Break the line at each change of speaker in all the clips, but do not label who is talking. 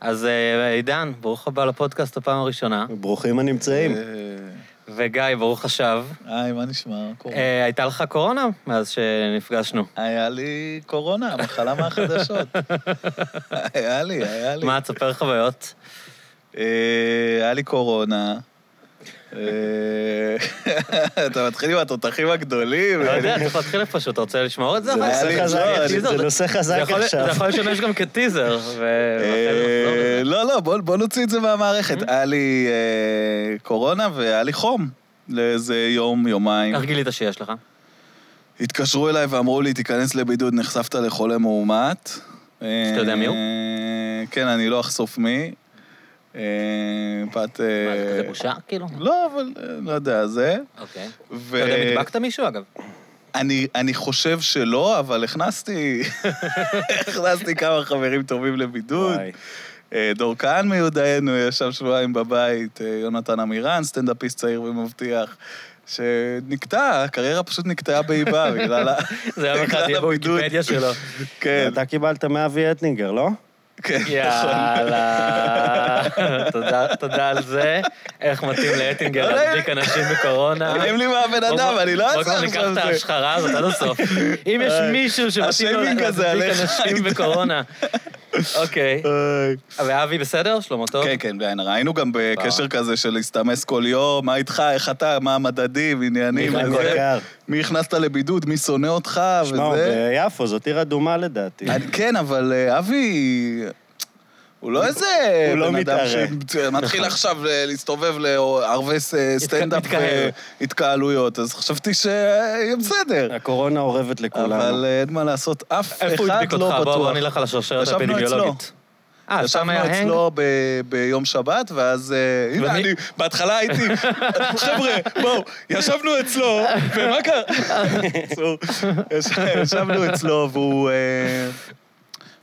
אז אה, עידן, ברוך הבא לפודקאסט הפעם הראשונה,
ברוכים הנמצאים.
אה,
וגיא, ברוך השב.
היי, מה נשמע? קורונה.
אה, הייתה לך קורונה מאז שנפגשנו.
היה לי קורונה, המחלה מהחדשות. היה לי, היה לי.
מה, תספר חוויות.
אה, היה לי קורונה. אה, אתה מתחיל עם התותחים הגדולים.
לא יודע, צריך להתחיל איפה שאתה רוצה לשמור את זה?
זה
אחר כך?
היה לי-
נושא חזק,
לא, אני-
טיזר,
זה נושא
זה
חזק
יכול-
עכשיו.
זה יכול לשמש גם כטיזר, ו...
אה, לא, לא, בוא בוא נוציא את זה מהמערכת.
Mm-hmm.
היה לי אה, קורונה והיה לי חום לאיזה יום, יומיים.
איך גילית שיש לך?
אה, התקשרו אליי ואמרו לי, תיכנס לבידוד, נחשפת לחולה מאומת. שאתה
יודע מי הוא?
כן, אני לא אחשוף מי. אה, מפאת...
מה, זה
אה,
כזה בושה? כאילו?
לא, אבל אה, לא יודע, זה.
אוקיי.
ו-
אתה יודע אם הדבקת מישהו, אגב?
אני, אני חושב שלא, אבל הכנסתי, הכנסתי כמה חברים טובים לבידוד.
וואי.
אה, דור כהן מיודענו ישב שבועיים בבית, אה, יונתן עמירן, סטנדאפיסט צעיר ומבטיח, שנקטע, הקריירה פשוט נקטעה באיבה בגלל ה...
זה היה בכלל תהיה
הבידוד.
בוויקיפדיה שלו.
כן,
אה, אתה קיבלת מאבי אטנינגר, לא?
כן.
יאללה, תודה- תודה על זה. איך מתאים לאטינגר
לא יודע.
להדביק אנשים בקורונה.
אומרים לי מה הבן אדם, אני לא
בוא כבר
אעשה
ניקח
עכשיו
את
את זה.
ההשחרה הזאת עד הסוף. אם יש מישהו שמתאים לו
השיימינג הזה
להדביק
עליך.
אנשים בקורונה. אוקיי.
איי.
ואבי בסדר? שלמה טוב?
כן, כן, בעין הרע. היינו גם
אה.
בקשר כזה של להסתמס כל יום, מה איתך, איך אתה, מה המדדים, עניינים,
מיכאל
וזה.
יקר.
מי הכנסת לבידוד, מי שונא אותך,
שמע, הוא
וזה.
ביפו, זאת עיר אדומה לדעתי.
אני- כן, אבל אה, אבי... הוא לא איזה
הוא לא
בן אדם
מתערה.
שמתחיל עכשיו אה, להסתובב לערבס סטנדאפ
מתקהל.
והתקהלויות, אז חשבתי שיהיה
אה,
בסדר.
הקורונה אורבת
אבל
לכולנו.
אה, אין מה לעשות, אף
איפה הוא
אחד
הדביק אותך?
לא
בוא בוא
בטוח.
נלך על השרשרת
ישבנו
האפידמיולוגית.
אצלו.
אה, שם
ישבנו
היה הנג?
אצלו ב- ביום שבת, ואז... אה, הנה,
ומי-
אני בהתחלה הייתי, חבר'ה, בואו, ישבנו אצלו, ומה קרה?
כאילו,
בקיצור, אה, יש- ישבנו אצלו, והוא... אה,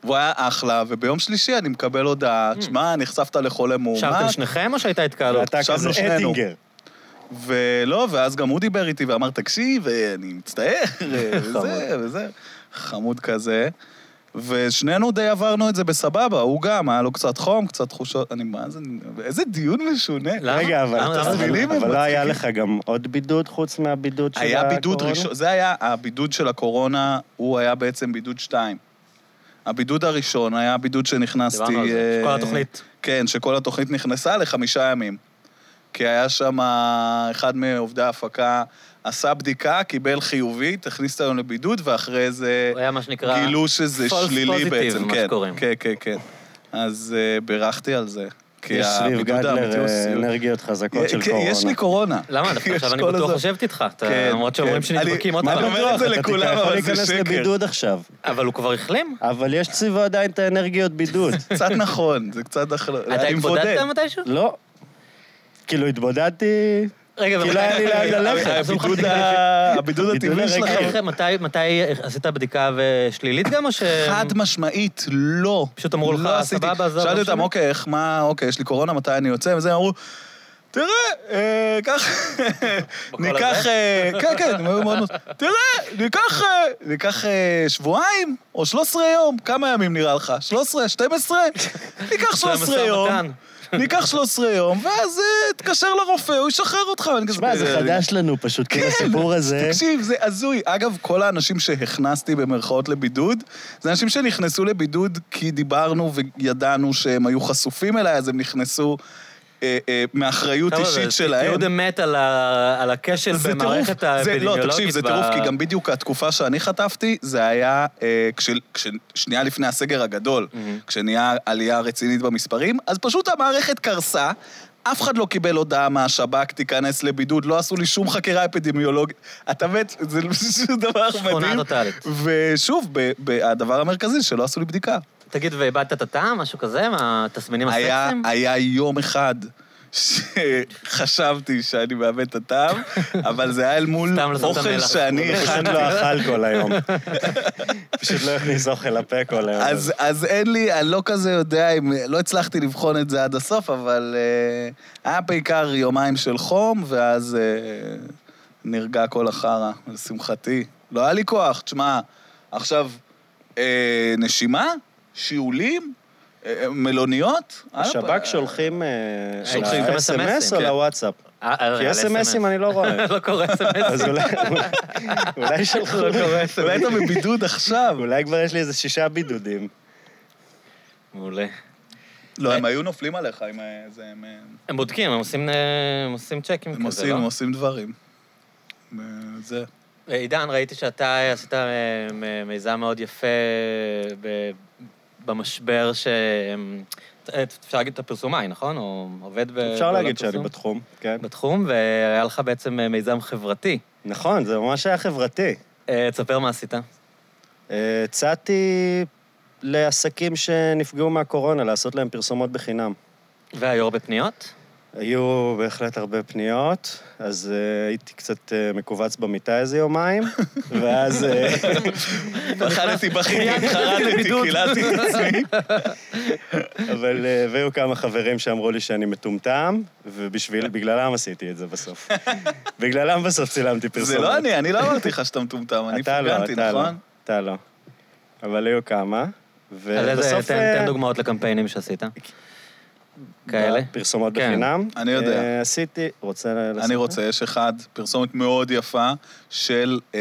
והוא היה אחלה, וביום שלישי אני מקבל הודעה, תשמע, נחשפת לחולה
Mm. שבתם
מאומת,
שניכם או שהייתה התקהלות?
ואתה
ישבנו
כזה
שנינו. אה?
אטינגר.
ולא, ואז גם הוא דיבר איתי ואמר, תקשיב, אה, אני מצטער, אה, וזה,
חמוד.
וזה. חמוד כזה. ושנינו די עברנו את זה בסבבה, הוא גם, היה לו קצת חום, קצת תחושות, אני, מה זה, איזה דיון משונה.
למה?
רגע, אבל
למה- למה?
תסבילים הם
אבל לא היה
אה, מצחיקים.
לך גם עוד בידוד חוץ מהבידוד של הקורונה?
היה בידוד ראשון, זה היה, הבידוד של הקורונה, הוא היה בעצם בידוד שתיים. הבידוד הראשון היה הבידוד שנכנסתי...
דיברנו על זה,
אה,
שכל התוכנית.
כן, שכל התוכנית נכנסה לחמישה ימים. כי היה שם אה, אחד מעובדי ההפקה, עשה בדיקה, קיבל חיובית, הכניס אותנו לבידוד, ואחרי זה
הוא היה מה שנקרא...
גילו שזה
false
שלילי
positive,
בעצם.
מה
כן,
שקוראים.
כן, כן, כן. אז אה, בירכתי על זה. כי
יש סביב
הבידוד האמיתי
גדלר
הוא
אה,
סיוט.
אנרגיות חזקות של
כן,
קורונה.
יש לי קורונה.
למה? דווקא עכשיו אני
יש כל
בטוח
הזמן.
חושבת איתך. אתה-
כן,
למרות שאומרים
כן.
שנדבקים
אני-
עוד
מה
פעם.
אתה אומר את זה
אתה
לכולם,
יכול
אבל זה
להיכנס
שקר.
לבידוד עכשיו.
אבל הוא כבר החלים.
אבל יש סביבו עדיין את האנרגיות בידוד.
קצת נכון, זה קצת... אחלה-
אתה
אני מבודד.
התבודדת מתישהו?
לא. כאילו, התבודדתי...
רגע,
כי
ומתי-
לא היה לי לאן
רגע,
ללכת.
עשו לך
הבידוד
בדיקה
ה- הבידוד הטבעי
רגע.
שלך.
לפני- איך- מתי- מתי עשית בדיקה ושלילית גם, או ש...
חד משמעית, לא.
פשוט אמרו לך, "אה,
לא עשיתי.
סבבה, זה
שאלתי
הרב
אותם,
שלי.
אוקיי, איך, מה, אוקיי, יש לי קורונה, מתי אני יוצא? וזה, אמרו, תראה, אה, קח,
בקול
ניקח,
הזה?
אה, כן, כן, הם היו מאוד, תראה, ניקח, אה, ניקח אה, שבועיים או 13 יום, כמה ימים נראה לך? 13, 12? ניקח 13
המשא
יום.
ומתן.
ניקח 13 יום, ואז אה, תתקשר לרופא, הוא ישחרר אותך. ואני כזה,
שמע, זה
"אה,
חדש לנו פשוט, כל הסיפור הזה.
כן, תקשיב, זה הזוי. אגב, כל האנשים שהכנסתי במרכאות לבידוד, זה אנשים שנכנסו לבידוד כי דיברנו וידענו שהם היו חשופים אליי, אז הם נכנסו אה, אה, מאחריות
טוב,
אישית
אבל
שלהם.
תיעוד אמת על ה- על הכשל
זה
במערכת
טירוף. זה-
האפידמיולוגית.
לא, תקשיב, זה
ב-
טירוף, כי גם בדיוק התקופה שאני חטפתי, זה היה אה, כש- כש- שנייה לפני הסגר
Mhm.
הגדול, כשנהיה עלייה רצינית במספרים, אז פשוט המערכת קרסה. אף אחד לא קיבל הודעה מהשב"כ, תיכנס לבידוד, לא עשו לי שום חקירה אפידמיולוגית. אתה מת, זה פשוט דבר מדהים.
שכונה טוטאלית.
ושוב, ב- ב- הדבר המרכזי, שלא עשו לי בדיקה.
תגיד, ואיבדת את הטעם, משהו כזה? מה, התסמינים
היה,
הסקסיים?
היה יום אחד שחשבתי שאני מאבד את הטעם, אבל זה היה אל מול
סתם לעשות את
אוכל
המלח.
שאני
פשוט
הכנתי.
לא אכל כל היום. פשוט לא הכניס אוכל לפה כל היום.
אז, אז אין לי, אני לא כזה יודע אם, לא הצלחתי לבחון את זה עד הסוף, אבל אה, היה בעיקר יומיים של חום, ואז אה, נרגע כל החרא, לשמחתי. לא היה לי כוח, תשמע, עכשיו, אה, נשימה, שיעולים, אה, מלוניות? אה,
השב"כ שולחים אה,
שולחים גם
אס.אם.אס או
כן.
לוואטסאפ?
אה,
כי אס.אם.אסים אני לא רואה.
לא קורא
אז
אס.אם.אסים.
אולי- אולי שלחו...
לא קורא
אולי
אס.אם.אסים.
אתה בבידוד עכשיו.
אולי כבר יש לי איזה שישה בידודים.
מעולה.
לא,
אה?
הם היו נופלים עליך עם אה, זה, הם, אה,
הם בודקים, הם עושים, אה, הם עושים צ'קים
אוקיי,
הם
כזה,
עושים,
לא?
הם עושים דברים. אה, זה.
אה, עידן, ראיתי שאתה עשית אה, מ- מיזם מאוד יפה אה, ב- במשבר ש... אה, אפשר להגיד את הפרסומאי, נכון? או עובד ב...
אפשר
בעולם
להגיד שאני
פרסום?
בתחום, כן.
בתחום, והיה לך בעצם אה, מיזם חברתי.
נכון, זה ממש היה חברתי.
אה, תספר מה עשית.
אה, הצעתי לעסקים שנפגעו מהקורונה לעשות להם פרסומות בחינם.
והיו הרבה פניות?
היו בהחלט הרבה פניות, אז אה, הייתי קצת אה, מכווץ במיטה איזה יומיים, ואז... אה,
פחדתי, בכיתי, חרדתי,
לבידוד.
קיללתי את עצמי.
אבל אה, והיו כמה חברים שאמרו לי שאני מטומטם, ובגללם עשיתי את זה בסוף. בגללם בסוף צילמתי
זה
פרסומות.
לא אני, אני לא אמרתי לך שאתה מטומטם, אני
אתה לא,
פרגנתי,
אתה לא,
נכון?
אתה לא. אבל היו כמה,
אז איזה-
ובסוף...
תן
אה, לא,
תן דוגמאות לקמפיינים שעשית. כאלה.
פרסומות
כן,
בחינם.
אני יודע.
אה, עשיתי, רוצה לעשות?
אני רוצה, יש אחד, פרסומת מאוד יפה של אה,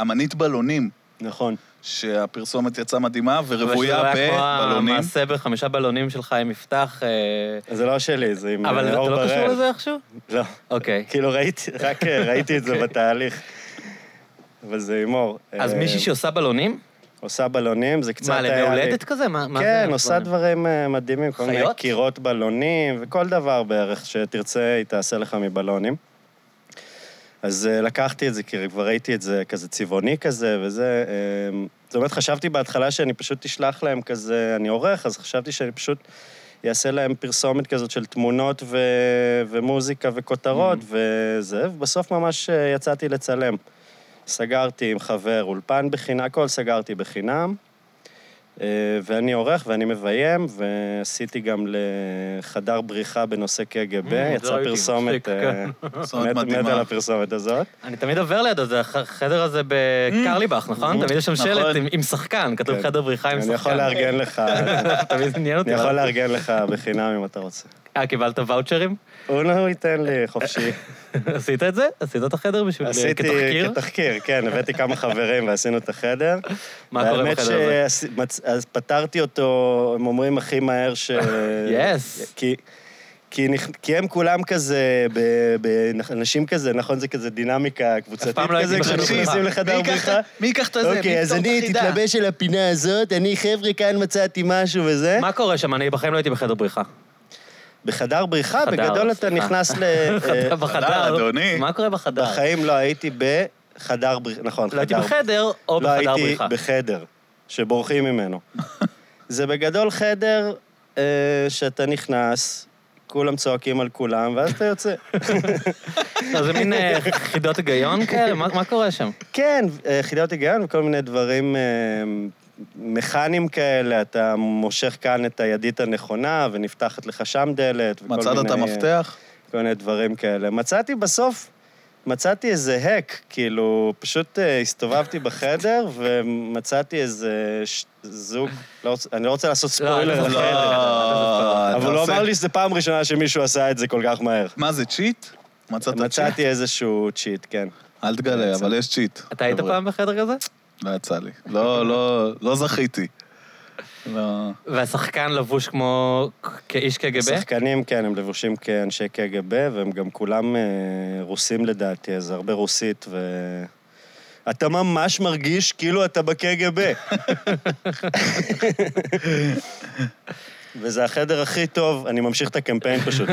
אמנית בלונים,
נכון.
שהפרסומת יצאה מדהימה ורוויה
אבל שזה לא היה כמו
בבלונים.
המעשה בחמישה בלונים שלך עם מפתח, אה,
זה לא שלי, זה עם
אבל זה
אה,
זה
אור
לא קשור
בראל.
לזה איכשהו?
לא.
אוקיי.
כאילו ראיתי, רק אה, ראיתי את זה בתהליך. אבל זה עם אור.
אז
אה,
מישהי שעושה בלונים?
עושה בלונים, זה קצת
מה,
היה לי-
למהולדת כזה? מה מה זה?
כן, עושה
בלונים?
דברים אה, מדהימים. כל מיני
חיות?
קירות בלונים, וכל דבר בערך שתרצה, היא תעשה לך מבלונים. אז אה, לקחתי את זה, כי כבר ראיתי את זה כזה צבעוני כזה, וזה... אה, זאת אומרת, חשבתי בהתחלה שאני פשוט אשלח להם כזה, אני עורך, אז חשבתי שאני פשוט אעשה להם פרסומת כזאת של תמונות ו... ומוזיקה
Mm.
וכותרות וזה, ובסוף ממש אה, יצאתי לצלם. סגרתי עם חבר אולפן בחינם, הכל סגרתי בחינם. אה, ואני עורך ואני מביים, ועשיתי גם לחדר בריחה בנושא קג"ב,
Mm, זה
יצאה
ראיתי,
פרסומת,
מצחיק,
אה,
כן.
פרסומת
מת- מת על
מדהימה.
הפרסומת הזאת.
אני תמיד עובר לידו, זה הח- החדר הזה בקרליבך, נכון? תמיד יש שם
נכון.
שלט עם- עם שחקן, כתוב
כן.
חדר בריחה עם שחקן.
אני יכול לארגן לך,
תמיד עניין אותי.
אני יכול
אבל-
לארגן לך בחינם אם אתה רוצה.
אה, קיבלת ואוצ'רים?
אונו ייתן לי חופשי.
עשית את זה? עשית את החדר בשביל... אה,
עשיתי
כתחקיר?
כתחקיר, כן, הבאתי כמה חברים ועשינו את החדר.
מה קורה בחדר הזה?
האמת שפתרתי אותו, הם אומרים הכי מהר ש...
Yes.
כי... כי, נכ... כי הם כולם כזה, ב- ב- אנשים כזה, נכון? זה כזה דינמיקה קבוצתית
פעם לא הייתי
כזה,
בחדר
כשאנחנו
בריחה.
נכנסים
מי
לחדר
ייקח את-
בריחה.
מי ייקח את זה? מי
אוקיי, אז
יפתור את
אני
החידה?
תתלבש על הפינה הזאת, אני חבר'ה כאן מצאתי משהו וזה.
מה קורה שם? אני בחיים לא הייתי בחדר בריחה.
בחדר בריחה,
חדר,
בגדול אתה
סליחה.
נכנס ל... אה,
בחדר,
אדוני.
מה קורה בחדר?
בחיים לא הייתי בחדר בריחה, נכון,
לא הייתי
חדר-
בחדר או
לא
בחדר
הייתי
בריחה.
בחדר, שבורחים ממנו. זה בגדול חדר אה, שאתה נכנס, כולם צועקים על כולם, ואז אתה יוצא.
לא, זה מין אה, חידות היגיון כאלה? מה מה קורה שם?
כן, אה, חידות היגיון וכל מיני דברים אה, מכניים כאלה, אתה מושך כאן את הידית הנכונה, ונפתחת לך שם דלת, וכל
מצאת את
מיני- אוקיי,
המפתח?
כל מיני דברים כאלה. מצאתי בסוף, מצאתי איזה הק, כאילו, פשוט אה, הסתובבתי בחדר ומצאתי איזה ש... זוג, לא רוצ... אני לא רוצה לעשות
לא,
ספוילר,
לא,
על
לא.
החדר,
אתה
אוקיי, אבל הוא
עושה- לא,
אמר לי שזו פעם ראשונה שמישהו עשה את זה כל כך מהר.
מה זה, צ'יט? מצאת צ'יט?
מצאתי איזשהו צ'יט, כן.
אל תגלה, אבל יש צ'יט.
לא אתה היית
חבר'ה.
פעם בחדר כזה?
לא יצא לי. לא, לא, לא זכיתי. לא.
והשחקן לבוש כמו... כאיש קג"ב?
השחקנים, כן, הם לבושים כאנשי קג"ב, והם גם כולם אה, רוסים לדעתי, אז הרבה רוסית, ו... אתה ממש מרגיש כאילו אתה בקג"ב. וזה החדר הכי טוב, אני ממשיך את הקמפיין פשוט.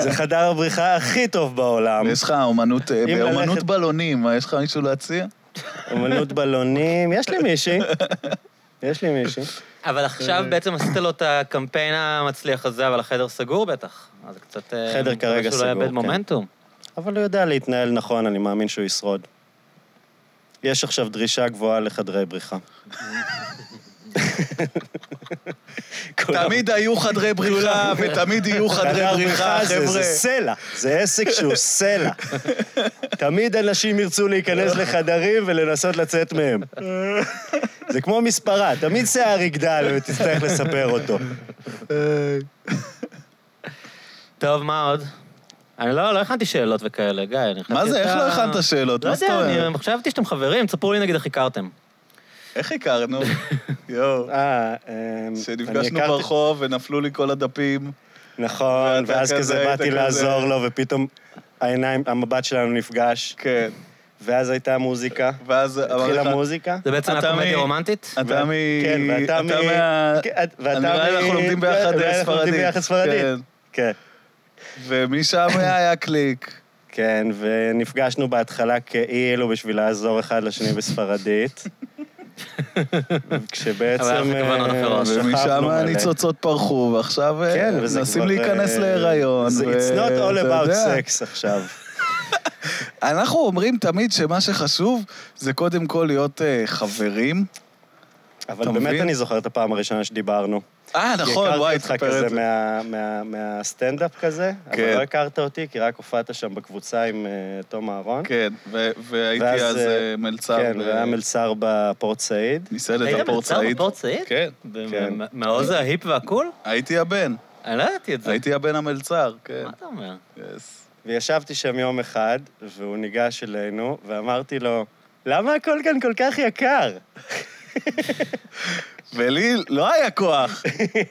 זה חדר הבריחה הכי טוב בעולם.
יש לך אומנות, אה,
אמ- אם
באומנות
ללכת-
בלונים, מה, יש לך מישהו להציע?
אמנות בלונים, יש לי מישהי. יש לי מישהי.
אבל
אה.
עכשיו בעצם עשית לו את הקמפיין המצליח הזה, אבל החדר סגור בטח. אז זה קצת... אה,
חדר
מקווה
כרגע
שהוא לא
סגור,
יאבד
כן.
מומנטום.
אבל הוא יודע להתנהל נכון, אני מאמין שהוא ישרוד. יש עכשיו דרישה גבוהה לחדרי בריחה. כולם-
תמיד היו חדרי בריחה, ותמיד יהיו חדרי
חדר
בריחה,
זה-
חבר'ה.
זה סלע, זה עסק שהוא סלע. תמיד אנשים ירצו להיכנס לחדרים ולנסות לצאת מהם. זה כמו מספרה, תמיד שיער יגדל ותצטרך לספר אותו.
טוב, מה עוד? אני לא, לא הכנתי שאלות וכאלה, גיא. אני
מה
הכנתי
זה,
את
איך
ה-
לא הכנת שאלות?
לא
מה זאת
יודע,
אומרת?
אני חשבתי שאתם חברים, תספרו לי נגיד איך הכרתם.
איך הכרנו? יואו.
אה, אמ, אני
שנפגשנו
הכרתי-
ברחוב ונפלו לי כל הדפים.
נכון,
ואתה
ואז
כזה,
כזה
היית
באתי
כזה-
לעזור לו, ופתאום העיניים, המבט שלנו נפגש,
כן.
ואז הייתה מוזיקה.
ואז אמרתי
התחילה
לך...
מוזיקה.
זה בעצם
אתה
היה קומדיה
מ-
רומנטית?
אתה מ...
כן, ואתה מ...
מה...
כן, את- ואתה
אני נראה לי
מ-
אנחנו לומדים ביחד אה,
אולי אנחנו
ספרדית.
לומדים ביחד ספרדית.
כן.
כן.
ומשם היה היה קליק.
כן, ונפגשנו בהתחלה כאילו בשביל לעזור אחד לשני בספרדית. כשבעצם...
אבל היה לך כוונות
אה,
אחרות.
שכבנו
ומשם
מלא.
הניצוצות פרחו, ועכשיו אה,
כן, וזה
מנסים
כבר,
להיכנס
אה,
להיריון.
זה- It's
ו-
not all
אתה
about
יודע.
sex עכשיו.
אנחנו אומרים תמיד שמה שחשוב זה קודם כל להיות אה, חברים.
אבל
אתה
באמת
מבין?
אני זוכר את הפעם הראשונה שדיברנו.
אה, נכון, וואי,
כי הכרתי
תספר
אותך
את
כזה
זה.
מה- מה- מהסטנדאפ כזה, אבל
כן.
לא הכרת אותי, כי רק הופעת שם בקבוצה עם אה, תום אהרון.
כן, ו- והייתי
ואז,
אז
אה,
אה, מלצר.
כן,
ב-
והיה מלצר בפורט סעיד.
מסעדת
היית
הפורט
מלצר
סעיד.
בפורט סעיד?
כן,
ב-
כן.
מה- מעוז ההיפ והקול?
הייתי הבן.
אני לא ידעתי את זה.
הייתי הבן המלצר, כן.
מה אתה אומר?
יס.
וישבתי שם יום אחד, והוא ניגש אלינו, ואמרתי לו, למה הכל כאן כל כך יקר?
ולי לא היה כוח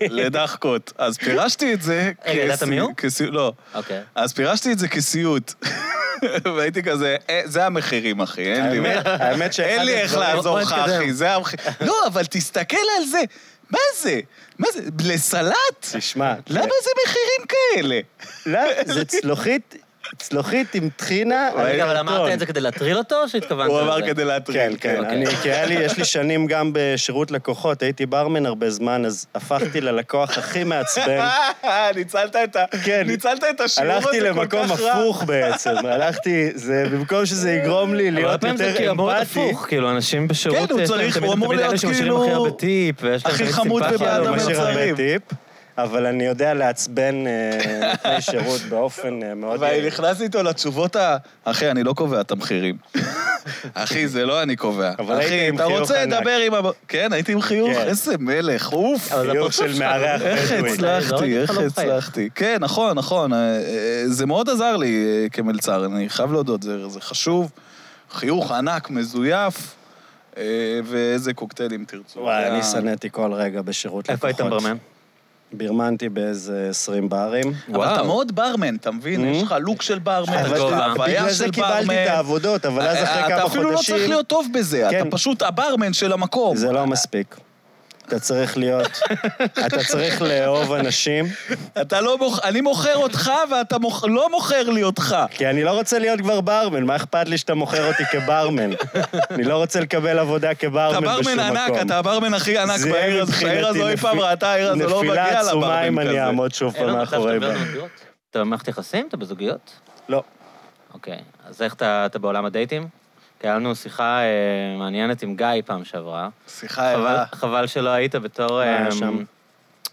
לדחקות, אז פירשתי את זה כ...
רגע, ידעת מי הוא?
לא.
אוקיי.
אז פירשתי את זה כסיוט. והייתי כזה, "אה, זה המחירים, אחי, אין לי... מה."
האמת- האמת שאחד
אין לי איך
הדברים-
לעזור
בוא
לך,
נתקדם.
אחי, זה המחיר. לא, אבל תסתכל על זה. מה זה? מה זה? לסלט?
תשמע,
למה זה מחירים כאלה?
לא, זה צלוחית, צלוחית עם טחינה על
רגע, אבל
קרטון.
אמרת את זה כדי להטריל אותו, או שהתכוונת
אה, הוא
לזה?
אמר כדי
כן,
להטריד.
אוקיי.
כן, אני, כי היה לי, יש לי שנים גם בשירות לקוחות, הייתי ברמן הרבה זמן, אז הפכתי ללקוח הכי מעצבן.
ניצלת את ה...
כן.
ניצלת את השיעור הזה כל כך
הלכתי
רע.
למקום הפוך בעצם, הלכתי, זה, במקום שזה יגרום לי
אבל הרבה
להיות
פעמים זה
יותר
כאילו אמור להיות
אמפתי,
הפוך, כאילו, אנשים בשירות...
כן, הוא
יש להם
צריך-
תמיד-
הוא אמור
תמיד אלה
להיות
שמשאירים
כאילו
הכי הרבה טיפ, ויש להם
הכי
תמיד
חמוד
סימפתיה.
ובעד
אני
אבל
לא
המלצרים.
משאיר
משאיר הרבה-
הרבה טיפ, אבל אני יודע לעצבן אה, נותני שירות באופן אה, מאוד...
ואני נכנס איתו לתשובות ה... אחי, אני לא קובע את המחירים. אחי, זה לא אני קובע.
אבל הייתי
אחי,
עם
אתה
חיוך
רוצה
ענק.
לדבר עם... הב- כן, הייתי עם חיוך,
כן.
איזה מלך, אוף.
אבל זה
חיוך
הפרצוף
של
שלך,
מארח
אבל-
איך
בדואי.
הצלחתי,
לא,
איך
לא מחייב.
הצלחתי. כן, נכון, נכון. אה, אה, זה מאוד עזר לי אה, כמלצר, אני חייב להודות, זה זה חשוב. חיוך ענק, מזויף, אה, ואיזה קוקטייל אם תרצו.
וואי,
זה
אני
ה-
שנאתי כל רגע בשירות לקוחות.
לא, איפה הייתם ברמן?
ברמנתי באיזה 20 ברים.
אבל אתה
וואו.
מאוד ברמן, אתה מבין?
Mhm.
יש לך לוק של ברמן,
אבל
יש לך
גובה.
בגלל
הוויה
זה
של
קיבלתי את
ברמן.
העבודות, אבל אז אחרי
אתה
כמה
אפילו לא צריך
חודשים...
להיות טוב בזה,
כן.
אתה פשוט הברמן של המקום.
זה לא מספיק. אתה צריך להיות... אתה צריך לאהוב אנשים,
אתה לא מוכר, אני מוכר אותך ואתה מוכ- לא מוכר לי אותך.
כי אני לא רוצה להיות כבר ברמן, מה אכפת לי שאתה מוכר אותי כברמן? אני לא רוצה לקבל עבודה
אתה
כברמן בשום
ברמן
מקום.
ענק, אתה הברמן הכי ענק
זה
בעיר הזאת,
מבחינתי
העיר הזו אי
נפי-
פעם ראתה, העיר הזו לא
נפילה
מגיעה
עצומה אם
לברמן
אני
כזה.
אעמוד שוב
אין
פעם
לו מצב שאתה
מאחורי
עובר
בר.
לזוגיות? אתה במערכת יחסים? אתה בזוגיות?
לא.
אוקיי. אז איך אתה אתה בעולם הדייטים? כי היה לנו שיחה אה, מעניינת עם גיא פעם שעברה.
שיחה
חבל-
ערה.
חבל שלא היית בתור...
היה
אה,
שם?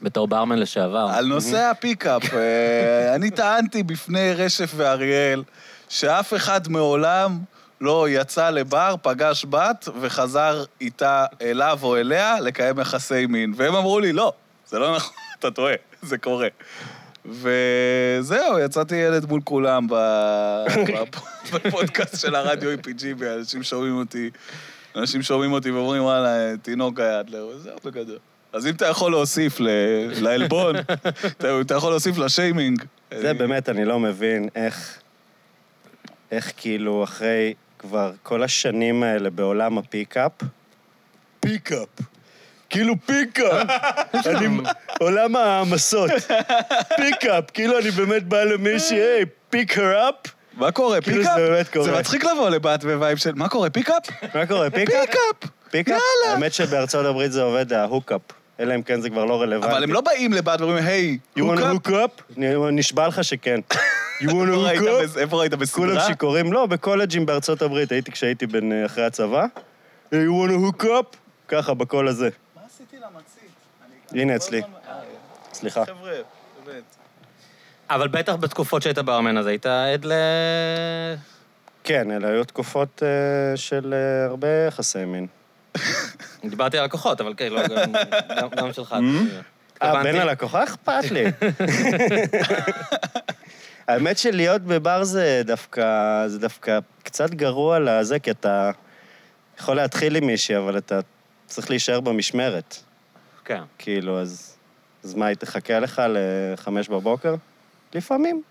בתור ברמן לשעבר.
על נושא הפיקאפ, אה, אני טענתי בפני רשף ואריאל שאף אחד מעולם לא יצא לבר, פגש בת וחזר איתה אליו או אליה לקיים יחסי מין. והם אמרו לי, לא, זה לא נכון, אתה טועה, זה קורה. וזהו, יצאתי ילד מול כולם ב- בפ- בפודקאסט של הרדיו E EPGB, אנשים שומעים אותי, אנשים שומעים אותי ואומרים, וואלה, תינוק לא, היה אדלר, וזהו, בגדול. אז אם אתה יכול להוסיף ל- לעלבון, אתה אתה יכול להוסיף לשיימינג.
זה באמת, אני לא מבין איך, איך כאילו אחרי כבר כל השנים האלה בעולם הפיקאפ,
פיקאפ.
כאילו פיקאפ, אני, עולם העמסות, פיקאפ, כאילו אני באמת בא למישהי, היי, פיק her up,
מה קורה,
כאילו
פיקאפ?
זה באמת
זה
קורה.
מצחיק לבוא לבת בווייב של, מה קורה, פיקאפ?
מה קורה, פיקאפ?
פיקאפ!
פיקאפ? האמת שבארצות הברית זה עובד, ההוקאפ, אלא אם כן זה כבר לא רלוונטי.
אבל הם לא באים לבת ואומרים, היי,
You want
הוקאפ?
to hook up? אני- נשבע לך שכן. You want
איפה
to
לא ראית
hook up?
בס- איפה ראית בסדרה?
כולם שיכורים, לא, בקולג'ים בארצות הברית, הייתי כשהייתי בן אה, אחרי הצבא. You want to hook up? ככה, בקול הזה.
מה עשיתי למצית?
הנה, אני כל אצלי. הזמן- סליחה.
חבר'ה, באמת.
אבל בטח בתקופות שהיית ברמן, אז היית עד ל...
כן, אלה היו תקופות אה, של אה, הרבה יחסי מין.
דיברתי על לקוחות, אבל כן, לא, גם- גם- גם שלך.
אה,
התכוונתי-
בן הלקוחה אכפת לי. האמת שלהיות בבר זה דווקא, זה דווקא קצת גרוע לזה, כי אתה יכול להתחיל עם מישהי, אבל אתה צריך להישאר במשמרת.
כן.
כאילו, אז, אז מה, היא תחכה לך לחמש בבוקר? לפעמים.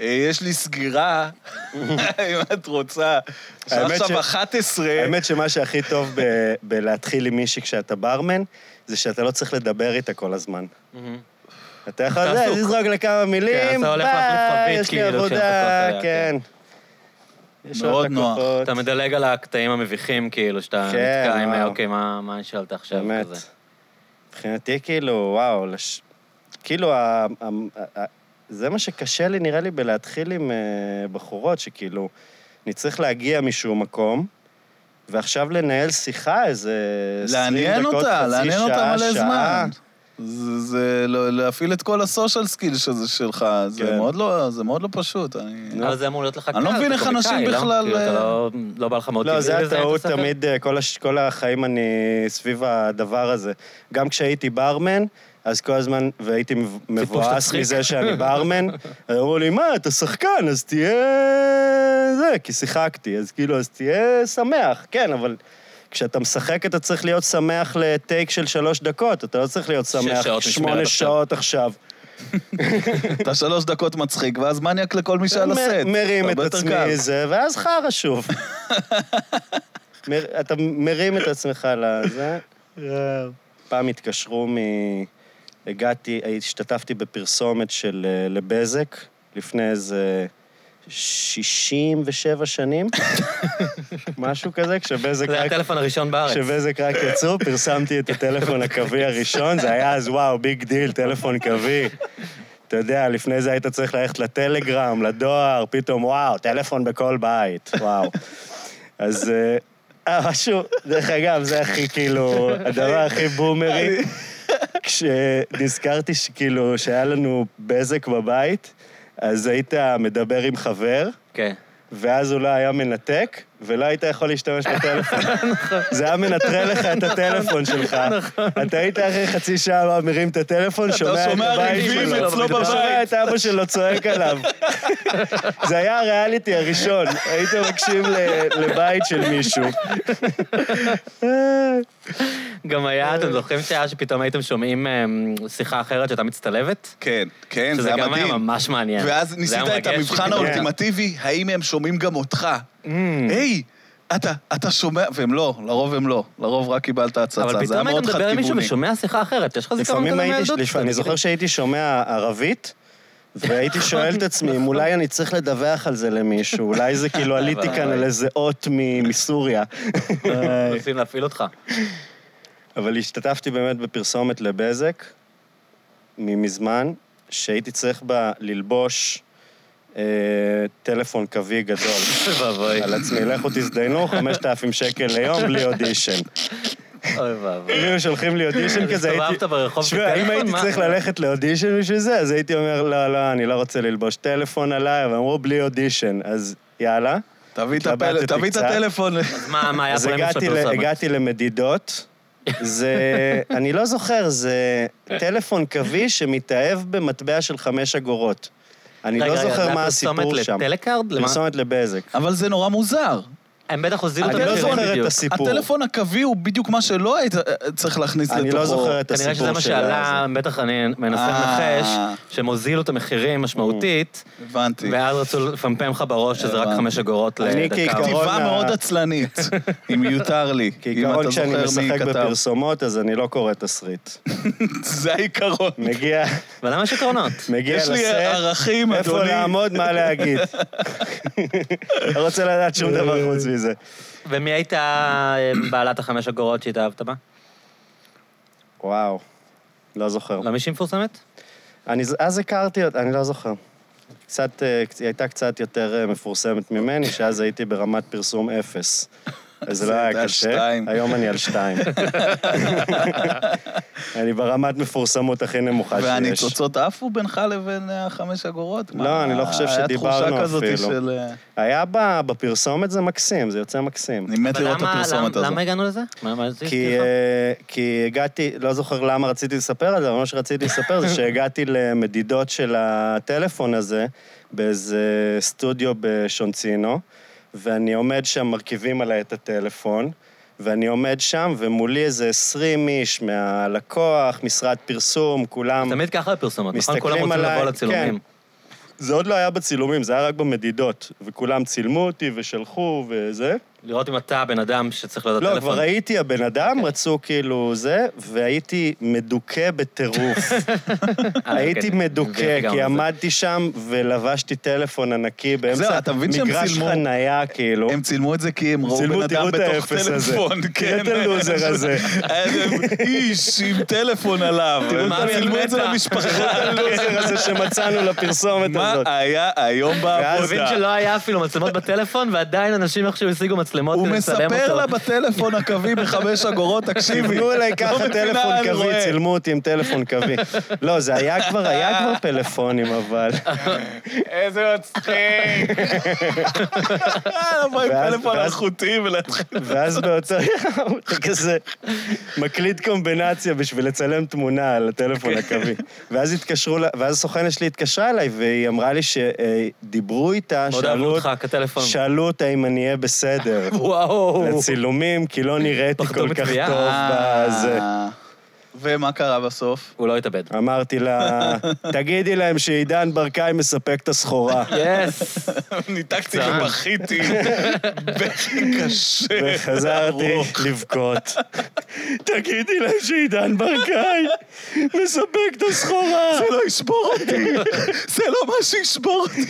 אה, יש לי סגירה, אם את רוצה. השעה
האמת
עכשיו
ש-
11.
האמת שמה שהכי טוב ב- בלהתחיל עם מישהי כשאתה ברמן, זה שאתה לא צריך לדבר איתה כל הזמן.
מהמם.
אתה יכול
Mm-hmm. אתה
זה,
עסוק.
לזרוק לה כמה
כן,
מילים,
אתה הולך
ביי,
להחליף חבית,
יש לי
כאילו, כשאתה
עבודה,
קופץ עליה,
כן. יש עוד
מאוד נוח.
לקוחות.
אתה מדלג על הקטעים המביכים, כאילו, שאתה
כן,
נתקע עם,
וואו.
אוקיי, מה מה אני שאלת עכשיו?
באמת.
כזה.
מבחינתי, כאילו, וואו, לש... כאילו, ה... ה... ה... זה מה שקשה לי, נראה לי, בלהתחיל עם אה, בחורות, שכאילו, אני צריך להגיע משום מקום, ועכשיו לנהל שיחה איזה 20
לעניין
דקות,
אותה,
חצי
לעניין אותה
שעה,
מלא
שעה.
זמן. זה, זה לא- להפעיל את כל הסושיאל סקיל שזה שלך, זה,
כן.
מאוד לא, זה מאוד לא פשוט. אני...
אבל זה אמור להיות לך קל.
אני לא מבין
אתה
איך
קומיקאי,
אנשים
לא?
בכלל,
כאילו, אתה
אה,
לא- לא בא לך מאוד
לא,
טבעי
זה
לזיין את
הטעות
השחקן.
תמיד, אה, כל, הש... כל החיים אני סביב הדבר הזה. גם כשהייתי ברמן, אז כל הזמן, והייתי מב- מבואס
מצחיק.
מזה שאני ברמן, אז אמרו לי, מה, אתה שחקן, אז תהיה... זה, כי שיחקתי, אז כאילו, אז תהיה שמח. כן, אבל כשאתה משחק אתה צריך להיות שמח לטייק של שלוש דקות, אתה לא צריך להיות שמח
שעות
שמונה
משמרת
שעות עכשיו.
אתה שלוש דקות מצחיק, ואז מניאק לכל מי שעל
מ-
הסט.
מרים את
הרבה יותר
עצמי
קל.
זה, ואז חרא שוב. מר- אתה מרים את עצמך לזה. פעם התקשרו מ... הגעתי, השתתפתי בפרסומת של אה, לבזק לפני איזה 67 שנים, משהו כזה, כשבזק
זה
רק...
הטלפון הראשון בארץ.
כשבזק רק יצאו, פרסמתי את הטלפון הקווי הראשון, זה היה אז וואו, ביג דיל, טלפון קווי. אתה יודע, לפני זה היית צריך ללכת לטלגרם, לדואר, פתאום וואו, טלפון בכל בית, וואו. אז... אה, אה, משהו, דרך אגב, זה הכי כאילו, הדבר הכי בומרי. כשנזכרתי שכאילו, שהיה לנו בזק בבית, אז היית מדבר עם חבר,
כן.
ואז הוא לא היה מנתק, ולא היית יכול להשתמש בטלפון.
נכון.
זה היה מנטרל לך את הטלפון שלך. אתה היית אחרי חצי שעה לא מרים את הטלפון, שומע את
שומע
הבית
ריבים
שלו.
אצלו
אתה שומע
בבית.
את אבא שלו צועק עליו. זה היה הריאליטי הראשון. היית מקשיב ל- לבית של מישהו.
גם היה, אתם זוכרים שהיה שפתאום הייתם שומעים אמ, שיחה אחרת שהייתה מצטלבת?
כן, כן,
שזה
זה היה
גם היה
מדהים.
ממש מעניין.
ואז
זה
ניסית
היה
את
מרגש
המבחן
שפתאום-
האולטימטיבי.
האולטימטיבי, האם הם שומעים גם אותך?
Mm.
היי, אתה, אתה שומע, והם לא, לרוב הם לא, לרוב רק קיבלת הצצה,
אבל
זה היה
פתאום היית
מאוד
מדבר
חד
עם מישהו
כיווני.
ושומע שיחה אחרת, יש לך זיכרון
לפעמים
כזה
הייתי,
מהילדות?
לפעמים- אני זוכר שהייתי שומע ערבית, והייתי שואל את עצמי, אם אולי אני צריך לדווח על זה למישהו, אולי זה כאילו עליתי כאן על איזה אות מ- מסוריה.
מנסים להפעיל אותך.
אבל השתתפתי באמת בפרסומת לבזק ממזמן, שהייתי צריך בה ללבוש אה, טלפון קווי גדול.
ואבוי.
על עצמי, לכו תזדיינו, 5,000 שקל ליום בלי אודישן.
אוי ואבוי.
אם היו שולחים לי אודישן כזה, הייתי...
הסתובבת ברחוב
תשמע, אם
בטלפון?
הייתי
מה-
צריך ללכת לאודישן בשביל זה, אז הייתי אומר, לא, לא, אני לא רוצה ללבוש טלפון עליי, אבל אמרו בלי אודישן, אז יאללה.
תביא את הפל-
התלבטתי
תביא את
קצת.
הטלפון.
אז מה מה היה
אז
הפרמיה של
הגעתי, ל...
הפרסומת?
הגעתי למדידות. זה, אני לא זוכר, זה טלפון קווי שמתאהב במטבע של חמש אגורות. אני
רגע,
לא
רגע, זה
זוכר
היה
מה הסיפור שם.
פרסומת לטלקארד? למה?
פרסומת לבזק.
אבל זה נורא מוזר.
הם בטח הוזילו את
אני לא
המחירים
זוכר את
בדיוק.
הסיפור.
הטלפון הקווי הוא בדיוק מה שלא היית אה, צריך להכניס לתוכו.
אני לא זוכר את
כנראה שזה
הסיפור
מה
שלה.
שעלה, בטח אני מנסה
אה.
לנחש, שהם הוזילו את המחירים משמעותית,
הבנתי.
ואז רצו לפמפם לך בראש שזה רק
הבנתי.
חמש אגורות
אני
לדקה.
כעיקרון-
כתיבה
ה-
מאוד עצלנית, אם יותר לי. אם אתה
כעיקרון, כשאני
זוכר מי
משחק
כתב.
בפרסומות, אז אני לא קורא תסריט.
זה העיקרון.
מגיע
אבל למה יש עקרונות?
מגיע
יש לי
לסט,
ערכים,
איפה
אדוני.
לעמוד, מה להגיד. לא רוצה לדעת שום דבר חוץ מזה.
ומי הייתה אה, בעלת החמש אגורות שהתאהבת בה?
וואו, לא זוכר.
לא מישהי מפורסמת?
אני, ז- אז הכרתי אותה, אני לא זוכר. קצת, אה, קצ- היא הייתה קצת יותר אה, מפורסמת ממני, שאז הייתי ברמת פרסום אפס. אז זה לא היה
הייתה
קשה.
שתיים.
היום אני על שתיים. אני ברמת מפורסמות הכי נמוכה אה, שיש.
והניצוצות עפו בינך לבין אה, החמש אגורות?
לא,
מה,
אני לא חושב
היה
שדיברנו
תחושה כזאת
אפילו.
של... אה,
היה ב- בפרסומת זה מקסים, זה יוצא מקסים.
אני מת
אבל
לראות את
למה-
הפרסומת
למה-
הזאת.
למה הגענו לזה? מה- מה זה
כי,
הזכיר לך?
אה, כי הגעתי, לא זוכר למה רציתי לספר על זה, אבל מה שרציתי לספר זה שהגעתי למדידות של הטלפון הזה באיזה סטודיו בשונצינו, ואני עומד שם, מרכיבים עליי את הטלפון, ואני עומד שם, ומולי איזה 20 איש מהלקוח, משרד פרסום, כולם...
תמיד ככה בפרסומות, נכון?
מסתכלים
כולם רוצים
עליי, כן.
לבוא לצילומים.
זה עוד לא היה בצילומים, זה היה רק במדידות, וכולם צילמו אותי ושלחו וזה.
לראות אם אתה הבן אדם שצריך להיות
לא,
הטלפון.
כבר הייתי הבן אדם, רצו כאילו זה, והייתי מדוכא בטירוף.
אה,
הייתי
אוקיי,
מדוכא,
גם
כי
זה.
עמדתי שם ולבשתי טלפון ענקי
זהו,
באמצע
אתה מבין שהם
מגרש
צילמו-
חנייה, כאילו.
הם צילמו את זה כי הם ראו
צילמו,
בן
תראו
אדם
את
בתוך
האפס הזה.
טלפון,
תראה את הלוזר הזה.
איש עם טלפון עליו.
תראו
הם
את הלוזר.
צילמו את
את
זה למשפחה.
הלוזר הזה שמצאנו לפרסומת
מה אה,
הזאת.
היה היום
אתה
בעבודה?
מבין שלא היה אפילו מצלמות בטלפון, ועדיין אנשים איכשהו השיגו מצלמות
הוא
כדי לצלם אותו.
מספר לה בטלפון הקווי בחמש אגורות, תקשיבי.
ציוונו אליי
לא
ככה
מבינה,
טלפון
אני
קווי,
רואה.
צילמו אותי עם טלפון קווי. לא, זה היה כבר, היה כבר פלאפונים, אבל...
איזה מצחיק. לבוא עם
ואז-
טלפון
ואז-
אלחוטי ולהתחיל...
ואז באותו יום אתה כזה מקליט קומבינציה בשביל לצלם תמונה על הטלפון
אוקיי.
הקווי. ואז התקשרו, לה- ואז הסוכנת שלי התקשרה אליי, והיא אמרה לי שדיברו איתה,
לא
מאוד
שאלו
אהבו אותך,
אות-
כטלפון.
שאלו אותה אם אני אהיה בסדר.
וואו.
לצילומים, כי לא נראיתי
פחדו
כל כך
מתביעה.
טוב בזה.
אה, ומה קרה בסוף?
הוא לא התאבד.
אמרתי לה, תגידי להם שעידן ברקאי מספק את הסחורה.
יס.
ניתקתי
קצר.
ובכיתי, בכי קשה.
וחזרתי
ארוך.
לבכות. תגידי להם שעידן ברקאי מספק את הסחורה.
זה לא ישבור אותי, זה לא מה שישבור אותי.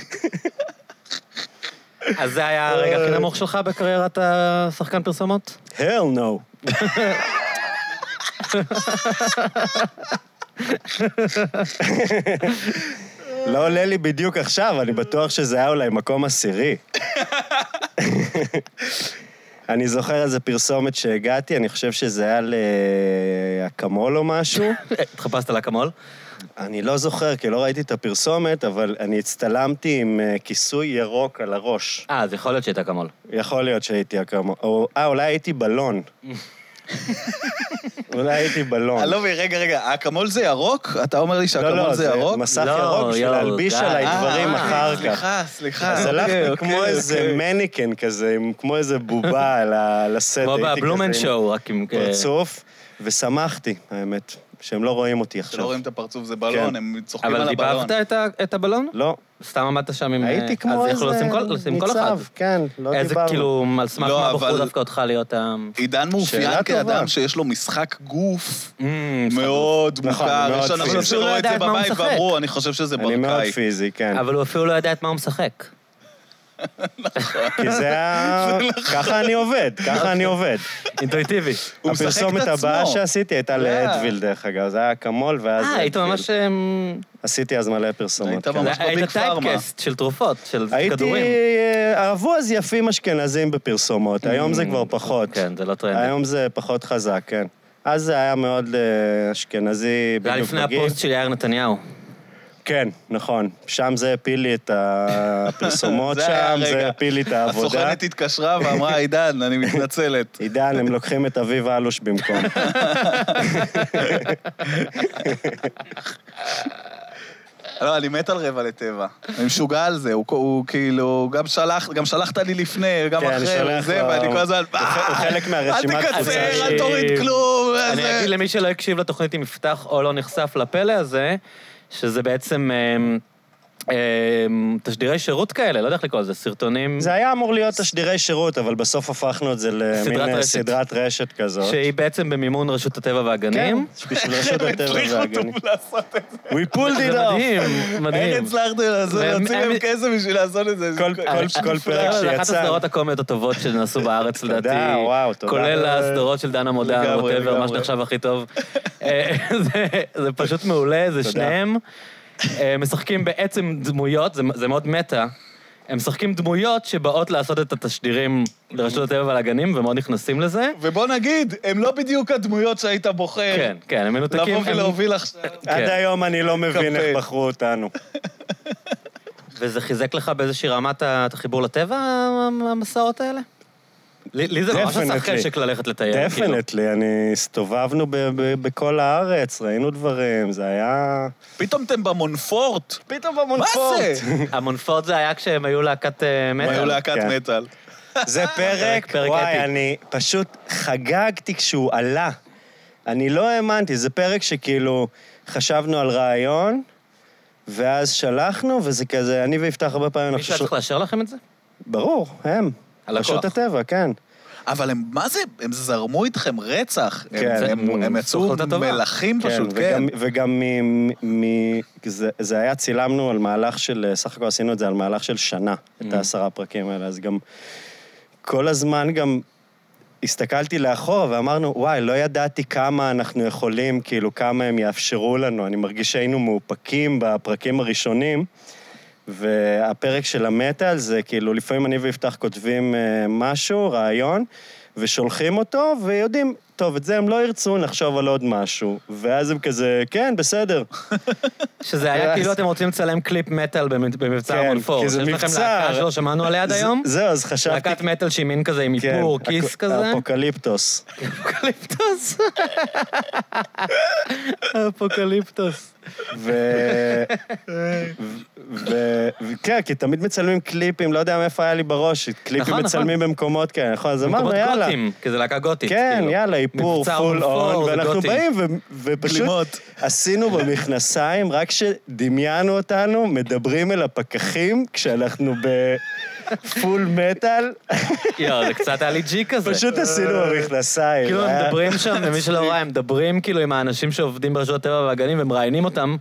אז זה היה הרגע הכי נמוך שלך בקריירת השחקן פרסומות?
hell no. לא עולה לי בדיוק עכשיו, אני בטוח שזה היה אולי מקום עשירי. אני זוכר איזה פרסומת שהגעתי, אני חושב שזה היה לאקמול או משהו.
התחפשת לאקמול?
אני לא זוכר, כי לא ראיתי את הפרסומת, אבל אני הצטלמתי עם אה, כיסוי ירוק על הראש.
אה, אז יכול להיות שהיית אקמול.
יכול להיות שהייתי אקמול. או- אה, אולי הייתי בלון. אולי הייתי בלון.
אני לא מבין, רגע, רגע, אקמול זה ירוק? אתה אומר לי
לא,
שאקמול
לא,
זה ירוק?
מסך
לא,
ירוק בשביל
יואו,
להלביש
די.
עליי
אה,
דברים
אוקיי,
אחר כך.
סליחה, סליחה.
אז
אוקיי,
הלכתי כמו
אוקיי,
איזה
אוקיי.
מניקן כזה, עם- כמו איזה בובה על ה- על הסט.
כמו
הייתי כזה
בבלומן
עם
שואו, אוקיי. רק עם...
פרצוף, ושמחתי, האמת, שהם לא רואים אותי עכשיו.
שלא רואים את הפרצוף, זה בלון,
כן.
הם צוחקים
אבל
על הבלון.
דיבבת את ה- את הבלון?
לא,
סתם עמדת שם עם...
הייתי כמו
אה, אז
איזה
יכלו לשים כל- לשים כל אחד.
ניצב, כן, לא דיברנו.
איזה, כאילו, על סמך
לא,
מה בחרו
אבל-
דווקא אותך להיות ה...
עידן מאופיין
שאלה
כאדם
טובה.
שיש לו משחק גוף
מ,
מאוד
נכון,
מוכר.
מאוד
יש אנשים
פיזי.
הוא
שראו את
יודע
זה
את לא מה הוא
בבית
משחק.
ואמרו, אני חושב שזה
אני מאוד
ברקאי.
פיזי, כן.
אבל הוא אפילו לא יודע את מה הוא משחק.
כי זה ה...
נכון.
ככה אני עובד, ככה אני
אוקיי.
עובד.
אינטואיטיבי.
הוא משחק את
הפרסומת
עצמו.
הבאה שעשיתי הייתה
אה.
לאדוויל, דרך אגב. זה היה אקמול ואז...
לא. אה, היית
אדוויל.
ממש... אמ,
עשיתי אז מלא פרסומות.
היית
כן.
ממש
זה- היית
בביג פארמה.
טייפקאסט של תרופות, של
הייתי...
כדורים.
אה, אהבו אז יפים אשכנזים בפרסומות, היום זה כבר פחות.
כן, זה לא טרנד.
היום זה פחות חזק, כן. אז זה היה מאוד אה, אשכנזי,
זה היה
בדיוק
לפני
מגיב.
הפוסט של יאיר נתניהו.
כן, נכון. שם זה הפיל לי את הפרסומות
זה היה
שם,
הרגע.
זה הפיל לי את העבודה.
הסוכנת התקשרה ואמרה, עידן, אני מתנצלת.
עידן, הם לוקחים את אביב אלוש במקום.
לא, אני מת על רבע לטבע. אני משוגע על זה, הוא- הוא כאילו, גם שלח, גם שלחת לי לפני, גם
כן, אני
אחרי,
שולח
וזה,
לו.
ואני כל הזמן, "אה,
הוא ח- הוא חלק מהרשימת
אל
תפוצה
תקצר, אל
שלי."
תוריד כלום. אה,
אני
זה-
אגיד למי שלא הקשיב לתוכנית עם יפתח או לא נחשף לפלא הזה, שזה בעצם אמ, אמ, תשדירי שירות כאלה, לא יודע איך לקרוא לזה, סרטונים.
זה היה אמור להיות תשדירי שירות, אבל בסוף הפכנו את זה
סדרת
למין אה,
רשת.
סדרת רשת כזאת.
שהיא בעצם במימון רשות הטבע והגנים.
כן, בשביל רשות הטבע
הצליחו
והגנים.
אותו לעשות את זה.
We pulled
זה
it off.
מדהים,
איך
מדהים.
הצלחתם לעשות-
והם-
להוציא להם
הם-
כסף בשביל לעשות את זה? זה
כל-
כל-
כל- כל פרק
לא, זה אחת
שיצא.
הסדרות הקומיות הטובות שנעשו בארץ, לדעתי.
וואו, תודה.
כולל הסדרות של דנה מודן,
לגמרי,
ווטאבר, מה
לגמרי.
שנחשב הכי טוב. אה, זה- זה פשוט מעולה, זה שניהם אה, משחקים בעצם דמויות, זה- זה מאוד מטה. הם משחקים דמויות שבאות לעשות את התשדירים לרשות הטבע והגנים, ומאוד נכנסים לזה.
ובוא נגיד, הם לא בדיוק הדמויות שהיית בוחר.
כן, כן, הם מנותקים.
לבוא
הם-
ולהוביל עכשיו.
עד היום אני לא מבין
קפה.
איך בחרו אותנו.
כן, וזה חיזק לך באיזושהי רמה את ה- את החיבור לטבע, המסעות האלה? לי לי זה ממש עשה
Definitely.
חשק ללכת לטייל. כאילו.
דפנטלי, אני... הסתובבנו ב- ב- בכל הארץ, ראינו דברים, זה היה...
פתאום אתם במונפורט.
פתאום
מה
במונפורט.
זה?
המונפורט זה היה כשהם היו להקת אה,
הם היו
מטאל.
להקת
כן.
מטאל.
זה פרק,
פרק
וואי,
אפי.
אני פשוט חגגתי כשהוא עלה. אני לא האמנתי, זה פרק שכאילו חשבנו על רעיון, ואז שלחנו, וזה כזה, אני ויפתח הרבה פעמים,
מישהו היה
אנחנו
צריך לאשר לכם את זה?
ברור, הם.
הלקוח.
רשות הטבע, כן.
אבל הם, מה זה, הם זרמו איתכם רצח. הם-
כן.
הם- הם יצאו
החלטה טובה.
מלכים פשוט, כן.
וגם, וגם מ... מ, מ זה, זה היה, צילמנו על מהלך של, סך הכל עשינו את זה על מהלך של שנה, את העשרה הפרקים האלה, אז גם כל הזמן גם הסתכלתי לאחורה ואמרנו, וואי, לא ידעתי כמה אנחנו יכולים, כאילו, כמה הם יאפשרו לנו. אני מרגיש שהיינו מאופקים בפרקים הראשונים. והפרק של המטאל זה כאילו, לפעמים אני ויפתח כותבים אה, משהו, רעיון, ושולחים אותו, ויודעים, טוב, את זה הם לא ירצו, נחשוב על עוד משהו. ואז הם כזה, כן, בסדר.
שזה היה כאילו אתם רוצים לצלם קליפ מטאל במ- במבצע
אה, כן,
המונפורט.
כי זה
יש לכם
מבצע.
להקה שלא שמענו עליה עד היום?
זה- זהו, אז חשבתי...
להקת מטאל שהיא מין כזה עם
כן,
איפור,
אפ-
כיס כזה.
אפוקליפטוס.
אפוקליפטוס. אפוקליפטוס.
ו... ו... ו... כן, כי תמיד מצלמים קליפים, לא יודע מאיפה היה לי בראש, קליפים
נכון,
מצלמים במקומות כאלה, נכון? אז אמרנו,
מקומות
יאללה.
גותיים, כי זה להקה גותית.
כן,
כאילו.
יאללה, איפור,
מבצע
פול
און פור,
און,
זה
ואנחנו
גותי.
באים ו- ופשוט
גלימות.
עשינו במכנסיים, רק שדמיינו אותנו, מדברים אל הפקחים כשאנחנו בפול מטאל,
יואו, זה קצת היה לי ג'י כזה.
פשוט עשינו במכנסיים. אה?
כאילו הם
היה-
מדברים שם, למי שלא ראה, הם מדברים כאילו עם האנשים שעובדים ברשות הטבע והגנים ומראיינים אותם,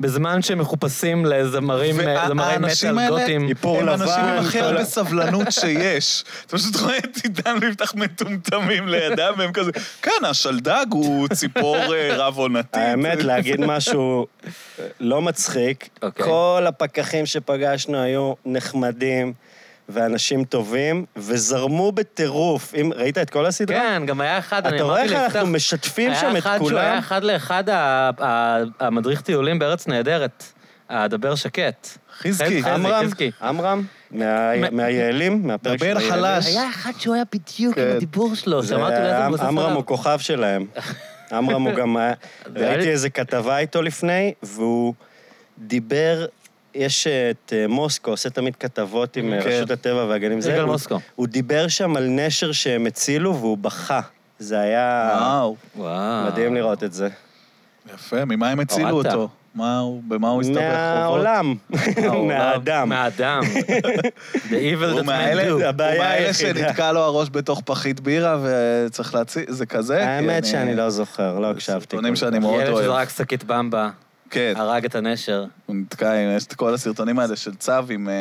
בזמן שהם מחופשים לזמרים, אה, זמרי
והאנשים
מטאל
האלה
גותים.
איפור
הם האנשים
לבן,
עם הכי
כל ה-
הרבה סבלנות שיש. אתה פשוט רואה את עידן ויפתח מטומטמים לידם, והם כזה, כן, השלדג הוא ציפור אה, רב עונתית.
האמת, להגיד משהו לא מצחיק,
אוקיי.
כל הפקחים שפגשנו היו נחמדים ואנשים טובים, וזרמו בטירוף. אם- ראית את כל הסדרה?
כן, גם היה אחד, אני
לא- אתה רואה
אמרתי
איך
ליפתח,
אנחנו משתפים
היה
שם את
אחד שהוא היה
כולם?
אחד לאחד ה- ה- המדריך טיולים בארץ נהדרת, הדבר שקט.
חזקי.
חז-
עמרם?
חזקי.
עמרם? מה-
מ-
מהיעלים? מהפרק של
דבר
היעלים?
חלש.
היה אחד שהוא היה בדיוק
כן.
עם הדיבור שלו,
זה
שאמרתי אולי זה
עמ-
מבוסס עליו.
עמרם הוא כוכב שלהם. עמרם הוא גם היה...
היה לי-
ראיתי איזה כתבה איתו לפני, והוא דיבר... יש את אה, מוסקו, עושה תמיד כתבות עם אה,
כן.
רשות הטבע והגנים. זה,
יגאל
הוא-
מוסקו.
הוא דיבר שם על נשר שהם הצילו והוא בכה. זה
אה.
היה
וואו,
וואו.
מדהים לראות את זה.
יפה, ממה הם הצילו
הורדת.
אותו? מה הוא, במה הוא הסתבך? חובות?
מהעולם,
העולם,
מהאדם.
מהאדם. The evil
הוא
that man
מהאלה,
do.
הוא
הבעיה
מהאלה
היחידה.
שנתקע לו הראש בתוך פחית בירה וצריך להציל, זה כזה? כי
האמת
כן,
אני-
שאני
אה.
לא זוכר, לא הקשבתי.
סרטונים שאני מאוד
ילד
אוהב.
שזרק שקית במבה,
כן,
הרג את הנשר.
הוא נתקע עם, יש את כל הסרטונים האלה של צו עם אה,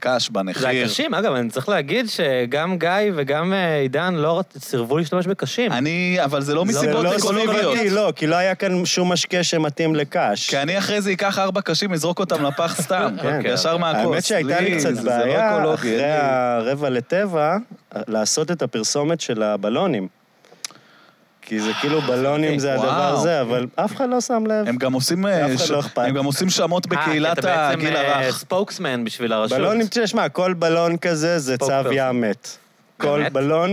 קש
זה
בנחיר.
היה קשים, אגב, אני צריך להגיד שגם גיא וגם אה, עידן לא רצ- סירבו להשתמש בקשים.
אני, אבל זה לא
זה
מסיבות
לא
אקולוגיות. כן,
סביבתי, לא, כי לא היה כאן שום משקה שמתאים לקש.
כי אני אחרי זה אקח ארבע קשים, אזרוק אותם לפח סתם,
כן.
ישר מהכוס.
האמת שהייתה לי
זה
קצת
לא
בעיה,
אקולוגי,
אחרי
אין לי.
הרבע לטבע, לעשות את הפרסומת של הבלונים. כי זה כאילו בלונים זה
אה, אוקיי, וואו.
הדבר הזה, אבל אף אחד לא שם לב.
הם גם עושים,
לאף
אה,
אחד
ש-
לא אכפת.
הם גם עושים שמות
אה, כי
בקהילת הגיל
אה,
אתה בעצם
הרך.
ספוקסמן בשביל הרשות.
בלונים, תשמע, כל בלון כזה זה
פופ
צו
פרסון.
ים מת. כל
באמת?
בלון...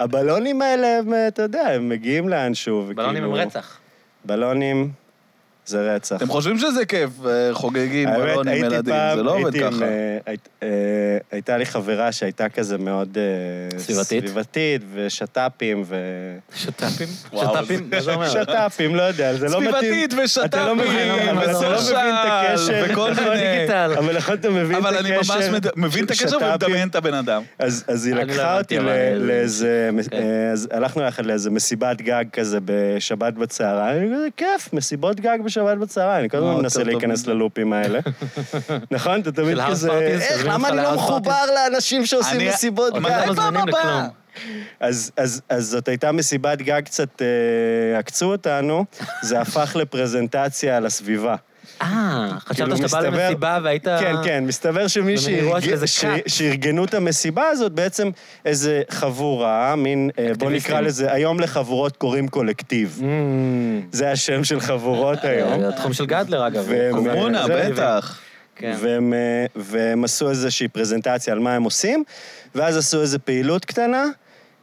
הבלונים האלה, הם, אתה יודע, הם מגיעים לאנשהו, וכאילו...
בלונים הם רצח.
בלונים זה רצח.
אתם חושבים שזה כיף, אה, חוגגים,
האמת,
בלונים,
הייתי
ילדים,
פעם-
זה לא עובד
הייתי עם,
ככה.
אה, היית- אה, הייתה לי חברה שהייתה כזה מאוד... אה,
סביבתית?
סביבתית, ושת"פים, ו...
שת"פים?
וואו,
שת"פים? מה זה אומר?
שת"פים, לא יודע, זה לא מתאים.
סביבתית
אתה לא
ושת"פים,
מבין, אבל אתה לא מבין את
וסושיאל,
הקשר.
לא וכל מיני.
לא דיגיטל.
אבל נכון, אתה מבין את הקשר.
אבל אני ממש מד- מבין את הקשר
שת"פים.
ומדמיין את הבן אדם.
אז, אז היא
אני לא
לקחה
הבנתי,
אותי
אבל
ל-
אני-
לאיזה...
כן.
אה, אז הלכנו יחד לאיזה מסיבת גג כזה בשבת בצהריים, אני כזה, כיף, מסיבות גג בשבת בצהריים, אני כל
מאוד
הזמן מנסה
טוב, טוב.
להיכנס ללופים האלה. נכון? אתה תמיד
של house
כזה...
parties,
איך,
מזמינים אותך
למה אני
ל-house
לא מחובר לאנשים שעושים
אני-
מסיבות
אותי
גג?
לא
מתי פעם
מזמינים
הבאה?
לכלום.
אז, אז, אז זאת הייתה מסיבת גג קצת, אה, עקצו אותנו, זה הפך לפרזנטציה על הסביבה.
אה, חשבת
כאילו,
שאתה בא
מסתבר-
למסיבה והיית...
כן, כן, מסתבר שמי
זה מין אירוע של איזה
שארג- ש-
כת.
שארגנו את המסיבה הזאת, בעצם איזה חבורה, מין, אה, בוא
אקטיביסטים.
נקרא לזה, היום לחבורות קוראים קולקטיב.
Mm.
זה השם של חבורות היום.
זה אה, התחום של גדלר, אגב.
והם-
קורונה,
זה-
בטח.
כן.
והם, אה, והם עשו איזושהי פרזנטציה על מה הם עושים, ואז עשו איזו פעילות קטנה.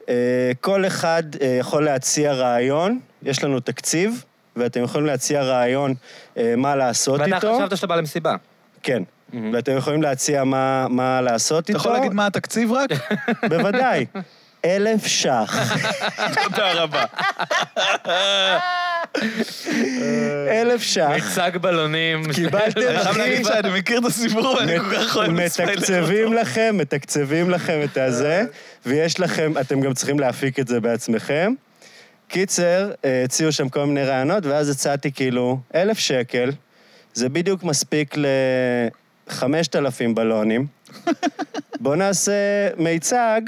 אה, כל אחד אה, יכול להציע רעיון, יש לנו תקציב, ואתם יכולים להציע רעיון אה, מה לעשות
ואתה
איתו.
חשבת שאתה בא למסיבה.
כן.
מהמם.
ואתם יכולים להציע מה, מה לעשות
אתה
איתו.
יכול להגיד מה התקציב רק?
בוודאי. אלף ש"ח.
תודה רבה. אה,
אלף ש"ח.
מיצג בלונים.
קיבלתם,
אני חייב
אחי,
להגיד שאני מכיר את הסיפור ואני כל כך אוהב לספיילר.
מתקצבים לכם, מתקצבים לכם את הזה, ויש לכם, אתם גם צריכים להפיק את זה בעצמכם. קיצר, אה, הציעו שם כל מיני רעיונות, ואז הצעתי כאילו, אלף שקל, זה בדיוק מספיק ל-5,000 בלונים. בוא נעשה מיצג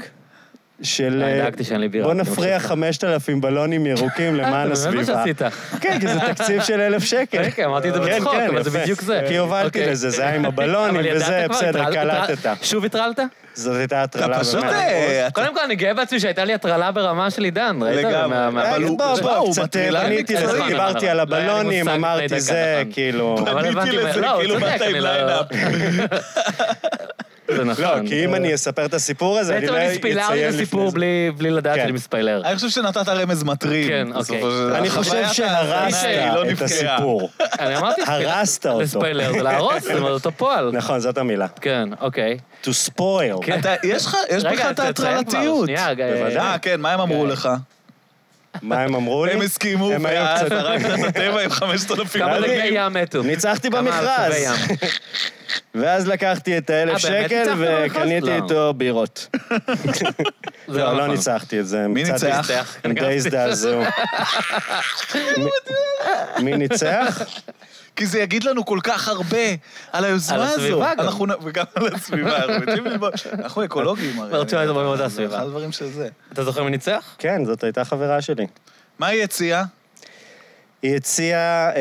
של...
אני
אה,
דאגתי שאין לי בירה.
בוא
זה מה
נפריח
שעשית.
5,000 בלונים ירוקים למען
זה
הסביבה.
באמת מה שעשית.
כן, כי זה תקציב של אלף שקל.
כן, כן, אמרתי את זה
כן,
בצחוק,
כן,
אבל זה
יפה.
בדיוק זה.
כי הובלתי
אוקיי.
לזה, זה היה עם
אבל
הבלונים
ידעת
וזה,
כבר,
בסדר,
הטרל-
קלטת.
הטרל- שוב הטרלת?
זאת הייתה הטרלה.
אתה פשוט...
לא, באמת.
אה, אתה-
קודם כל, אני גאה בעצמי שהייתה לי הטרלה ברמה של עידן, ראית?
לגמרי.
מה-
אה,
מה-
אבל הוא-
בוא,
תשמע, הוא
בוא, קצת אה,
מטרילן
פניתי
מקצועי.
לזה,
נכון,
דיברתי על
נכון. לא היה לי
הבלונים,
מושג
אמרתי
לפני
זה,
דקה,
כאילו...
נכון. אבל
פניתי
הבנתי,
לזה,
לא, הוא
כאילו,
צודק,
באת עם
אני לא-
ליין-אפ.
זה
לא,
נכון.
כי אם אני אספר את הסיפור הזה, אני
בעצם
לא
אני
אציין
ספיילרתי את
לפני
הסיפור
זה.
בלי בלי לדעת
כן.
שאני מספיילר.
אני חושב שנתת רמז מטרים.
כן, אוקיי.
בסופו של דבר.
אני חושב
חוויית
שהרסת
ההאזנה היא לא
את
נפגעה.
הסיפור.
אני אמרתי...
הרסת
זה
אותו.
ספיילר, זה להרוס, זה אותו פועל.
נכון, זאת המילה.
כן, אוקיי.
To spoil.
כן.
אתה- יש לך, יש בך
רגע,
את
תציין כבר,
ההטרלתיות.
שנייה, רגע.
בוודאי.
אה, כן, מה הם אמרו לך?
מה הם אמרו לי?
הם הסכימו,
הם היו
ואז
קצת-
הרגת את הטבע עם 5,000
כמה דגי
ילדים.
ים מתו?
ניצחתי
כמה
במכרז.
צבי ים?
ואז לקחתי את האלף
אה, באמת
שקל
ניצחת במכרז?
וקניתי
לא.
איתו בירות.
זה
לא, לא
נכון.
ניצחתי את זה.
מי
קצת
ניצח?
הם די הזדעזעו.
לא
מי- מי ניצח?
כי זה יגיד לנו כל כך הרבה על
על
היוזמה הזו.
הסביבה גם.
אנחנו נ- וגם על הסביבה. אנחנו מתים ללמוד. אנחנו אקולוגים הרי.
אנחנו רוצים לדבר מאוד על הסביבה.
זה אחד הדברים שזה.
אתה זוכר מי ניצח?
כן, זאת הייתה חברה שלי.
מה היא הציעה?
היא הציעה אה,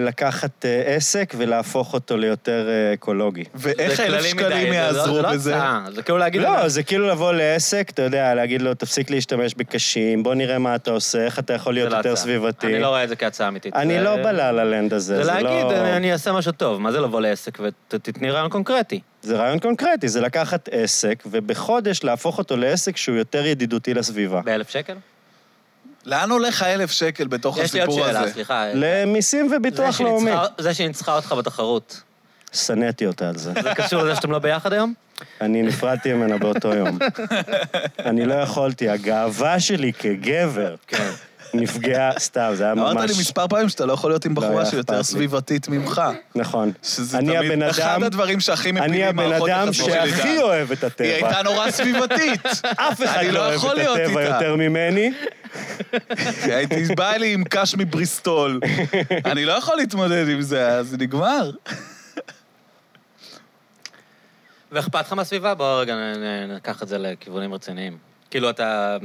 לקחת אה, עסק ולהפוך אותו ליותר אה, אקולוגי.
ואיך
זה
אלף
כללי מדי,
שקלים
זה לא-
יעזרו
זה
בזה?
לא הצעה, זה כאילו להגיד...
לא, זה כאילו לבוא לעסק, אתה יודע, להגיד לו, תפסיק להשתמש בקשים, בוא נראה מה אתה עושה, איך אתה יכול
זה
להיות
לא
יותר
הצעה.
סביבתי.
אני לא רואה את זה כהצעה אמיתית.
אני
זה-
לא בלה לנד הזה,
זה
זה
להגיד,
לא...
אני- אני אעשה משהו טוב. מה זה לבוא לעסק ותתני רעיון קונקרטי?
זה רעיון קונקרטי, זה לקחת עסק, ובחודש להפוך אותו לעסק שהוא יותר ידידותי לסביבה.
באלף שקל?
לאן הולך האלף שקל בתוך
יש לי עוד
הסיפור
שאלה,
הזה?
סליחה.
למיסים
זה
וביטוח
שהיא
לאומי.
ניצחה- זה שהיא ניצחה אותך בתחרות,
שנאתי אותה על זה.
זה קשור לזה שאתם לא ביחד היום?
אני נפרדתי ממנה באותו יום. אני לא יכולתי, הגאווה שלי כגבר
כן.
נפגעה סתם, זה היה
אמרת לי
ממש...
מספר פעמים שאתה לא יכול להיות עם
לא
בחורה
היה אכפת
שיותר
לי.
סביבתית ממך.
נכון.
שזה
אני
תמיד
הבן
אחד
אדם-
הדברים שהכי
אני
מפילים
הבן
מערכות
אדם
יחסים שלי
שהכי
איתה.
אוהב את
היא
הטבע.
הייתה נורא סביבתית.
אף אחד
אני לא
לא אוהב
יכול
את
להיות
הטבע
איתה.
יותר ממני.
הייתי בא לי עם קש מבריסטול. אני לא יכול להתמודד עם זה, אז נגמר.
ואכפת לך מהסביבה? בוא רגע נ- נ- ניקח את זה לכיוונים רציניים. כאילו אתה...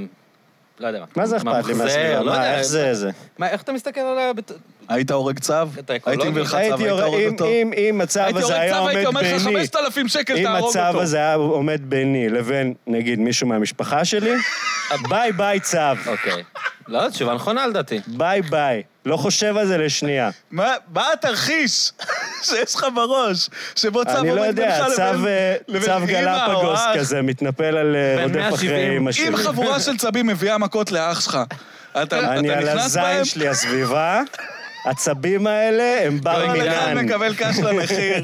לא יודע מה.
מה זה אכפת
מחזר,
לי מהסביבה?
לא יודע,
מה, איך זה זה?
מה, איך אתה מסתכל על ה... בת-
היית הורג צו?
אתה אקולוגי?
הייתי מביא לך צו, היית
הייתי
הורג
יורה- אם-
אותו?
אם- אם הצו
הייתי
הזה
הורג
היה
צו,
עומד
הייתי אומר לך
ביני,
5,000 שקל,
אם
תהרוג
הצו
אותו.
הזה היה עומד ביני לבין, נגיד, מישהו מהמשפחה שלי, ביי ביי צו,
אוקיי. לא, תשובה נכונה לדעתי.
ביי ביי. לא חושב על זה לשנייה.
מה מה התרחיש שיש לך בראש? שבו צו
אני לא
עומד
יודע,
בינך
צו,
לבין...
אה,
לבין
צו
אמא או
גלפגוס
אח?
כזה, מתנפל על אה,
בן
רודף
170.
אחרי אמא
אם
שלי.
חבורה של צבים מביאה מכות לאח שלך, אתה אתה
אני על
נכנס
הזין
בהם,
שלי, הסביבה, הצבים האלה הם בר
כל אחד
מינן.
מקבל קש למחיר.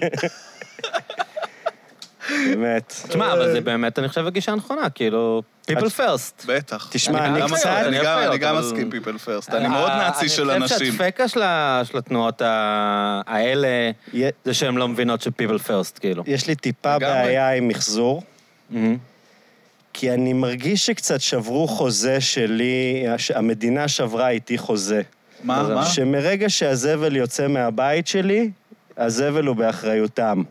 באמת.
תשמע,
אה,
אבל זה באמת, אני חושב, הגישה הנכונה, כאילו, people first.
בטח.
תשמע,
לא? אני
אני
גם-
גם-
קצת...
אני גם- אני גם
אבל-
מסכים פיפל פרסט, אני מאוד
אה,
נאצי של
אני חושב
אנשים.
שהדפקה של ה- של התנועות ה- האלה,
יה-
זה שהן לא מבינות של people first, כאילו.
יש לי טיפה
לגמרי.
בעיה עם מחזור,
מהמם.
כי אני מרגיש שקצת שברו חוזה שלי, הש- המדינה שברה איתי חוזה.
מה,
אז
מה?
שמרגע שהזבל יוצא מהבית שלי, הזבל הוא באחריותם.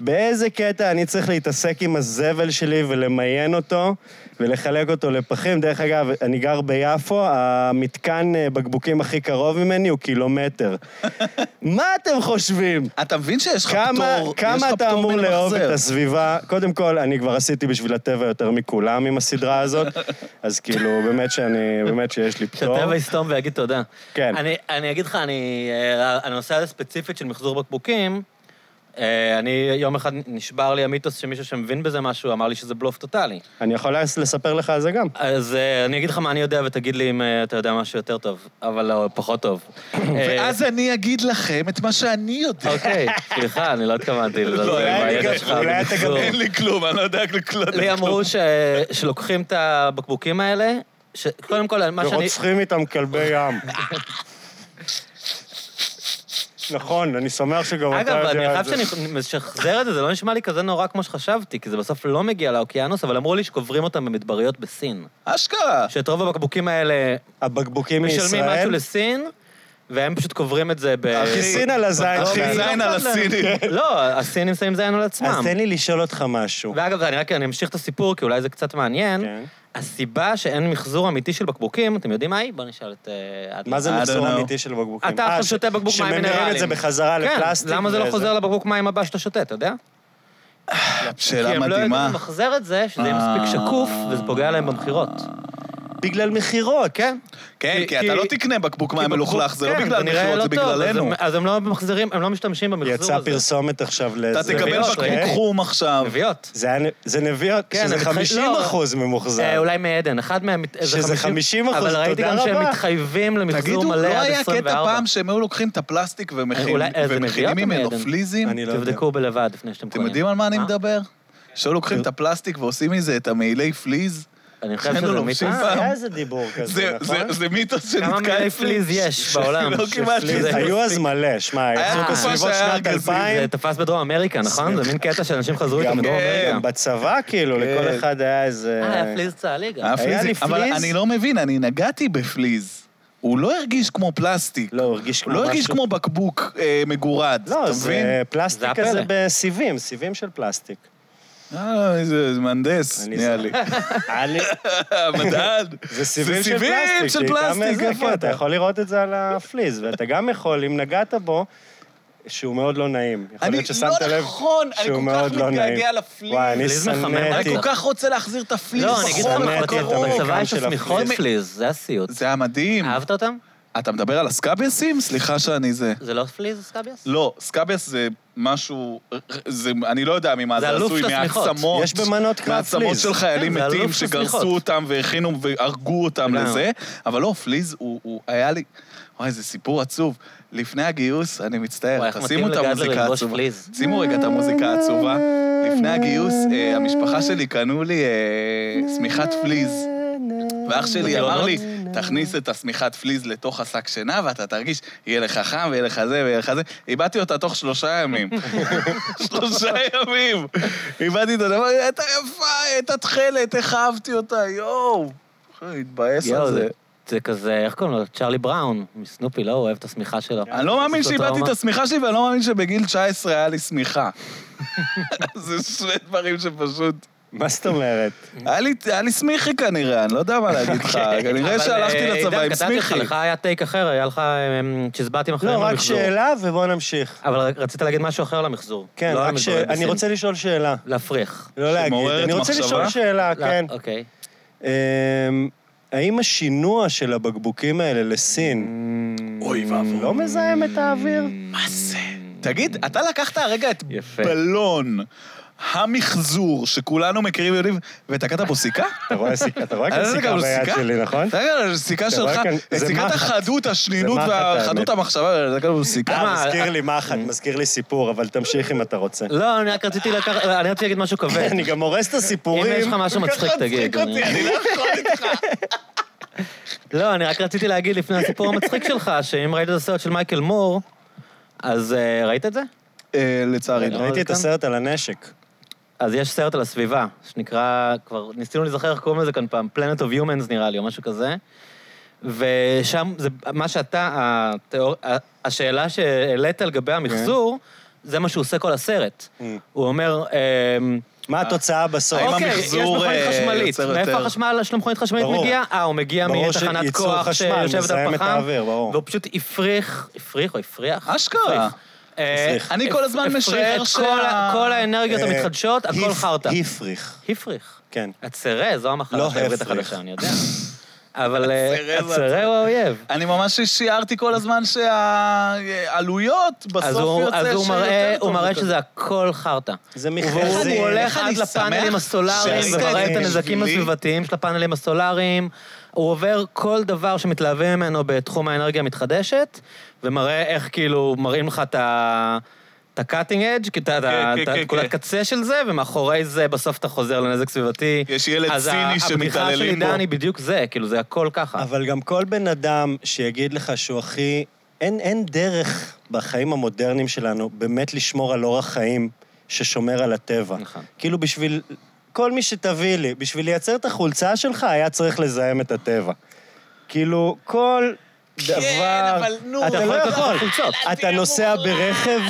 באיזה קטע אני צריך להתעסק עם הזבל שלי ולמיין אותו ולחלק אותו לפחים? דרך אגב, אני גר ביפו, המתקן אה, בקבוקים הכי קרוב ממני הוא קילומטר. מה אתם חושבים?
אתה מבין שיש לך
כמה,
פטור, יש לך
כמה אתה
פטור
אמור לאהוב
מלמחזר.
את הסביבה? קודם כל, אני כבר עשיתי בשביל הטבע יותר מכולם עם הסדרה הזאת, אז כאילו, באמת שאני, באמת שיש לי פטור.
שהטבע יסתום ויגיד תודה.
כן.
אני, אני אגיד לך, אני... אה, הנושא הזה ספציפית של מחזור בקבוקים, אה, אני יום אחד נשבר לי המיתוס שמישהו שמבין בזה משהו אמר לי שזה בלוף טוטאלי.
אני יכול לספר לך על זה גם.
אז אה, אני אגיד לך מה אני יודע ותגיד לי אם אה, אתה יודע משהו יותר טוב, אבל לא, פחות טוב. אה,
ואז אני אגיד לכם את מה שאני יודע.
אוקיי, סליחה, אני לא התכוונתי לזלזל
אולי אני
בידע
גם-
שלך.
אולי אתה
במחזור.
גם
אין לי כלום, אני לא יודע כלום.
לי אמרו ש- שלוקחים את הבקבוקים האלה, שקודם כל, מה שאני...
ורוצחים איתם כלבי ים. נכון, אני שמח שגם אתה
אגב,
יודע את זה.
אני חייב שאני משחזר את זה, זה לא נשמע לי כזה נורא כמו שחשבתי, כי זה בסוף לא מגיע לאוקיינוס, אבל אמרו לי שקוברים אותם במדבריות בסין.
אשכרה.
שאת רוב הבקבוקים האלה
הבקבוקים
משלמים משהו
מישראל,
לסין, והם פשוט קוברים את זה ב...
כי סין על הזין
אחי,
שלהם.
זה-
זין על הסיני.
לא, הסינים שמים זין על עצמם.
אז תן לי לשאול אותך משהו.
ואגב, אני רק אני אמשיך את הסיפור, כי אולי זה קצת מעניין.
כן.
הסיבה שאין מחזור אמיתי של בקבוקים, אתם יודעים מה היא? בואו נשאל את... אה, אדם.
מה זה
I don't
מחזור
know.
אמיתי של בקבוקים?
אתה
אה,
עכשיו
ש-
שותה בקבוק מים מינרלים.
שממירים את זה בחזרה לפלסטיק?
כן, למה זה לא
וזה-
חוזר לבקבוק מים הבא שאתה שותה, אתה יודע?
שאלה
כי הם לא
מדהימה.
יודעים למחזר את זה, שזה יהיה מספיק שקוף, וזה פוגע להם במכירות.
בגלל מכירות. כן.
כן,
כי-
כי אתה
כי-
לא תקנה בקבוק מים
כי בקבוק-
מלוכלך, זה לא
כן,
בגלל
נראה
מכירות,
לא
זה
טוב, אז
בגללנו.
הם- אז הם לא מחזירים, הם לא משתמשים במחזור הזה.
יצא פרסומת עכשיו לאיזה...
אתה תקבל
נביאות,
בקבוק כן.
אוקיי.
חום עכשיו.
נביאות.
זה היה נ- זה נביאות,
כן,
שזה
הם מתח-
50
לא.
אחוז
אה,
ממוחזר.
אולי מעדן, אחד מהם... זה
שזה 50%,
אבל ראיתי
תודה
גם שהם
רבה.
מתחייבים למחזור
תגידו,
מלא
לא
עד
היה
24.
קטע פעם שהם היו לוקחים את הפלסטיק ומכין-
אולי- אה, זה
ומכינים
נביאות או
ממנו
מעדן?
פליזים?
אני לא יודע.
תבדקו בלבד לפני שאתם
אתם
קונים.
יודעים על מה אני
אה? כן.
מדבר? שהיו לוקחים את הפלסטיק ועושים מזה את המעילי פליז?
אני חושב
שנינו
שזה
לובשים
מיתוס.
פעם.
היה איזה דיבור כזה,
זה-
נכון?
זה- זה מיתוס שנתקע
כמה
אצלי.
מיני פליז יש בעולם?
לא קיבלתי
שפליז-
את זה.
היו אז מלא, שמע,
היה
יצאו
תקופה
בסביבות
שהיה כן.
שנת
ארגזים,
זה
2000.
תפס בדרום אמריקה, נכון? זה מין קטע שאנשים חזרו איתם
גם
בדרום
כן.
אמריקה.
בצבא, כאילו, לכל אחד היה איזה...
אה, היה פליז צה"לי גם.
היה
היה
פליז.
לי
אבל
פליז?
אני לא מבין, אני נגעתי בפליז. הוא לא הרגיש כמו פלסטיק.
לא, הוא הרגיש כמו
לא
משהו...
הרגיש כמו בקבוק אה, מגורד,
לא,
אתה מבין?
זה פלסטיק
זה הפלא.
כזה בסיבים, סיבים של פלסטיק.
אה, איזה זה מהנדס,
אני
נראה
זה-
לי. אה,
אני-
המדען.
זה סיבים של פלסטיק.
של
שאיתם
פלסטיק,
זה, כן,
איפה
אתה
אתה?
יכול לראות את זה על הפליז, ואתה גם יכול, אם נגעת בו, שהוא מאוד לא נעים. יכול
אני
להיות ששמת
לא
לב
נכון, אני
שהוא
כל
מאוד
כך
לא נעים.
מתגעגע לפליז.
וואי, אני
פליז מחמם
שנאתי.
אני
אותי.
כל כך רוצה להחזיר את הפליז
לא, אני אגיד
בחור
לך,
בחום
שנאתי את
בצבא-
הקרוב.
בצבא
המקום
יש
של
שמיכות
הפליז.
פליז, זה הסיוט.
זה היה מדהים.
אהבת אותם?
אתה מדבר על הסקאביאסים? סליחה שאני זה.
זה לא פליז, סקאביאס?
לא, סקאביאס זה משהו, זה, אני לא יודע ממה
זה
זה
אלוף
עשוי,
של השמיכות.
מעצמות.
יש במנות קרב
מעצמות
פליז.
של חיילים
כן, זה אלוף
מתים
של השמיכות.
שגרסו אותם והכינו והרגו אותם
לגמרי.
לזה, אבל לא, פליז הוא, הוא היה לי... וואי, זה סיפור עצוב. לפני הגיוס, אני מצטער,
וואי, איך
תשימו
מתאים
את
לגדלר
המוזיקה
ללבוש
העצובה.
פליז.
שימו רגע את המוזיקה העצובה. לפני הגיוס, אה, המשפחה שלי קנו לי אה, שמיכת פליז. ואח שלי אמר לי, תכניס את השמיכת פליז לתוך השק שינה ואתה תרגיש, יהיה לך חם ויהיה לך זה ויהיה לך זה. איבדתי אותה תוך שלושה ימים. שלושה ימים. איבדתי אותה, אמרתי, הייתה יפה, הייתה תכלת, איך אהבתי אותה, יואו. אחי, התבאס על
יואו,
זה.
זה- זה כזה, איך קוראים לו? צ'רלי בראון, מסנופי, לא? הוא אוהב את השמיכה שלו.
אני לא מאמין
יש לו
שאיבדתי
טראומה.
את השמיכה שלי, ואני לא מאמין שבגיל 19 היה לי שמיכה. זה שני דברים שפשוט...
מה זאת אומרת?
היה לי- היה לי סמיכי כנראה, אני לא יודע מה להגיד לך. כנראה
אבל,
שהלכתי
אה,
לצבא
עידן,
עם
קטעתי אותך,
סמיכי.
לך היה טייק אחר, היה לך אמ, צ'יזבטים אחרים
לא, רק
במחזור.
שאלה ובואו נמשיך.
אבל רצית להגיד משהו אחר על המחזור.
כן,
לא על
רק ש...
המדברת
אני
בסין.
רוצה לשאול שאלה.
להפריך.
לא להגיד.
שמעוררת
אני רוצה
מחשבה?
לשאול
אה,
שאלה,
לא,
כן.
אוקיי.
אמ, האם השינוע של הבקבוקים האלה לסין
אוי ואבוי.
לא מזהם את האוויר?
מה זה? Mm. תגיד, אתה לקחת הרגע את
יפה.
בלון המחזור שכולנו מכירים ויודעים, ותקעת בו סיכה?
אתה רואה סיכה- אתה רואה כאן
אתה
סיכה
גם
ביד
לא סיכה?
שלי, נכון?
תקעת לו סיכה
אתה
שלך,
רואה כאן-
את
זה
סיכת
מחט.
החדות, השנינות
מחט,
והחדות
האמת.
המחשבה, תקעת לו סיכה.
מה,
אה, מזכיר לי מחט, מזכיר לי סיפור, אבל תמשיך אם אתה רוצה.
לא, אני רק רציתי לקח... אני רציתי להגיד משהו כבד.
אני גם הורס את
אם
הסיפורים.
יש לך משהו מצחיק, תגיד.
מצחיק אותי,
אני-
אני לא יכול איתך.
לא, אני רק רציתי להגיד לפני הסיפור המצחיק שלך, שאם ראית את הסרט של מייקל מור, אז אה, ראית את זה?
אה, לצערי לא.
ראיתי את הסרט על הנשק.
אז יש סרט על הסביבה, שנקרא, כבר ניסינו להיזכר איך קוראים לזה כאן פעם, Planet of Humans נראה לי, או משהו כזה. ושם, זה מה שאתה, התיאור, ה- השאלה שהעלית על גבי המחזור,
כן.
זה מה שהוא עושה כל הסרט.
Mm.
הוא אומר, אמ,
מה התוצאה בסוף?
האם
אוקיי, יש
המחזור,
מכונית
אה,
חשמלית.
יוצר
מאיפה
יותר?
החשמל של המכונית החשמלית
ברור.
מגיע? אה, הוא מגיע
ברור
מתחנת
שייצור
כוח
חשמל
שיושבת
מזהם
על
את
פחם,
האוויר, ברור.
והוא פשוט הפריך, הפריך או הפריח?
אשכרה.
הפריך. אה,
הפריך.
אני כל הזמן
הפריך
משער
את
שה-
כל ה- כל האנרגיות
אה,
המתחדשות, הכל
היפ-
חרטא.
היפריך,
הפריך.
כן.
הצרה, זו המחלה
לא
של העברית
הפריך.
החדשה, אני יודע. אבל אה,
הצרה זה
הצרה הוא האויב.
אני ממש שיערתי כל הזמן שהעלויות
אז
בסוף
הוא-
יוצא
אז הוא
שיותר
מראה-
טוב
הוא מראה
מכזה.
שזה הכל חרטא.
זה
הוא
איך אני-
מכרזים.
הוא הולך
איך אני
עד לפאנלים
שמח
הסולאריים
שראית
ומראה
את
את
זה
הנזקים
בשבילי.
הסביבתיים של הפאנלים הסולאריים. הוא עובר כל דבר שמתלהבים ממנו בתחום האנרגיה המתחדשת, ומראה איך כאילו מראים לך את ה... את ה-cutting edge, כי אתה- אתה
כן,
את
כן,
נקודת
כן.
קצה של זה, ומאחורי זה בסוף אתה חוזר לנזק סביבתי.
יש ילד
אז ה-
ציני
הבדיחה של
שמתעללים בו.
עידן היא בדיוק זה, כאילו זה הכל ככה.
אבל גם כל בן אדם שיגיד לך שהוא הכי... אין, אין דרך בחיים המודרניים שלנו באמת לשמור על אורח חיים ששומר על הטבע.
נכון.
כאילו בשביל... כל מי שתביא לי, בשביל לייצר את החולצה שלך, היה צריך לזהם את הטבע. כאילו, כל דבר...
אבל נו,
אתה
אתה
לא
יכול לקנות
יכול.
חולצות.
אתה נוסע ברכב...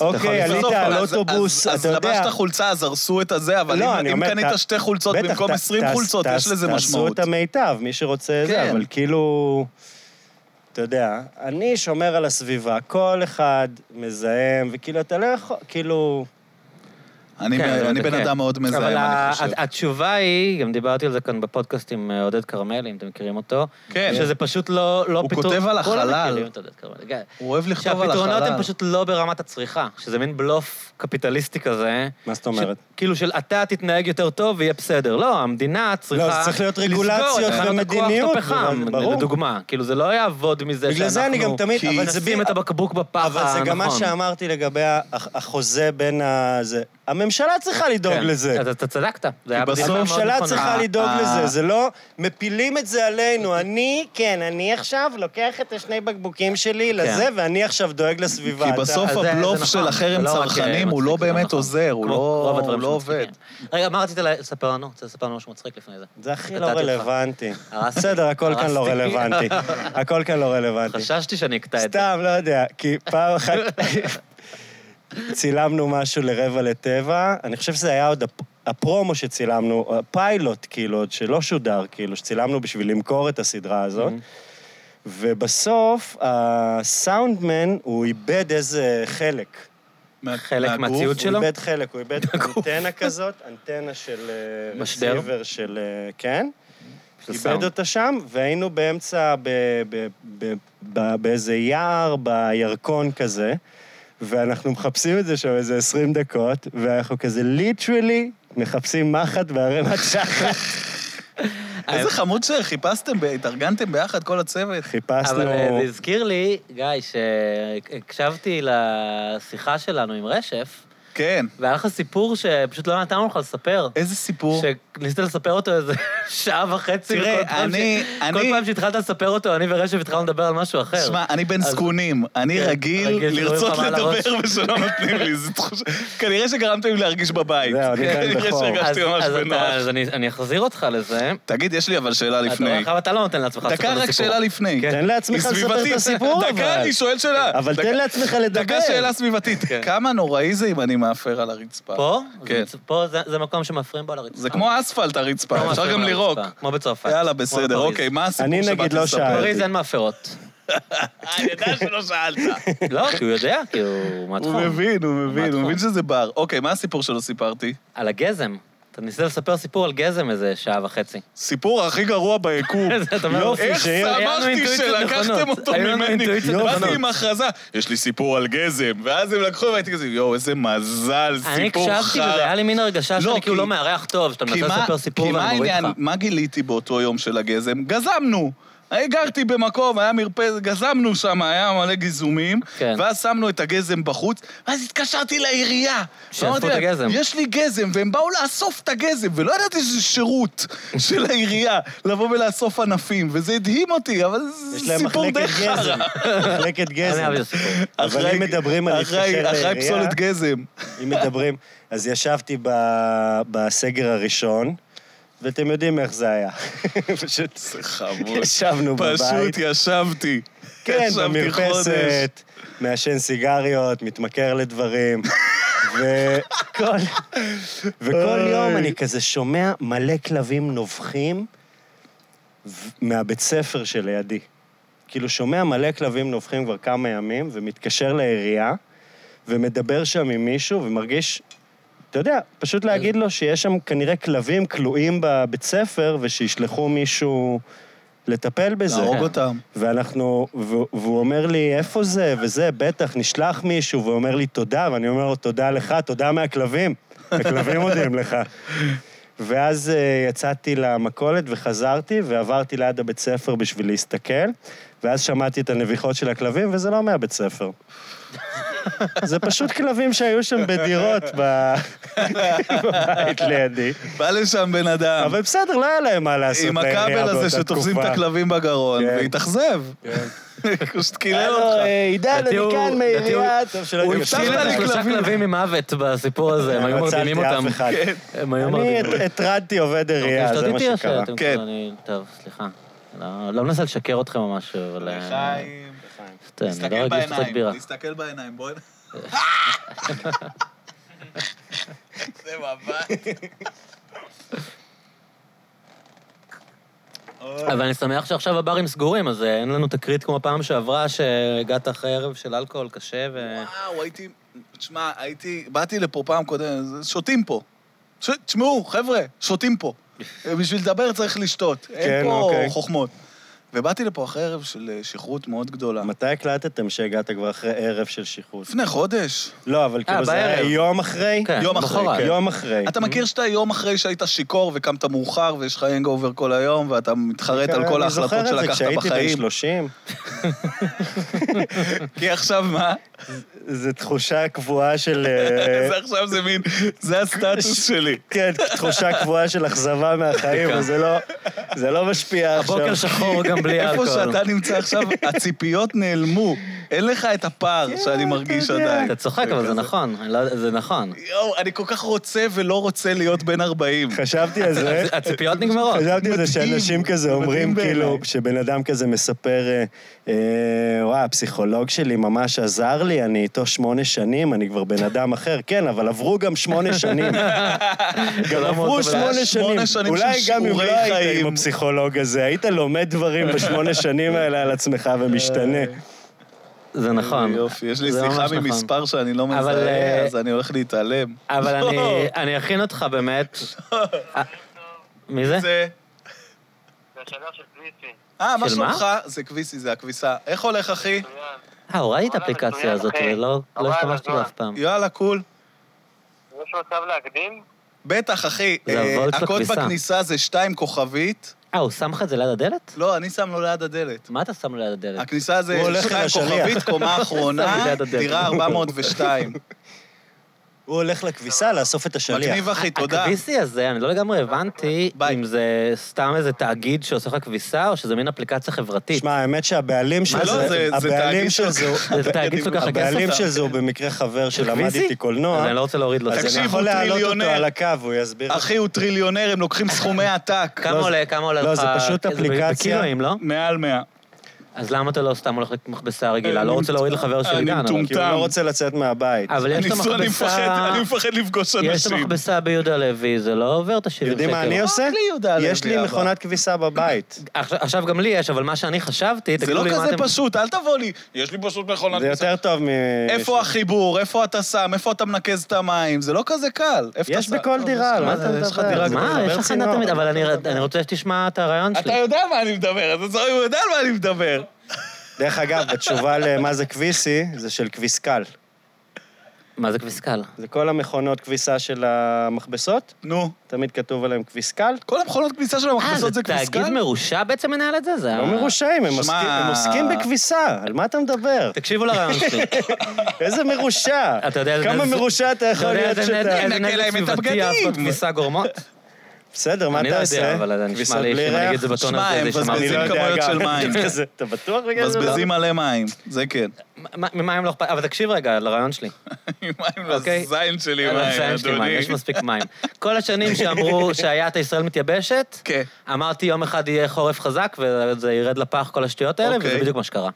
אוקיי,
אתה יכול
עלית
בסוף,
על
אז-
אוטובוס,
אז-
אתה
אז
יודע...
לבשת חולצה, אז הרסו את הזה, אבל
לא,
אם-
אני
אם
אומר,
קנית
ת-
שתי חולצות
בטח,
במקום
ת-
20
תעש-
חולצות,
תעש-
יש לזה
תעשו
משמעות.
את המיטב, מי שרוצה זה,
כן.
אבל כאילו... אתה יודע, אני שומר על הסביבה, כל אחד מזהם, וכאילו, אתה לא יכול, כאילו...
אני
כן,
אני
אבל
בן
כן.
אדם מאוד
אבל
מזהם,
ה-
אני חושב.
הת- התשובה היא, גם דיברתי על זה כאן בפודקאסט עם אה, עודד כרמלי, אם אתם מכירים אותו,
כן.
שזה פשוט לא לא
הוא
פתרון...
כותב על
כולם
החלל.
מכירים את עודד כרמלי, כן.
הוא אוהב לכתוב על החלל.
שהפתרונות הם פשוט לא ברמת הצריכה, שזה מין בלוף קפיטליסטי כזה.
מה זאת אומרת?
ש- כאילו של אתה תתנהג יותר טוב ויהיה בסדר. לא, המדינה צריכה...
לא, זה צריך להיות
לסגור את
רגולציות
תחנות
ומדיניות,
הכוח הפחם,
אבל- ברור.
לדוגמה. כאילו, זה לא יעבוד מזה
בגלל זה אני גם תמיד-
כי
אבל זה
נשים
ב-
את הבקבוק בפח הנכון.
אבל זה גם
נכון.
מה שאמרתי לגבי ה- החוזה בין ה... זה. הממשלה צריכה לדאוג
כן.
לזה.
אתה- אתה צדקת, זה היה
בסוף-
בדיחה מאוד נכונה.
הממשלה צריכה
אה,
לדאוג
אה.
לזה, זה לא מפילים את זה עלינו. אני, כן, אני עכשיו לוקח את השני בקבוקים שלי לזה, ואני עכשיו דואג לסביבה.
כן. כי
אתה-
בסוף
אז זה-
הבלוף
זה נכון,
של החרם
זה לא רק,
צרכנים
אה,
הוא לא
מצחיק, זה
באמת
נכון.
עוזר, הוא
כמו
לא-
רוב הדברים
הוא לא
שמצחיקים. רגע, מה רצית לה- לספר לנו? רוצה לספר לנו משהו מצחיק לפני זה.
זה הכי לא
קטעתי אותך.
רלוונטי.
הרסתי.
בסדר, הכל כאן לא
הרסתי.
רלוונטי. הכל כאן לא רלוונטי.
חששתי שאני אקטע את זה.
סתם, לא יודע, כי פעם אחת צילמנו משהו לרבע לטבע, אני חושב שזה היה עוד הפ- הפרומו שצילמנו, הפיילוט, כאילו, עוד שלא שודר, כאילו, שצילמנו בשביל למכור את הסדרה הזאת.
Mm-hmm.
ובסוף, הסאונדמן, הוא איבד איזה חלק.
מה-
חלק
מהגוף.
מהציוד
הוא
שלו?
איבד חלק, הוא איבד אנטנה כזאת, אנטנה של... אה,
משדר?
רסיבר של... אה, כן.
של סאונד.
איבד אותה שם, והיינו באמצע, ב, ב, ב, ב, באיזה יער, בירקון כזה, ואנחנו מחפשים את זה שם איזה 20 דקות, ואנחנו כזה ליטרלי מחפשים מחט בערימת שחר.
איזה חמוד שחיפשתם, ב- התארגנתם ביחד, כל הצוות.
חיפשנו...
אבל אה, זה הזכיר לי, גיא, שהקשבתי לשיחה שלנו עם רשף,
כן.
והיה לך סיפור שפשוט לא נתנו לך לספר.
איזה סיפור.
שניסית לספר אותו איזה שעה וחצי,
תראה,
וכל פעם ש-
אני-
כל
אני-
פעם שהתחלת לספר אותו, אני ורשף התחלנו לדבר על משהו אחר.
שמע, אני בן
אז-
זקונים, אני
כן,
רגיל
רגיל שרואים
לרצות
לך מעל הראש.
לדבר ושלא נותנים לי, זו תחושה... כנראה שגרמתם לי להרגיש בבית.
זהו, אני בן
כנראה
בכור.
אז-
שהרגשתי ממש
אז אתה-
בנוח.
אז אני אני אחזיר אותך לזה.
תגיד, יש לי אבל שאלה
אתה רואה
לפני.
לך, אבל אתה לא נותן לעצמך לספר את
אה, דקה
הסיפור.
רק שאלה לפני.
כן.
תן לעצמך
היא
לספר את
סביבתית.
הסיפור, אבל.
דקה, אני שואל שאלה.
אבל
דקה-
תן לעצמך לדבר.
דקה שאלה סביבתית.
כן.
כמה נוראי זה אם אני מאפר על הרצפה?
פה?
כן.
זה- פה זה- זה מקום שמפרים בו על הרצפה.
זה כמו אספלט
פה
הרצפה, אפשר
מאפרים
גם
לא על
לירוק.
הרצפה, כמו בצרפת.
יאללה,
כמו
בסדר,
בפריז.
אוקיי, מה הסיפור
אני
שבאתי
נגיד לא
לספר?
שאלתי.
בפריז אין מאפרות. אה,
אני יודע שלא שאלת.
לא, כי הוא יודע, כי הוא
הוא
מהתחום.
מבין, הוא מבין, הוא
מהתחום.
מבין שזה בר. אוקיי, מה הסיפור שלא סיפרתי?
על הגזם. אתה ניסית לספר סיפור על גזם איזה שעה וחצי.
סיפור הכי גרוע ביקום.
זה, אתה אומר,
יופי,
איך
שהיו-
היה לנו
שמחתי
אינטואיציות
שלקחתם
נכונות.
אותו
היו לנו
ממני.
אינטואיציות
באתי
נכונות.
עם הכרזה, יש לי סיפור על גזם. ואז הם לקחו והייתי כזה, יואו, איזה מזל,
אני
סיפור
הקשבתי, וזה היה
חרא.
לי מין הרגשה
לא,
שאני כאילו
כי-
לא מארח טוב, שאתה
כי
מנסה
מה-
לספר סיפור
כי מה
ואני מוריד
העניין,
לך.
מה גיליתי באותו יום של הגזם? גזמנו. אני גרתי במקום, היה מרפא, גזמנו שם, היה מלא גיזומים,
כן.
ואז שמנו את הגזם בחוץ, ואז התקשרתי לעירייה.
שאספו
ואמרתי
את
להם,
הגזם.
יש לי גזם, והם באו לאסוף את הגזם, ולא ידעתי שזה שירות של העירייה, לבוא ולאסוף ענפים, וזה הדהים אותי, אבל
יש
זה
להם
סיפור
מחלקת
די חרא.
גזם. מחלקת
אני
גזם.
אהב את הסיפור.
אבל אם מדברים על
אחרי-
להתקשר
אחרי
לעירייה-
פסולת גזם.
אם מדברים, אז ישבתי ב... בסגר הראשון, ואתם יודעים איך זה היה. פשוט
זה חמוד.
ישבנו בבית.
פשוט ישבתי.
כן,
ישבתי חודש.
במרפסת, מעשן סיגריות, מתמכר לדברים. וכל, וכל
אוי.
יום אני כזה שומע מלא כלבים נובחים ו- מהבית ספר שלידי. כאילו, שומע מלא כלבים נובחים כבר כמה ימים, ומתקשר לעירייה, ומדבר שם עם מישהו, ומרגיש, אתה יודע, פשוט להגיד לו שיש שם כנראה כלבים כלואים בבית ספר, ושישלחו מישהו לטפל בזה.
להרוג אותם.
ואנחנו, ו- והוא אומר לי, איפה זה? וזה, בטח, נשלח מישהו, והוא אומר לי, תודה, ואני אומר לו, תודה לך, תודה מהכלבים. הכלבים מודים לך. ואז אה, יצאתי למכולת וחזרתי, ועברתי ליד הבית ספר בשביל להסתכל, ואז שמעתי את הנביחות של הכלבים, וזה לא מהבית ספר. זה פשוט כלבים שהיו שם בדירות ב- בבית לידי.
בא לשם בן אדם,
אבל בסדר, לא היה להם מה לעשות
עם
לעירייה
הכבל הזה
באותה
שתופסים את
תקופה.
הכלבים בגרון,
כן.
והתאכזב. פשוט קילל
הלו,
אותך.
אה, עידן,
לדעתי
אני
הוא-
כאן
לדעתי הוא-
מהעירייה. טוב, שלא
הוא
יגידו
הבטיח
שטויות.
קיבל
לי
איזה שלושה
כלבים.
כלבים ממוות בסיפור הזה, הם היו
לא
מרדימים
הצלתי אף
אותם.
אחד.
כן.
הם היו
אני
מרדימים.
הטרדתי עובד
אוקיי,
עירייה, אה, זה מה שקרה.
כן.
כן. טוב, סליחה. לא- לא מנסה לשקר אתכם או משהו, אבל... אה,
חיים.
פשוט, אני לא
תסתכל
רגיש קצת
בעיניים,
בירה.
תסתכל בעיניים, בואי... זה מבט. אוי.
אבל אני שמח שעכשיו הברים סגורים, אז אה, אין לנו תקרית כמו פעם שעברה, שהגעת אחרי ערב של אלכוהול קשה, ו...
וואו, הייתי... תשמע, הייתי... באתי לפה פעם קודם, אז שותים פה. ש- תשמעו, חבר'ה, שותים פה. בשביל לדבר צריך לשתות.
כן,
אין פה
אוקיי.
חוכמות. ובאתי לפה אחרי ערב של אה, שכרות מאוד גדולה.
מתי הקלטתם שהגעת כבר אחרי ערב של שחרור?
לפני חודש.
לא, אבל כאילו זה היה
בערב.
יום אחרי?
כן,
יום אחרי,
למחרת.
כן.
יום אחרי.
אתה מכיר שאתה יום אחרי שהיית שיכור וקמת מאוחר ויש לך הנגאובר כל היום ואתה מתחרט על כל ההחלטות
כן, אני זוכר את
שלקחת
זה כשהייתי בן
בחיים?
30.
כי עכשיו מה?
זו תחושה קבועה של... אה,
זה עכשיו זה מין, זה הסטטוס שלי.
כן, תחושה קבועה של אכזבה מהחיים,
כן.
וזה לא... זה לא משפיע עכשיו.
הבוקר שחור גם בלי
איפה
אלכוהול.
שאתה נמצא עכשיו, הציפיות נעלמו. אין לך את הפער שאני מרגיש
כן, יודע.
עדיין.
אתה צוחק, אבל זה
כן, כזה.
נכון, אני לא- זה נכון.
יואו, אני כל כך רוצה ולא רוצה להיות בן 40.
חשבתי על זה.
הציפיות נגמרות.
חשבתי על זה
מדהים,
שאנשים כזה
מדהים
אומרים,
בעיניי.
כאילו, שבן אדם כזה מספר, אה, אה, וואי, הפסיכולוג שלי ממש עזר לי, אני איתו שמונה שנים, אני כבר בן אדם אחר. כן, אבל עברו גם שמונה שנים. גם
לא
עברו
מאוד,
שמונה
אבל-
שנים.
שמונה שנים
אולי
של
גם אם לא
שיעורי
היית
חיים.
עם הפסיכולוג הזה, היית לומד דברים בשמונה שנים האלה על עצמך ומשתנה.
זה נכון.
יופי, יש לי
זה ממש
שיחה
נכון.
ממספר שאני לא
אבל, אה,
מזהה, אז אני הולך להתעלם.
אבל
לא.
אני- אני אכין אותך באמת. אה, מי זה?
זה...
והשאלה של פליסי,
אה, מה
של מה?
שלומך? זה כביסי, זה הכביסה. איך הולך, אחי?
מצוין.
אה, הורדתי את
וואלה,
האפליקציה
מצוין,
הזאת,
אחי.
לא לא
וואלה,
השתמשתי בה
וואלה.
אף פעם.
יאללה, קול.
יש מצב להקדים?
בטח, אחי.
זה
אה,
הוולט
הקוד
בכניסה.
בכניסה זה שתיים כוכבית.
אה, הוא שם לך את זה ליד הדלת?
לא, אני שם לו ליד הדלת.
מה אתה שם לו ליד הדלת?
הכניסה זה
הוא הולך עם
שתיים
השליח.
כוכבית, קומה
שם לי
אחרונה,
ליד הדלת.
דירה 402.
הוא הולך לכביסה לאסוף את השליח.
מגניב, אחי, תודה.
הכביסי אה, הזה, אני לא לגמרי הבנתי
ביי.
אם זה סתם איזה תאגיד שעושה לך כביסה, או שזה מין אפליקציה חברתית.
שמע, האמת שהבעלים של
לא,
זה,
זה- זה
הבעלים
תאגיד
של זה, הוא-
זה תאגיד שלוקח לך
הבעלים
כסף?
של זה הוא במקרה חבר שלמד
הכביסי?
איתי קולנוע.
אז אני לא רוצה להוריד לו את
אז
זה.
אני
תקשיב,
יכול
הוא
להעלות אותו
טריליונר.
על הקו, הוא יסביר לך.
אחי, הוא טריליונר, הם לוקחים סכומי עתק.
כמה
לא,
עולה, כמה עולה לך?
לא, זה פשוט
ב-
אפליקציה.
בקילואים, לא?
מעל 100.
אז למה אתה לא סתם הולך למכבסה רגילה?
אני
לא רוצה
מת-
להוריד לחבר של
אני
עידן, אבל-
מטומטם.
כי הוא לא רוצה לצאת מהבית.
אבל יש
אני
את
אני מפחד,
המכבסה...
אני מפחד לפגוש
יש את
אנשים.
המכבסה ביהודה לוי, זה לא עובר את ה-70
יודעים מה אני
שקל.
עושה?
לי יהודה הלוי,
יש לי
אבא.
מכונת כביסה בבית.
עכשיו- עכשיו גם לי יש, אבל מה שאני חשבתי,
זה לא
תגידו לי מה
כזה
אתם...
פשוט, אל תבוא לי. יש לי פשוט מכונת
זה יותר טוב מ...
איפה החיבור? איפה אתה שם? איפה אתה מנקז את המים? זה לא כזה קל. איפה אתה
יש
שם?
בכל
לא,
דירה,
יש-
מה
מה
אתה
אתה
מדבר?
יש לך דירה לא
אתה
מה,
מדבר
יש לך
צינור.
חנה תמיד, אבל אני- אני רוצה שתשמע את הרעיון
אתה
שלי.
יודע מה אני מדבר, אתה צוחק, הוא יודע על מה אני מדבר.
דרך אגב, בתשובה למה זה כביסי, זה של כביסקל.
מה זה כביסקל?
זה כל המכונות כביסה של המכבסות,
נו.
תמיד כתוב עליהם כביסקל.
כל המכונות כביסה של
אה,
המכבסות
זה
זה כן.
תאגיד
קריסקל?
מרושע בעצם מנהל את זה? זה...
לא
ה-
מרושעים, הם
אה, שמע.
עוסקים- הם עוסקים בכביסה, על מה אתה מדבר?
תקשיבו לרעיון שלי.
איזה מרושע.
אתה יודע איזה
כמה
נזק-
מרושע אתה
אתה
יכול
לא יודע
להיות
איזה נזק-
שאתה...
איזה
נקה
נזק
להם את
סביבתי
הבגדים.
לעשות כביסה גורמות?
בסדר, מה
אני לא
תעשה?
יודע, אבל זה נשמע
כביסה
לי
בלי
שאם אני
ריח?
אגיד את זה בטון
שמע,
הזה,
הם
זה יישמע
אני
מבזבזים
לא
מוזר.
יודע
כמויות
גם.
של מים.
כזה, אתה בטוח בגלל זה?
מבזבזים מלא מים, זה כן.
מה- ממים לא אכפת, אבל תקשיב רגע על הרעיון שלי.
מים
אוקיי.
לזין שלי,
על הרעיון
מים,
שלי, מים,
אדוני.
יש מספיק מים. כל השנים שאמרו שהיה את הישראל מתייבשת,
כן.
אמרתי יום אחד יהיה חורף חזק וזה ירד לפח כל השטויות האלה,
אוקיי.
וזה בדיוק מה שקרה.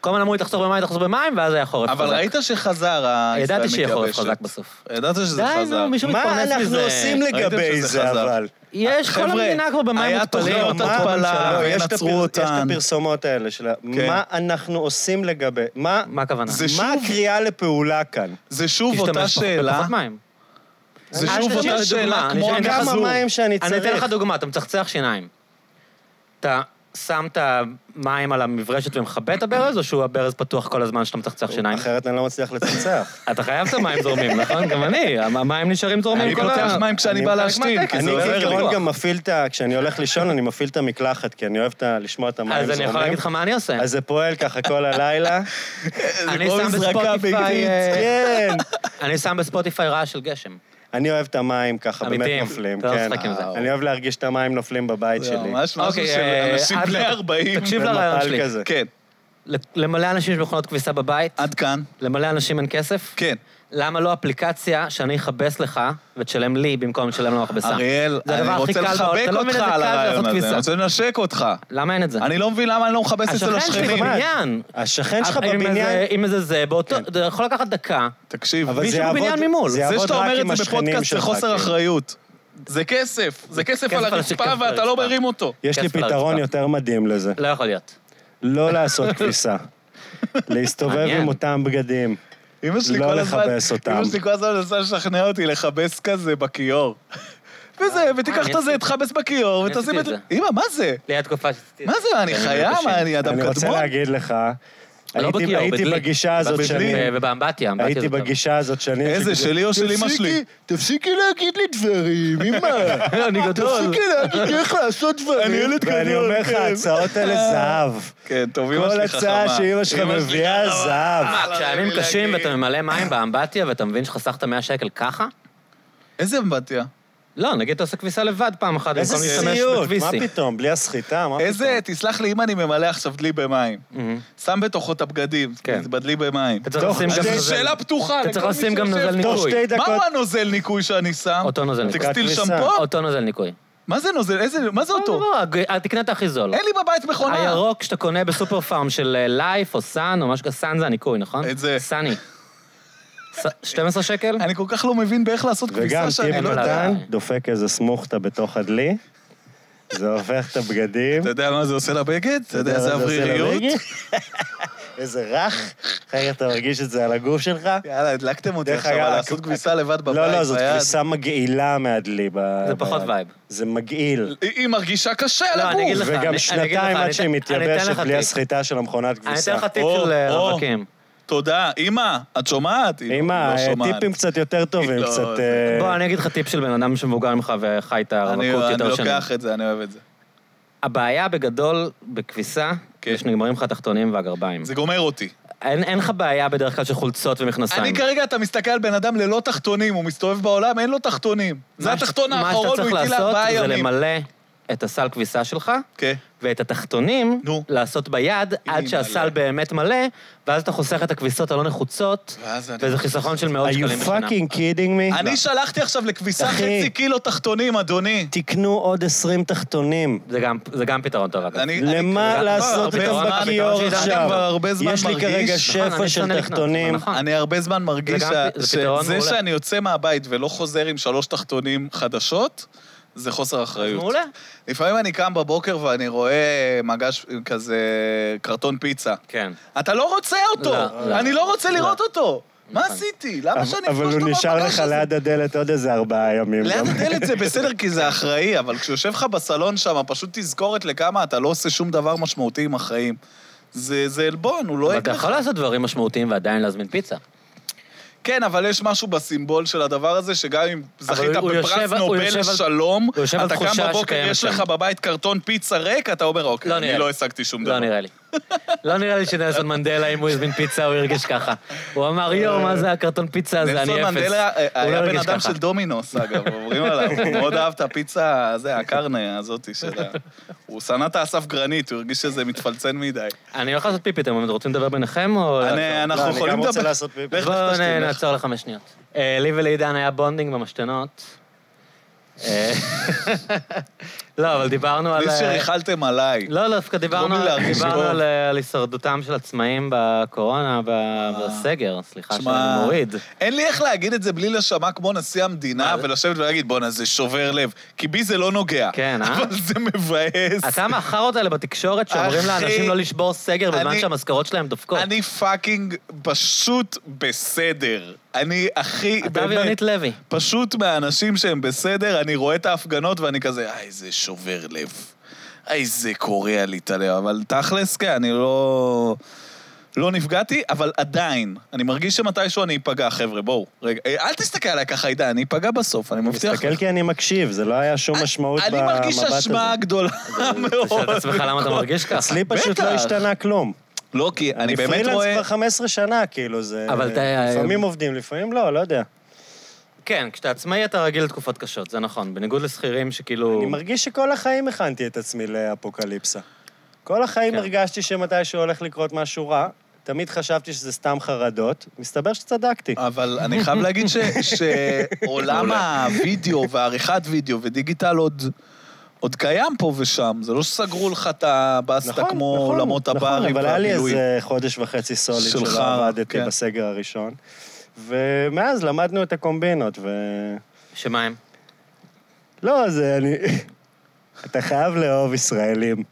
כל הזמן אמרו לי תחזור במים, תחזור במים, ואז היה חורף חזק.
אבל ראית שחזר ה...
ידעתי
ישראל
שיהיה חורף
מתייבשת.
חזק בסוף.
ידעת שזה
די,
חזר.
נו, מישהו
מה
מתפרנס מזה.
אנחנו עושים לגבי
ראיתם שזה
זה,
חזר.
אבל?
יש, כל
חבר'ה,
המדינה כבר במים
היה
מותפלים.
תוכניות
מה
התפלה.
הממשלה?
לא, יש את
ינצרו
הפר- יש את
אותן.
הפרסומות האלה של ה-
כן.
מה אנחנו עושים לגבי... מה
מה הכוונה?
זה
מה
שוב-
הקריאה לפעולה כאן?
זה שוב
תשתמש
אותה
בפח-
שאלה.
בפחות מים.
זה
אל
שוב
תשאיר דוגמה,
אותה שאלה
אני
כמו
אתן לך
כמה
זוג.
מים שאני
אני אתן לך
צריך?
דוגמה, אתה מצחצח שיניים. אתה שם את המים על המברשת ומכבה את הברז, או שהוא הברז פתוח כל הזמן שאתה מצחצח שיניים?
אחרת אני לא מצליח לצמצח.
אתה חייב את המים זורמים, נכון? גם אני, המ- המים נשארים
אני
זורמים כל
פותח
ה...
מים כשאני
אני-
בא
חלק
להשתין,
מהטקס,
כי
אני
זה עובר לי.
לי.
כעיקרון גם מפעיל את ה... כשאני הולך לישון, אני מפעיל את המקלחת, כי אני אוהב את ה- לשמוע את המים
אז אני יכול
זורמים.
להגיד לך מה אני עושה.
אז זה פועל ככה כל הלילה.
אני
כמו
שם
מזרקה
בספוטיפיי...
ביתית.
אה,
כן.
אני שם בספוטיפיי רעש של גשם.
אני אוהב את המים ככה, באמת
אמיתיים.
נופלים,
אתה לא
כן.
משחק עם זה.
אני אוהב להרגיש את המים נופלים בבית
זה
שלי.
ממש לא- משהו
אוקיי,
של
אה,
אנשים
עד
בני
לפה.
40.
תקשיב
במפל
לרעיון שלי.
כזה.
כן,
למלא אנשים יש מכונות כביסה בבית,
עד כאן.
למלא אנשים אין כסף.
כן.
למה לא אפליקציה שאני אכבס לך ותשלם לי במקום לשלם למכבסה?
אריאל,
זה הדבר
אני
הכי קל
רוצה
בעולם.
לחבק
אתה לא מבין
אותך
איזה
על
קל זה לעשות
הרעיון הזה, אני
כביסה.
רוצה לנשק אותך.
למה אין את זה?
אני לא מבין למה אני לא מכבס אצל
השכן שלי
השכנים.
בבניין.
אה, השכן שלך
אה, עם איזה-
בבניין,
עם איזה זה, באותו...
כן.
זה יכול לקחת דקה.
תקשיב,
אבל
מישהו
זה יעבוד...
בבניין ממול.
זה
זה
זה
יעבוד
שאתה
רק
אומר את
עם
זה
השכנים
בפודקאסט זה
שלך,
חוסר
כן.
אחריות. זה כסף, כאילו. זה כסף
כסף
על
על
הרצפה
השכב,
ואתה לא
הרצפה.
מרים אותו.
יש לי
כסף על
פתרון
הרצפה.
יותר מדהים לזה.
לא יכול להיות.
לא לעשות כביסה. להסתובב
מעניין.
עם אותם בגדים.
אמא שלי
לא
כל הזמן,
לכבס אותם.
אמא שלי כל הזמן מנסה לשכנע אותי לכבס כזה בכיור. וזה, ותיקח אה, את
אני
הזה,
עשיתי-
תכבס בכיור,
אני
ותשים את
עשיתי
זה.
את
אמא, מה זה?
ליד תקופה שעשיתי...
מה זה, אני חיה? מה, אני אדם
אני רוצה
קדמון?
להגיד לך,
לא
הייתי-
בכיור,
הייתי
בדלי.
בגישה הזאת
בבדלי אה,
שאני...
ו- ובאמבטיה, אמבטיה
הייתי
זה טוב.
בגישה הזאת שאני...
איזה, שלי או של אמא שלי?
תפסיקי להגיד לי דברים, אמא.
לא, אני גדול.
להגיד איך לעשות דברים. אני ילד כן. קדמון.
ואני אומר לך, ההצעות האלה זהב.
כן, טוב, אמא
כל
שלי חכמה.
הצעה שאימא שלך
אמא שלי
מביאה,
חכמה.
זהב.
מה, כשהימים
להגיד.
קשים ואתה ממלא מים באמבטיה ואתה מבין שחסכת 100 שקל ככה?
איזה אמבטיה?
לא, נגיד אתה עושה כביסה לבד פעם אחת,
איזה
במקום להשתמש
סיוט, מה
בכביסי.
פתאום? בלי הסחיטה, מה פתאום?
איזה, תסלח לי, אם אני ממלא עכשיו דלי במים.
מהמם.
שם בתוכו את הבגדים,
כן.
בדלי במים.
אתה צריך
טוב,
לשים
אז
גם
זו
נוזל.
שאלה פתוחה.
אתה
לכל
צריך
מי
לשים גם
שיושב
נוזל
פה.
תוך
ניקוי.
שתי
מהו
דקות.
הנוזל ניקוי שאני שם?
אותו נוזל ניקוי.
טקסטיל
כביסה.
שמפו?
אותו נוזל ניקוי.
מה זה נוזל? איזה... מה זה
אותו
אותו?
דבר, הג- אה, תקנה את הכי זול.
אין לי בבית מכונה.
הירוק שאתה קונה בסופר פארם של אה, לייף או סאן או משהו כזה, סאן זה הניקוי, נכון?
את זה.
סאני. ס- 12 שקל?
אני כל כך לא מבין באיך לעשות
וגם
כביסה שאני
טיפ
לא
טיפ
יודע.
קטן,
יודע.
דופק איזה סמוכתה בתוך הדלי, זה הופך את הבגדים.
אתה יודע מה זה עושה לבגד? אתה יודע
מה
איזה
זה עושה
אווריריות?
לבגד? איזה רך, אחר כך אתה מרגיש את זה על הגוף שלך.
יאללה, הדלקתם אותי
דרך
עכשיו,
אגב,
אבל לעשות
הכ-
כביסה לבד בבית.
לא, לא, זאת
ביד.
כביסה מגעילה מהדלי. ב-
זה פחות
ביד.
וייב.
זה מגעיל.
היא היא מרגישה קשה על
לא, אני אגיד
הגוף.
לך, אני- אני
וגם
אגיד
שנתיים
לך,
עד
אני-
שהיא
אני אתן
מתייבשת
לך
בלי
טיפ.
הסחיטה של המכונת
אני
כביסה.
אתן לך טיפ
או,
של אה,
או.
רווקים.
תודה. אמא, את שומעת? היא
אמא,
לא
אה,
שומעת.
טיפים קצת יותר טובים,
לא,
קצת...
זה-
אה,
בוא, אני אגיד לך טיפ של בן אדם שמבוגר ממך וחי את
אני
הרווקות
אני
יותר שנים.
לוקח את זה, אני אוהב את זה.
הבעיה בגדול בכביסה,
כן.
זה שנגמרים לך התחתונים והגרביים.
זה גומר אותי.
אין אין לך בעיה בדרך כלל של חולצות
אני
ומכנסיים.
כרגע, אתה מסתכל על בן אדם ללא תחתונים, הוא מסתובב בעולם, אין לו תחתונים. זה
מה ש-
התחתון האחרון, הוא
מה
הטיל
שאתה צריך
ארבעה
לעשות זה
ימים.
למלא את הסל כביסה שלך,
כן.
ואת התחתונים,
נו.
לעשות ביד, עד
מלא.
שהסל באמת מלא, ואז אתה חוסך את הכביסות הלא נחוצות,
ואז אני-
וזה חיסכון של מאות
are
שקלים
you
בשנה.
fucking kidding me?
אני שלחתי עכשיו לכביסה
אחי.
חצי קילו תחתונים, אדוני.
תקנו עוד 20 תחתונים.
זה גם- זה גם פתרון טוב, אגב.
אני-
למה
כבר
לעשות
הרבה
אותם
זמן-
בכיור
אני כבר
עכשיו?
הרבה זמן
יש לי
מרגיש-
כרגע
נכון,
שפע
אני שונא
של
לקנות,
תחתונים.
נכון.
אני הרבה זמן מרגיש
זה
ש-
גם פ- זה פתרון
שזה
מעולה.
שאני יוצא מהבית ולא חוזר עם שלוש תחתונים חדשות, זה חוסר אחריות.
מעולה.
לפעמים אני קם בבוקר ואני רואה מגש כזה, קרטון פיצה.
כן.
אתה לא רוצה אותו!
לא, לא.
אני לא רוצה
לא.
לראות אותו! מה
נכון.
עשיתי? למה שאני
אבל
אפגוש אותו
הוא נשאר
במגש
לך
הזה?
ליד הדלת עוד איזה ארבעה ימים.
ליד
גם.
הדלת זה בסדר, כי זה אחראי, אבל כשיושב לך בסלון שם, פשוט תזכורת לכמה אתה לא עושה שום דבר משמעותי עם החיים. זה זה עלבון, הוא לא
אבל
לועג
אתה
לך.
יכול לעשות דברים משמעותיים ועדיין להזמין פיצה.
כן, אבל יש משהו בסימבול של הדבר הזה, שגם אם זכית
הוא- הוא
בפרס
יושב- הוא
נובל
יושב על-
לשלום,
הוא יושב על
אתה קם
תחושה
בבוקר,
שקיימת
יש
שם.
לך בבית קרטון פיצה ריק, אתה אומר, אוקיי,
לא
אני
נראה
לא
לי.
השגתי שום
לא
דבר.
נראה לי. לא נראה לי שנלסון מנדלה, אם הוא הזמין פיצה, הוא הרגיש ככה. הוא אמר, יואו, מה זה הקרטון פיצה הזה, אני
אה, נלסון
אפס.
מנדלה אה,
הוא לא
היה בן
הרגיש
אדם
ככה.
של דומינוס, אגב, אומרים עליו. הוא מאוד אהב את הפיצה, זה, הקרנה הזאת של ה... הוא שנא את האסף גרנית, הוא הרגיש שזה מתפלצן מדי.
אני הולך לעשות פיפי, אתם רוצים לדבר ביניכם או...
אני- אנחנו
לא, אני
יכולים
גם רוצה
לדבר-
לעשות פיפי.
לך
בואו
תשתין,
נ-
לך.
נעצור לחמש שניות. אה, לי ולעידן היה בונדינג במשתנות. אה, לא, אבל דיברנו על...
בלי
אה,
שריחלתם עליי.
לא, לא, דווקא דיברנו,
לי
על-
להרגיש
דיברנו
טוב.
על, אה, על הישרדותם של עצמאים בקורונה, ב- בסגר, סליחה
אה. שמע,
שאני מוריד.
אין לי איך להגיד את זה בלי להישמע כמו נשיא המדינה
מה זה?
ולשבת ולהגיד, בואנה, זה שובר לב. כי בי זה לא נוגע.
כן, אה?
אבל זה מבאס.
אתה מהחארות האלה בתקשורת שאומרים
אחי,
לאנשים לא לשבור סגר בזמן
אני-
שהמשכורות שלהם דופקות.
אני פאקינג פשוט בסדר. אני הכי,
אתה
באמת,
ויונית לוי.
פשוט מהאנשים שהם בסדר, אני רואה את ההפגנות ואני כזה, איי, זה שובר לב. איי, זה קורע לי את הלב. אבל תכלס, כן, אני לא... לא נפגעתי, אבל עדיין, אני מרגיש שמתישהו אני אפגע, חבר'ה, בואו. רגע, אה, אל תסתכל עליי ככה, עידן, אני אפגע בסוף, אני מבטיח
תסתכל כי אני מקשיב, זה לא היה שום משמעות במבט
אני
הזה.
מרגיש אשמה גדולה
תשאל
מאוד.
את עצמך למה אתה מרגיש ככה.
אצלי פשוט לא
בטח.
השתנה כלום.
לא, כי אני באמת
פרילנס
רואה...
כבר 15 שנה, כאילו, זה...
אבל אתה-
לפעמים עובדים, לפעמים לא, לא יודע.
כן, כשאתה עצמאי אתה רגיל לתקופות קשות, זה נכון. בניגוד לשכירים שכאילו...
אני מרגיש שכל החיים הכנתי את עצמי לאפוקליפסה. כל החיים
כן.
הרגשתי שמתישהו הולך לקרות משהו רע, תמיד חשבתי שזה סתם חרדות, מסתבר שצדקתי.
אבל אני חייב להגיד ש- שעולם הווידאו והעריכת וידאו ודיגיטל עוד... עוד קיים פה ושם, זה לא שסגרו לך את הבסטה כמו עולמות הברים
נכון, אבל היה לי
והבילוי.
איזה חודש וחצי סוליד
שלך,
שלא עבדתי
כן.
בסגר הראשון, ומאז למדנו את הקומבינות, ו...
שמה הם?
לא, זה אני... אתה חייב לאהוב ישראלים.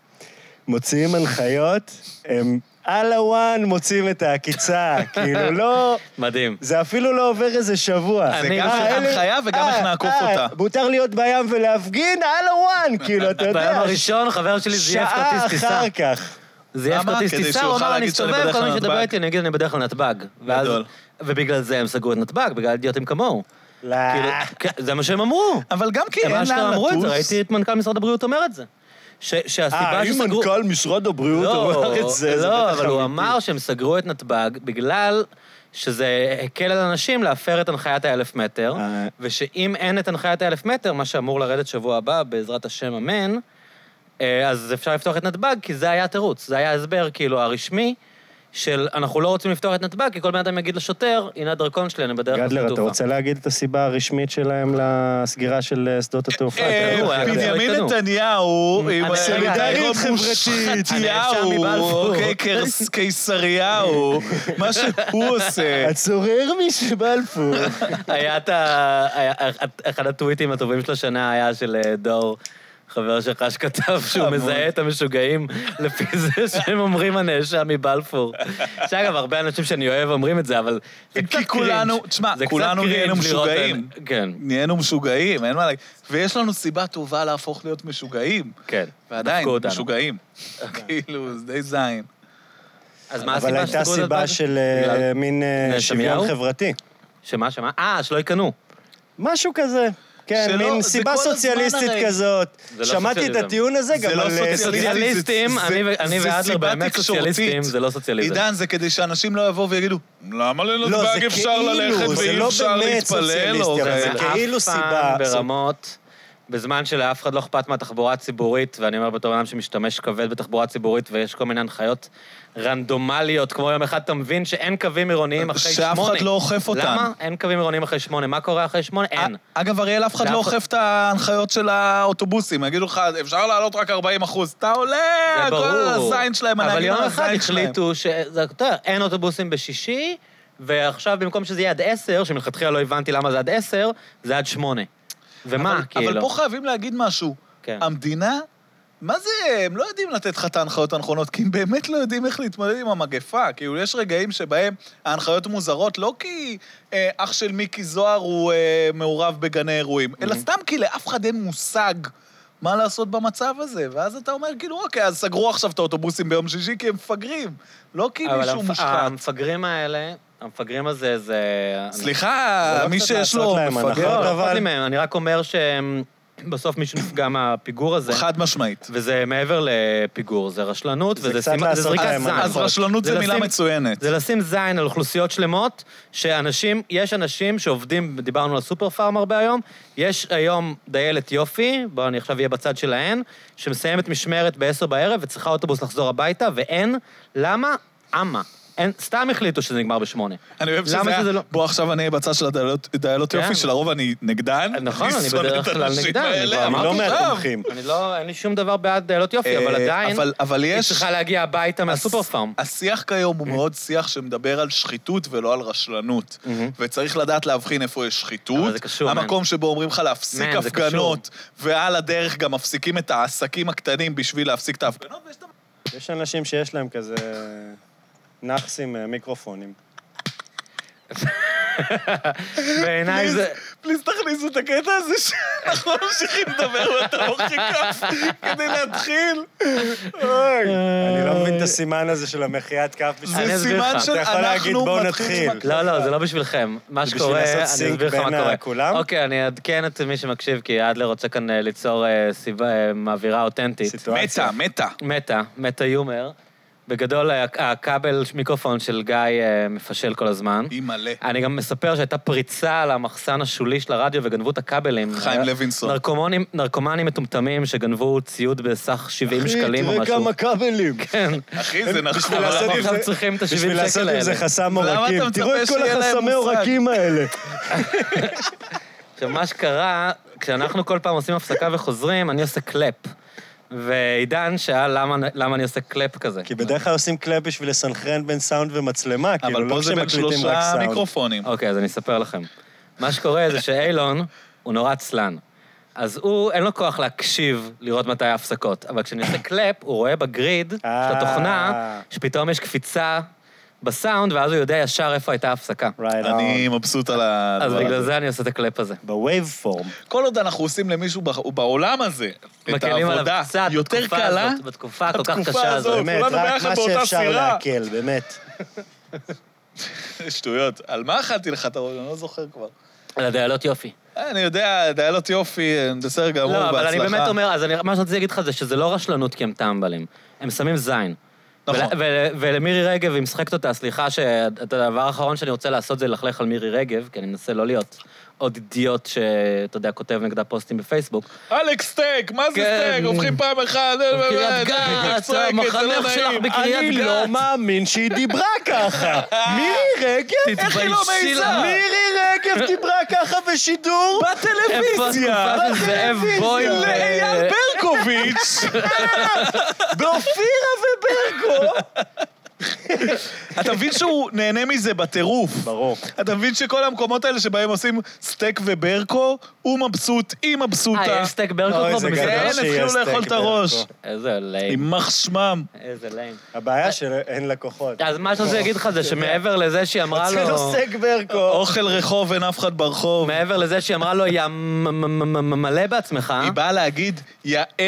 מוציאים הנחיות, הם על הוואן מוציאים את העקיצה, כאילו לא...
מדהים.
זה אפילו לא עובר איזה שבוע.
אני-
זה
אני-
גם
אה,
של
אלה-
הנחיה וגם
אה,
איך נעקוף
אה,
אותה.
מותר להיות בים ולהפגין, על הוואן, כאילו, אתה יודע.
ביום הראשון חבר שלי זייף
שעה
כרטיס טיסה.
אחר כך.
זייף
למה?
כרטיס
כדי
טיסה,
שהוא
הוא
יוכל
אמר, אני
להגיד שאני
אסתובב,
בדרך
כל מי
כלל
שדבר
נתב"ג."
איתי, אני אגיד, אני בדרך כלל נתב"ג. ואז-
גדול.
ובגלל זה הם סגרו את נתב"ג, בגלל אידיוטים כמוהו.
לא.
כאילו, כן, זה מה שהם אמרו.
אבל גם כי
הם
אה. אין
אשכרה
לאן
אמרו את
לטוס.
זה, ראיתי את מנכ"ל משרד הבריאות אומר את זה. ש- שהסיבה
אה, אם
שסגרו...
מנכ"ל משרד הבריאות
לא,
אמר את זה, זה
לא,
בטח
אבל הוא
אמיתי.
אמר שהם סגרו את נתב"ג בגלל שזה הקל על אנשים להפר את הנחיית האלף מטר,
אה.
ושאם אין את הנחיית האלף מטר, מה שאמור לרדת שבוע הבא, בעזרת השם אמן, אה, אז אפשר לפתוח את נתב"ג, כי זה היה התירוץ, זה היה ההסבר, כאילו, הרשמי. של אנחנו לא רוצים לפתוח את נתב"ג, כי כל בן אדם יגיד לשוטר, הנה הדרכון שלי, אני בדרך לשדה
גדלר, אתה
תעופה."
רוצה להגיד את הסיבה הרשמית שלהם לסגירה של אה, שדות התעופה?
אה,
תענו,
אתה יודע.
בדיוק.
בנימין
תענו.
נתניהו, עם
רגע,
הסולידריות
רגע,
חברתית,
אני ישר
יאו,
מבלפור.
אוקיי, קרס- קיסריהו, מה שהוא עושה.
הצורר משבלפור.
היה את ה... היה- אה, אחד הטוויטים הטובים של השנה היה של אה, דור, חבר שלך שכתב שהוא מזהה את המשוגעים לפי זה שהם אומרים הנאשם מבלפור. שאגב, הרבה אנשים שאני אוהב אומרים את זה, אבל זה
כי
קצת קרינג'.
כולנו- תשמע,
זה קצת
כולנו
קרינג'
נהיינו
לראות-
משוגעים.
כן,
נהיינו משוגעים, אין מה להגיד. ויש לנו סיבה טובה להפוך להיות משוגעים.
כן.
ועדיין,
דפקו אותנו. כן.
משוגעים. כאילו, זה די זין.
אז מה
אבל
הסיבה
הייתה
שסגרו את
סיבה
נתב"ג?
של אה,
בגלל-
מין אה,
נתניהו?
שוויון חברתי.
שמה, שמה? אה, שלא יקנו.
משהו כזה. כן,
שלא-
מין
זה
סיבה
כל הזמן
סוציאליסטית
הרי.
כזאת.
זה לא
שמעתי את
סוציאליזם.
הטיעון הזה גם
זה לא
על... אה,
סוציאליזם.
סוציאל-
סוציאליסטים,
זה-
אני ו-
זה
אני ואדלר
סיבה
באמת
תקשורתית.
סוציאליסטים, זה לא סוציאליזם.
עידן, זה כדי שאנשים לא יבואו ויגידו, למה
לא,
לנתב"ג
זה
אפשר ללכת
כאילו, זה
ואי
לא
אפשר
באמת
להתפלל? או
סוציאליסטי, אבל
כאלה?"
זה
זה
כאילו
אף פעם
סיבה-
ברמות, בזמן שלאף אחד לא אכפת מהתחבורה הציבורית, ואני אומר בתור אדם שמשתמש כבד בתחבורה ציבורית, ויש כל מיני הנחיות רנדומליות, כמו יום אחד אתה מבין שאין קווים עירוניים אחרי שמונה.
שאף אחד לא אוכף אותן.
למה? אין קווים עירוניים אחרי שמונה. מה קורה אחרי שמונה? אין.
אה, אגב, אריאל, אף אחד
כן. זה
לא
אף-
אוכף את ההנחיות של האוטובוסים. יגידו לך, אפשר לעלות רק 40 אחוז. אתה עולה,
זה
אה, כל
ברור.
הזין שלהם,
אבל
הנהגים
יום
על
אחד
הזין שלהם.
החליטו ש... זה- אתה יודע, אין אוטובוסים בשישי, ועכשיו במקום שזה יהיה עד עשר, שמלכתחילה לא הבנתי למה זה עד עשר, זה עד שמונה. ומה,
אבל-
כאילו?
אבל פה חייבים להגיד משהו.
כן.
המדינה, מה זה, הם לא יודעים לתת לך את ההנחיות הנכונות, כי הם באמת לא יודעים איך להתמודד עם המגפה. כאילו, יש רגעים שבהם ההנחיות מוזרות, לא כי אה, אח של מיקי זוהר הוא אה, מעורב בגני אירועים, אלא סתם כי לאף אחד אין מושג. מה לעשות במצב הזה? ואז אתה אומר, כאילו, אוקיי, אז סגרו עכשיו את האוטובוסים ביום שישי כי הם מפגרים. לא כי
אבל
מישהו
המפ-
מושחת.
המפגרים האלה, המפגרים הזה זה...
סליחה,
זה לא
מי
קצת
שיש
לעשות
לו
להם
מפגר.
הנחות,
לא, לא
אבל-
אכפת לי מהם, אני רק אומר שהם... בסוף מישהו נפגע מהפיגור הזה.
חד משמעית.
וזה מעבר לפיגור, זה רשלנות,
זה
וזה
קצת
סימן- זה
לעשות
זריקת
להם
זין.
אז
נכון.
רשלנות
זה
זה מילה
לשים-
מצוינת.
זה לשים זין על אוכלוסיות שלמות, שאנשים, יש אנשים שעובדים, דיברנו על סופר פארם הרבה היום, יש היום דיילת יופי, בואו אני עכשיו אהיה בצד שלהן, שמסיימת משמרת ב-10 בערב וצריכה אוטובוס לחזור הביתה, ואין, למה? אמה. אין, סתם החליטו שזה נגמר בשמונה.
אני אוהב
למה
שזה
שזה
היה,
לא-
בוא עכשיו אני אהיה בצד של הדיילות- הדיילות יופי,
כן.
שלרוב אני נגדן.
נכון, אני
שונא
בדרך
את
כלל
הנשים
נגדן, אני
האלה,
כבר
אני
אמרתי,
לא
אמרתי,
מהתומכים.
אני לא, אין לי שום דבר בעד דיילות יופי,
אה,
אבל עדיין,
אבל- אבל
היא
יש-
צריכה להגיע הביתה מהסופר פארם.
השיח כיום
Mm-hmm.
הוא מאוד שיח שמדבר על שחיתות ולא על רשלנות. וצריך לדעת להבחין איפה יש
אבל
שחיתות.
זה קשור,
המקום שבו אומרים לך להפסיק
מן, זה קשור.
הפגנות, ועל הדרך גם מפסיקים את העסקים הקטנים בשביל להפסיק את ההפגנות, ויש את המקום
יש אנשים שיש להם כזה נאחסים אה, מיקרופונים.
בעיניי זה...
פליז תכניסו את הקטע הזה שאנחנו ממשיכים לדבר ואתה מוחק כף כדי להתחיל. אוי.
אני לא מבין את הסימן הזה של המחיית כף בשביל...
אני
זה
אסביר
סימן
לך.
של
אתה יכול להגיד,
אנחנו
"בואו
מתחילים
נתחיל".
עם
לא, לא, זה לא בשבילכם. מה
בשביל
שקורה,
לעשות
אני
סינק
אסביר לך מה
בין אה,
קורה.
הכולם?
אוקיי, אני אעדכן את מי שמקשיב, כי אדלר רוצה כאן אה, ליצור אה, סיבה, אה, אווירה אותנטית.
סיטואציה.
מתה, מתה.
מטה, מטה יומר. בגדול, ה- הכבל מיקרופון של גיא אה, מפשל כל הזמן.
היא מלא.
אני גם מספר שהייתה פריצה על המחסן השולי של הרדיו וגנבו את הכבלים. אה,
חיים לוינסון.
נרקומונים, נרקומנים מטומטמים שגנבו ציוד בסך 70 שקלים או משהו.
כבלים.
כן.
אחי, זה נכון.
בשביל לעשות
אנחנו
עם
עכשיו
זה-
צריכים את ה- 70
בשביל
שקל
לעשות עם
האלה.
זה חסם
למה אתה
עורקים.
מצפה
תראו את כל
שיהיה להם
החסמי
מושג?
עורקים האלה.
עכשיו, מה שקרה, כשאנחנו כל פעם עושים הפסקה וחוזרים, אני עושה קלאפ. ועידן שאל למה, למה אני עושה קלאפ כזה.
כי בדרך כלל עושים קלאפ בשביל לסנכרן בין סאונד ומצלמה, כאילו,
אבל
לא
פה זה בין
כשמקליטים רק
שלושה
סאונד.
מיקרופונים.
אוקיי, אז אני אספר לכם. מה שקורה זה שאילון הוא נורא עצלן. אז הוא, אין לו כוח להקשיב, לראות מתי ההפסקות. אבל כשאני עושה קלאפ, הוא רואה בגריד של
אה.
התוכנה, שפתאום יש קפיצה בסאונד, ואז הוא יודע ישר איפה הייתה ההפסקה.
Right
אני
on.
מבסוט על
אוקיי, לא. אז
הדבר
בגלל
הזה.
זה אני עושה את הקלאפ הזה.
בווייב פורם.
כל עוד אנחנו עושים למישהו בח- בעולם הזה את
מקלים עליו
העבודה
קצת
יותר
בתקופה
קלה,
הזאת, בתקופה הכל כך
בתקופה
קשה
הזאת.
הזאת.
באמת,
כולנו
רק
ביחד
מה
באותה
שאפשר
סירה.
להקל, באמת.
שטויות. על מה אכלתי לך את הראש? אני לא זוכר כבר. אה,
על הדיילות יופי.
אני יודע, דיילות יופי, אה, בסדר גמור,
לא,
בהצלחה.
אבל אני באמת אומר, אז אני, מה שרציתי להגיד לך זה שזה לא רשלנות כי הם טמבלים, הם שמים זין.
נכון.
ול, ול, ולמירי רגב, היא משחקת אותה, סליחה שהדבר האחרון שאני רוצה לעשות זה ללכלך על מירי רגב, כי אני מנסה לא להיות עוד אידיוט שאתה יודע, כותב נגדה פוסטים בפייסבוק.
אלכס סטייק, מה זה
כן.
סטייק? הופכים פעם אחת, אה, אה,
קריית
אה,
גת,
צועקת, זה לא
המחנך
נעים.
שלך בקריית
אני לא
גת.
מאמין שהיא דיברה ככה. מירי רגב?
איך היא לא
תתביישי
מעיזה?
לך.
מירי רגב דיברה ככה בשידור?
איפה
בטלוויזיה.
התקופה של זאב
בטלוויזיה.
בוים?
לאייל
ו-
ברקוביץ'.
באופירה וברקו.
אתה מבין שהוא נהנה מזה בטירוף.
ברור.
אתה מבין שכל המקומות האלה שבהם עושים סטייק וברקו, הוא מבסוט, היא
אה,
מבסוטה.
יש סטייק ברקו
אוי,
כבר
זה
במסעדה?
כן,
גדול שיהיה
התחילו לאכול
סטייק
את הראש.
ברקו.
איזה ליים,
יימח שמם.
איזה ליים.
הבעיה שאין לקוחות.
אז מה שאני רוצה להגיד לך זה שמעבר לזה שהיא אמרה
לא
זה
לו...
נוסק ברקו.
אוכל רחוב, אין אף אחד ברחוב.
מעבר לזה שהיא אמרה לו, יא מ- מ- מ- מ- מלא בעצמך.
היא באה להגיד, יא
מלא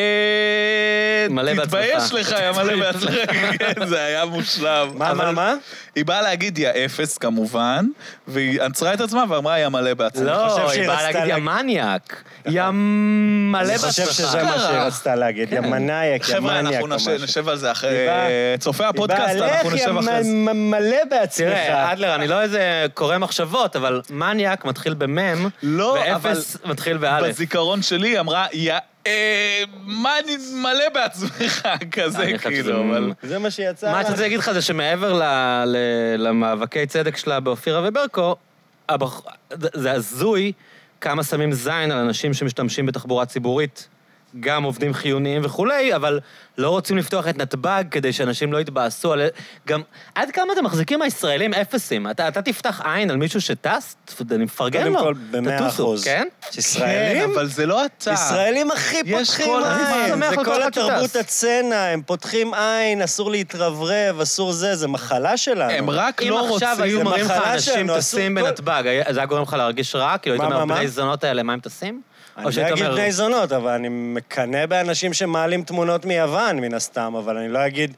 אה...
בעצמך.
תתבייש לך, יא מלא בעצמך. כן, זה היה מושלם.
מה, מה,
אבל
מה?
היא באה להגיד יא אפס, כמובן, והיא עצרה את עצמה ואמרה יא מלא בעצמך.
לא,
חושב
היא
שהיא
באה
רצתה
להגיד, יא
להגיד- נכון.
מניאק. יא מלא
אני חושב
בעצמך.
שזה מה
קרה.
שהיא רצתה להגיד, יא מניאק, יא
חבר'ה,
מניאק
אנחנו
או
נש-
משהו.
נשב על זה אחרי...
היא באה-
צופי
היא באה,
הפודקאסט, אנחנו
לך, יא
נשב אחרי זה.
מ- מ- מלא
תראה,
בעצמך.
אדלר, אני לא איזה קורא מחשבות, אבל מניאק מתחיל במם,
לא,
ואפס מתחיל באלף.
בזיכרון שלי היא אמרה יא... אה... מה אני מלא בעצמך? כזה
אני חושב שזה-
כאילו, אבל...
זה מה שיצא
מה
לה.
שאני רוצה להגיד לך זה שמעבר ל- ל- למאבקי צדק שלה באופירה וברקו, הבח- זה- זה הזוי כמה שמים זין על אנשים שמשתמשים בתחבורה ציבורית, גם עובדים חיוניים וכולי, אבל לא רוצים לפתוח את נתב"ג כדי שאנשים לא יתבאסו על... גם עד כמה אתם מחזיקים הישראלים אפסים? אתה, אתה תפתח עין על מישהו שטס? אני מפרגן
קודם
לו.
כל, במאה
תטוסו,
אחוז.
לא, כן?
ישראלים?
אבל זה לא אתה.
ישראלים הכי
יש
פותחים
כל- אני
עין,
שמח
זה
על כל
כל
אחד
התרבות
שטס.
הצנע, הם פותחים עין, אסור להתרברב, אסור זה, זה מחלה שלנו.
הם רק
אם
לא
עכשיו
רוצים...
היו
זה
מראים לך
מחלה
אנשים
שלנו,
טסים
אסור-
בנתב"ג, היה- זה היה גורם לך להרגיש רע? כאילו היית
מה,
אומר,
מה, מה?
בני זונות האלה, מה הם טסים?
אני לא אגיד בני זונות, אבל אני מקנא באנשים שמעלים תמונות מיוון, מן הסתם, אבל אני לא אגיד...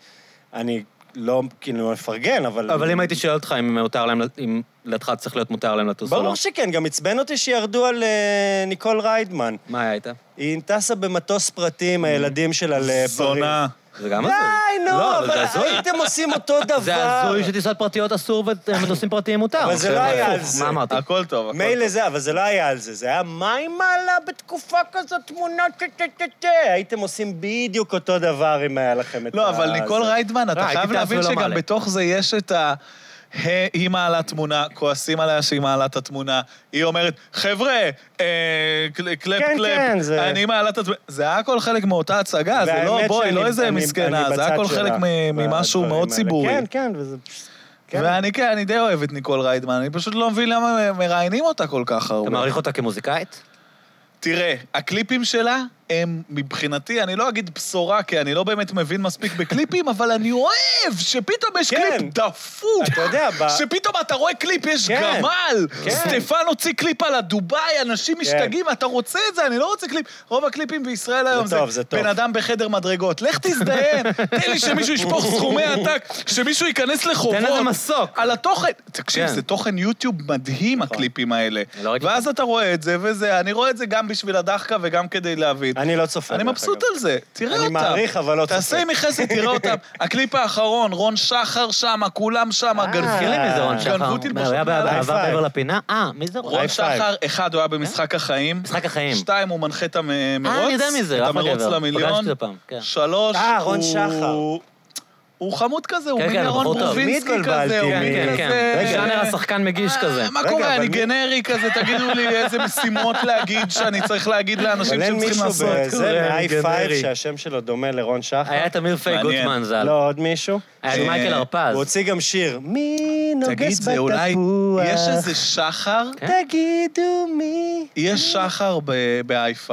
אני לא, כאילו, לפרגן, אבל...
אבל אם הייתי שואל אותך אם מותר להם, אם לדעתך צריך להיות מותר להם לטוס או לא,
ברור שכן, גם עצבן אותי שירדו על אה, ניקול ריידמן.
מה היה איתה?
היא טסה במטוס פרטי עם הילדים שלה
אה,
לפריז.
זונה.
זה גם הזוי.
די, נו,
לא, אבל
אבל
זה הזוי.
הייתם עושים אותו דבר.
זה הזוי שטיסות פרטיות אסור ומטוסים פרטיים מותר.
אבל זה לא היה על
הפוך,
זה.
מה אמרתי?
הכל טוב, הכל
מילא
טוב.
זה, אבל זה לא היה על זה, זה היה מה היא מעלה בתקופה כזאת תמונות טה-טה-טה-טה. הייתם עושים בדיוק אותו דבר אם היה לכם את
לא, אבל
ה-
ניקול
אה, זה.
ריידמן,
לא,
אתה
הייתי
חייב
טס
להבין
ולא
שגם
מעלה.
בתוך זה יש את ה... "ה- היא מעלה תמונה, כועסים עליה שהיא מעלה את התמונה. היא אומרת, חבר'ה, אה, קל- קלפ
כן,
קלפ,
כן, זה-
אני מעלה את התמונה. זה היה הכל חלק מאותה הצגה, זה לא,
והאמת
בואי,
שאני-
לא איזה
אני-
מסכנה,
אני
זה היה
בצד
הכל
שלה
חלק מ- ממשהו
בדברים
מאוד
האלה.
ציבורי.
כן, כן, וזה... כן.
ואני כן, אני די אוהב את ניקול ריידמן, אני פשוט לא מבין למה מראיינים אותה כל כך הרבה.
אתה מעריך אותה כמוזיקאית?
אה,
תראה, הקליפים שלה הם מבחינתי, אני לא אגיד בשורה, כי אני לא באמת מבין מספיק בקליפים, אבל אני אוהב שפתאום יש
כן.
קליפ דפוק.
אתה יודע, ב-
שפתאום אתה רואה קליפ, יש
כן.
גמל.
כן.
סטפן הוציא קליפ על הדובאי, אנשים משתגעים, אתה רוצה את זה, אני לא רוצה קליפ. רוב הקליפים בישראל היום
טוב, זה טוב.
בן אדם בחדר מדרגות. לך תזדיין, תן לי שמישהו ישפוך סכומי עתק, שמישהו ייכנס לחובות.
תן לזה מסוק.
על התוכן. תקשיב,
כן.
זה תוכן יוטיוב מדהים,
נכון.
הקליפים האלה.
לא ראיתי
ואז אתה רואה את זה וזה, אני רואה את זה גם בשביל הדחקה וגם כדי להבין.
אני לא צופה.
אני
דרך
מבסוט
אגב.
על זה, תראה
אני
אותם.
מעריך, אבל לא צופה.
תעשה עם יחסי, תראה אותם. הקליפ האחרון, רון שחר שמה, כולם שמה, גנבו.
מכירים מזה רון
אה,
שחר?
גנבו תלבושת.
הוא היה
מעל.
בעבר
היי-פיי.
מעבר לפינה? אה, מי זה רון?
רון
High five.
שחר, אחד, הוא היה במשחק החיים.
אה? משחק החיים.
שתיים, הוא מנחה את המרוץ.
אה, אני יודע מי זה,
את
אחלה
המרוץ
גבר. פגשתי
למיליון.
אותו פעם, כן.
שלוש,
אה, רון
הוא-
שחר.
הוא חמוד כזה, הוא
כן,
מין
כן,
ירון
הבחור טוב.
ברובינסקי
תמיד
כזה, הוא
התבלבלתי,
מין
כן,
רגע,
כן,
כזה...
כן. ז'אנר השחקן מגיש
אה,
כזה.
מה
רגע,
קורה?
אבל
אני
מי-
גנרי כזה, תגידו לי איזה משימות להגיד שאני צריך להגיד לאנשים
אבל אין
שהם צריכים
מישהו
לעשות.
בזה,
כן,
מהי
גנרי.
פייב, שהשם שלו דומה לרון שחר?
היה תמיר פייק
מעניין.
גוטמן ז"ל.
לא, עוד מישהו?
היה את
ש-
מייקל
הוא
הרפז.
הוציא גם שיר. מי נוגס בתפוח?
תגיד, זה אולי... יש איזה שחר?
תגידו מי...
יש שחר ב- ב-i5,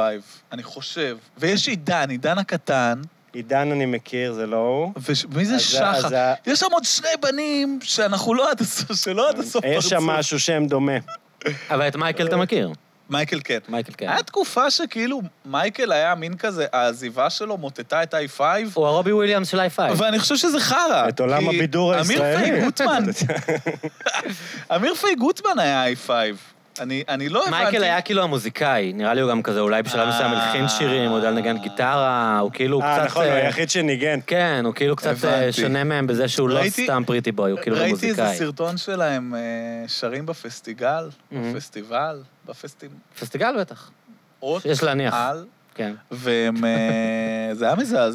אני חושב. ויש עידן, עידן הקטן.
עידן אני מכיר, זה לא הוא.
ומי זה
אז-
שחר?
אז ה-
יש שם עוד שני בנים שאנחנו לא עד הסוף, שלא עד הסוף
אה, יש שם
פרצו.
משהו שם דומה.
אבל את מייקל אתה מכיר.
מייקל כן.
מייקל כן.
היה תקופה שכאילו מייקל היה מין כזה, העזיבה שלו מוטטה את i5,
הוא הרובי וויליאמס של אי-פייב.
ואני חושב שזה חרא.
את עולם
כי
הבידור הישראלי.
אמיר פייג גוטמן, אמיר פייג גוטמן היה i5. אני, אני לא הבנתי...
מייקל היה כאילו המוזיקאי, נראה לי הוא גם כזה, אולי בשלב מסוים הלחין שירים, הוא יודע לנגן גיטרה, הוא כאילו קצת...
אה, נכון, הוא
אה,
היחיד שניגן.
כן, הוא כאילו קצת אה,
הבנתי.
שונה מהם בזה שהוא לא
ראיתי-
סתם פריטי בוי, הוא כאילו גם
ראיתי איזה
מוזיקאי. Mhm.
סרטון שלהם אה, שרים בפסטיגל,
מהמם.
בפסטיבל, בפסטיבל,
פסטיגל בטח, יש להניח. כן.
והם... אה, זה היה מזעזע.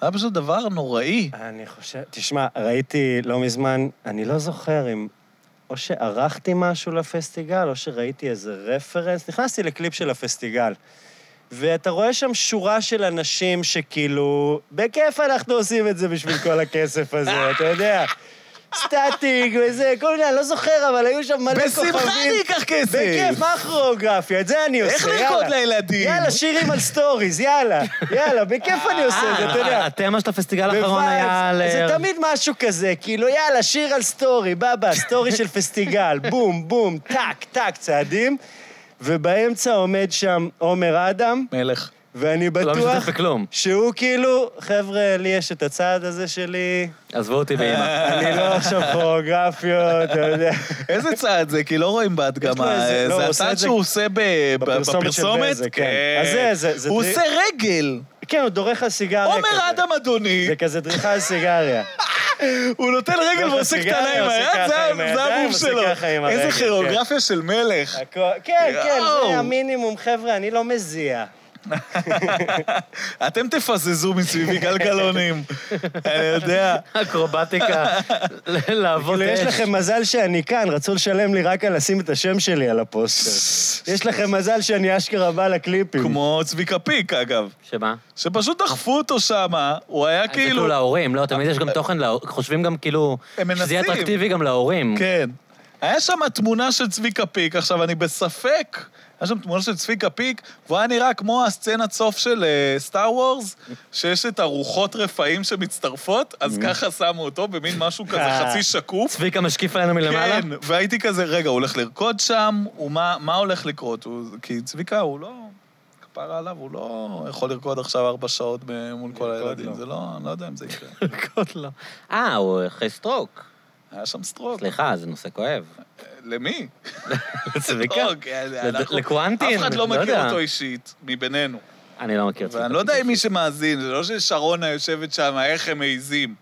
זה היה פשוט דבר נוראי.
אני חושב... תשמע, ראיתי לא מזמן, אני לא זוכר אם... או שערכתי משהו לפסטיגל, או שראיתי איזה רפרנס. נכנסתי לקליפ של הפסטיגל, ואתה רואה שם שורה של אנשים שכאילו, בכיף אנחנו עושים את זה בשביל כל הכסף הזה, אתה יודע. סטטיק וזה, כל מיני, אני לא זוכר, אבל היו שם מלא כוכבים.
בשמחה אני אקח כסף.
בכיף, מה הכוריאוגרפיה? את זה אני עושה,
איך
יאללה.
לרקוד לילדים?
יאללה, שירים על סטוריז, יאללה. יאללה, בכיף אני עושה את זה, אתה יודע.
אה, התמה של הפסטיגל האחרון
בווייבס.
היה על...
זה
אה,
תמיד משהו כזה, כאילו, יאללה, שיר על סטורי, בבא, סטורי של פסטיגל, בום, בום, טק, טק, צעדים. ובאמצע עומד שם עומר אדם,
מלך.
ואני
לא משתתף
בטוח
בכלום.
שהוא כאילו, חבר'ה, לי יש את הצעד הזה שלי,
עזבו אותי באמא.
אני לא עכשיו כוריאוגרפיות, אתה יודע.
איזה צעד זה? כי לא רואים
לו
בהדגמה.
איזה-
אה,
לא, הוא
זה
עושה
הצעד
את זה
שהוא עושה ב- ב-
בפרסומת של
בפרסומת?
בזק, כן. אז זה- זה- זה
הוא
דרי-
עושה רגל.
כן, הוא דורך על סיגריה
עומר
כזה.
אדם, אדוני,
זה כזה דריכה על סיגריה.
הוא נותן רגל
לא,
ועושה
בסיגריה,
קטנה עם
עושה
היד,
ככה
זה-
עם
זה
הידיים,
הבוב
עושה
שלו.
ככה עם הרגל,
איזה
כן.
כירוגרפיה של מלך.
הכל- כן, כן,
יואו.
זה המינימום, חבר'ה, אני לא מזיע.
אתם תפזזו מסביבי גלגלונים. אני יודע.
אקרובטיקה, ל- לעבוד אה,
כאילו,
אש.
יש לכם מזל שאני כאן, רצו לשלם לי רק על לשים את השם שלי על הפוסטר. יש לכם מזל שאני אשכרה בא לקליפים.
כמו צביקה פיק, אגב.
שמה?
שפשוט דחפו אותו שמה, הוא היה
זה כאילו
כאילו...
להורים, לא, תמיד יש גם תוכן, להור- חושבים גם כאילו,
הם מנסים.
שזה יהיה אטרקטיבי גם להורים.
כן. היה שם תמונה של צביקה פיק, עכשיו, אני בספק. היה שם תמונה של צביקה פיק, והוא היה נראה כמו הסצנת סוף של אה, סטאר וורס, שיש את הרוחות רפאים שמצטרפות, אז ככה שמו אותו במין משהו כזה
אה.
חצי שקוף.
צביקה משקיף עלינו מלמעלה?
כן, והייתי כזה, רגע, הוא הולך לרקוד שם, ומה מה הולך לקרות? הוא, כי צביקה, הוא לא... כפרה עליו, הוא לא יכול לרקוד עכשיו ארבע שעות ב- מול כל
לרקוד
הילדים.
לא.
זה לא, אני לא יודע אם זה יקרה.
לרקוד לו. אה, הוא אחרי סטרוק.
היה שם סטרוק.
סליחה, זה נושא כואב.
למי?
צביקה?
סטרוק, אה, אנחנו-
לקוונטין?
אף אחד לא
לא
מכיר
יודע.
אותו אישית, מבינינו.
אני לא מכיר את
ואני לא יודע אם מי שמאזין, זה לא ששרונה יושבת שם, איך הם מעיזים.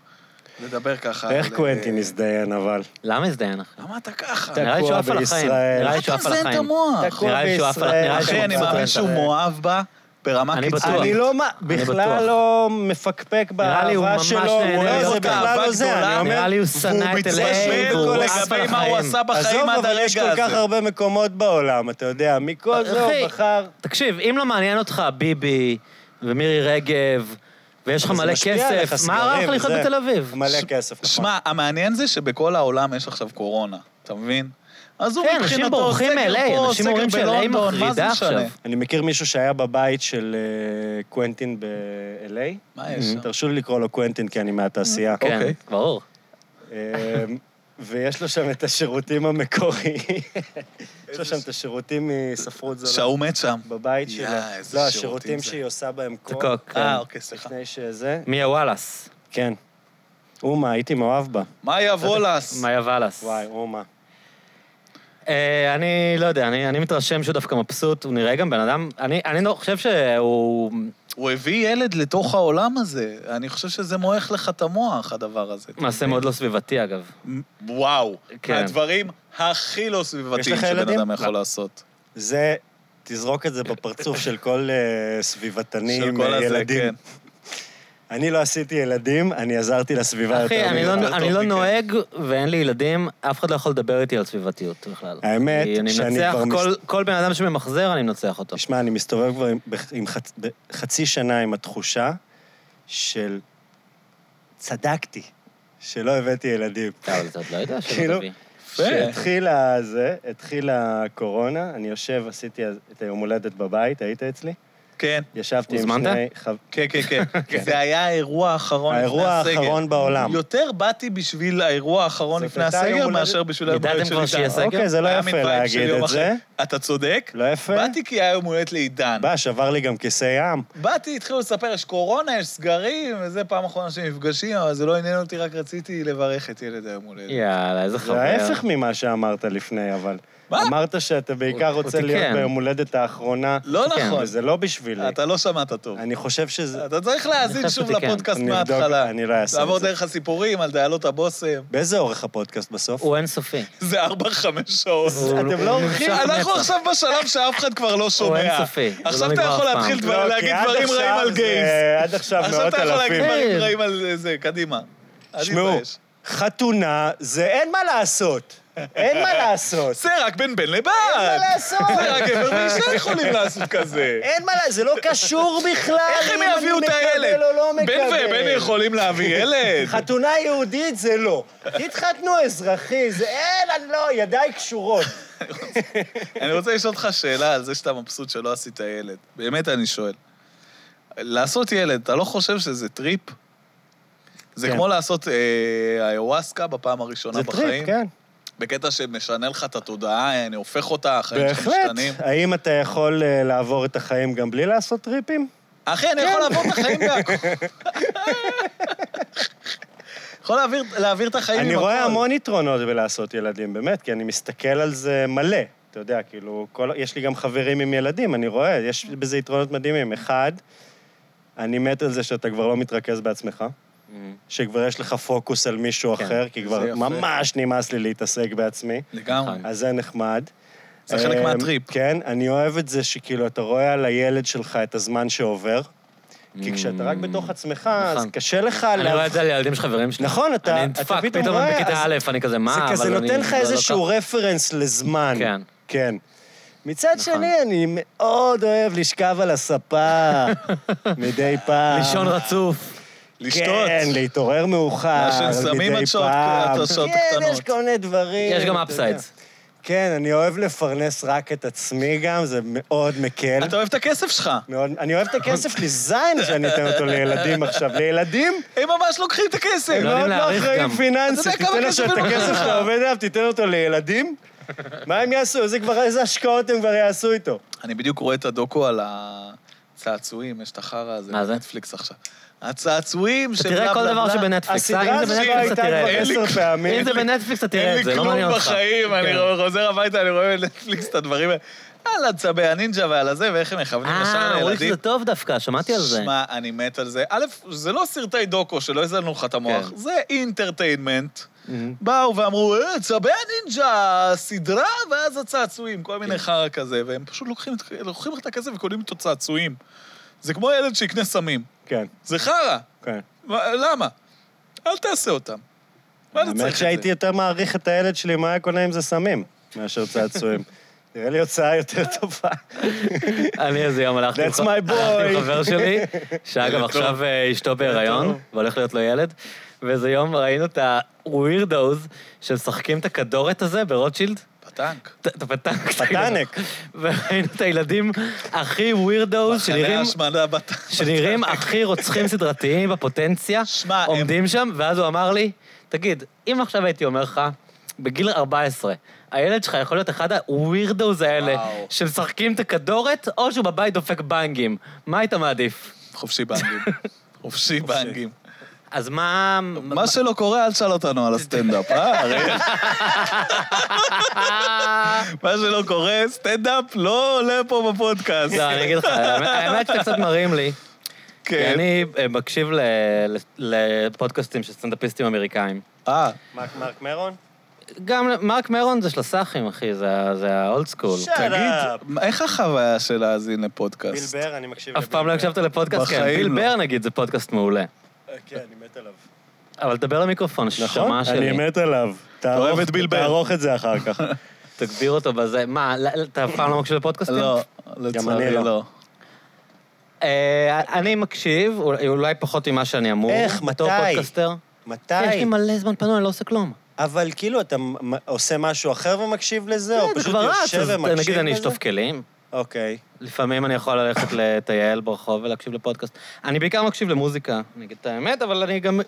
לדבר ככה.
איך
על- אה,
קוונטין הזדהן, אבל?
למה הזדיין אחי?
למה אתה ככה?
אתה
נראה לי שהוא
תקוע
עף על החיים.
בישראל.
נראה לי
אתה
שהוא עף על
מזיין את
החיים.
המוח.
תקוע
נראה לי שהוא עף על-
בישראל.
נראה לי שהוא
אחי, אני
מוצא
מאמין
את
שהוא
זה.
מאוהב בה ברמה
אני
קיצונית.
בטוח.
אני לא, מה-
אני
בכלל
בטוח.
לא מפקפק
נראה לי הוא
באהבה
ממש
שלו,
נהנה
לא,
להיות
זה בכלל
באהבה
לא זה,
גדולה.
אני אומר.
נראה לי הוא
והוא
שנא את
ביצע
אליהם,
שינוי
והוא
בכל
עף על
לגבי מה הוא
החיים.
עשה
עזוב,
בחיים עד
אבל
הרגע הזה.
יש כל כך הרבה מקומות בעולם, אתה יודע, מכל זה הוא
אה, אחי,
בחר...
תקשיב, אם לא מעניין אותך ביבי ומירי רגב, ויש לך
אז
מלא
משפיע עליך,
כסף, מה רע לך
סגרים,
לחיות
זה.
בתל אביב?
מלא כסף, נכון.
שמע, המעניין זה שבכל העולם יש עכשיו קורונה, אתה מבין? אז הוא
כן, אנשים
מבחינתו
בורחים
סגר
מ-LA,
פה,
אנשים
סגר
אומרים ש-LA
בלונדון, מה זה
מחרידה
משנה?
עכשיו.
אני מכיר מישהו שהיה בבית של אה, קוונטין ב-LA.
מה יש שם?
תרשו לי לקרוא לו קוונטין, כי אני מהתעשייה.
כן,
אוקיי.
ברור.
אה, ויש לו שם את השירותים המקוריים. יש לו שם את השירותים מספרות זולה.
שהוא מת שם.
לא- בבית
יא,
שלה.
איזה
לא,
שירותים
השירותים
זה.
שהיא עושה בהם קוק.
קוק, כן.
אה, אוקיי, סליחה.
לפני שזה.
מיה וואלאס.
כן. אומה, הייתי מאוהב בה.
מה יבוא לס?
מאיה וואלאס.
וואי, אומה.
אה, אני לא יודע, אני אני מתרשם שהוא דווקא מבסוט, הוא נראה גם בן אדם, אני אני לא חושב שהוא...
הוא הביא ילד לתוך העולם הזה. אני חושב שזה מועך לך את המוח, הדבר הזה.
מעשה מאוד לא סביבתי, אגב.
וואו.
כן.
הדברים הכי לא
יש
סביבתיים
לך
שבן
ילדים?
אדם יכול
לא.
לעשות.
זה, תזרוק את זה בפרצוף של כל אה, סביבתני
של
עם
כל
אה,
הזה,
ילדים.
כן.
אני לא עשיתי ילדים, אני עזרתי לסביבה יותר
אחי, אני
מדי.
לא-
יותר
אני
טוב
לא
מכם.
נוהג ואין לי ילדים, אף אחד לא יכול לדבר איתי על סביבתיות בכלל.
האמת
כי
שאני
מנצח,
כבר מס-
כל- כל בן אדם שממחזר, אני מנצח אותו.
תשמע, אני מסתובב כבר עם, בח- עם חצ... ב- חצי שנה עם התחושה של צדקתי, שלא הבאתי ילדים.
אתה אבל אתה עוד לא יודע
כאילו,
שלא תביא.
כשהתחיל הזה, התחיל הקורונה, אני יושב, עשיתי אז את היום הולדת בבית, היית אצלי?
כן,
ישבתי עם
הוזמנת?
שני... חב...
כן, כן, כן. זה היה האירוע האחרון לפני הסגר.
האירוע האחרון בעולם.
יותר באתי בשביל האירוע האחרון
זאת
לפני
הייתה יום
הסגר
הולדת.
מאשר בשביל
ידעתם
האירוע של
כבר
עידן.
שיהיה סגר?
אוקיי, זה לא
היה
יפה
מין וייב של
להגיד
יום
את
אחרי.
זה.
אתה צודק.
לא יפה?
באתי כי היה יום הולדת לעידן.
בא, שבר לי גם כיסא ים.
באתי, התחילו לספר, יש קורונה, יש סגרים, וזה פעם אחרונה שנפגשים, אבל זה לא עניין אותי, רק רציתי לברך את ילד היום הולדת.
יאללה, איזה חבר.
זה ההפך ממה שאמרת לפני, אבל.
מה?
אמרת שאתה בעיקר
הוא-
רוצה
הוא
להיות
תיקן.
ביום הולדת האחרונה.
לא
כן,
נכון,
וזה לא בשבילי.
אתה לא שמעת טוב.
אני חושב שזה...
אתה צריך להאזין
חושב
שוב
שכן.
לפודקאסט
אני אבדוק,
מההתחלה.
אני לא אעשה את זה.
לעבור דרך הסיפורים על דיילות הבושם.
באיזה אורך הפודקאסט בסוף?
הוא אינסופי.
זה ארבע, חמש שעות.
הוא-
אתם
הוא
לא
נמשך
עורכים?
לנצח.
אנחנו עכשיו בשלב שאף אחד כבר לא שומע.
אינסופי, הוא לא
עכשיו אתה
נגמר
יכול
אף
להתחיל
פעם.
לא,
דבר-
כי
להגיד
עד
דברים רעים
עכשיו
על
זה-
גייז.
עד עכשיו
עכשיו
מאות
אתה יכול להגיד
אלפים.
דברים
כן.
רעים על זה, קדימה. אל
תשמעו,
תתבייש.
חתונה זה אין מה לעשות. אין מה לעשות.
זה רק בין בן לבת.
אין מה לעשות.
זה רק גבר ואישה יכולים לעשות כזה.
אין מה לעשות, זה לא קשור בכלל
איך הם
אם
יביאו
אני
את הילד?
מקבל או לא
בן
מקבל.
ובן יכולים להביא ילד.
חתונה יהודית זה לא. תתחתנו אזרחי, זה אין, אני לא, ידיי קשורות.
אני רוצה לשאול אותך שאלה על זה שאתה מבסוט שלא עשית ילד. באמת אני שואל. לעשות ילד, אתה לא חושב שזה טריפ? זה
כן.
כמו לעשות אה, איוואסקה בפעם הראשונה
זה
בחיים.
טריפ, כן.
בקטע שמשנה לך את התודעה, אני הופך אותה, החיים שלך
בהחלט.
משתנים.
האם אתה יכול אה, לעבור את החיים גם בלי לעשות טריפים?
אחי,
כן.
אני יכול לעבור את החיים בהכל. יכול להעביר, להעביר את החיים עם
אני רואה
הכל.
המון יתרונות בלעשות ילדים, באמת, כי אני מסתכל על זה מלא. אתה יודע, כאילו, כל... יש לי גם חברים עם ילדים, אני רואה, יש בזה יתרונות מדהימים. אחד, אני מת על זה שאתה כבר לא מתרכז בעצמך, שכבר יש לך פוקוס על מישהו
כן,
אחר, כי
Mm-hmm. זה
כבר
יפה.
ממש נמאס לי להתעסק בעצמי,
לגמרי.
נכון.
אז זה נחמד.
זה חלק
אה,
מהטריפ.
כן, אני אוהב את זה שכאילו, אתה רואה על הילד שלך את הזמן שעובר, כי כשאתה רק בתוך עצמך, אז
Mm. נכון.
קשה לך
אני רואה
להבחין.
את זה על ילדים של חברים שלי.
נכון, אתה,
אני
אתה
נדפק,
פתאום
פתאום
רואה,
אני בכיתה
אז
א', אני כזה, מה?
זה כזה
אבל
נותן
אני-
לך
לא, לא
איזשהו
ככה.
רפרנס לזמן.
כן.
כן. מצד
נכון.
שני, אני מאוד אוהב לשכב על הספה מדי פעם.
לישון רצוף.
לשתות.
כן, להתעורר מאוחר מדי פעם.
לעשן סמים עד שעות- עד השעות
כן,
הקטנות.
יש כל מיני דברים.
יש גם
אתה יודע.
אפסיידס.
כן, אני אוהב לפרנס רק את עצמי גם, זה מאוד מקל.
אתה אוהב את הכסף שלך.
מאוד- אני אוהב את הכסף שלי, זין שאני אתן אותו לילדים עכשיו. לילדים?
הם ממש לוקחים את הכסף.
הם
יודעים
מאוד לא
להעריך
אחראים
גם.
פיננסית.
אתה יודע
תיתן עכשיו
כמה כסף
את
הם
הכסף
לוקחים?
שאתה עובד עליו, תיתן אותו לילדים, מה הם יעשו? איזה כבר, איזה השקעות הם כבר יעשו איתו?
אני בדיוק רואה את הדוקו על הצעצועים, יש את החרא הזה
מה זה?
בנטפליקס עכשיו. הצעצועים
אתה
של
תראה
בלה
כל
בלה
דבר
בלה.
שבנטפליקס, אה,
הסדרה
אם זה
הזאת
בנטפליקס אתה
הייתה
תראה
כבר
את זה.
אין לי-
עשר פעמים.
אם זה בנטפליקס אתה תראה
אין
את זה,
לי
לא מעניין
כלום
אותך.
בחיים, אני
כן.
חוזר הביתה, אני רואה בנטפליקס את הדברים האלה. על הצבי הנינג'ה ועל הזה, ואיך הם מכוונים ישר
אה, אמרו לי
לילדים.
שזה טוב דווקא, שמעתי על זה.
שמע, אני מת על זה. א', זה לא סרטי דוקו שלא יזלנו לך את המוח,
כן.
זה אינטרטיינמנט.
אמ,
באו ואמרו, אה, צבי הנינג'ה, סדרה, ואז הצעצועים, כל
כן.
מיני חרא כזה, והם פשוט לוקחים את- לוקחים לך את הכסף וקונים איתו צעצועים. זה כמו ילד שיקנה סמים.
כן,
זה חרא.
כן.
מה- למה? אל תעשה אותם. מה אתה צריך
האמת
את זה?
שהייתי יותר מעריך את הילד שלי, מה היה קונה עם זה סמים, מאשר צעצועים. נראה לי הוצאה יותר טובה.
אני איזה יום הלכתי עם
That's
ח-
my boy.
הלכתי עם חבר שלי,
ילד
שאגב
טוב.
עכשיו אה, אשתו בהיריון, והולך להיות לו ילד, ואיזה יום ראינו את הווירדוז שמשחקים את הכדורת הזה ברוטשילד.
פטנק.
ת- את הפטנק.
פתנק.
וראינו את הילדים הכי ווירדוז,
מחנה
שנראים
השמדה בטנק.
שנראים הכי רוצחים סדרתיים בפוטנציה,
אוקיי. שמע, הם-
עומדים שם, ואז הוא אמר לי, תגיד, אם עכשיו הייתי אומר לך, בגיל 14, הילד שלך יכול להיות אחד הווירדוז האלה,
וואו.
שמשחקים את הכדורת, או שהוא בבית דופק בנגים, מה היית מעדיף?
חופשי באנגים. חופשי באנגים.
אז מה...
מה שלא קורה, אל תשאל אותנו על הסטנדאפ, אה? הרי מה שלא קורה, סטנדאפ לא עולה פה בפודקאסט.
לא, אני אגיד לך, האמת- האמת שאתה קצת מרים לי. כי
כן.
אני אה, מקשיב ל- ל- לפודקאסטים של סטנדאפיסטים אמריקאים.
אה,
מרק מרק מרון?
גם מרק מרון זה של הסאחים, אחי, זה- זה האולד סקול.
שאט אפ.
תגיד, איך החוויה של להאזין
ביל
לפודקאסט?
בר, אני מקשיב
אף פעם לא הקשבת לפודקאסט? כן,
בחיים
ביל
לא.
בר נגיד זה פודקאסט מעולה.
כן, אני מת עליו.
אבל תדבר למיקרופון, שמה
נכון, אני
נכון? שלי.
מת עליו.
אוהב את ביל
תערוך-
בר.
תערוך את זה אחר כך.
תגביר אותו בזה. מה, לא- אתה אף פעם לא מקשיב לפודקאסטים?
לא,
אני
לצערי
לא.
לא.
אה, אני מקשיב, אולי- אולי פחות ממה שאני אמור.
איך?
בתור
מתי?
פודקאסטר. כן,
מתי?
יש לי מלא זמן פנוי, אני לא עושה כלום.
אבל כאילו, אתה מ- עושה משהו אחר ומקשיב לזה, או
כן, זה
פשוט
כבר רץ,
יושב
אז
ומקשיב לזה?
נגיד אני אשטוף כלים.
אוקיי.
לפעמים אני יכול ללכת לטייל ברחוב ולהקשיב לפודקאסט. אני בעיקר מקשיב למוזיקה, אני אגיד את האמת, אבל אני גם...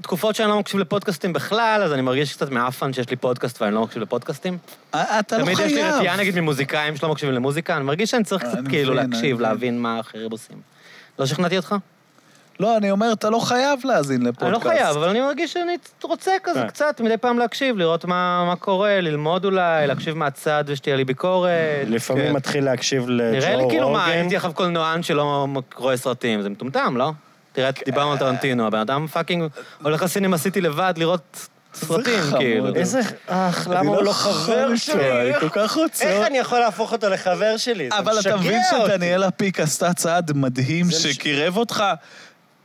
תקופות שאני לא מקשיב לפודקאסטים בכלל, אז אני מרגיש קצת מעפן שיש לי פודקאסט ואני לא מקשיב לפודקאסטים.
אה, אתה לא
תמיד יש לי רתיעה
חייב.
נגיד ממוזיקאים שלא מקשיבים למוזיקה, אני מרגיש שאני צריך
אה,
קצת
אני
כאילו
מבין, אני
להקשיב,
מבין.
להבין מה האחרים עושים. לא שכנעתי אותך?
לא, אני אומר, אתה לא חייב להאזין
אני לא
לפודקאסט.
חייב, אבל אני מרגיש שאני רוצה כזה
אה.
כן.
קצת מדי פעם להקשיב, לראות מה מה קורה, ללמוד אולי, להקשיב מהצד ושתהיה לי ביקורת.
לפעמים
כן.
מתחיל להקשיב
נראה לי
לג'ו
כאילו מה,
רוגן.
הייתי עכשיו קולנוען שלא רואה סרטים, זה מטומטם, לא? תראה, דיברנו על
כן.
טרנטינו, הבן אדם פאקינג הולך לסינים עשיתי לבד לראות סרטים,
חמוד.
כאילו.
איזה... אך,
אני
למה הוא לא
יכול
חבר
איתו,
שלי?
אני כל כך רוצה.
איך אני יכול להפוך אותו לחבר שלי? זה
אבל אתה
משגע
מבין
אותי.
שדניאלה פיק עשתה צעד מדהים
זה מש-
שקירב אותך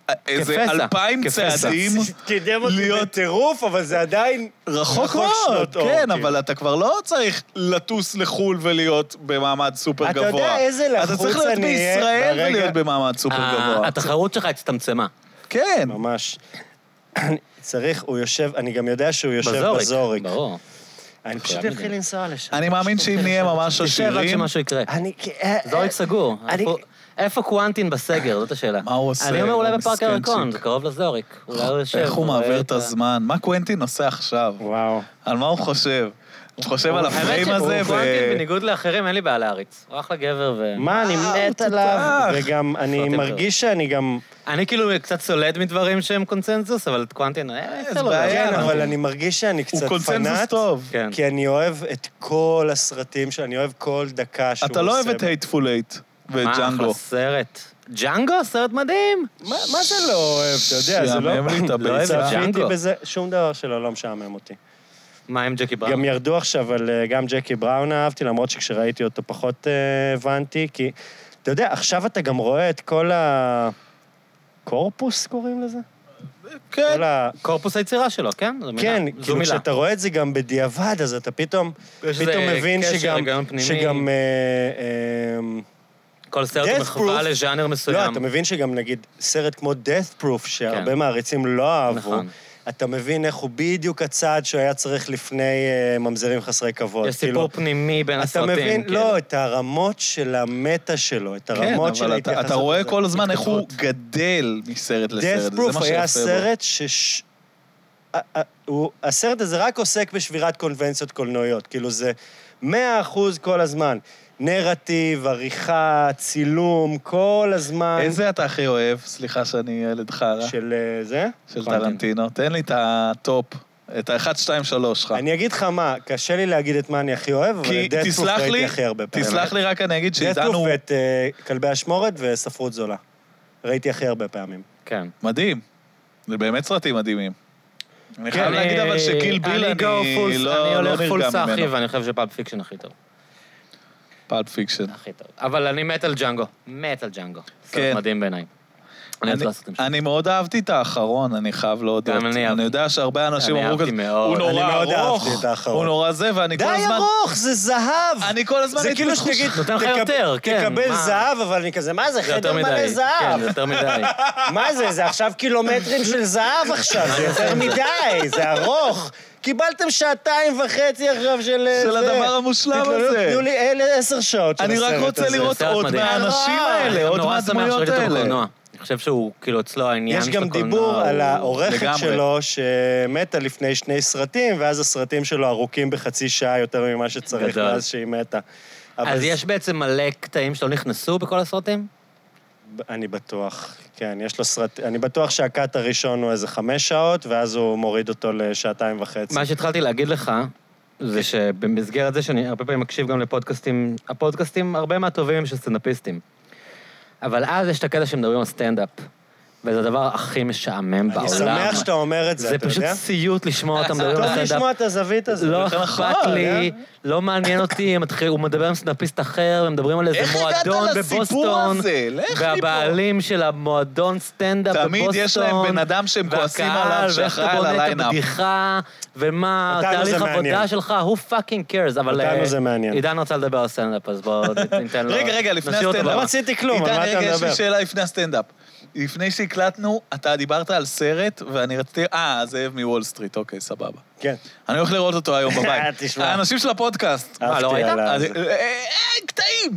אה, איזה
כפסע,
אלפיים
כפסע.
צעדים
קידם אותי
להיות-
בטירוף, אבל זה עדיין...
רחוק
רחוק
מאוד,
שנות אור,
כן,
כאילו.
אבל אתה כבר לא צריך לטוס לחו"ל ולהיות במעמד סופר
אתה
גבוה.
יודע איזה
אתה
לחוץ
צריך להיות
אני אהיה
בישראל
ברגע-
ולהיות במעמד סופר
אה,
גבוה.
התחרות שלך הצטמצמה.
כן.
כאילו. ממש. אני צריך, הוא יושב, אני גם יודע שהוא יושב
בזורק.
בזורק.
ברור.
אני פשוט
חייב
אתחיל לנסוע לשם.
אני מאמין שאם נהיה ממש
תשב רק
עשירים...
שמשהו יקרה.
אני... אה,
זורק
אה,
סגור.
אני-
איפה- איפה קוונטין בסגר? זאת השאלה.
מה הוא עושה?
אני אומר אולי
הוא
בפארק
מסכן
הירקון,
צ'יק.
זה קרוב לזוריק. אולי הוא יושב.
איך הוא
רואה
מעביר
את
את
ה-
הזמן? מה קוונטין עושה עכשיו?
לא, וואו.
על מה הוא חושב? הוא חושב על
האמת
הפריים
שהוא-
הזה,
קוונטין,
ו...
בניגוד לאחרים, אין לי בעיה להריץ. הוא אחלה גבר ו...
מה, אני
וואו,
מת עליו,
אה, תותח.
וגם אני
סרטים
מרגיש שאני גם...
אני כאילו קצת סולד מדברים שהם קונצנזוס, אבל את קוונטין, אה,
אז
בסדר, לא
בעיה,
יודע.
כן,
אנחנו-
אבל אני מרגיש שאני קצת
הוא קונצנזוס
פנאט,
טוב.
כן.
כי אני אוהב את כל הסרטים שלו, אני אוהב כל דקה שהוא עושה.
אתה לא אוהב את הייטפול אייט ואת
מה,
ג'אנגו.
אחלה סרט. ג'אנגו? סרט מדהים.
מה מה זה לא אוהב? אתה יודע, זה לא...
שיאמם לי את
לא אוהב
הביצה.
צפיתי
ג'אנגו.
בזה, שום דבר שלו לא משעמם אותי.
מה עם ג'קי בראון?
גם ירדו עכשיו על... אה, גם ג'קי בראון אהבתי, למרות שכשראיתי אותו פחות אה, הבנתי, כי... אתה יודע, עכשיו אתה גם רואה את כל ה... קורפוס קוראים לזה?
כן.
כל ה...
קורפוס היצירה שלו, כן? זו מילה.
כן,
זו
כאילו
מילה.
כשאתה רואה את זה גם בדיעבד, אז אתה פתאום,
יש
פתאום
איזה
מבין
קשר,
שגם,
היגיון פנימי.
שגם, אה, אה,
כל סרט
Death
הוא מחווה
Proof-
לז'אנר
לא,
מסוים.
אתה מבין שגם נגיד סרט כמו death proof, שהרבה
כן.
מעריצים לא אהבו,
נכון.
אתה מבין איך הוא בדיוק הצעד שהוא היה צריך לפני אה, ממזרים חסרי כבוד. כאילו,
יש סיפור פנימי בין
אתה
הסרטים.
מבין,
כאילו.
לא, את הרמות של המטה שלו, את
כן,
הרמות של
אבל אתה- אתה רואה כל הזמן איך הוא
התכתבות.
גדל מסרט לסרט,
death
זה מה
proof היה
שיפה בו.
סרט שש... ה- ה- הוא- הסרט הזה רק עוסק בשבירת קונבנציות קולנועיות. כאילו, זה 100 אחוז כל הזמן. נרטיב, עריכה, צילום, כל הזמן.
איזה אתה הכי אוהב? סליחה שאני ילד חרא.
של אה, זה?
של טרנטינו. תן לי את הטופ, את ה-1, 2, 3 שלך.
אני אגיד לך מה, קשה לי להגיד את מה אני הכי אוהב, אבל
כי
את דאטפוף
תסלח
ראיתי
לי,
הכי הרבה פעמים.
תסלח לי, רק אני אגיד שעידן
דאטפוף
הוא
ואת אה, כלבי אשמורת וספרות זולה. ראיתי הכי הרבה פעמים.
כן.
מדהים. זה באמת סרטים מדהימים. אני
כן,
חייב להגיד אבל שקיל ביל,
אני go
אה, אני
full- אני
לא לא
הולך פול
נרגע
סאחי,
ממנו.
ואני חושב שפאלפ פיקשן הכי טוב.
פלפ פיקשן.
הכי טוב. אבל אני מת על ג'אנגו. מת על ג'אנגו.
כן.
סרט מדהים בעיניי. אני רוצה לעשות את זה.
אני מאוד אהבתי את האחרון, אני חייב להודות.
גם אני אהבתי.
אני יודע שהרבה אנשים
אני
אמרו
אהבתי
כזה,
מאוד.
הוא
אני
נורא
מאוד
ארוך,
אהבתי את האחרון."
הוא נורא זה, ואני
די
כל הזמן...
ארוך, זה זהב!
אני כל הזמן...
זה
הייתי
כאילו
בתחושה-
שתגיד,
נותן לך
תקב-
יותר, כן,
תקבל
מה?
זהב, אבל אני כזה, מה זה,
זה יותר
חדר מלא
מדי. כן,
זהב?
זה יותר מדי.
מה זה, זה עכשיו קילומטרים של זהב עכשיו, זה יותר מדי, זה ארוך. קיבלתם שעתיים וחצי עכשיו של... אה,
של
זה.
הדבר המושלם
תתלוננו,
הזה.
תנו לי אלה עשר שעות של
אני רק
הסרט
רוצה
הזה.
לראות
סרט
עוד
מדהים.
מהאנשים
נורא.
אני
האלה,
גם
עוד
נורא שמח
מהדמויות
שראיתי אותו
האלה.
בקולנוע. אני חושב שהוא, כאילו, אצלו העניין
יש
של
גם
הקולנוע
דיבור על
הוא-
העורכת
לגמרי.
שלו שמתה לפני שני סרטים, ואז הסרטים שלו ארוכים בחצי שעה יותר ממה שצריך
גדול.
מאז שהיא מתה. אבל
אז
זה-
יש בעצם מלא קטעים שלא נכנסו בכל הסרטים?
אני בטוח, כן, יש לו סרט... אני בטוח שהקאט הראשון הוא איזה חמש שעות, ואז הוא מוריד אותו לשעתיים וחצי.
מה שהתחלתי להגיד לך, זה שבמסגרת זה שאני הרבה פעמים מקשיב גם לפודקאסטים, הפודקאסטים הרבה מהטובים הם של סטנדאפיסטים. אבל אז יש את הקטע שמדברים על סטנדאפ, וזה הדבר הכי משעמם בעולם.
אני שמח שאתה אומר את זה,
זה
אתה
פשוט
יודע?
סיוט לשמוע אותם מדברים
טוב
על
לשמוע
סטנדאפ.
את הזווית הזאת.
לא
יותר נכון,
אכפת לי, לא מעניין אותי, הם מתחיל- הוא מדבר עם סטנדאפיסט אחר, הם מדברים על איזה
איך הגעת
מועדון
לסיפור
בבוסטון,
הזה? לך מפה.
והבעלים של המועדון סטנדאפ בבוסטון,
תמיד יש להם בן אדם שהם כועסים
והקהל,
עליו,
ואיך
שאחראי
אתה
על
בונה את
הליינאפ.
הבדיחה, ומה
אותנו
תהליך
זה מעניין.
העבודה שלך, who fucking cares, אבל...
אותנו
אה,
זה מעניין.
עידן רצה לדבר על סטנדאפ, אז בואו ניתן לו...
רגע, רגע, לפני
נשאיר אותו
הסטנדאפ.
בבמה.
לא רציתי כלום, על מה
עידן,
אתה
רגע, יש לי
מדבר?
שאלה לפני הסטנדאפ. לפני שהקלטנו, אתה דיברת על סרט, ואני רציתי... אה, זאב מוול סטריט, אוקיי, סבבה.
כן.
אני הולך לראות אותו היום בבית.
תשמע.
האנשים של הפודקאסט.
אה, לא
אהבתי
ראית?
על ה-
אז-
זה.
אה, אה, קטעים!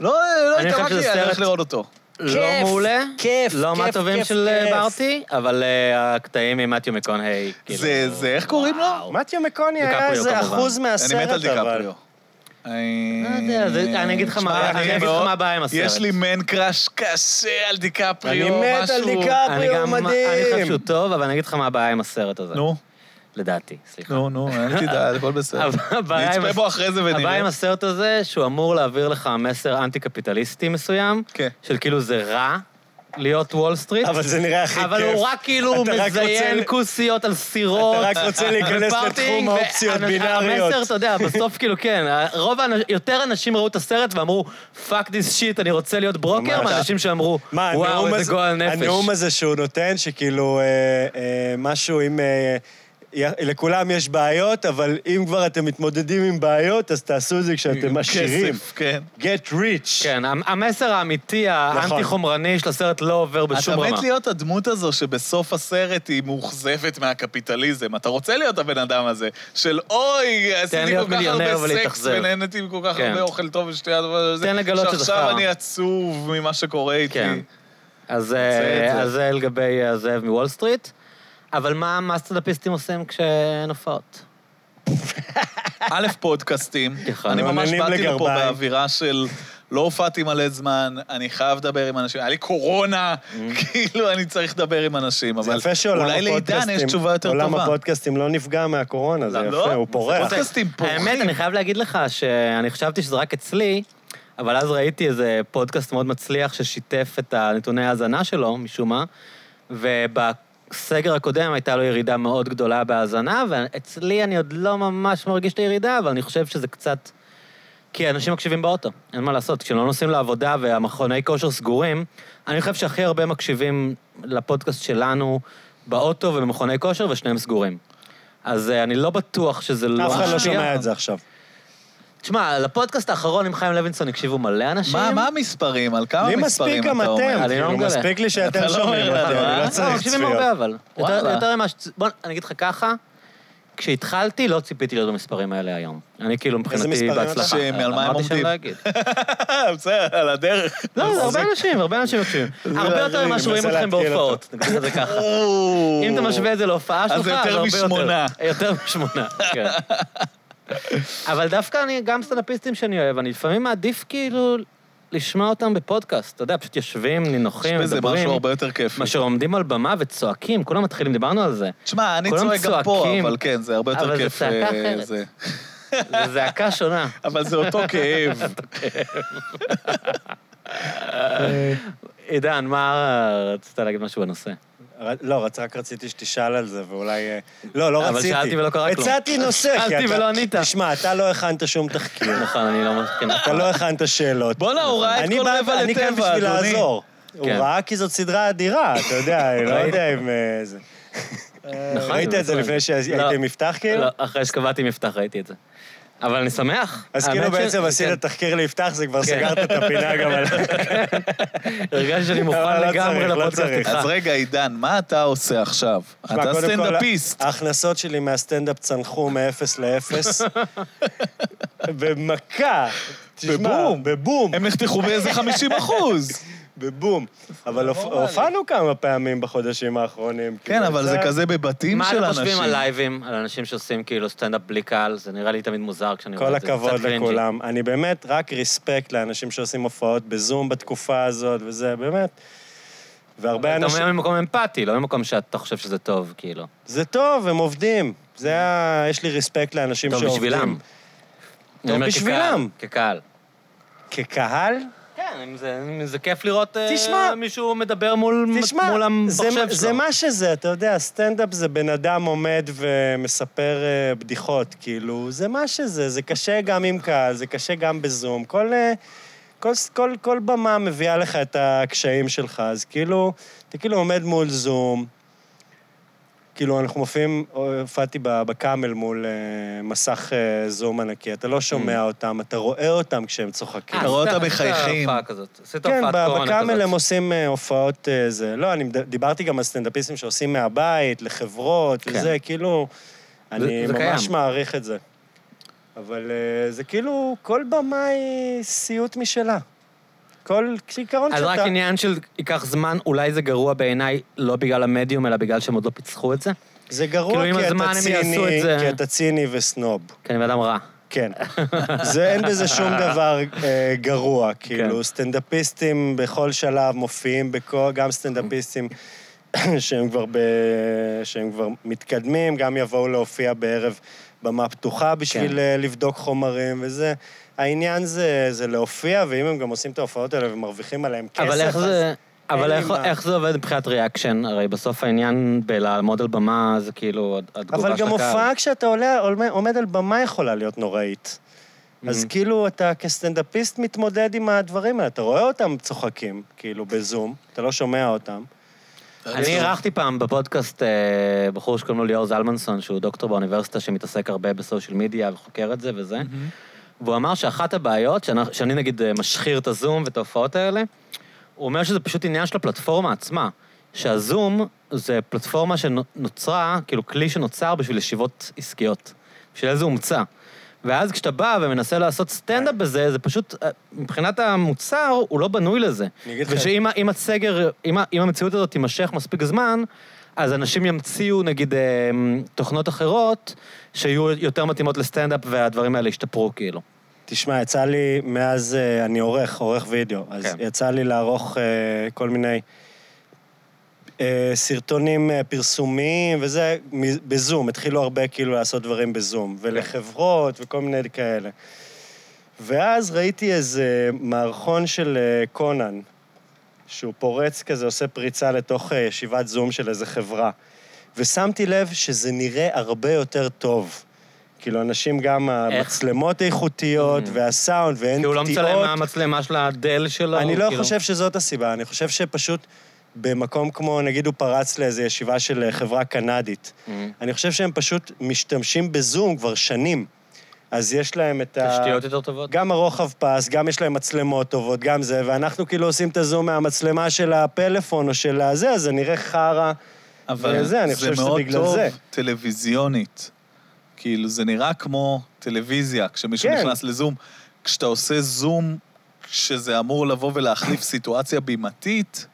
לא לא
אני חושב
התעמקתי,
שזה
אני הולך
סרט-
לראות אותו.
לא
כיף,
מעולה,
כיף,
לא
כיף,
מהטובים
כיף,
של אה,
כיף.
ברטי, אבל אה, הקטעים עם מתיו מקונהי, כאילו...
זה, זה, איך קוראים לו?
מתיו מקוני היה
דיקפריו,
איזה
כמובן.
אחוז
אני מת על
מהסרט, אבל...
דיקפריו. אני-
לא יודע, זה- אני אגיד לך
תשמע,
מה- אני אגיד לך
מאוד-
מה הבעיה עם הסרט.
יש לי מן קראש קשה על דיקפריו,
אני
משהו...
מת על
אני
דיקפריו,
גם, אני חושב שהוא
מדהים!
טוב, אבל אני אגיד לך מה הבעיה עם הסרט הזה.
נו,
לדעתי, סליחה.
נו, נו, אל תדאג, הכל בסדר.
הבעיה עם
נצפה
הס-
בו אחרי זה
הבעיה
ונראה.
עם הסרט הזה, שהוא אמור להעביר לך מסר אנטי-קפיטליסטי מסוים,
כן.
של כאילו זה רע להיות וול סטריט,
אבל זה נראה הכי כיף.
אבל הוא רק כאילו
אתה רק
מזיין
רוצה-
כוסיות על סירות.
אתה רק רוצה להיכנס
ופארטינג,
לתחום האופציות
והאנ-
בינאריות.
המסר, אתה יודע, בסוף כאילו כן, רוב האנשים, יותר אנשים ראו את הסרט ואמרו, fuck this shit, אני רוצה להיות ברוקר,
ממש.
מאנשים שאמרו,
מה,
וואו,
הנאום
איזה
הזה,
גועל נפש.
הנאום הזה שהוא נותן, שכאילו אה, אה, משהו עם... אה, י- לכולם יש בעיות, אבל אם כבר אתם מתמודדים עם בעיות, אז תעשו את זה כשאתם עשירים.
כסף, כן.
get rich.
כן, המ- המסר האמיתי, האנטי-חומרני של הסרט לא עובר בשום
נכון. אתה
רמה.
מת להיות הדמות הזו שבסוף הסרט היא מאוכזבת מהקפיטליזם. אתה רוצה להיות הבן אדם הזה, של אוי, עשיתי
להיות
כל כך
מיליונר
הרבה סקס
ולהתאכזב."
ונהניתי מכל כך
כן.
הרבה אוכל טוב ושתייה טובה וזה,
תן לגלות שזה
שעכשיו
חרא.
אני עצוב ממה שקורה
כן.
איתי.
אז
את זה.
אה, אז זה לגבי אה, זאב מוול סטריט. אבל מה מה הסטנדאפיסטים עושים כשאין הופעות?
א', פודקאסטים.
נכון.
אני ממש
מעוננים
באתי לפה
לגרביים.
באווירה של לא הופעתי מלא זמן, אני חייב לדבר עם אנשים, היה לי קורונה, כאילו אני צריך לדבר עם אנשים,
Mm. זה
אבל
יפה שעולם
אולי
הפודקאסטים...
לעידן יש תשובה יותר
עולם
טובה.
הפודקאסטים לא נפגע מהקורונה, זה
לא?
יפה, הוא
זה
פורח.
פודקאסט. פודקאסטים פורחים.
האמת, אני חייב להגיד לך שאני חשבתי שזה רק אצלי, אבל אז ראיתי איזה פודקאסט מאוד מצליח ששיתף את הנתוני ההאזנה שלו, משום מה, ובסגר הקודם הייתה לו ירידה מאוד גדולה בהאזנה, ואצלי אני עוד לא ממש מרגיש את הירידה, אבל אני חושב שזה קצת... כי אנשים מקשיבים באוטו, אין מה לעשות. כשהם לא נוסעים לעבודה והמכוני כושר סגורים, אני חושב שהכי הרבה מקשיבים לפודקאסט שלנו באוטו ובמכוני כושר, ושניהם סגורים. אז אה, אני לא בטוח שזה לא
אף אחד לא
משפיע.
שומע את זה עכשיו.
תשמע, לפודקאסט האחרון עם חיים לוינסון הקשיבו מלא אנשים.
מה מה המספרים? על כמה
לי
מספרים
מספיק
אתה
גם
אומר?
אתם,
אני לא
כאילו,
מגלה.
מספיק לי
אתה
שאתם
לא
שומעים
אומר
אותי,
לנו,
אני
אה?
לא
לא,
צריך
מקשיבים
צפיות.
הרבה, אבל. יותר-
וואלה.
יותר ממה ש... בוא, אני אגיד לך ככה, כשהתחלתי, לא ציפיתי להיות במספרים האלה היום. אני כאילו מבחינתי
מספרים אתה?
בהצלחה.
שהם, על מה הם
אמרתי שאני
עומדים?
לא אגיד.
בסדר, על הדרך.
לא, זה הרבה אנשים, הרבה אנשים מקשיבים. הרבה יותר
להרגיל,
ממה שרואים
מנסה
אתכם
להתקיל אותו.
בהופעות, נגיד את זה ככה. אם אתה משווה את זה להופעה שלך,
זה יותר
הרבה
משמונה.
יותר משמונה, כן. אבל דווקא אני, גם סטנדאפיסטים שאני אוהב, אני לפעמים מעדיף כאילו לשמוע אותם בפודקאסט. אתה יודע, פשוט יושבים, נינוחים,
זה
מדברים,
משהו הרבה יותר כיפי.
מאשר עומדים על במה וצועקים, כולם מתחילים, דיברנו על זה.
תשמע, אני
כולם
צועק גם פה,
צועקים,
אבל כן, זה הרבה יותר
אבל זה
כיף.
צעקה
אה,
אחרת.
זה.
זו זעקה שונה.
אבל זה אותו כאב.
עידן, מה רצית להגיד משהו בנושא?
ר- לא, רצ- רק רציתי שתשאל על זה, ואולי... אה, לא, לא
אבל
רציתי.
שאלתי ולא קרה כלום.
הצעתי נושא, כי אתה...
שאלתי ולא ענית.
תשמע, אתה לא הכנת שום תחקיר,
נכון, אני לא מסכים.
אתה לא הכנת שאלות.
בואנה, הוא ראה את
אני
כל
בא-
רבע
אני כאן
לטבע,
בשביל
אדוני.
לעזור. הוא
כן.
ראה כי זאת סדרה אדירה, אתה יודע, אני לא יודע אם... אה, זה-
נכון,
ראית את זה
בסדר.
לפני
לא.
שהייתם מפתח כאילו?
לא, אחרי שקבעתי מפתח ראיתי את זה. אבל אני שמח.
אז
האמת
כאילו
ש-
בעצם
כן.
עשית תחקיר ליפתח, זה כבר
כן.
סגרת את הפינה גם על...
הרגשתי שאני מוכן
אבל לא
לגמרי
צריך, לא
לפודקאסט
צריך.
איתך.
אז רגע, עידן, מה אתה עושה עכשיו?
תשמע,
אתה
קודם כל,
סטנדאפיסט.
ההכנסות שלי מהסטנדאפ צנחו מ-0 ל-0. במכה. תשמע,
בבום.
בבום.
הם נחתכו באיזה 50 אחוז.
בבום.
לא
אבל הופ- הופענו כמה פעמים בחודשים האחרונים.
כן,
כאילו,
אבל זה כזה בבתים
מה
של
אתם
אנשים.
חושבים על לייבים, על אנשים שעושים כאילו סטנדאפ בלי קהל? זה נראה לי תמיד מוזר כשאני
כל
רואה את זה.
הכבוד
קצת קרינג'י.
לכולם. אני באמת, רק ריספקט לאנשים שעושים הופעות בזום בתקופה הזאת, וזה באמת... והרבה
אתה
אנשים...
אומר ממקום אמפתי, לא ממקום שאתה חושב שזה טוב, כאילו.
זה טוב, הם עובדים. זה ה... יש לי ריספקט לאנשים
טוב
שעובדים.
בשבילם. אני אומר
בשבילם.
כקהל, כקהל.
כקהל?
כן, אם זה- אם זה כיף לראות אה,
תשמע.
מישהו מדבר מול
תשמע,
מול
זה,
המחשב
זה
שלו.
מה שזה, אתה יודע, סטנדאפ זה בן אדם עומד ומספר אה, בדיחות, כאילו, זה מה שזה, זה קשה גם עם קהל, זה קשה גם בזום, כל, אה, כל, כל, כל במה מביאה לך את הקשיים שלך, אז כאילו, אתה כאילו עומד מול זום, כאילו, אנחנו מופיעים, אה, הופעתי ב- בקאמל מול אה, מסך אה, זום ענקי, אתה לא שומע
Mm.
אותם, אתה רואה אותם כשהם צוחקים.
אה,
אתה רואה
עשית-
אותם
עשית
מחייכים.
הופעה כזאת. עשית
כן,
הופעת
ב-
קורונה
בקאמל
כזאת.
הם עושים אה, הופעות אה, זה. לא, אני מד- דיברתי גם על סטנדאפיסטים שעושים מהבית, לחברות,
כן.
וזה, כאילו... אני
זה
ממש
קיים.
מעריך את זה. אבל אה, זה כאילו, כל במה היא סיוט משלה. כל עיקרון
אז
שאתה...
רק עניין של ייקח זמן, אולי זה גרוע בעיניי, לא בגלל המדיום, אלא בגלל שהם עוד לא פיצחו את זה?
זה גרוע
כאילו, עם
כי
הזמן
אתה
הם יעשו
ציני,
את זה.
כי אתה ציני וסנוב.
כי אני בן אדם רע.
כן. זה, אין בזה שום דבר אה, גרוע. כאילו,
כן.
סטנדאפיסטים בכל שלב מופיעים בכל, גם סטנדאפיסטים שהם כבר, ב, שהם כבר מתקדמים, גם יבואו להופיע בערב במה פתוחה בשביל
כן.
אה, לבדוק חומרים וזה. העניין זה, זה להופיע, ואם הם גם עושים את ההופעות האלה ומרוויחים עליהם כסף,
אבל איך
אז...
זה... אבל
לי
איך,
מה.
איך זה עובד מבחינת ריאקשן? הרי בסוף העניין בלעמוד על במה זה כאילו הד- התגובה של
אבל גם
הקהל.
הופעה כשאתה עולה, עומד- עומד על במה יכולה להיות נוראית. אז
Mhm.
כאילו, אתה כסטנדאפיסט מתמודד עם הדברים האלה. אתה רואה אותם צוחקים, כאילו, בזום, אתה לא שומע אותם.
אני אירחתי פעם בפודקאסט אה, בחור שקוראים לו ליאור זלמנסון, שהוא דוקטור באוניברסיטה שמתעסק הרבה בסושיאל מדיה וחוקר את זה וזה. והוא אמר שאחת הבעיות, שאני, שאני נגיד אה, משחיר את הזום ואת ההופעות האלה, הוא אומר שזה פשוט עניין של הפלטפורמה עצמה. שהזום זה פלטפורמה שנוצרה, כאילו כלי שנוצר בשביל ישיבות עסקיות. בשביל זה הומצא. ואז כשאתה בא ומנסה לעשות סטנדאפ בזה, זה פשוט, אה, מבחינת המוצר, הוא לא בנוי לזה.
אני אגיד לך-
ושאם ה- אם הסגר, אם ה- אם המציאות הזאת תימשך מספיק זמן, אז אנשים ימציאו, נגיד, אה, תוכנות אחרות, שיהיו יותר מתאימות לסטנדאפ, והדברים האלה ישתפרו, כאילו.
תשמע, יצא לי מאז, אה, אני עורך, עורך וידאו, אז
כן.
יצא לי לערוך אה, כל מיני אה, סרטונים אה, פרסומיים וזה, מ- בזום, התחילו הרבה כאילו לעשות דברים בזום, ולחברות וכל מיני כאלה. ואז ראיתי איזה מערכון של אה, קונן, שהוא פורץ כזה, עושה פריצה לתוך אה, ישיבת זום של איזה חברה. ושמתי לב שזה נראה הרבה יותר טוב. כאילו, אנשים גם,
איך?
המצלמות איכותיות,
Mm.
והסאונד, ואין
כי הוא לא
קטיעות.
מצלם מהמצלמה של הדל שלו.
אני לא
כאילו.
חושב שזאת הסיבה, אני חושב שפשוט במקום כמו, נגיד הוא פרץ לאיזו ישיבה של אה, חברה קנדית.
אה.
אני חושב שהם פשוט משתמשים בזום כבר שנים. אז יש להם את ה...
תשתיות יותר טובות.
גם הרוחב פס, גם יש להם מצלמות טובות, גם זה, ואנחנו כאילו עושים את הזום מהמצלמה של הפלאפון או של הזה, אז זה נראה חרא.
אבל
וזה, אני חושב שזה בגלל
מאוד
זה.
טוב טלוויזיונית. כאילו, זה נראה כמו טלוויזיה, כשמישהו
כן.
נכנס לזום. כשאתה עושה זום, כשזה אמור לבוא ולהחליף סיטואציה בימתית,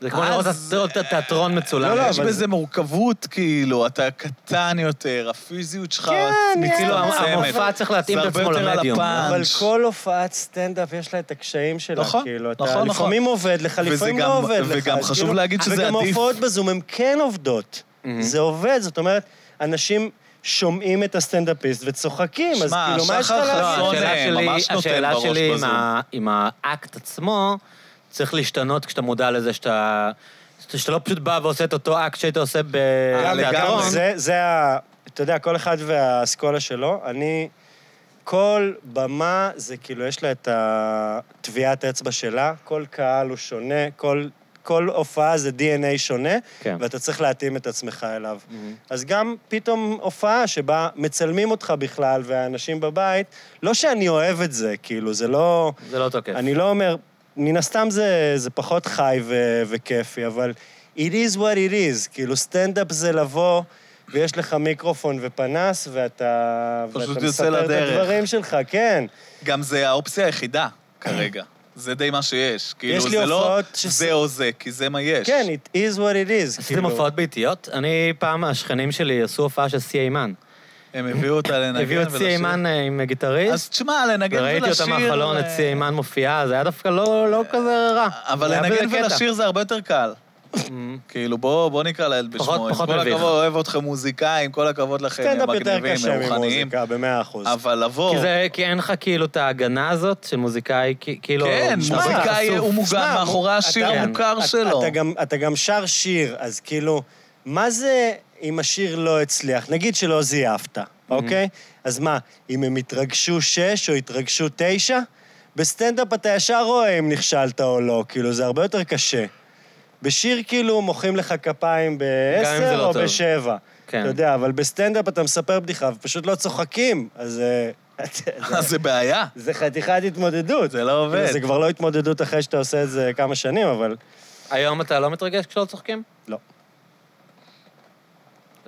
זה כמו
אז-
לראות את- לראות את התיאטרון מצולם.
לא, לא,
יש
אבל-
בזה מורכבות, כאילו, אתה קטן יותר, הפיזיות שלך
כן,
כאילו,
מצטמצמת.
המופע צריך להתאים את
זה
עצמו
הרבה יותר על
למדיום.
הפאנץ'.
אבל כל הופעת סטנדאפ יש לה את הקשיים שלה.
נכון,
כאילו, אתה
נכון, נכון.
לפעמים עובד לך,
וזה
לפעמים
גם-
לא עובד לך.
וגם
אז
חשוב
כאילו-
להגיד שזה
וגם
עדיף.
הופעות בזום הן כן עובדות. זה עובד, זאת אומרת, אנשים שומעים את הסטנדאפיסט וצוחקים, אז
שמע,
כאילו, מה יש לך
שחר
להגיד?
חסון-
לא, השאלה
אה,
שלי-
ממש נותן
השאלה
בראש
שלי עם
בזום.
ה- עם האקט עצמו, צריך להשתנות כשאתה מודע לזה שאתה... שאתה לא פשוט בא ועושה את אותו אקט שהיית עושה
אה,
בתיאטרון.
לגמרי.
זה, זה ה... אתה יודע, כל אחד והאסכולה שלו. אני... כל במה זה כאילו, יש לה את הטביעת אצבע שלה, כל קהל הוא שונה, כל, כל הופעה זה DNA שונה,
כן.
ואתה צריך להתאים את עצמך אליו. אז גם פתאום הופעה שבה מצלמים אותך בכלל, והאנשים בבית, לא שאני אוהב את זה, כאילו, זה לא...
זה לא תוקף.
אני לא אומר, מן הסתם זה, זה פחות חי ו- וכיפי, אבל it is what it is, כאילו סטנדאפ זה לבוא ויש לך מיקרופון ופנס ואתה,
פשוט
ואתה
יוצא
מספר את
לדרך.
הדברים שלך, כן.
גם זה האופציה היחידה כרגע. זה די מה שיש. כאילו,
לי
זה לא
הופעות ש-
זה או זה, כי זה מה יש.
כן, it is כאילו. what it is.
כאילו-
עשיתם הופעות ביתיות? אני פעם, השכנים שלי עשו הופעה של סי אימן.
הם הביאו אותה לנגן ולשיר.
הביאו את סי אימן אה, עם
אז
גיטריסט,
תשמע, לנגן ולשיר...
וראיתי אותה מהחלון, את
אה,
סי אימן מופיעה, זה היה דווקא לא לא כזה רע.
אבל
היה
לנגן
בזה קטע.
ולשיר זה הרבה יותר קל. כאילו, בוא, בוא נקרא לילד בשמו.
פחות-
עם
פחות
כל
מביך.
הכבוד, אוהב אתכם מוזיקאים, כל הכבוד לכם, הם
סטנדאפ יותר
מגניבים,
קשה
הם רוחניים.
ממוזיקה, במאה אחוז.
אבל לבוא...
כי זה, כי אין לך כאילו את ההגנה הזאת של מוזיקאי, כי- כאילו...
כן,
אתה
מוזיקאי
חשוף.
הוא מוגן
שמע,
מאחורי
אתה-
השיר
כן.
המוכר
אתה-
שלו.
אתה גם- אתה גם שר שיר, אז כאילו, מה זה אם השיר לא הצליח? נגיד שלא זייפת, אוקיי? אז מה, אם הם התרגשו שש או התרגשו תשע? בסטנדאפ אתה ישר רואה אם נכשלת או לא, כאילו, זה הרבה יותר קשה. בשיר כאילו מוחאים לך כפיים
גם אם זה
בעשר
לא
או
טוב.
בשבע.
כן.
אתה יודע, אבל בסטנדאפ אתה מספר בדיחה ופשוט לא צוחקים, אז... אה,
אז זה בעיה.
זה חתיכת התמודדות.
זה לא עובד.
זה כבר לא התמודדות אחרי שאתה עושה את זה כמה שנים, אבל...
היום אתה לא מתרגש כשלא צוחקים?
לא.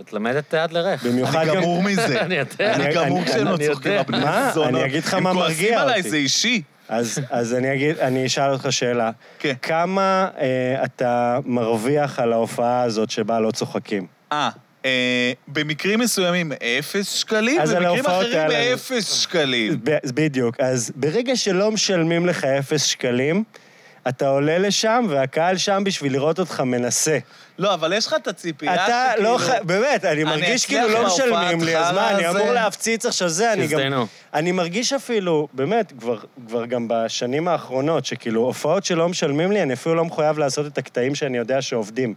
את למדת עד לרך.
במיוחד
אני
גם...
גמור מזה.
אני יודע.
אני
אני-
גמור
אני-
כשהם לא
אני
צוחקים,
יודע.
הבני
מה?
זונות.
אני אגיד לך מה
הם כועסים
מרגיע
עליי,
אותי.
זה אישי.
אז, אז אני אגיד, אני אשאל אותך שאלה.
כן.
כמה אה, אתה מרוויח על ההופעה הזאת שבה לא צוחקים?
אה, אה, במקרים מסוימים אפס שקלים,
אז על
במקרים
ההופעות
אחרים
היה לנו.
אפס שקלים.
ב- בדיוק. אז ברגע שלא משלמים לך אפס שקלים, אתה עולה לשם, והקהל שם בשביל לראות אותך מנסה.
לא, אבל יש לך את הציפייה
אתה
שכאילו...
לא ח... באמת, אני מרגיש
כאילו? אצליח
כאילו לא
בהופעת
משלמים לי, אז מה,
חרא
אני
הזה?
אמור להפציץ עכשיו זה, אני גם...
תזדיינו.
אני מרגיש אפילו, באמת, כבר, כבר גם בשנים האחרונות, שכאילו, הופעות שלא משלמים לי, אני אפילו לא מחויב לעשות את הקטעים שאני יודע שעובדים.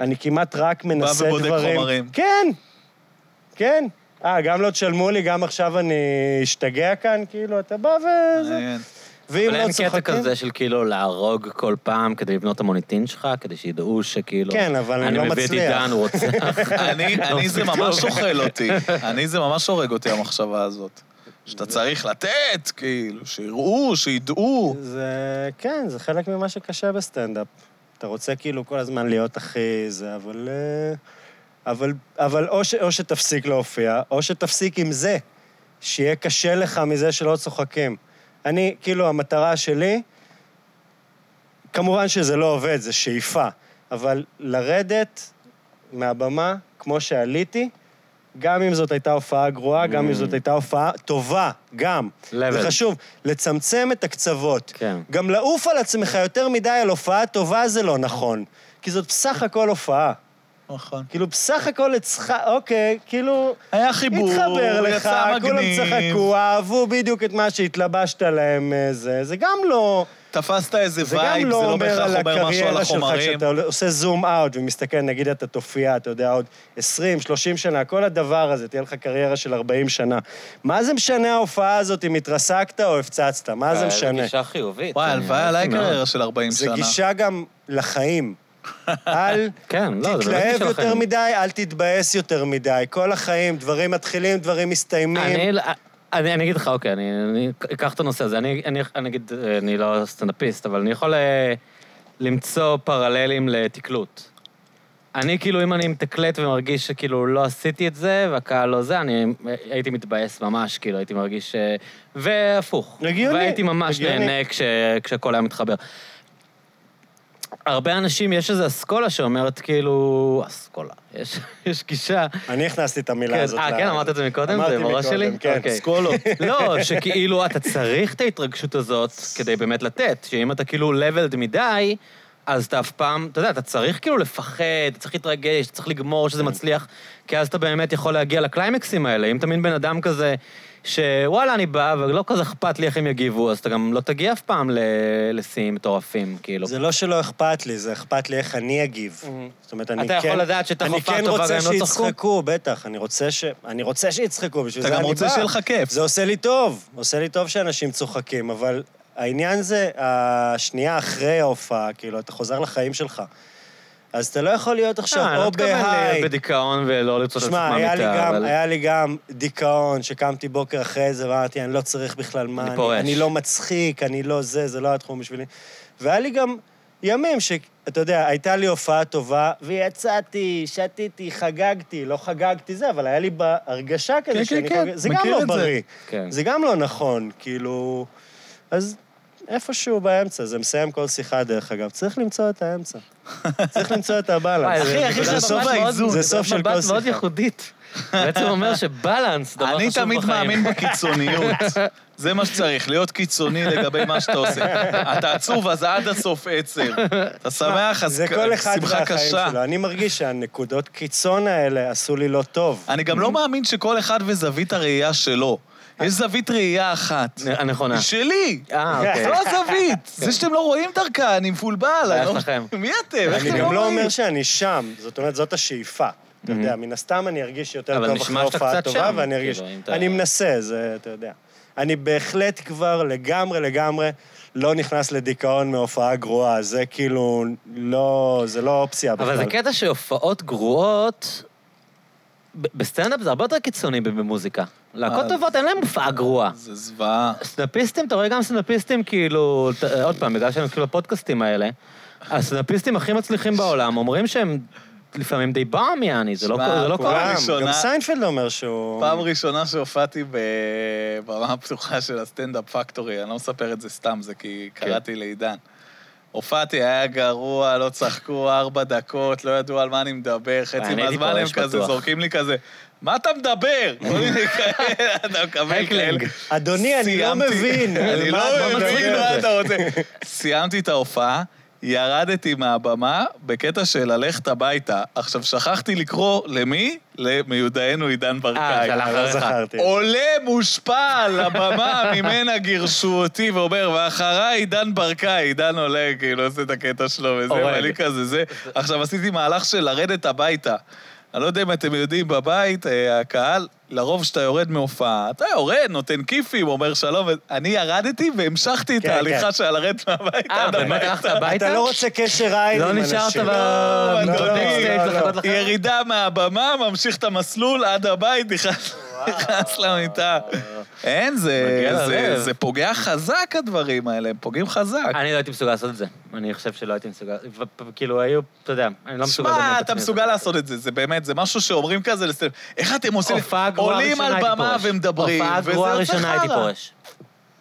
אני כמעט רק מנסה
ובודק
דברים...
חומרים.
כן, כן. אה, גם לא תשלמו לי, גם עכשיו אני אשתגע כאן, כאילו, אתה בא ו... זה.
מעניין.
ואם
אבל
לא
אין קטע
צוחקים...
כזה של כאילו להרוג כל פעם כדי לבנות את המוניטין שלך, כדי שידעו שכאילו...
כן, אבל אני לא
אני מביא את
מצליח.
עידן, הוא רוצח.
אני, אני
אוקיי,
זה ממש אוכל אותי. אני זה ממש הורג אותי, המחשבה הזאת. שאתה צריך לתת, כאילו, שיראו, שידעו.
זה... כן, זה חלק ממה שקשה בסטנדאפ. אתה רוצה כאילו כל הזמן להיות הכי זה, אבל... אה, אבל, אבל או, ש, או שתפסיק להופיע, או שתפסיק עם זה, שיהיה קשה לך מזה שלא צוחקים. אני, כאילו, המטרה שלי, כמובן שזה לא עובד, זה שאיפה, אבל לרדת מהבמה כמו שעליתי, גם אם זאת הייתה הופעה גרועה, גם אם זאת הייתה הופעה טובה, גם.
level.
זה חשוב, לצמצם את הקצוות.
כן.
גם לעוף על עצמך יותר מדי על הופעה טובה זה לא נכון, כי זאת בסך הכל הופעה.
נכון.
כאילו, בסך הכל אצלך, אוקיי, כאילו...
היה חיבור,
התחבר לך,
יצא
כולם
מגניב.
צחקו, אהבו בדיוק את מה שהתלבשת להם, אה, זה, זה גם לא...
תפסת איזה
זה גם
וייב, זה
לא
לא
אומר
בהכרח
על
אומר משהו על
הקריירה שלך,
החומרים.
כשאתה עושה זום אאוט ומסתכל, נגיד אתה תופיע, אתה יודע, עוד 20, 30 שנה, כל הדבר הזה, תהיה לך קריירה של 40 שנה. מה זה משנה ההופעה הזאת אם התרסקת או הפצצת? מה זה משנה?
זו אה, גישה חיובית.
וואי,
אני
הלוואי אה,
אהבתי
עליי
מאוד.
קריירה של 40
כן. זה
שנה.
גישה גם לחיים. אל
כן, לא, זה באמת
תתלהב
גישה
יותר
לחיים.
מדי, אל תתבאס יותר מדי. כל החיים, דברים מתחילים, דברים מסתיימים.
אני, אני, אני אגיד לך, אוקיי, אני, אני אקח את הנושא הזה. אני, אני, אני אגיד, אני לא אה, סטנדאפיסט, אבל אני יכול אה, למצוא פרללים לתקלוט. אני כאילו, אם אני מתקלט ומרגיש שכאילו לא עשיתי את זה, והקהל לא זה, אני הייתי מתבאס ממש, כאילו, הייתי מרגיש... אה, והפוך.
הגיוני,
והייתי ממש
הגיוני.
נהנה כש, כשהכול היה מתחבר. הרבה אנשים, יש איזו אסכולה שאומרת כאילו... אסכולה. יש, יש גישה...
אני הכנסתי את המילה
כן,
הזאת.
אה,
ל-
כן, אמרת את זה מקודם?
אמרתי
זה בראש
מקודם,
שלי?
כן.
אוקיי.
אסכולות.
לא, שכאילו אתה צריך את ההתרגשות הזאת כדי באמת לתת, שאם אתה כאילו leveled מדי, אז אתה אף פעם, אתה יודע, אתה צריך כאילו לפחד, אתה צריך להתרגש, אתה צריך לגמור
כן.
שזה מצליח, כי אז אתה באמת יכול להגיע לקליימקסים האלה. אם אתה מין בן אדם כזה, שוואלה, אני בא, ולא כזה אכפת לי איך הם יגיבו, אז אתה גם לא תגיע אף פעם ל- לשיאים מטורפים, כאילו. Mm-hmm.
זה לא שלא אכפת לי, זה אכפת לי איך אני אגיב. זאת אומרת, אני
אתה
כן...
יכול לדעת שאת החופה
אני כן
הטובה
רוצה
והם לא צחקו?
שיצחקו, בטח. אני רוצה ש... אני רוצה שיצחקו, בשביל
אתה
זה אני
גם
בא.
רוצה שיהיה לך כיף.
זה עושה לי טוב. עושה לי טוב שאנשים צוחקים, אבל העניין זה השנייה אחרי ההופעה, כאילו, אתה חוזר לחיים שלך. אז אתה לא יכול להיות
אה, אני
עכשיו
לא
או
מתכוון להיות
בהיי.
בדיכאון ולא לרצות לצאת
תשמע, היה לי
מהמיטה,
גם-
אבל...
היה לי גם דיכאון, שקמתי בוקר אחרי זה ואמרתי, אני לא צריך בכלל מה,
אני
אני-
פורש."
אני לא מצחיק, אני לא זה, זה לא התחום בשבילי. והיה לי גם ימים ש... אתה יודע, הייתה לי הופעה טובה, ויצאתי, שתיתי, חגגתי, לא חגגתי זה, אבל היה לי בה הרגשה כזה
כן,
שאני
כן, כן,
חוגג... זה גם
מכיר
לא
את זה.
בריא.
כן.
זה גם לא נכון, כאילו... אז איפשהו באמצע, זה מסיים כל שיחה, דרך אגב. צריך למצוא את האמצע. צריך למצוא את הבאלנס.
וואי,
אחי, אחי,
נקודת
זה סוף
מבט מאוד-
האיזון.
זה סוף של
נקודת
כל
מבט מאוד
שיחה.
ייחודית. בעצם אומר שבלנס, דבר חשוב
אני
בחיים.
תמיד מאמין בקיצוניות. זה מה שצריך, להיות קיצוני לגבי מה שאתה עושה. אתה עצוב, אז עד הסוף עצב. אתה שמח, אז
זה
כ-
כל אחד
שמחה
והחיים
קשה.
שלו. אני מרגיש שהנקודות קיצון האלה עשו לי לא
אה,
טוב.
אני גם לא מאמין שכל אחד וזווית הראייה שלו. יש זווית ראייה אחת.
נ- הנכונה.
היא שלי!
אה, אוקיי.
זו הזווית! זה שאתם לא רואים דרכה, אני מפולבל.
בעיה
אני לא-
שלכם.
מי אתם? איך
אני
אתם
גם לא
רואים?
אומר שאני שם, זאת אומרת, זאת השאיפה. אתה יודע, מן הסתם אני ארגיש יותר
Mhm. אבל
טוב
נשמע
אחרי
שאתה
הופעה
קצת
טובה,
שם,
ואני ארגיש...
כאילו, אם אתה-
אני מנסה, זה, אתה יודע. אני בהחלט כבר לגמרי, לגמרי לא נכנס לדיכאון מהופעה גרועה. זה כאילו לא... זה לא אופציה בכלל.
אבל זה כן קטע שהופעות גרועות... ב- בסטנדאפ זה הרבה יותר קיצוני במוזיקה. להקות
אה,
טובות אין להן הופעה גרועה.
זה זוועה.
סטנדאפיסטים, אתה רואה גם סטנדאפיסטים, כאילו, ת- עוד פעם, בגלל שהם כאילו בפודקאסטים האלה, הסטנדאפיסטים הכי מצליחים בעולם אומרים שהם לפעמים די באם, יעני, זה לא
שמע,
כל- זה לא
כולם-
קורה.
פעם ראשונה...
ראשונה-
גם סיינפלד אומר שהוא...
פעם ראשונה שהופעתי בבמה הפתוחה של הסטנדאפ פקטורי, אני לא מספר את זה סתם, זה כי
כן.
קראתי לעידן. הופעתי, היה גרוע, לא צחקו ארבע דקות, לא ידעו על מה אני מדבר, חצי
אני הייתי
מהזמן הם
פורש
כזה
בטוח.
זורקים לי כזה, מה אתה מדבר? כל מיני כאלה, אתה מקבל כאלה.
הקלינג.
אדוני, אני לא
סיימתי-
מבין.
אני
על מה-
לא
מה
מבין
מדבר?
מה אתה רוצה. סיימתי את ההופעה, ירדתי מהבמה בקטע של ללכת הביתה. עכשיו, שכחתי לקרוא למי? למיודענו עידן
אה,
ברקאי.
זה הלך
לא
אחריך.
זכרתי.
עולה מושפע על הבמה, ממנה גירשו אותי, ואומר, ואחריי עידן ברקאי, עידן עולה, כאילו, עושה את הקטע שלו וזה,
הורג.
ואני כזה, זה. עכשיו, עשיתי מהלך של לרדת הביתה. אני לא יודע אם אתם יודעים, בבית, אה, הקהל, לרוב כשאתה יורד מהופעה, אתה יורד, נותן כיפים, אומר שלום, ו- אני ירדתי והמשכתי את
כן,
ההליכה של לרדת מהביתה
אה,
עד
באמת
הביתה.
הלכת הביתה?
אתה לא רוצה קשר עין
לא
עם
נשארת
אנשים.
ב...
לא,
ב-
אדוני,
backstage
לא, לא.
לחכות לחבר'ה?
ירידה מהבמה, ממשיך את המסלול עד הבית, נכנס נכנס למיטה. אין, זה,
מגיע
זה,
ללב.
זה פוגע חזק, הדברים האלה, הם פוגעים חזק.
אני לא הייתי מסוגל לעשות את זה. אני חושב שלא הייתי מסוגל... ו- ו- כאילו, היו, אתה יודע, אני לא מסוגל... לדמיין
שמע,
את
אתה
עצמי
מסוגל
עושה
לעשות את זה, זה באמת, זה משהו שאומרים כזה לסטנדאפ. איך אתם
את
עושים...
זה. הופעה גרועה
עולים
ראשונה
על
הייתי
במה
פורש.
ומדברים,
הופעה
וזה
גרועה
יוצא
ראשונה הייתי
חרא.
פורש.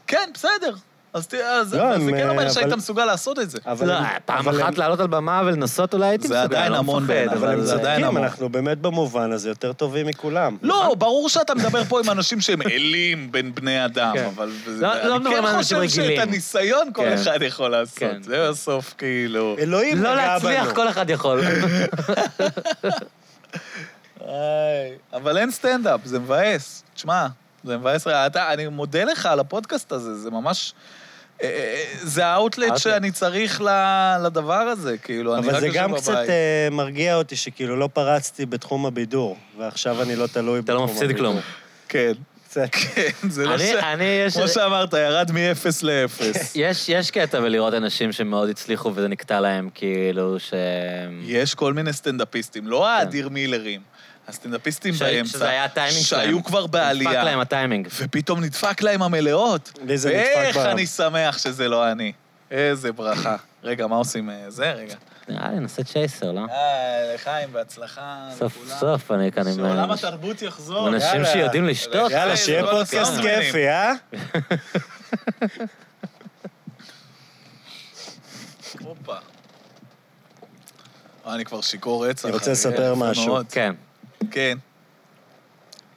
כן, בסדר. אז תראה, זה
לא,
אבל זה
הם,
כן אומר
אבל-
שהיית מסוגל לעשות את זה.
אבל-
לא,
אבל-
פעם אחת לעלות על במה ולנסות אולי הייתי
זה
מסוגל,
עדיין
לא
המון
מפחד,
בעיניי, אבל
אבל
זה
זה...
עדיין-
כן,
המון.
אנחנו באמת במובן הזה יותר טובים מכולם.
לא, ברור שאתה מדבר פה עם אנשים שהם אלים בין בני אדם,
כן.
אבל... זה-
לא- לא מדברים על אנשים
אני כן חושב
רגילים.
שאת הניסיון כל
כן.
אחד יכול לעשות.
כן.
זה בסוף כאילו...
אלוהים
לא
נגע
להצליח,
בנו.
כל אחד יכול.
איי, אבל אין סטנדאפ, זה מבאס. תשמע, זה מבאס. אתה, אני מודה לך על הפודקאסט הזה, זה ממש... אה, אה, זה האוטלט
Outlet.
שאני צריך ל- לדבר הזה, כאילו, אני
אבל
רק
זה
יושב
גם קצת
בבית.
אה, מרגיע אותי שכאילו לא פרצתי בתחום הבידור, ועכשיו אני לא תלוי
אתה
בתחום
לא מפסיד כלום.
כן,
קצת.
כן, זה לא ש...
אני, אני, יש...
כמו שאמרת, ירד מ-0 ל-0.
יש, יש קטע בלראות אנשים שמאוד הצליחו וזה נקטע להם, כאילו, ש...
יש כל מיני סטנדאפיסטים, לא האדיר מילרים, הסטנדאפיסטים
כן. ש-
באמצע.
שזה היה הטיימינג שלהם.
שהיו כבר
נדפק
בעלייה,
להם הטיימינג.
ופתאום נדפק להם המלאות.
לי זה נדפק
ואיך
ב-
אני שמח שזה לא אני. איזה ברכה. רגע, מה עושים אה, זה? רגע.
נראה לי, נעשה צ'ייסר, לא?
אה, חיים, בהצלחה
סוף סוף אני כאן עם... אה,
שעולם התרבות יחזור,
אנשים
יאללה.
שיודעים לשתות.
יאללה, שיהיה
כל
פודקאסט
הסרטונים.
כיפי, אה?
הופה. אה, אני כבר שיכור רצח.
אני רוצה לספר
יפה
משהו.
מאוד.
כן.
כן.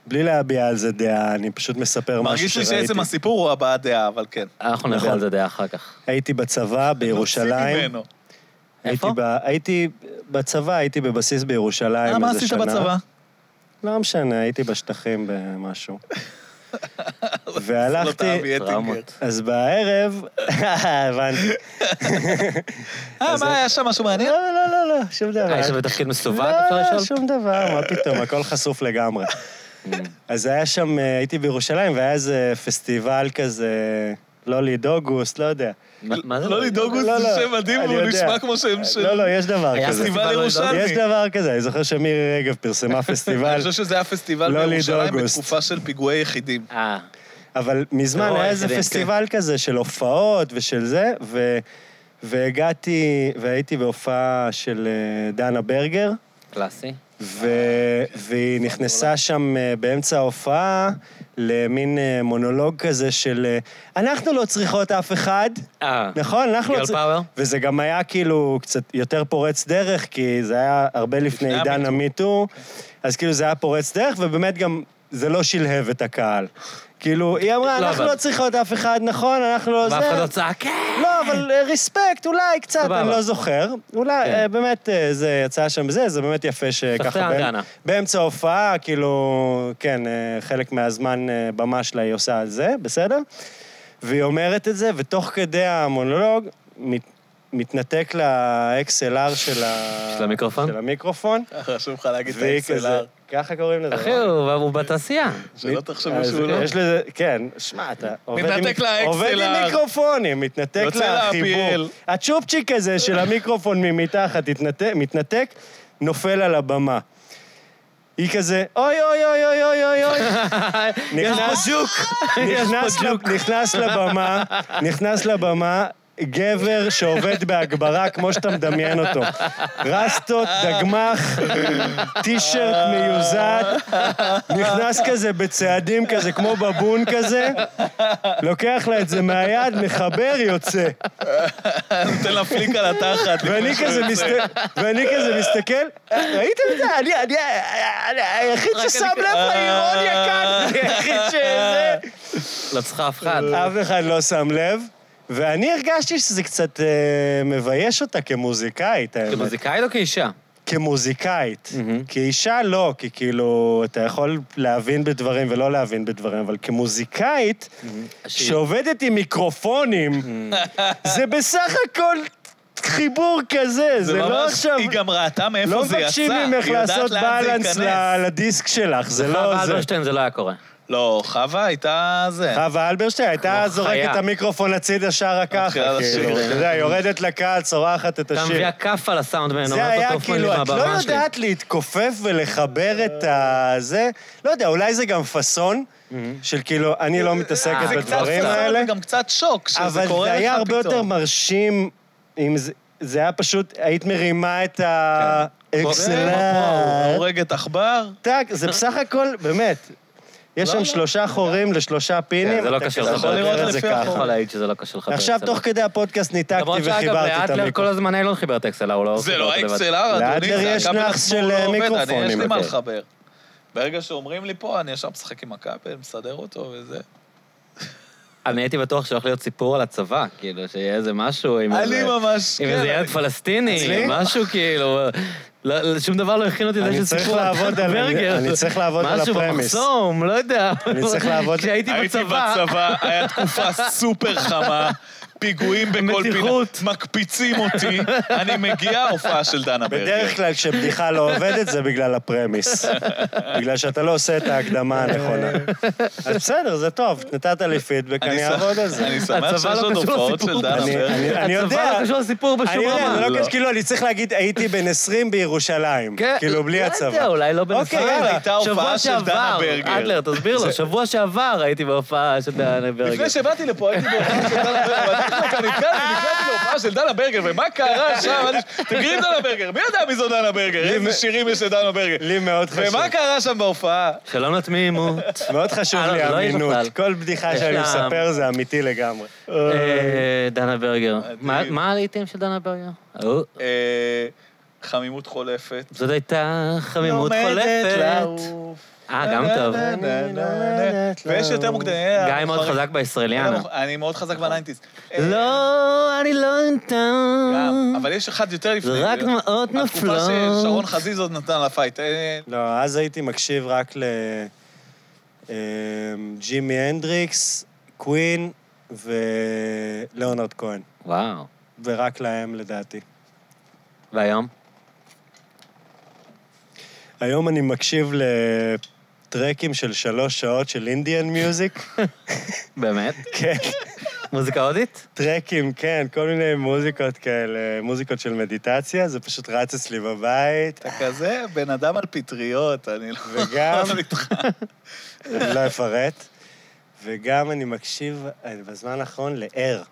בלי להביע על זה דעה, אני פשוט מספר לא משהו
מרגיש לי
שראיתי.
שעצם הסיפור הוא הבעת דעה, אבל כן.
אנחנו נדבר
נכון.
על זה דעה אחר כך.
הייתי בצבא
נוציא
בירושלים.
ממנו.
הייתי
איפה?
ב- הייתי בצבא, הייתי בבסיס בירושלים איזה שנה.
אה, מה עשית בצבא?
לא משנה, הייתי בשטחים במשהו.
לא זאת אבי
והלכתי,
אטינגר.
טראומות.
אז בערב, הבנתי.
אה, מה, היה שם משהו מעניין?
לא, לא, לא, לא, שום דבר.
אה, יש לו תפקיד מסווג, אפשר
לא, לא,
לשאול?
שום דבר, מה פתאום, הכל חשוף לגמרי. אז היה שם, אה, הייתי בירושלים, והיה איזה פסטיבל כזה, לא ליד אוגוסט, לא יודע.
מה- מה זה?
לא אה, לדאוג,
לא,
הוא
לא,
שם מדהים,
אני
הוא
יודע.
נשמע כמו שם של...
לא, לא, יש דבר
היה
כזה.
פסטיבל
פסטיבל
לא
ירושלמי.
יש דבר כזה, אני זוכר שמירי רגב פרסמה
אני
פסטיבל,
חושב שזה היה פסטיבל
לא
בירושלים
לדאוג, אוגוסט.
בתקופה של פיגועי יחידים.
אה,
אבל מזמן
טרור
היה איזה
היחידים,
פסטיבל כזה של הופעות ושל זה, ו... והגעתי, והייתי בהופעה של אה, דנה ברגר,
קלאסי.
ו... והיא נכנסה שם אה, באמצע ההופעה למין אה, מונולוג כזה של אה, אנחנו לא צריכות אף אחד,
אה,
נכון? אנחנו לא
גרל
צריכות...
פאוור?
וזה גם היה כאילו קצת יותר פורץ דרך, כי זה היה הרבה לפני
לפני
עידן
המיטו.
המיטו, אז כאילו זה היה פורץ דרך, ובאמת גם זה לא שלהב את הקהל. כאילו, היא אמרה,
לא
אנחנו
עבד.
לא צריכות אף אחד, נכון? אנחנו לא זה.
ואף אחד לא צעק, "אה!"
לא, אבל אה, ריספקט, אולי קצת,
סבבה.
אני לא זוכר. אולי,
כן.
אה, באמת, אה, זה יצא שם בזה, זה באמת יפה שככה...
סחטיין,
באמ-
דנה.
באמצע ההופעה, כאילו, כן, אה, חלק מהזמן אה, במה שלה היא עושה על זה, בסדר? והיא אומרת את זה, ותוך כדי המונולוג, מת, מתנתק ל-XLR של, ה...
של המיקרופון?
של המיקרופון,
אה, חשוב לך להגיד את
והיא כזה,
האקסלר.
ככה קוראים לזה. לא?
אחי, הוא הוא בתעשייה.
שלא תחשבו
אז
שהוא לא.
יש לזה, כן, שמע, אתה עובד עם-
מתנתק לאקסלר.
עובד עם מיקרופונים, מתנתק
יוצא ל-RPL.
לחיבור. הצ'ופצ'יק הזה של המיקרופון ממתחת התנתק- מתנתק, נופל על הבמה. היא כזה, אוי, אוי, אוי, אוי, אוי, אוי, אוי. נכנס, נכנס, ל- נכנס לבמה, נכנס לבמה. גבר שעובד בהגברה כמו שאתה מדמיין אותו. רסטות, דגמח, טישרט מיוזעת, נכנס כזה בצעדים כזה, כמו בבון כזה, לוקח לה את זה מהיד, מחבר, יוצא.
נותן לה פליק על התחת.
ואני
לפני שהוא
כזה
יוצא.
מסת- ואני כזה מסתכל, ראיתם את זה? אני אני- אני היחיד ששם לב לאירוניה כאן, אני היחיד שזה...
לא צריכה אף אחד.
אף אחד לא שם לב. ואני הרגשתי שזה קצת אה, מבייש אותה כמוזיקאית, האמת.
כמוזיקאית או כאישה?
כמוזיקאית. כאישה לא, כי כאילו, אתה יכול להבין בדברים ולא להבין בדברים, אבל כמוזיקאית,
שהיא-
שעובדת עם מיקרופונים, זה בסך הכל חיבור כזה, זה לא
ממש-
עכשיו...
היא גם ראתה מאיפה
לא
זה יצא.
מבקשים ממך
היא יודעת
לעשות
לאן זה
בלנס
ייכנס.
ל- לדיסק שלך, זה לא זה.
אלברשטיין זה לא היה קורה.
לא, חווה הייתה זה.
חווה אלברשטיין הייתה
כמו
זורקת
חיה.
את המיקרופון הצידה שרה ככה,
מתחילה לשיר.
כאילו, אתה יודע, יורדת לקהל, צורחת את
אתה
השיר.
מביאה כף על הסאונדמן,
זה היה
אותו פונים
כאילו, את לא
מהבמה שלי.
יודעת להתכופף ולחבר את ה... זה, לא יודע, אולי זה גם פאסון, של כאילו, אני לא מתעסקת
זה קצת
בדברים
פאסון,
האלה,
אה, זה גם קצת שוק שזה קורה לך
אבל
פתאום.
זה היה הרבה יותר מרשים, אם זה- זה היה פשוט, היית מרימה את ה...
הוא
אקסלר.
הורג את עכבר.
טאק, זה בסך הכל, באמת. יש
לא,
שם
לא.
שלושה חורים לשלושה פינים.
כן, זה לא
אתה
קשור
כזה
לחבר.
חודר
אתה יכול
את זה
לראות
אני
ככה.
לפי
יכול להעיד שזה לא קשור לחבר.
עכשיו,
אקסלר.
תוך כדי הפודקאסט ניתקתי
למרות שאגב,
וחיברתי את
לאדלר כל
המיקרופון.
הזמן היה לא חיבר את האקסלר, הוא לא...
זה
חיבר
לא
אותו לבד.
האקסלר,
לאדלר
אדוני. זה
יש
הכבל
נח
עצמו
של,
לא עובד,
מיקרופונים,
אני, יש לי מה
אוקיי.
לחבר. ברגע שאומרים לי פה, אני ישר משחק עם הכבל, מסדר אותו וזה.
אני הייתי בטוח שהולך להיות סיפור על הצבא, כאילו, שיהיה איזה משהו עם איזה...
אני ממש...
עם
כן,
איזה ילד
אני-
פלסטיני,
אצלי?
משהו כאילו... לא- לא- שום דבר לא הכין אותי לזה
אני
של
צריך
סיפור על
לעבוד על-
ברגר.
אני צריך לעבוד על
משהו
הפרמיס.
במחסום, לא יודע.
אני צריך לעבוד-
כשהייתי
הייתי
בצבא,
בצבא, היה תקופה סופר חמה, פיגועים בכל פינה,
מתיחות.
מקפיצים אותי, אני מגיע, הופעה של דנה ברגר.
בדרך כלל כשבדיחה לא עובדת זה בגלל הפרמיס. בגלל שאתה לא עושה את ההקדמה הנכונה. אז בסדר, זה טוב, נתת לי פידבק,
אני
אני
ש-
אעבוד על זה.
אני שמח
הצבא
שיש
לא
עוד
קשור
הופעות
לסיפור.
של דנה
אני-
ברגר.
אני
הצבא
יודע.
לא קשור לסיפור
אני
בשום
יודע,
רמה.
זה לא
לא.
קשור, כאילו, אני צריך להגיד, הייתי בן 20 בירושלים.
כן,
כאילו, בלי
לא יודע,
הצבא.
אולי לא בן
אוקיי,
עשרים.
יאללה.
הייתה הופעה
שבוע
של דנה
שעבר,
ברגר.
אדלר, תסביר לו, שבוע שעבר הייתי בהופעה של דנה ברגר.
לפני שבאתי לפה, הייתי בהופעה של דנה ברגר, ואני כאן, נקראתי להופעה של דנה ברגר, ומה קרה שם? אתם מכירים דנה ברגר? מי יודע מי זו דנה ברגר? איזה שירים יש לדנה ברגר?
לי מאוד חשוב.
ומה קרה שם בהופעה?
שלום לתמימות.
מאוד חשוב
אה,
לי
לא, לא יש
האמינות.
בכלל.
כל בדיחה
יש
שאני
לה-
מספר זה אמיתי לגמרי.
אה, דנה ברגר.
מדהים.
מה- מה הלעיתים של דנה ברגר? אה,
אה, חמימות חולפת.
זאת הייתה חמימות
לומדת
חולפת.
לעוף.
אה, גם טוב.
נה, נה, נה, נה. ויש יותר מוקדמים.
אה,
אה,
גיא מאוד חזק בישראליאנה.
אני מאוד חזק בניינטיז. אה,
לא, אני לא
גם,
נתן.
אבל יש אחד יותר לפני.
זה רק דמעות
התקופה
נופלות.
ששרון חזיז עוד נתן לפייט. אה,
לא, אז הייתי מקשיב רק ל... אה, ג'ימי הנדריקס, קווין ולאונרד כהן.
וואו.
ורק להם, לדעתי.
והיום?
היום אני מקשיב לטרקים של שלוש שעות של אינדיאן מיוזיק.
באמת?
כן,
מוזיקה הודית?
טרקים, כן, כל מיני מוזיקות כאלה, מוזיקות של מדיטציה, זה פשוט רץ אצלי בבית,
אתה כזה בן אדם על פטריות, אני לא...
וגם-
לא איתך.
אני לא אפרט. וגם אני מקשיב אה, בזמן האחרון לער.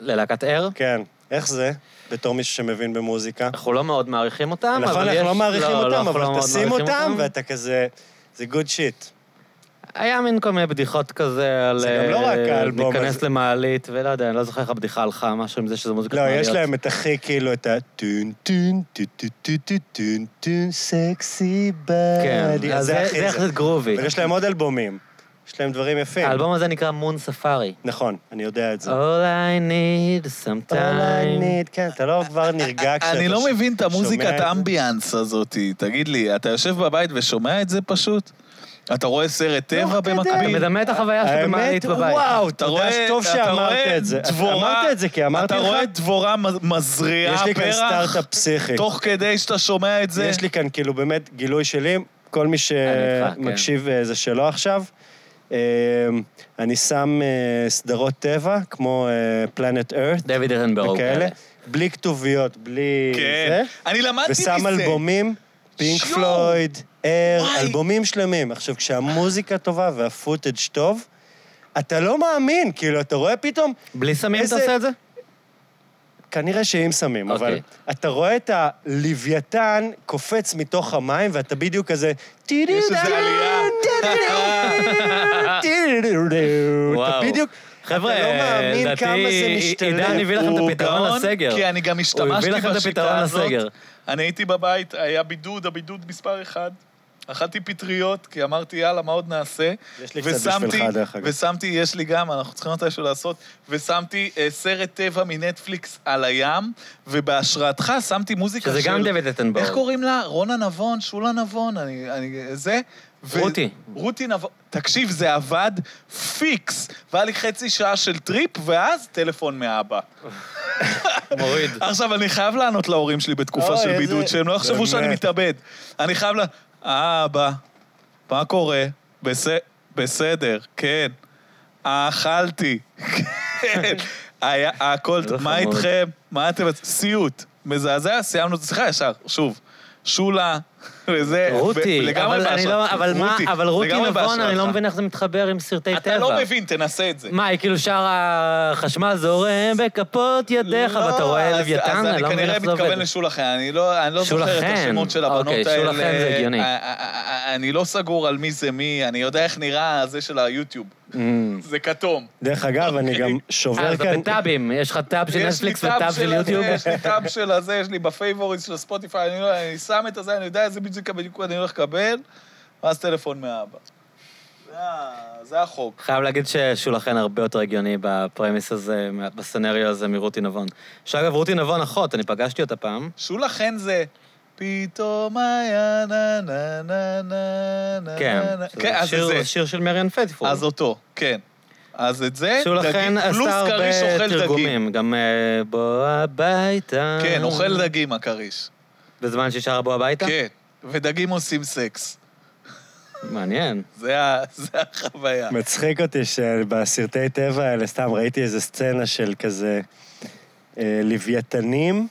ללהקת ער?
כן, איך זה? בתור מישהו שמבין במוזיקה.
אנחנו לא מאוד מעריכים אותם, אבל יש...
נכון, אנחנו לא מעריכים
לא,
אותם,
אנחנו לא
אבל
מאוד
תשים
מעריכים
אותם, ואתה כזה... זה גוד שיט.
היה מין כל מיני בדיחות כזה על...
זה גם לא רק
אה,
האלבום
להיכנס
הזה.
למעלית, ולא יודע, אני לא זוכר איך הבדיחה הלכה, משהו עם זה שזה מוזיקת
לא,
מעליות.
יש להם את הכי, כאילו, את ה... טון טון טו טו טו טו טון טון סקסי
כן,
בדי.
אז זה זה יחסית גרובי.
אבל יש להם עוד אלבומים. יש להם דברים יפים.
האלבום הזה נקרא מון ספארי.
נכון, אני יודע את זה.
All I need
All I
sometime.
need, כן, אתה לא כבר נרגע כשאתה
אני
ש-
לא מבין את
שומע
המוזיקת
את זה.
אמביאנס הזאת. תגיד לי, אתה יושב בבית ושומע את זה פשוט? אתה רואה סרט טבע
כדי.
אתה
במקביל?
מדמה את החוויה שלך במעלית בבית.
וואו,
אתה
אתה יודע
רואה-
טוב
אתה
שאמרת
רואה
את זה.
דבורה-
אמרת את זה כי אמרתי
אתה
לך,
רואה דבורה מ- מזריעה
יש לי כאן
פרח,
סטארט-אפ פסיכי.
תוך כדי שאתה שומע את זה?
יש לי כאן כאילו באמת גילוי שלי, כל מי
אני איתך, כן.
שמקשיב אה, זה שלו עכשיו. אה, אני שם אה, סדרות טבע, כמו פלנט ארת
דויד אירנברו.
וכאלה, בלי כתוביות, בלי זה,
כן. אני למדתי מזה.
ושם אלבומים, פינק
שיו.
פלויד, אר,
וואי.
אלבומים שלמים. עכשיו, כשהמוזיקה טובה והפוטג' טוב, אתה לא מאמין, כאילו, אתה רואה פתאום,
בלי סמים אתה
איזה-
עושה את זה?
כנראה שאם שמים, אבל
אוקיי.
אתה רואה את הלוויתן קופץ מתוך המים, ואתה בדיוק כזה...
יש איזה עלייה.
אתה
וואו.
בדיוק...
חבר'ה,
אתה לא מאמין
לדעתי,
כמה זה משתלב.
עידן הביא לכם את
הוא
הפתרון
גאון,
לסגר.
כי אני גם
הוא
השתמשתי
הביא לכם את
בשיטה
הפתרון
הזאת.
לסגר.
אני הייתי בבית, היה בידוד, הבידוד מספר אחד. אכלתי פטריות, כי אמרתי, יאללה, מה עוד נעשה?
יש לי קצת בשבילך, דרך אגב.
ושמתי, יש לי גם, אנחנו צריכים מתישהו לעשות, ושמתי אה, סרט טבע מנטפליקס על הים, ובהשראתך שמתי מוזיקה
שזה
של...
גם דויד אטנבאום.
איך קוראים לה? רונה נבון, שולה נבון, אני... אני זה. ו-
רותי.
רותי נבון. תקשיב, זה עבד פיקס. והיה לי חצי שעה של טריפ, ואז טלפון מאבא.
מוריד.
עכשיו, אני חייב לענות להורים שלי בתקופה
אוי,
של
איזה-
בידוד, שהם לא יחשבו
באמת.
שאני מתאבד. אני חייב ל... אה, אבא, מה קורה? בס... בסדר, כן. אכלתי. כן. היה, הכל,
זה
מה
חמוד.
איתכם? מה אתם... סיוט. מזעזע, סיימנו את השיחה ישר, שוב. שולה, וזה... ו-
רותי,
לגמרי
אבל אני
בהשרא-
לא- אבל מה, אבל רותי
לגמרי
נבון, אני לא
בהשראתך.
מבין איך זה מתחבר עם סרטי טבע.
אתה לא מבין, תנסה את זה.
מה, היא כאילו שרה חשמל זורם בכפות ידיך, ואתה רואה
לא, אז-
לוויתן, אני לא מבין איך
אז
זה
אני כנראה
עובד.
מתכוון לשולחן, אני לא, אני לא
שולה
זוכר את
חן.
השמות של הבנות
אוקיי,
האלה.
שולה חן זה הגיוני.
אה, אה, אה, אני לא סגור על מי זה מי, אני יודע איך נראה הזה של היוטיוב.
Mm.
זה כתום.
דרך אגב, אני גם
אה,
שובר
זה
כאן...
בטאבים, יש לך טאב של
יש לי
נטפליקס
טאב
וטאב של יוטיוב.
הזה, יש לי טאב של הזה, יש לי בפייבוריטס של ספוטיפיי, אני, לא, אני שם את הזה, אני יודע איזה בדיוק בדיוק אני הולך לקבל, ואז טלפון מהאבא. זה ה- זה החוק.
חייב להגיד ששולחן הרבה יותר הגיוני בפרמיס הזה, בסצנריו הזה מרותי נבון. שאגב, רותי נבון אחות, אני פגשתי אותה פעם.
שולה חן זה... פתאום היה נה נה נה נה נה
כן,
נה.
שזה
כן, אז
שיר-
זה.
שיר של מריאן פטפול.
אז אותו, כן. אז את זה,
שהוא לכן עשה הרבה תרגומים, גם אה, בוא הביתה.
כן,
אה.
אוכל דגים הכריש.
בזמן שהיא שרה בוא הביתה?
כן. ודגים עושים סקס.
מעניין.
זה ה- זה החוויה.
מצחיק אותי שבסרטי טבע האלה, סתם ראיתי איזה סצנה של כזה אה, לוויתנים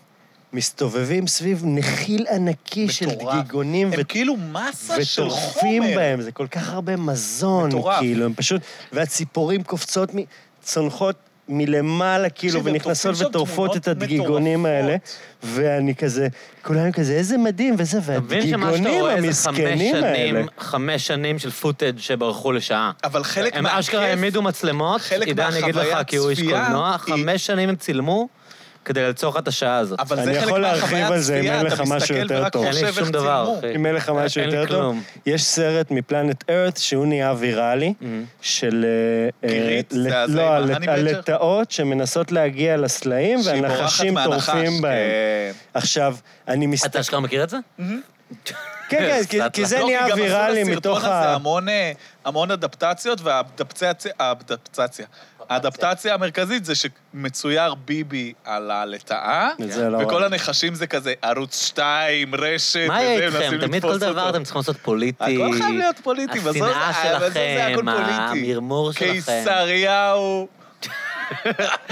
מסתובבים סביב נחיל ענקי של
מטורף.
גיגונים
הם
ו-
כאילו מסה של
וטורפים
חומר.
בהם, זה כל כך הרבה מזון,
מטורף.
כאילו, הם פשוט... והציפורים קופצות מ... צונחות מלמעלה, כאילו,
תקשיב, הם
ונכנסות
תופסים שם
וטורפות את
תמונות
הדגיגונים
מטורפות.
האלה, ואני כזה, כולנו כזה, איזה מדהים, וזה,
מבין שמה שאתה
והדגיגונים
רואה זה חמש
המסכנים האלה.
שנים, חמש שנים של פוטאג' שברחו לשעה.
אבל חלק
הם
מהכיף...
אשכרה העמידו מצלמות,
חלק
עידן יגיד לך
מהחוויית
כי הוא איש
צפייה
קולנוע,
היא-
חמש שנים הם צילמו כדי לצורך את השעה הזאת.
אבל זה
אני
חלק
יכול להרחיב
מהחוויית
על זה, אם
צפייה,
אין
אתה
לך משהו
מסתכל
יותר
ורק
טוב.
אין לי
חושב איך
שום דבר,
צילמו.
אחי.
אם אין לך משהו
אין לי
יותר טוב,
כלום.
יש סרט מפלנט ארת שהוא נהיה ויראלי,
Mm-hmm.
של... אה,
גירית,
אה,
זה
לט-
הזה
לא,
עם
על-
ההני
על
בדג'ר?
לטאות שמנסות להגיע לסלעים,
שהיא בורחת
והנחשים
מהנחש,
טורפים בהם.
כן.
עכשיו, אני מסתכל...
אתה אשכרה מכיר את זה?
כן, כן, כי- כי זה
לא, כי
נהיה
גם עשו
ויראלי
לסרטון
מתוך
הזה
ה...
המון, אה, המון אדפטציות, והאדפטציה... האדפטציה. האדפטציה המרכזית זה שמצויר ביבי על הלטאה,
את זה לא
וכל
ראיתי.
הנחשים זה כזה ערוץ 2, רשת,
מה
וזה,
יהיה
מנסים
איתכם? תמיד כל
לתפוס
דבר
אותו.
אתם צריכים לעשות פוליטי.
הכל חייב להיות פוליטי, בסוף זה-
השנאה
אבל זה- זה הכל
שלכם,
פוליטי.
המרמור שלכם.
קיסריהו,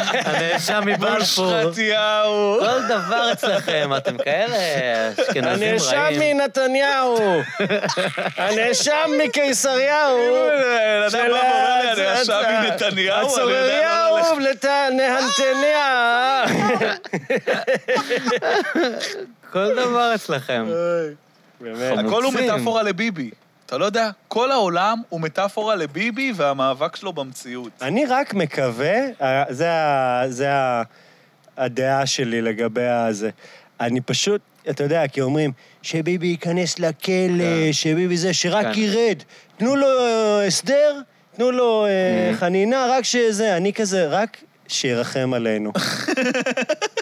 הנאשם מבלפור.
מושחתיהו.
כל דבר אצלכם, אתם כאלה אשכנזים
הנאשם
רעים.
מנתניהו! הנאשם מקיסריהו!
אה, אדם לא בא ואומר לי, הנאשם מנתניהו, אני יודע מה הולך.
הצורריהו לנהנתניה!
כל דבר אצלכם.
באמת.
הכל הוא
חמוצים.
מטאפורה לביבי. אתה לא יודע, כל העולם הוא מטאפורה לביבי והמאבק שלו במציאות.
אני רק מקווה, אה, זה ה- זה ה- הדעה שלי לגבי הזה. אני פשוט, אתה יודע, כי אומרים, שביבי ייכנס לכלא, שביבי זה, שרק
כן.
ירד. תנו לו אה, הסדר, תנו לו אה, חנינה, רק שזה. אני כזה, רק שירחם עלינו.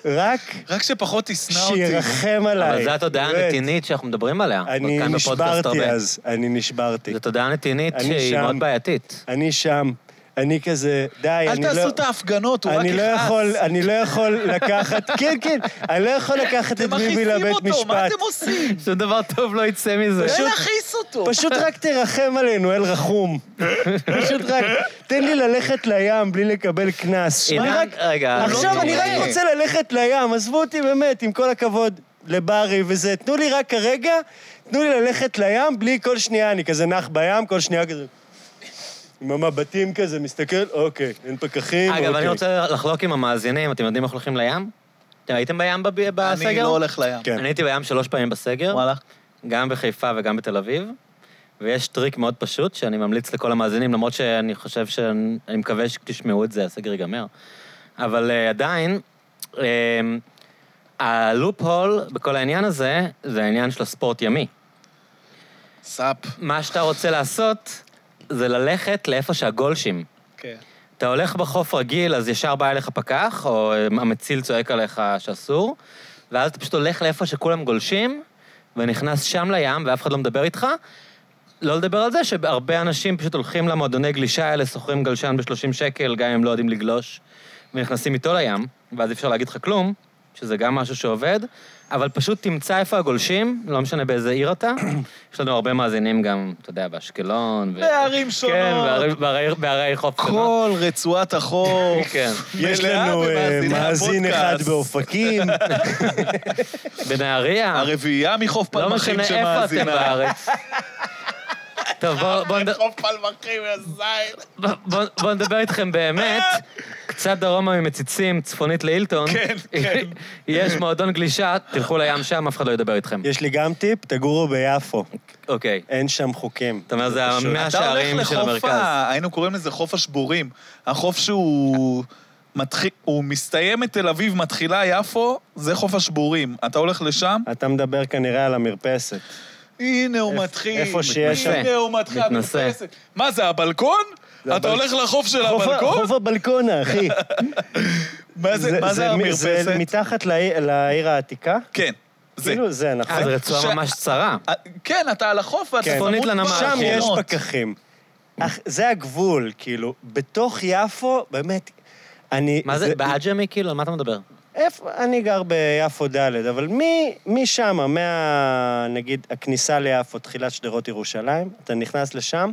רק
רק שפחות תשנא אותי.
שירחם עליי.
אבל זו התודעה
באמת.
הנתינית שאנחנו מדברים עליה.
אני
כאן בפודקאסט
נשברתי
הרבה.
אז, אני נשברתי.
זו תודעה נתינית
אני
שהיא
שם.
מאוד בעייתית.
אני שם, אני כזה, די, אני לא...
אל תעשו את ההפגנות, הוא רק
אני לא יכול,
יכעס.
אני לא יכול לקחת, כן, כן, אני לא יכול לקחת את
אתם
ביבי
מכעיסים
לבית
אותו, מה
משפט.
אתם עושים?
שום דבר טוב לא יצא מזה.
לא
פשוט-
להכעיס אותו.
פשוט רק תרחם עלינו, אל רחום. פשוט רק, תן לי ללכת לים בלי לקבל קנס. אני
עידן, לא
רק-
רגע.
עכשיו אני רק
אה.
רוצה ללכת לים, עזבו אותי באמת, עם כל הכבוד לברי וזה, תנו לי רק כרגע, תנו לי ללכת לים בלי כל שנייה, אני כזה נח בים, כל שנייה כזה... עם המבטים כזה, מסתכל, אוקיי, אין פקחים, אוקיי.
אגב, אני רוצה לחלוק עם המאזינים, אתם יודעים איך הולכים לים? אתם הייתם בים בב- בסגר?
אני לא הולך לים.
כן.
אני הייתי בים שלוש פעמים בסגר,
וואלה.
גם בחיפה וגם בתל אביב, ויש טריק מאוד פשוט שאני ממליץ לכל המאזינים, למרות שאני חושב ש... אני מקווה שתשמעו את זה, הסגר ייגמר. אבל אה, עדיין, אה, הלופ הול בכל העניין הזה, זה העניין של הספורט ימי.
סאפ.
מה שאתה רוצה לעשות, זה ללכת לאיפה שהגולשים.
כן.
אתה הולך בחוף רגיל, אז ישר בא אליך פקח, או אה, המציל צועק עליך שאסור, ואז אתה פשוט הולך לאיפה שכולם גולשים, ונכנס שם לים, ואף אחד לא מדבר איתך. לא לדבר על זה שהרבה אנשים פשוט הולכים למועדוני גלישה האלה, שוכרים גלשן ב-30 שקל, גם אם לא יודעים לגלוש, ונכנסים איתו לים, ואז אי אפשר להגיד לך כלום, שזה גם משהו שעובד, אבל פשוט תמצא איפה הגולשים, לא משנה באיזה עיר אתה. יש לנו הרבה מאזינים גם, אתה יודע, באשקלון. ו-
בערים
כן,
שונות.
בערי- בערי- בערי חוף שונות.
כל רצועת החוף.
כן.
יש
מלאה
לנו אה,
במאזיני
מאזין אחד
הפודקאסט.
באופקים,
בנהריה,
הרביעייה מחוף
לא
פלמחים
משנה איפה אתם
שמאזינה.
בארץ. טוב, בואו בוא, נד-
חוף פלמחים, יא זין.
בוא, בוא, בוא נדבר איתכם באמת. קצת דרומה ממציצים, צפונית לאילטון.
כן, כן.
יש מועדון גלישה, תלכו לים שם, אף אחד לא ידבר איתכם.
יש לי גם טיפ, תגורו ביפו.
אוקיי.
אין שם חוקים.
אתה אומר, זה
פשוט.
המאה
אתה הולך
שערים של
לחוף,
המרכז.
ה- היינו קוראים לזה חוף השבורים. החוף שהוא מתחיל, הוא מסתיים את תל אביב, מתחילה יפו, זה חוף השבורים. אתה הולך לשם,
אתה מדבר כנראה על המרפסת.
הנה הוא
איפ-
מתחיל.
איפה שיש
שם.
הנה הוא מתחיל.
מתנשא.
המרפסת. מה זה, הבלקון?
זה
אתה
הבלק-
הולך לחוף של
חוף ה-
הבלקון?
חוף הבלקונה, אחי.
מה זה- מה זה
מ- זה
המרפסת?
מתחת לעיר- לעיר העתיקה?
כן, זה.
כאילו זה, נכון?
אה, זו רצועה
ש-
ממש צרה.
אה, כן, אתה על החוף ואתה
כן.
צפונית לנמל.
כבר
שם יש
חולות.
פקחים. אך זה הגבול, כאילו, בתוך יפו, באמת, אני...
מה זה, בעג'מי כאילו? על מה אתה מדבר?
איפה, אני גר ביפו ד', אבל מי- משם, מה... נגיד, הכניסה ליפו, תחילת שדרות ירושלים, אתה נכנס לשם,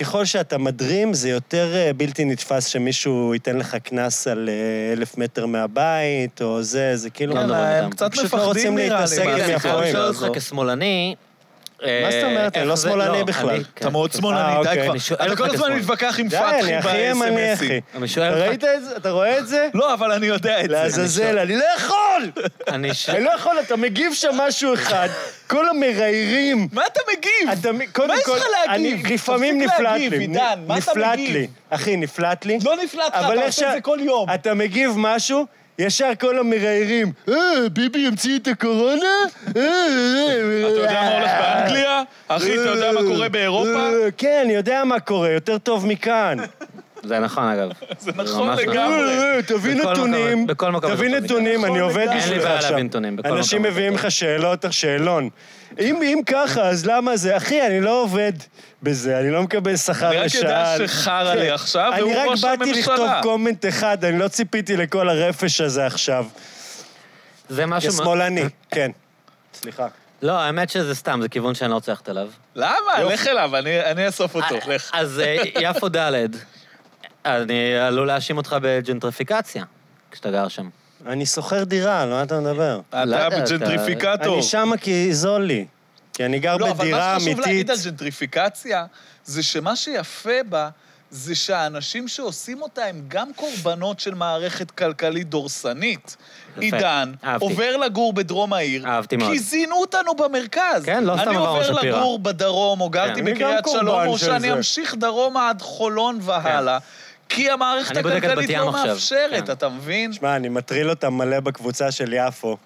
ככל שאתה מדרים, זה יותר אה, בלתי נתפס שמישהו ייתן לך קנס על אה, אלף מטר מהבית, או זה, זה כאילו...
לא, לא,
יאללה,
מדברים
כן, הם
איתם.
קצת
פשוט לא
מפחדים
רוצים
נראה לי.
להתעסק
מה
עם
אני
הסיטואציה
חייב
יפואים.
לשאול
הזו.
אותך כשמאלני, אה,
מה זאת אומרת? אני לא שמאלני בכלל.
כן.
אתה מאוד
אה,
שמאלני, די
אוקיי.
כבר.
אני שואל
אתה
אותך
כל הזמן
כשמאל.
מתווכח עם
די, אני
פתחי
הכי ימני, אחי.
באס.אם.אסים.
אני
אתה
שואל
ראית
אותך,
את זה? אתה רואה את זה?
לא, אבל אני יודע את זה.
לעזאזל, אני לא יכול!
אני ש-
אני לא יכול, אתה מגיב שם משהו אחד, כולם מראיירים.
מה אתה מגיב?
אתה, מ- קודם
מה יש
כל,
לך להגיב?
אני, לפעמים
תפסיק
נפלט
להגיב,
לי.
עידן, מה אתה
נפלט
מגיב?
לי. אחי, נפלט לי.
לא נפלט לך,
אבל
אתה
איך
עושה את
שה-
זה כל יום.
אתה מגיב משהו, ישר כל המראיירים. אה, ביבי המציא את הקורונה? אה, אתה
אתה יודע מה הולך באנגליה? אחי, אתה יודע מה קורה באירופה?
אה, כן, אני יודע מה קורה, יותר טוב מכאן.
זה נכון, אגב. זה
נכון
ממש
לגמרי.
אה, אה, תביא
בכל מקום,
נתונים,
בכל מקום
תביא
זה טוב
נתונים, אני עובד
אין לי
בשבילך
בעיה
עכשיו.
להביא נתונים, בכל
אנשים
מקום.
מביאים לך שאלות, שאלון. אם אם ככה, אז למה זה? אחי, אני לא עובד בזה, אני לא מקבל שכר
אני רק
לשעה. כן.
יודע שחרא לי עכשיו,
אני
והוא
רק
ראש
באתי לכתוב
הממשלה.
קומנט אחד, אני לא ציפיתי לכל הרפש הזה עכשיו.
זה
יא
משהו... מאוד-
שמאלני, כן. סליחה.
לא, האמת שזה סתם, זה כיוון שאני לא רוצה ללכת אליו.
למה? לך אליו, אני אני אאסוף אותו, לך.
אז אה, יפו ד', אני עלול להאשים אותך בג'נטריפיקציה, כשאתה גר שם.
אני שוכר דירה, על מה אתה מדבר?
לא
אתה
יודע,
בג'נטריפיקטור.
אני שמה כי זול לי. כי אני גר
לא, אבל
בדירה
מה שחשוב
אמיתית.
להגיד על ג'נטריפיקציה, זה שמה שיפה בה, זה שהאנשים שעושים אותה הם גם קורבנות של מערכת כלכלית דורסנית.
יפה,
עידן,
אהבתי.
עובר לגור בדרום העיר,
אהבתי מאוד.
כי זינו אותנו במרכז.
כן, לא סתם
אני
עברנו
עובר
שפירא.
לגור בדרום, או
כן.
גרתי
אני גם
בקריית
קורבן
שלום, או
של
שאני
זה.
אמשיך דרומה עד חולון והלאה. כי המערכת
כן. אני בודק את בת
הכלכלית
ים
לא
עכשיו.
מאפשרת,
כן.
אתה מבין?
שמע, אני מטריל אותם מלא בקבוצה של יפו.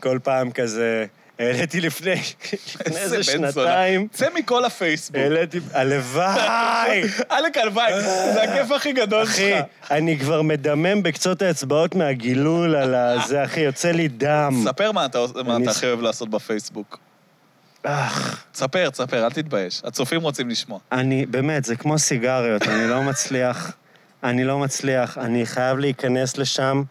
כל פעם כזה... העליתי לפני לפני איזה
בן זונה.
שנתיים.
צא מכל הפייסבוק.
העליתי... הלוואי!
עלק הלוואי, זה הכיף הכי גדול שלך.
אחי, אני כבר מדמם בקצות האצבעות מהגילול על הזה, אחי, יוצא לי דם.
ספר מה אתה עוש- מה
Mm. אני
אתה
ס-
הכי אוהב לעשות בפייסבוק.
אך,
ספר, ספר, אל תתבייש. הצופים רוצים לשמוע.
אני, באמת, זה כמו סיגריות, אני לא מצליח. אני לא מצליח, אני חייב להיכנס לשם.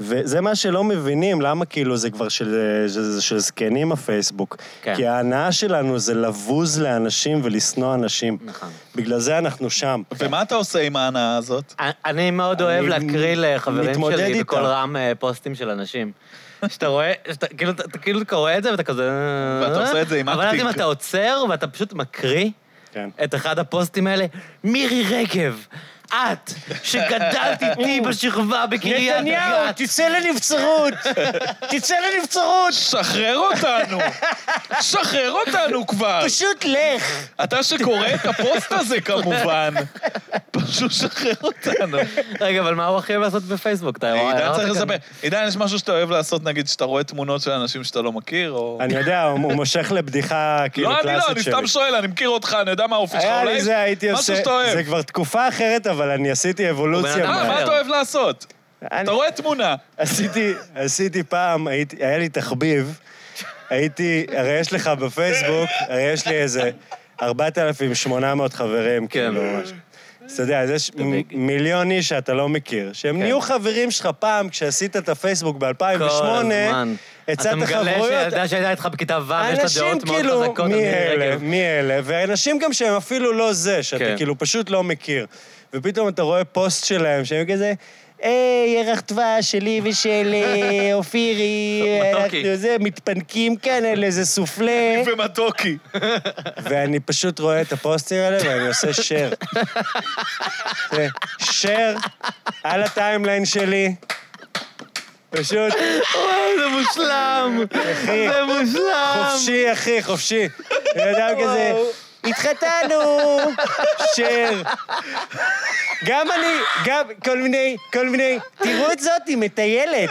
וזה מה שלא מבינים, למה כאילו זה כבר של, זה- זה של זקנים הפייסבוק.
כן.
כי ההנאה שלנו זה לבוז לאנשים ולשנוא אנשים.
נכון.
בגלל זה אנחנו שם.
ומה אתה עושה עם ההנאה הזאת?
אני מאוד אוהב
אני
להקריא לחברים
מתמודד
שלי
איתה.
בקול רם אה, פוסטים של אנשים. שאתה רואה, שאתה כאילו אתה- אתה כאילו קורא את זה ואתה כזה... "אה?"
ואתה עושה את זה עם
אבל אז
אקטינג.
אם אתה עוצר ואתה פשוט מקריא
כן.
את אחד הפוסטים האלה, מירי רגב, את, שגדלת איתי בשכבה בקריית גת.
תצא לנבצרות! תצא לנבצרות!
שחרר אותנו! שחרר אותנו כבר!
פשוט לך!
אתה שקורא את הפוסט הזה כמובן. פשוט שחרר אותנו.
רגע, אבל מה הוא הכי אוהב לעשות בפייסבוק? אתה
אה,
רואה?
לא,
עידן
הרמת
צריך
כאן.
לספר. עידן, יש משהו שאתה אוהב לעשות, נגיד, שאתה רואה תמונות של אנשים שאתה לא מכיר, או...
אני יודע, הוא הוא מושך לבדיחה כאילו
לא,
קלאסית
אני
שלי.
לא, אני סתם שואל, אני מכיר אותך, אני יודע מה האופי שלך
היה
אולי.
לי זה, הייתי
משהו
עושה...
שאתה אוהב.
זה כבר תקופה אחרת, אבל אני עשיתי
הוא בן
אבולוציה.
אדם
אה,
מה-
מה אתה אוהב לעשות?
אני-
אתה רואה תמונה.
עשיתי, עשיתי פעם, הייתי, היה לי תחביב, הייתי, הרי יש לך בפייסבוק, הרי יש לי איזה 4,800 חברים,
כן.
כאילו, משהו. אז אתה יודע, אז יש מ- מיליון איש שאתה לא מכיר, שהם
כן.
נהיו חברים שלך פעם, כשעשית את הפייסבוק ב-2008,
כל הזמן.
הצעת
אתה מגלה
חברויות,
שילדה שהייתה איתך בכיתה ו', יש לה
אנשים
דעות מאוד
כאילו,
חזקות. על
מי
מירי
אלה,
רגב.
מי אלה, ואנשים גם שהם אפילו לא זה,
כן.
שאתה כאילו פשוט לא מכיר. ופתאום אתה רואה פוסט שלהם שהם כזה, היי, ירח דבש שלי ושל אה, אופירי,
מתוקי.
אנחנו זה, מתפנקים כאן על איזה סופלה,
ומתוקי.
ואני פשוט רואה את הפוסטים האלה ואני עושה share. זה share על הטיימליין שלי. פשוט
אוי, זה מושלם!
אחי.
זה מושלם!
חופשי, אחי, חופשי. בן אדם כזה, התחתנו, שר. גם אני, גם כל מיני, כל מיני, תראו את זאת, היא מטיילת.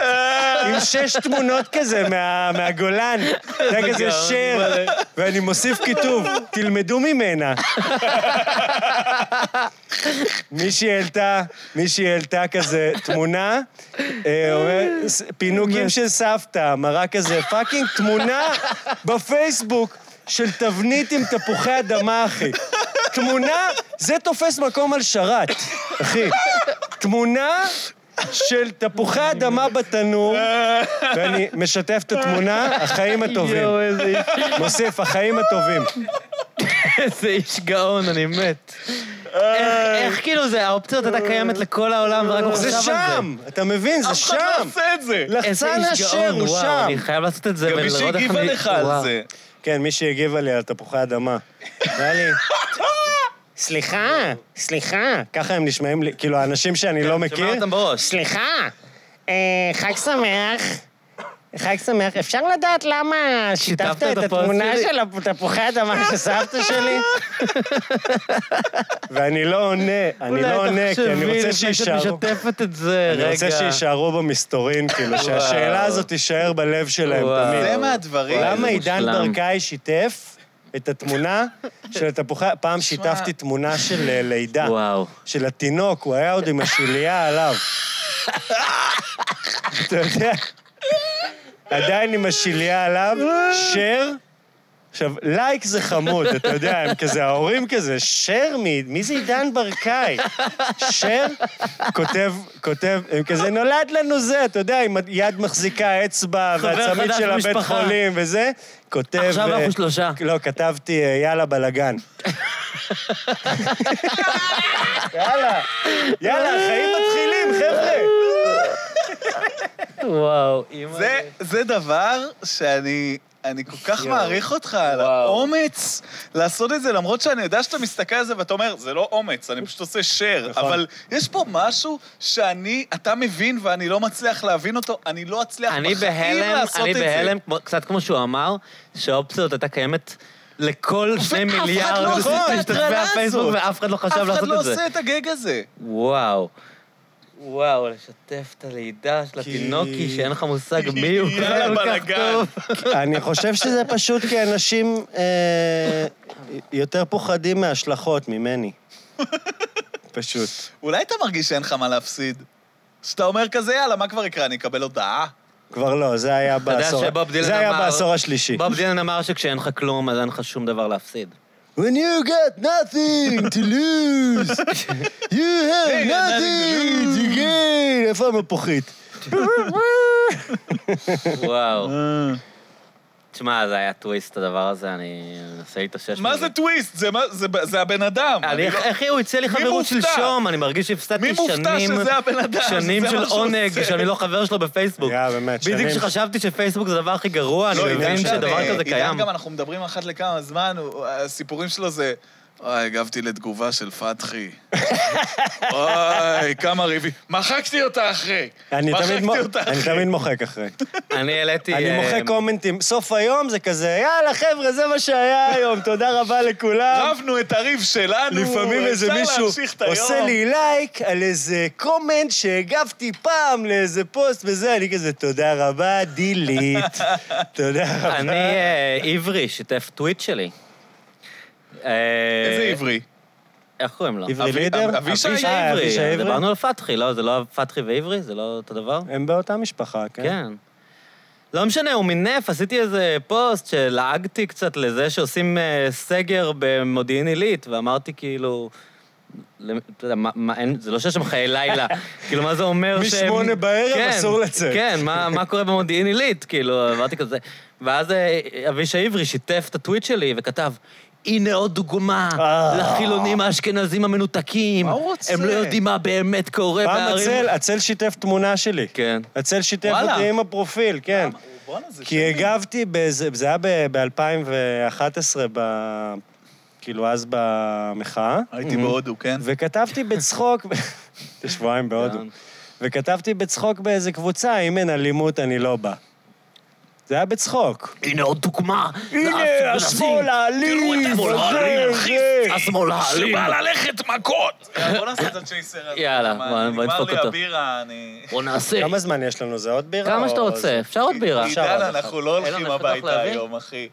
עם שש תמונות כזה מה- מהגולן. זה היה כזה שר, ואני מוסיף כיתוב, תלמדו ממנה. מישהי העלתה, מישהי העלתה כזה תמונה, אה, אומר, "ס- פינוקים של סבתא, מראה כזה פאקינג תמונה בפייסבוק של תבנית עם תפוחי אדמה, אחי. תמונה, זה תופס מקום על שרת, אחי. תמונה של תפוחי אדמה בתנור, ואני משתף את התמונה, החיים הטובים.
יואו, איזה איש-
מוסיף, החיים הטובים.
איזה איש גאון, אני מת. איך- איך כאילו זה, האופציה הזאת הייתה קיימת לכל העולם, ורק הוא חשב
זה
על זה.
שם, אתה מבין? זה
אף אחד לא
שם.
עושה את זה.
איזה
לחצן
איש
אשר,
גאון,
הוא
וואו,
שם.
אני חייב לעשות את זה
גם מי
ולראות איך לא אני...
שהגיבה לך על
וואו.
זה.
כן, מישהי הגיבה לי על תפוחי אדמה. היה לי... סליחה, סליחה. ככה הם נשמעים לי, כאילו, האנשים שאני לא מכיר...
כן, שומע אותם בראש.
סליחה, אה, חג שמח. חג שמח. אפשר לדעת למה שיתפת
הפוסט
את התמונה
שלי?
של התפוחי אדמה של סבתא שלי? ואני לא עונה, אני לא עונה, כי אני רוצה
אולי
שיישארו...
תחשבי לפני שאת משתפת את זה, רגע.
אני רוצה שיישארו במסתורין, כאילו, שהשאלה הזאת תישאר בלב שלהם
וואו.
תמיד.
זה מהדברים.
וואי,
למה
זה
עידן
מושלם.
ברקאי שיתף את התמונה של התפוחי... פעם שיתפתי תמונה של אה, לידה,
וואו.
של התינוק, הוא היה עוד עם השוליה עליו. אתה יודע, עדיין עם השוליה עליו, שר. עכשיו, לייק זה חמוד, אתה יודע, הם כזה, ההורים כזה, שר מי, מי זה עידן ברקאי? שר כותב, כותב, הם כזה, נולד לנו זה, אתה יודע, עם יד מחזיקה אצבע,
חבר
והצמיד
חדש
של הבית
במשפחה.
חולים וזה, כותב...
עכשיו
אה,
אנחנו שלושה.
לא, כתבתי, אה, יאללה, בלאגן. יאללה, יאללה, החיים מתחילים, חבר'ה.
וואו, אימא.
זה, זה דבר שאני אני כל כך
יואו.
מעריך אותך על
וואו.
האומץ לעשות את זה, למרות שאני יודע שאתה מסתכל על זה ואתה אומר, זה לא אומץ, אני פשוט עושה share.
נכון.
אבל יש פה משהו שאני, אתה מבין ואני לא מצליח להבין אותו, אני לא אצליח
אני
בחיים
בהלם,
לעשות
אני
את זה.
בהלם, כמו- קצת כמו שהוא אמר, שהאופציה הזאת הייתה קיימת לכל שני
ואף אחד
מיליארד
לא עושה את
משתתפי
ההטרלה
הפייסבוק,
הזאת.
ואף אחד לא
אף
חשב
אחד
לעשות
לא
את זה.
עושה את הגג הזה.
וואו. וואו, לשתף את הלידה של התינוקי, שאין לך מושג מי הוא
יאללה,
כל כך
בלאגן.
טוב.
אני חושב שזה פשוט כי אנשים אה, יותר פוחדים מההשלכות ממני. פשוט.
אולי אתה מרגיש שאין לך מה להפסיד. שאתה אומר כזה, יאללה, מה כבר יקרה, אני אקבל הודעה?
כבר לא, זה היה
אתה יודע
בעשור...
שבוב דילן אמר...
זה היה בעשור השלישי.
בוב דילן אמר שכשאין לך כלום, אז אין לך שום דבר להפסיד.
When you got nothing to lose, you have
Hey, got
nothing
nothing to
to gain. איפה המפוחית?
וואו. תשמע, זה היה טוויסט הדבר הזה, אני מנסה להתאושש.
מה
מזה.
זה טוויסט? זה מה- זה- זה הבן אדם.
אני-
אני לא-
אחי, הוא הציע לי חברות
מופתע?
שלשום, אני מרגיש שהפסדתי
מי מופתע
שנים,
שזה הבן אדם?
שנים
שזה
של
מה שהוא
עונג,
עושה.
שאני לא חבר שלו בפייסבוק.
יא, באמת,
בדיוק
שנים.
כשחשבתי שפייסבוק זה הדבר הכי גרוע, אני
לא,
מבין
עידן שם,
שדבר
אה,
כזה קיים.
עידן גם אנחנו מדברים אחת לכמה זמן, הוא- הסיפורים שלו זה... אוי, הגבתי לתגובה של פתחי. אוי, כמה ריבי. מחקתי אותה אחרי.
אני תמיד מו-
מחקתי אותה
אני
אחרי. אמ.
תמיד מוחק אחרי.
אני העליתי...
אני
אה,
מוחק קומנטים. סוף היום זה כזה, יאללה חבר'ה, זה מה שהיה היום, תודה רבה לכולם.
רבנו את הריב שלנו,
לפעמים איזה מישהו עושה לי לייק על איזה קומנט שהגבתי פעם לאיזה פוסט וזה, אני כזה, תודה רבה, דילית. תודה רבה.
אני אה, עברי, שיתף טוויט שלי.
אה,
אה,
איזה עברי?
איך קוראים לו?
עברי
אבי-
לידר?
אבישי
אבישי
אה, אבישי
עברי.
עברי.
דיברנו על פתחי, לא? זה לא פתחי ועברי? זה לא אותו דבר?
הם באותה משפחה, כן?
כן. לא משנה, הוא מינף, עשיתי איזה פוסט שלעגתי קצת לזה שעושים אה, סגר במודיעין עילית, ואמרתי כאילו... למ- אתה יודע, מה- מה- אין- זה לא שיש שם חיי לילה, כאילו מה זה אומר ש...
משמונה בערב
כן,
אסור לצאת.
כן, מה מה קורה במודיעין עילית, כאילו, אמרתי כזה. ואז אה, אבישי עברי שיתף את הטוויט שלי וכתב, הנה עוד דוגמה
אה.
לחילונים האשכנזים המנותקים.
מה הוא רוצה?
הם לא יודעים מה באמת קורה
פעם
בערים."
הצל, הצל שיתף תמונה שלי.
כן.
הצל שיתף
וואלה.
אותי עם הפרופיל, כן.
בואנה, זה
כי הגבתי, באיזה- זה היה ב-2011, כאילו אז במחאה.
הייתי בהודו, כן?
וכתבתי בצחוק, זה שבועיים בהודו,
כן.
וכתבתי בצחוק באיזה קבוצה, אם אין אלימות אני לא בא. זה היה בצחוק.
הנה עוד דוגמה.
הנה, השמאל האלים,
השמאל
זה, זה.
השמאל האלים.
שבא ללכת מכות! בוא נעשה את הצ'ייסר הזה.
יאללה,
מה,
בוא- בוא נדפוק
נגמר לי
אותו.
הבירה, אני...
בוא נעשה.
כמה זמן יש לנו? זה עוד בירה?
כמה
או-
שאתה רוצה, אפשר עוד בירה.
עידן, אנחנו לא
אין לנו
הולכים
שטח
הביתה
להביא?
היום, אחי.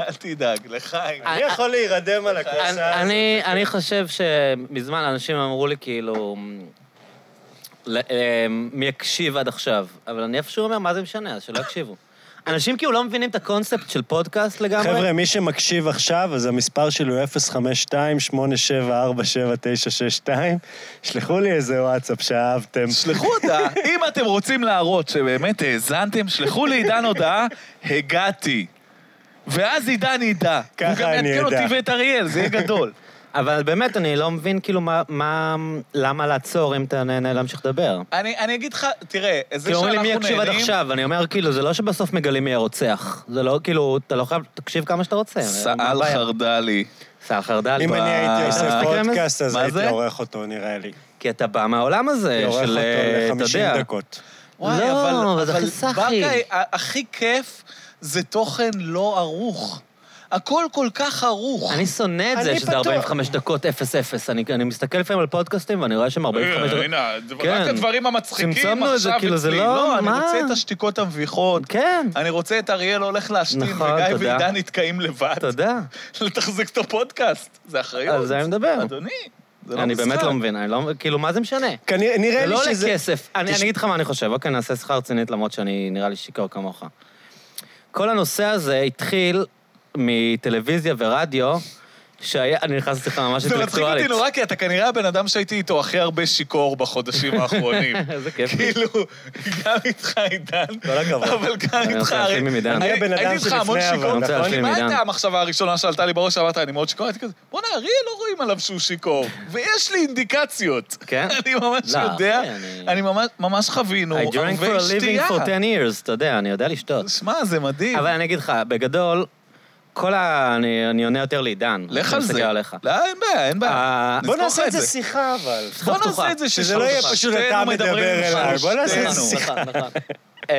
אל תדאג, לחיים.
אני יכול להירדם על
אני-
הכוסה הזאת.
אני- אני חושב שמזמן אנשים אמרו לי כאילו... ל- אה, מי יקשיב עד עכשיו, אבל אני איפשהו אומר, מה זה משנה, אז שלא יקשיבו. אנשים כאילו לא מבינים את הקונספט של פודקאסט לגמרי.
חבר'ה, מי שמקשיב עכשיו, אז המספר שלי הוא 052-874-7962. שלחו לי איזה וואטסאפ שאהבתם.
שלחו הודעה, אם אתם רוצים להראות שבאמת האזנתם, שלחו לעידן הודעה, הגעתי. ואז עידן ידע.
ככה אני
הוא גם
אדע.
יעדכן אותי ואת אריאל, זה יהיה גדול.
אבל באמת, אני לא מבין כאילו מה, מה, למה לעצור אם אתה נהנה להמשיך לדבר.
אני אני אגיד לך, תראה, זה
כי אומרים לי
שאנחנו
מי יקשיב עד
נהנים...
עכשיו, אני אומר כאילו, זה לא שבסוף מגלים מי הרוצח. זה לא כאילו, אתה לא חייב, תקשיב כמה שאתה רוצה. מה
סאל
הבעיה?
חרדלי.
סער חרדל.
אם
ב-
אני הייתי
אתה
עושה
מסתכל על
פודקאסט, אז
מה
הייתי
זה?
עורך אותו, נראה לי.
כי אתה בא מהעולם הזה,
עורך
של, אה,
אותו
אתה
ל-50
יודע.
דקות.
וואי,
לא,
אבל-
אבל זה
אבל
חסך,
ברקאי,
אחי.
ה- הכי כיף זה תוכן לא ערוך. הכל כל כך ערוך.
אני שונא את
אני
זה שזה
פתוח.
45 דקות 0-0. אני אני מסתכל לפעמים על פודקאסטים ואני רואה שהם 45 דקות.
אה, הנה,
כן.
רק הדברים המצחיקים עכשיו אצלי.
צמצמנו את זה, כאילו, זה לא-
לא, אני
מה?
רוצה את השתיקות המביכות.
כן,
אני רוצה את אריאל הולך להשתין,
נכון,
וגיא
תודה.
ועידן נתקעים לבד.
תודה.
לתחזק את הפודקאסט. זה אחריות.
על זה אני מדבר.
אדוני, זה לא
אני
משחק.
באמת לא מבין, אני לא, כאילו, מה זה משנה?
כנראה נראה
זה
לי
לא
שזה...
עולה כסף. אני
תש-
אני אגיד לך מה אני חושב, אוקיי, נעשה שיחה רצינית למרות שאני נראה לי שיכור כמוך. כל הנושא הזה התחיל מטלוויזיה ורדיו, שהיה, אני נכנס לשיחה ממש
זה מצחיק אותי
אינטלקטואלית.
נורא, כי אתה כנראה הבן אדם שהייתי איתו הכי הרבה שיכור בחודשים האחרונים.
איזה כיף. לי.
כאילו, גם איתך עידן,
כל הכבוד.
אבל גם
אני
איתך...
רוצה
הרי-
להשלים עם עידן.
אני-
אני הבן
הייתי
אדם
איתך המון
שלפני, אבל,
שיכור. לא,
אני רוצה
נכון?
להשלים עם
מה
עידן.
הייתה המחשבה הראשונה שעלתה לי בראש, שאמרת, אני מאוד שיכור? הייתי כזה, בואנה, אריה, לא רואים עליו שהוא שיכור. ויש לי אינדיקציות.
כן?
אני ממש
לא,
יודע,
כן, אני-
אני ממש- ממש חווינו
I drank for
ערבי
a living
שתייה.
for 10 years, אתה יודע, אני יודע לשתות.
שמע, זה מדהים.
אבל אני אגיד לך, בגדול, כל ה... אני אני עונה יותר לעידן.
לך
אני
על זה.
מסתכל עליך.
לא, אין בעיה, אין בעיה.
אה,
נזכור
בוא
לך
נעשה את זה
זה.
שיחה, אבל.
בוא
פתוחה.
נעשה את זה
שזה לא יהיה
ששלושתנו
פשוט אתה
מדברים
מדבר
עם
אליי, בוא נעשה את זה
שלושתנו.
שיחה.
נכון, נכון. אמ,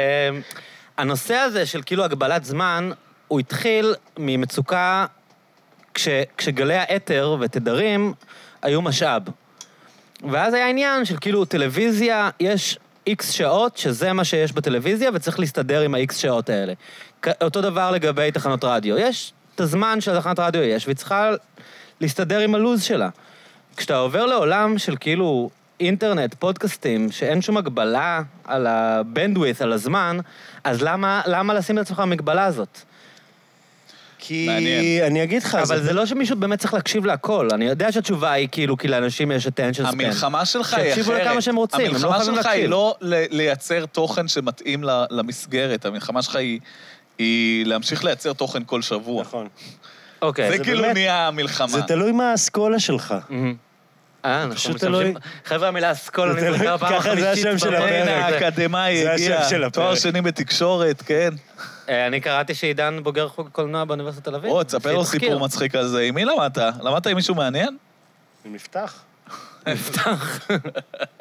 הנושא הזה של כאילו הגבלת זמן, הוא התחיל ממצוקה כש, כשגלי האתר ותדרים היו משאב. ואז היה עניין של כאילו טלוויזיה, יש איקס שעות, שזה מה שיש בטלוויזיה, וצריך להסתדר עם האיקס שעות האלה. כ- אותו דבר לגבי תחנות רדיו. יש את הזמן שלתחנת רדיו יש, והיא צריכה להסתדר עם הלוז שלה. כשאתה עובר לעולם של כאילו אינטרנט, פודקאסטים, שאין שום הגבלה על הבנדווית', על הזמן, אז למה, למה לשים לעצמך מגבלה הזאת?
כי
מעניין.
אני אגיד לך,
אבל זה לא שמישהו באמת צריך להקשיב להכל. אני יודע שהתשובה היא כאילו, כי לאנשים יש attention span.
המלחמה שלך היא
כן.
אחרת.
שיקשיבו לכמה שהם רוצים, הם לא חייבים
המלחמה שלך היא
להקשיב.
לא ל- לייצר תוכן שמתאים ל- למסגרת, המלחמה שלך היא... היא להמשיך לייצר תוכן כל שבוע.
נכון.
אוקיי.
זה
זה
כאילו
באמת-
נהיה המלחמה.
זה תלוי מה האסכולה שלך.
מהמם. אה, אנחנו
פשוט
משתמשים...
תלוי-
חבר'ה, המילה אסכולה
זה תלוי-
נזרקה פעם
ככה זה
החמישית.
השם של
בפרק.
הפרק.
כן,
אה, זה-
האקדמאי
זה
הגיע,
השם של הפרק.
תואר שני בתקשורת, כן.
אה, אני קראתי שעידן בוגר חוג קולנוע באוניברסיטת תל אביב.
או, תספר לו
התחקיר.
סיפור מצחיק על זה. עם מי למדת? למדת עם מישהו מעניין?
זה נפתח.
נפתח.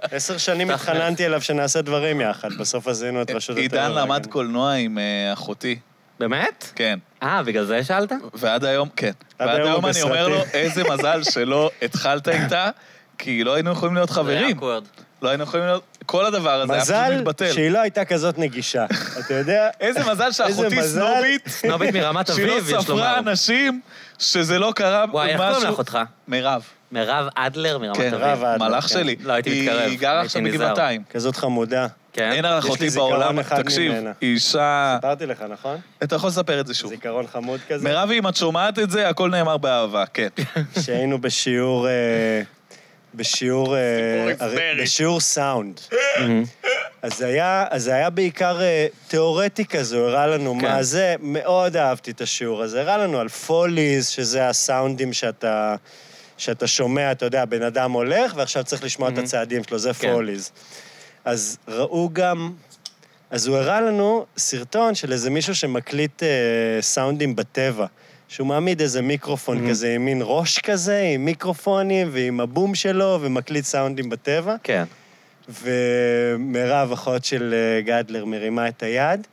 עשר שנים התחננתי אליו שנעשה דברים יחד, בסוף עשינו את רשות הטבע.
עידן למד
והגנים.
קולנוע עם אה, אחותי,
באמת?
כן.
אה, בגלל זה שאלת?
ועד היום, כן.
עד
ועד
היום
היום
הוא
אני אומר לו,
בסרטים.
איזה מזל שלא התחלת איתה, כי לא היינו יכולים להיות
זה
חברים.
היה awkward.
לא היינו יכולים להיות... כל הדבר הזה היה פשוט
מזל
מתבטל.
שהיא לא הייתה כזאת נגישה. אתה יודע,
איזה מזל שאחותי
מזל.
סנובית,
סנובית מרמת
שהיא
אביב,
לא
יש
ספרה
לומר.
אנשים שזה לא קרה
וואי, איך קוראים לאחותך?
מירב.
מירב אדלר מרמת
כן,
אביב.
רב אדלר,
מלאך
כן.
שלי.
לא, הייתי
היא-
מתקרב,
היא גרה
הייתי
עכשיו
נזהר.
בגבעתיים.
כזאת חמודה.
כן?
אין
יש לי
הערכותי
זיכרון
בעולם,
אחד
תקשיב,
ממנה.
היא אישה...
סיפרתי לך, נכון?
אתה יכול לספר את זה שוב.
זיכרון חמוד כזה.
מירבי, אם את שומעת את זה, הכל נאמר באהבה, כן.
שהיינו בשיעור... אה, בשיעור... אה,
סיפור
הרי-
היסטרי.
בשיעור סאונד.
מהמם.
אז זה היה, אז זה היה בעיקר אה, תיאורטי כזה, הוא הראה לנו
כן.
מה זה, מאוד אהבתי את השיעור הזה, הראה לנו על פוליז, שזה הסאונדים שאתה, שאתה שומע, אתה יודע, בן אדם הולך, ועכשיו צריך לשמוע את הצעדים שלו, זה
כן.
פוליז. אז ראו גם, אז הוא הראה לנו סרטון של איזה מישהו שמקליט אה, סאונדים בטבע. שהוא מעמיד איזה מיקרופון כזה, עם מין ראש כזה, עם מיקרופונים ועם הבום שלו, ומקליט סאונדים בטבע.
כן.
ומירב, אחות של אה, גדלר, מרימה את היד,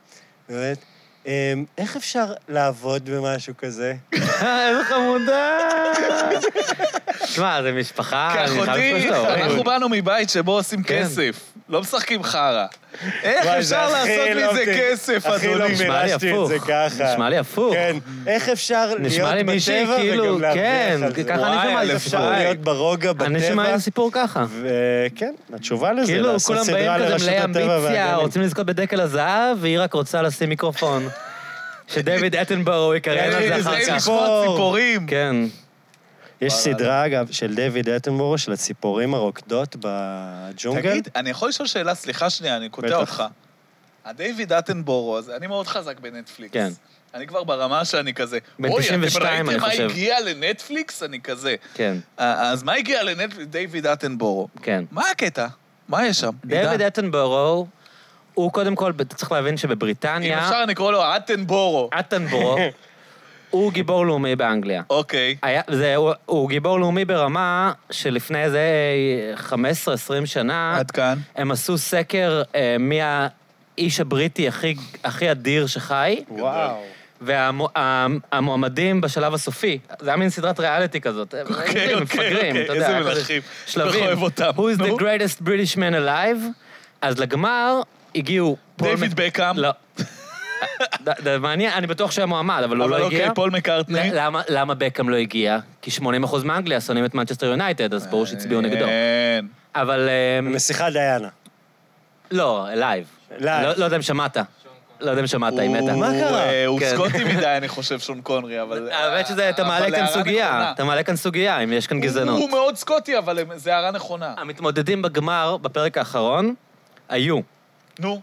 ואומרת, "אמ, איך אפשר לעבוד במשהו כזה?
אה, איזה חמודה. תשמע, זה משפחה, אני חייב
כאחותי,
לפגוש את ההורים.
אנחנו באנו מבית שבו עושים
כן.
כסף. לא משחקים חרא. איך
וואי, זה
אפשר
הכי
לעשות
לא
מזה
מת-
כסף,
הכי לא
אדוני?
מת.
נשמע לי
פירשתי את
הפוך.
זה ככה.
נשמע לי הפוך.
כן, איך אפשר להיות
נשמע לי מישהי
בטבע
כאילו,
וגם
כן,
להרוויח על זה?
ככה אני
וואי,
שומע את
איך
הסיפור.
אפשר להיות ברוגע
אני שומע את
בטבע?
הסיפור ככה.
וכן, התשובה לזה,
כאילו,
לעשות
כולם באים
סדרה
כזה
לרשות
מלאי
הטבע
אמביציה,
והגנים.
רוצים לזכות בדקל הזהב, והיא רק רוצה לשים מיקרופון. שדייוויד אטנבורו יקריין על זה
איזה
אחר כך.
לשמוע
ציפור.
ציפורים.
כן.
יש סדרה, אגב, של דיוויד אטנבורו, של הציפורים הרוקדות בג'ונגל.
אוקיי.
תגיד, אני יכול לשאול שאלה? סליחה שנייה, אני קוטע
בטח.
אותך. הדייוויד אטנבורו הזה, אני מאוד חזק בנטפליקס.
כן.
אני כבר ברמה שאני כזה,
בן
אוי,
92,
אתם
אני
ראיתם מה
חושב."
הגיע לנטפליקס? אני כזה.
כן,
אה, אז מה הגיע לנטפליקס? דייוויד אטנבורו.
כן.
מה הקטע? מה יש שם?
דייוויד
עידן.
אטנבורו, הוא קודם כל, אתה צריך להבין
אם
שבבריטניה,
אפשר, אני קורא לו אטנבורו.
אה. אטנבורו, הוא גיבור לאומי באנגליה.
אוקיי.
היה, זה, הוא, הוא גיבור לאומי ברמה שלפני איזה 15-20 שנה,
עד כאן.
הם עשו סקר אה, מי האיש הבריטי הכי, הכי אדיר שחי,
וואו.
והמועמדים בשלב הסופי, זה היה מין סדרת ריאליטי כזאת.
אוקיי,
מפגרים,
אוקיי,
אתה יודע.
איזה
היה כזה
מלכים. איך
שלבים.
אוהב אותם.
Who is
נו.
the greatest British man alive? אז לגמר הגיעו... פול
דייוויד
מק-
בקאם.
לא. ד- זה מעניין, אני בטוח שהיה מועמד, אבל הוא
אבל
לא הגיע.
אוקיי, פול מקארטני.
ל- למה- למה בקאם לא הגיע? כי 80% מאנגליה שונאים את מנצ'סטר יונייטד, אז ברור שהצביעו נגדו.
כן.
אבל... אמ,
אה,
משיחה דיאנה.
לא, לייב.
לייב.
לא לא יודע אם שמעת. לא יודע אם שמעת, היא מתה.
מה קרה?
אה, הוא
כן.
סקוטי מדי, אני חושב, שון קונרי, אבל... אה,
האמת שזה, אתה
אבל
מעלה כאן
הערה נכונה.
סוגיה, אתה מעלה כאן סוגיה, אם יש כאן
הוא-
גזענות.
הוא מאוד סקוטי, אבל הם- זה הערה נכונה.
המתמודדים בגמר, בפרק האחרון, היו.
נו,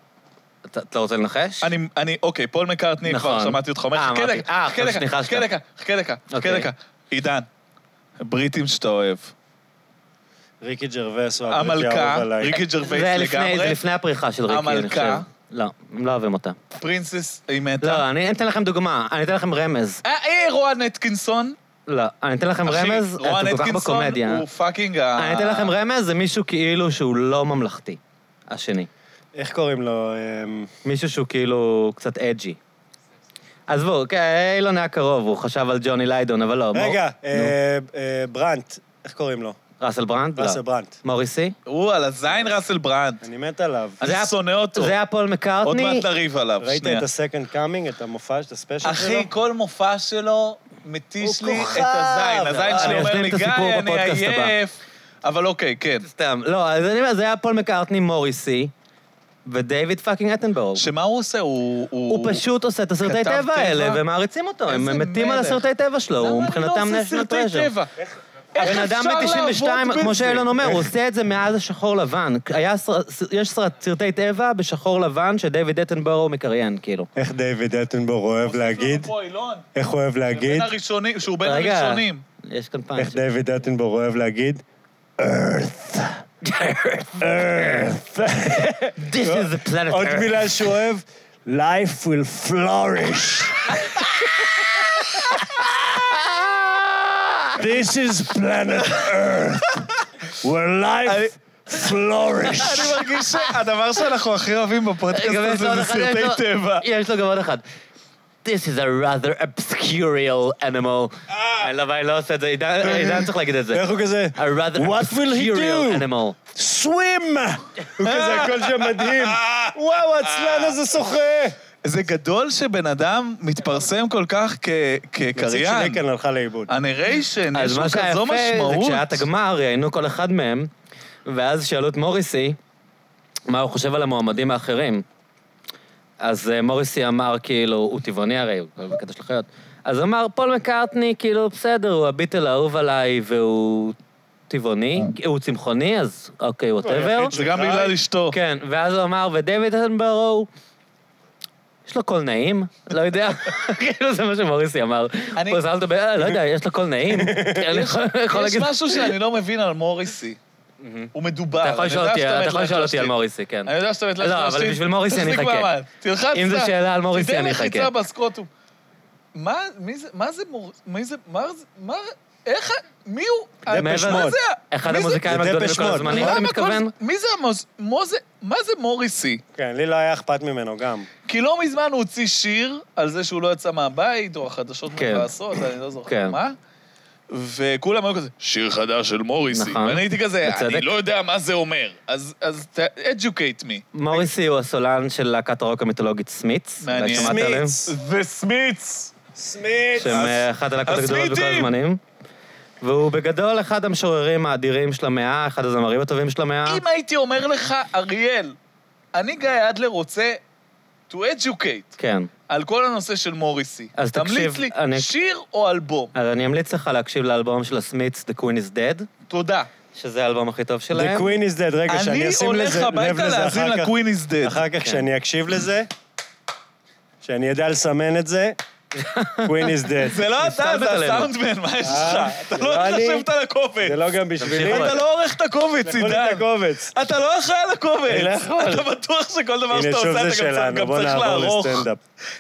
אתה אתה רוצה לנחש?
אני, אני, אוקיי, פול מקארטני, כבר
נכון.
שמעתי אותך
אה,
אומר, חכה
אמרתי.
דקה,
אה,
חכה
חשבתי
דקה,
שניחשת.
חכה דקה, חכה דקה, חכה
אוקיי.
דקה. עידן, בריטים שאתה אוהב.
ריקי ג'רווס הוא הבריטי
המלכה,
האהוב עליי.
ריקי ג'רווייס
זה לפני- זה
לגמרי,
לפני הפריחה של ריקי, אני
המלכה.
חושב. לא, הם לא אוהבים אותה.
פרינסס, היא מתה.
לא, אני אני אתן לכם דוגמה, אני אתן לכם רמז.
אה, אה, רואן אתקינסון.
לא, אני אתן לכם
אחי,
רמז, אתם
רואן
כל כך
אתקינסון
בקומדיה. אה,
הוא פאקינג ה...
אני אתן לכם רמז, זה מישהו כאילו שהוא לא ממלכתי, השני.
איך קוראים לו? אמ,
מישהו שהוא כאילו קצת אג'י. עזבו, כן, אילון היה קרוב, הוא חשב על ג'וני ליידון, אבל לא.
רגע,
מור-
אה, אה, ברנט, איך קוראים לו?
נו, ראסל ברנד? לא.
באסל ברנט.
מוריסי?
הוא על הזין ראסל ברנד.
אני מת עליו.
זה היה-
אני שונא אותו.
זה היה פול
עוד
מקארטני,
מעט נריב עליו,
ראית
שנייה.
את ה-Second Coming, את המופע, את הספיישל שלו?
אחי, כל מופע שלו מתיש
הוא
לי
כוכב.
את הזין. הזין
אני
שלי אומר
אשלים
לי,
את
גיא,
הסיפור
אני
בפודקאסט הבא."
עייף. אבל אוקיי, כן.
סתם. לא, אז אני אומר, זה היה פול מקארטני, מוריסי, ודייוויד פאקינג אטנבורג.
שמה הוא עושה? הוא...
הוא פשוט עושה את הסרטי
כתב
טבע האלה,
טבע?
ומעריצים אותו,
איזה
הם מתים על
מלך.
הסרטי טבע שלו, הוא מבחינתם
למה אני לא עושה
national
סרטי
treasure.
טבע? איך
הבן אדם
אפשר
ב-92,
לעבוד
כמו
בזה?
שאילון אומר, הוא עושה את זה מאז השחור לבן. היה סר- ס- יש סרט- סרטי טבע בשחור לבן שדייוויד אטנבורו מקריין, כאילו.
איך דיוויד אטנבור אוהב להגיד?
פה, אילון,
איך הוא אוהב
בין
להגיד?
הראשונים, שהוא בין
רגע,
הראשונים.
יש כאן פאנץ'.
איך דיוויד אטנבור אוהב להגיד?
This is the planet
עוד
Earth.
מילה שהוא אוהב? Life will flourish. This is planet Earth, where life flourish.
אני מרגיש שהדבר שאנחנו הכי אוהבים בפודקאסט
גם יש לו
הזה
עוד
זה
אחד, יש
סרטי
לו-
טבע.
יש לו גם עוד אחד. This is a rather obscurial animal. אני לא- אני לא עושה את זה, עידן עידן צריך להגיד את זה.
איך הוא כזה?
A rather
What will he
obscurial
do?
animal.
swim! הוא כזה, הכל שם מדהים. וואו, העצלן הזה שוחה!
זה גדול שבן אדם מתפרסם כל כך כ- כקריין.
שריקן הלכה לאיבוד.
הנריישן, כן, יש
אז
לו
מה שהיה
כזו
יפה זה
משמעות.
כשהיה את הגמר, ראיינו כל אחד מהם, ואז שאלו את מוריסי מה הוא חושב על המועמדים האחרים. אז אה, מוריסי אמר, כאילו, הוא טבעוני הרי, הוא בקטע של חיות. אז אמר, פול מקארטני, כאילו, בסדר, הוא הביטל האהוב עליי והוא טבעוני, הוא צמחוני, אז אוקיי, ווטאבר.
היחיד
זה גם בגלל אשתו.
כן, ואז הוא אמר, ודייוויד אטנברו, יש לו קול נעים? לא יודע, כאילו זה מה שמוריסי אמר.
אני-
הוא עשה אותו, ב- "אה, לא יודע, יש לו קול נעים? כן, אני יכול יכול
יש
להגיד...
משהו שאני לא מבין על מוריסי. הוא מדובר.
אתה יכול
אני
לשאול
יודע
אותי,
שאתה
אתה
מת
יכול לשאול אותי
להשתין.
על מוריסי, כן.
אני יודע שאתה מת
לא,
להשתין.
אבל בשביל מוריסי אני
תחזיק
אחכה.
מעמד, תלחץ
אם זו
לה.
שאלה על מוריסי, אני
תיתן
אחכה.
לחיצה בסקוטו. מה, מי זה, מה זה מור... מי זה, מה זה, מה, איך, מי הוא?
דפש
מעבר-
מה
מוד.
זה ה-
אחד
מי זה-
המוזיקאים
זה
הגדולים
דפש
בכל
מוד.
הזמנים,
למה
אתה
כל-
מתכוון?
מי זה המוז... מוזה... מה זה מוריסי?
כן, לי לא היה אכפת ממנו גם.
כי לא מזמן הוא הוציא שיר על זה שהוא לא יצא מהבית, או החדשות
כן.
מבאסות, אני לא זוכר
כן.
מה. וכולם היו כזה, שיר חדש של מוריסי.
נכון.
ואני הייתי כזה,
בצדק.
אני לא יודע מה זה אומר. אז, אז ת... educate me.
מוריסי הוא הסולן של להקת הרוק המיתולוגית סמיץ. אולי
מעניין.
שמעת עליהם?
וסמיץ!
סמיץ!
שהם אה, אחת הלהקות הגדולות בכל
הסמיתים!
הזמנים. והוא בגדול אחד המשוררים האדירים של המאה, אחד הזמרים הטובים של
אה.
המאה.
אם הייתי אומר לך, אריאל, אני גיא אדלר רוצה to educate
כן.
על כל הנושא של מוריסי.
אז
תמליץ
תקשיב,
לי
אני-
שיר או אלבום.
אז אני אמליץ לך להקשיב לאלבום של הסמיץ, The Queen is Dead,
תודה.
שזה האלבום הכי טוב
The
שלהם.
Queen is Dead, רגע, שאני
אני
אשים
הולך
לזה, לב
הביתה
לזה
להאזין
אחר כך,
ל-Queen is dead.
אחר כך שאני אקשיב לזה, שאני אדע לסמן את זה, Queen is Dead.
זה לא אתה,
הסתלבט
זה
עלינו.
הסאונדמן, מה יש
אה,
לך? אתה
זה
לא
לא אני.
חשבת על הקובץ.
זה לא גם בשבילי,
תמשיכו.
אתה לא עורך את הקובץ,
תנו לי
עידן.
את הקובץ.
אתה לא אחראי על הקובץ.
אני לא יכול.
אתה בטוח שכל דבר
הנה,
שאתה
שוב
עושה,
זה
אתה גם צריך-
שלנו,
גם
בוא
צריך
נעבור
לערוך.
לסטנדאפ.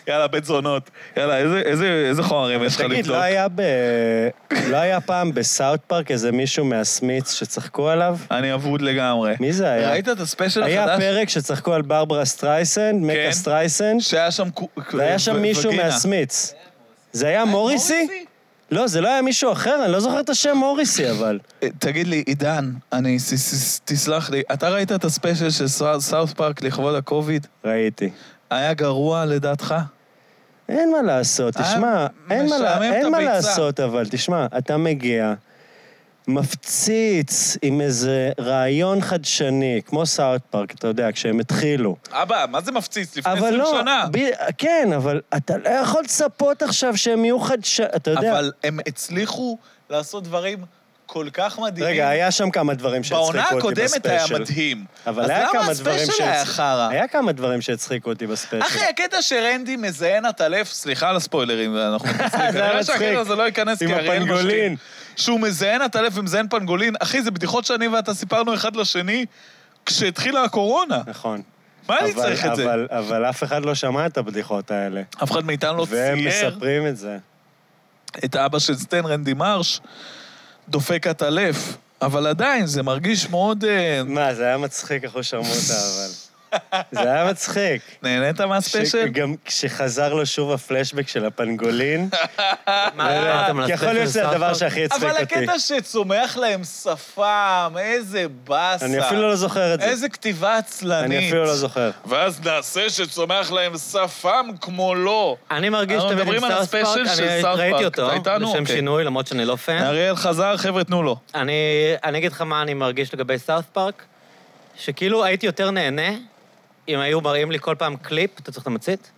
יאללה, בית זונות. יאללה, איזה- איזה- איזה חומרים יש לך
תגיד, לא
לבדוק?
היה ב... לא היה פעם בסאוט פארק איזה מישהו מהסמיץ שצחקו עליו?
אני אבוד לגמרי.
מי זה היה?
ראית את הספיישל
היה
החדש?
פרק שצחקו על ברברה סטרייסנד,
כן.
מקה סטרייסנד,
שהיה שם... קו-
והיה שם
ו-
מישהו
וגינה.
מהסמיץ. זה היה מוריסי? לא, זה לא היה מישהו אחר, אני לא זוכר את השם מוריסי, אבל.
אה, תגיד לי, עידן, אני... ס- ס- תסלח לי, אתה ראית את הספיישל של סא- סאוף פארק לכבוד הקוביד?
ראיתי.
היה גרוע לדעתך?
אין מה לעשות,
אה,
תשמע, אין מה,
משעמם
לע-
את
אין מה
הביצה.
לעשות, אבל תשמע, אתה מגיע, מפציץ עם איזה רעיון חדשני, כמו סאוט פארק, אתה יודע, כשהם התחילו.
אבא, מה זה מפציץ? לפני
אבל
20
לא,
שנה.
ב... כן, אבל אתה לא יכול לצפות עכשיו שהם יהיו חדש... אתה יודע...
אבל הם הצליחו לעשות דברים כל כך מדהימים.
רגע, היה שם כמה דברים שהצחיקו אותי
בעונה
בספיישל.
הקודמת היה מדהים.
אבל היה כמה
אז
דברים
למה הספיישל היה
שהצ-
חרא?
היה כמה דברים שהצחיקו אותי בספיישל.
אחי, הקטע שרנדי מזיין עטלף, סליחה על הספוילרים, אנחנו נצליח.
זה היה
כנראה
מצחיק.
שהקטע הזה לא ייכנס,
עם
כי אריאל
הפנגולין.
משקיע. שהוא מזיין עטלף ומזיין פנגולין. אחי, זה בדיחות שאני ואתה סיפרנו אחד לשני כשהתחילה הקורונה.
נכון.
מה אני
אבל-
צריך את זה?
אבל- אבל אף אחד לא שמע את הבדיחות האלה.
אף אחד מאיתנו לא
והם
צייר
מספרים את זה.
את האבא של סטן, רנדי מרש, דופק עטלף. אבל עדיין, זה מרגיש מאוד... אה,
מה, זה היה מצחיק אחושרמוטה, אבל. זה היה מצחיק.
נהנית מהספיישל?
גם כשחזר לו שוב הפלשבק של הפנגולין,
מה
לא,
אמרתם על
כי יכול
הספיישל
להיות
של
שזה
סאוף
הדבר
פארק?
שהכי הצחיק
אבל
אותי.
הקטע שצומח להם שפם, איזה באסה.
אני אפילו לא זוכר את זה.
איזה כתיבה עצלנית.
אני אפילו לא זוכר.
ואז נעשה שצומח להם שפם כמו לא.
אני מרגיש
אנחנו
שאתם
מדברים
יודעים
על
סאוף פארק,
הספיישל של
אני
סאוף פארק.
ראיתי
אתה
אותו,
איתנו?
לשם
אוקיי.
שינוי, למרות שאני לא פן.
אריאל חזר, חבר'ה, תנו לו.
אני אני אגיד לך מה אני מרגיש לגבי סאוף פארק, שכאילו הייתי יותר נהנה אם היו מראים לי כל פעם קליפ, אתה צריך את המצית?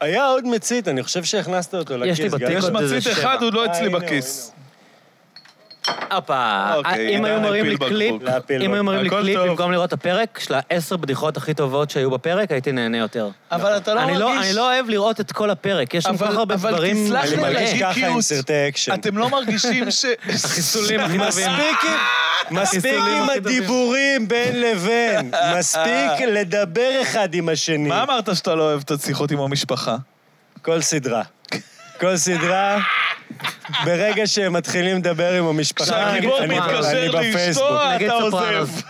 היה עוד מצית, אני חושב שהכנסת אותו
יש
לכיס.
לי
גיא.
בתיק
יש
עוד איזה
מצית
שבע.
אחד, הוא לא
אה,
אצלי
הנה הוא,
בכיס.
הפה,
אוקיי,
אם
עידן
היו מראים לי
הפיל
קליפ,
בקבוק.
להפיל
אם היו
בקבוק.
מראים לי
הכל
קליפ
טוב.
במקום לראות את הפרק של העשר בדיחות הכי טובות שהיו בפרק, הייתי נהנה יותר.
אבל אתה לא
אני לא-
מרגיש...
אני לא אוהב לראות את כל הפרק, יש שם כל
אבל-
כך הרבה
אבל
דברים...
תסלח
אני
לי,
מרגיש
להגיד
ככה עם
קיוס.
סרטי אקשן.
אתם לא מרגישים ש... החיסולים
הכי טובים.
מספיק עם- מספיק עם הדיבורים בין לבין. מספיק לדבר אחד עם השני.
מה אמרת שאתה לא אוהב את השיחות עם המשפחה?
כל סדרה. כל סדרה, ברגע שהם מתחילים לדבר עם המשפחה, אני
כשהגיבור
אני
מתקשר
בפייסבוק.
לאשתו,
נגיד
אתה עוזב.
סופרנוס.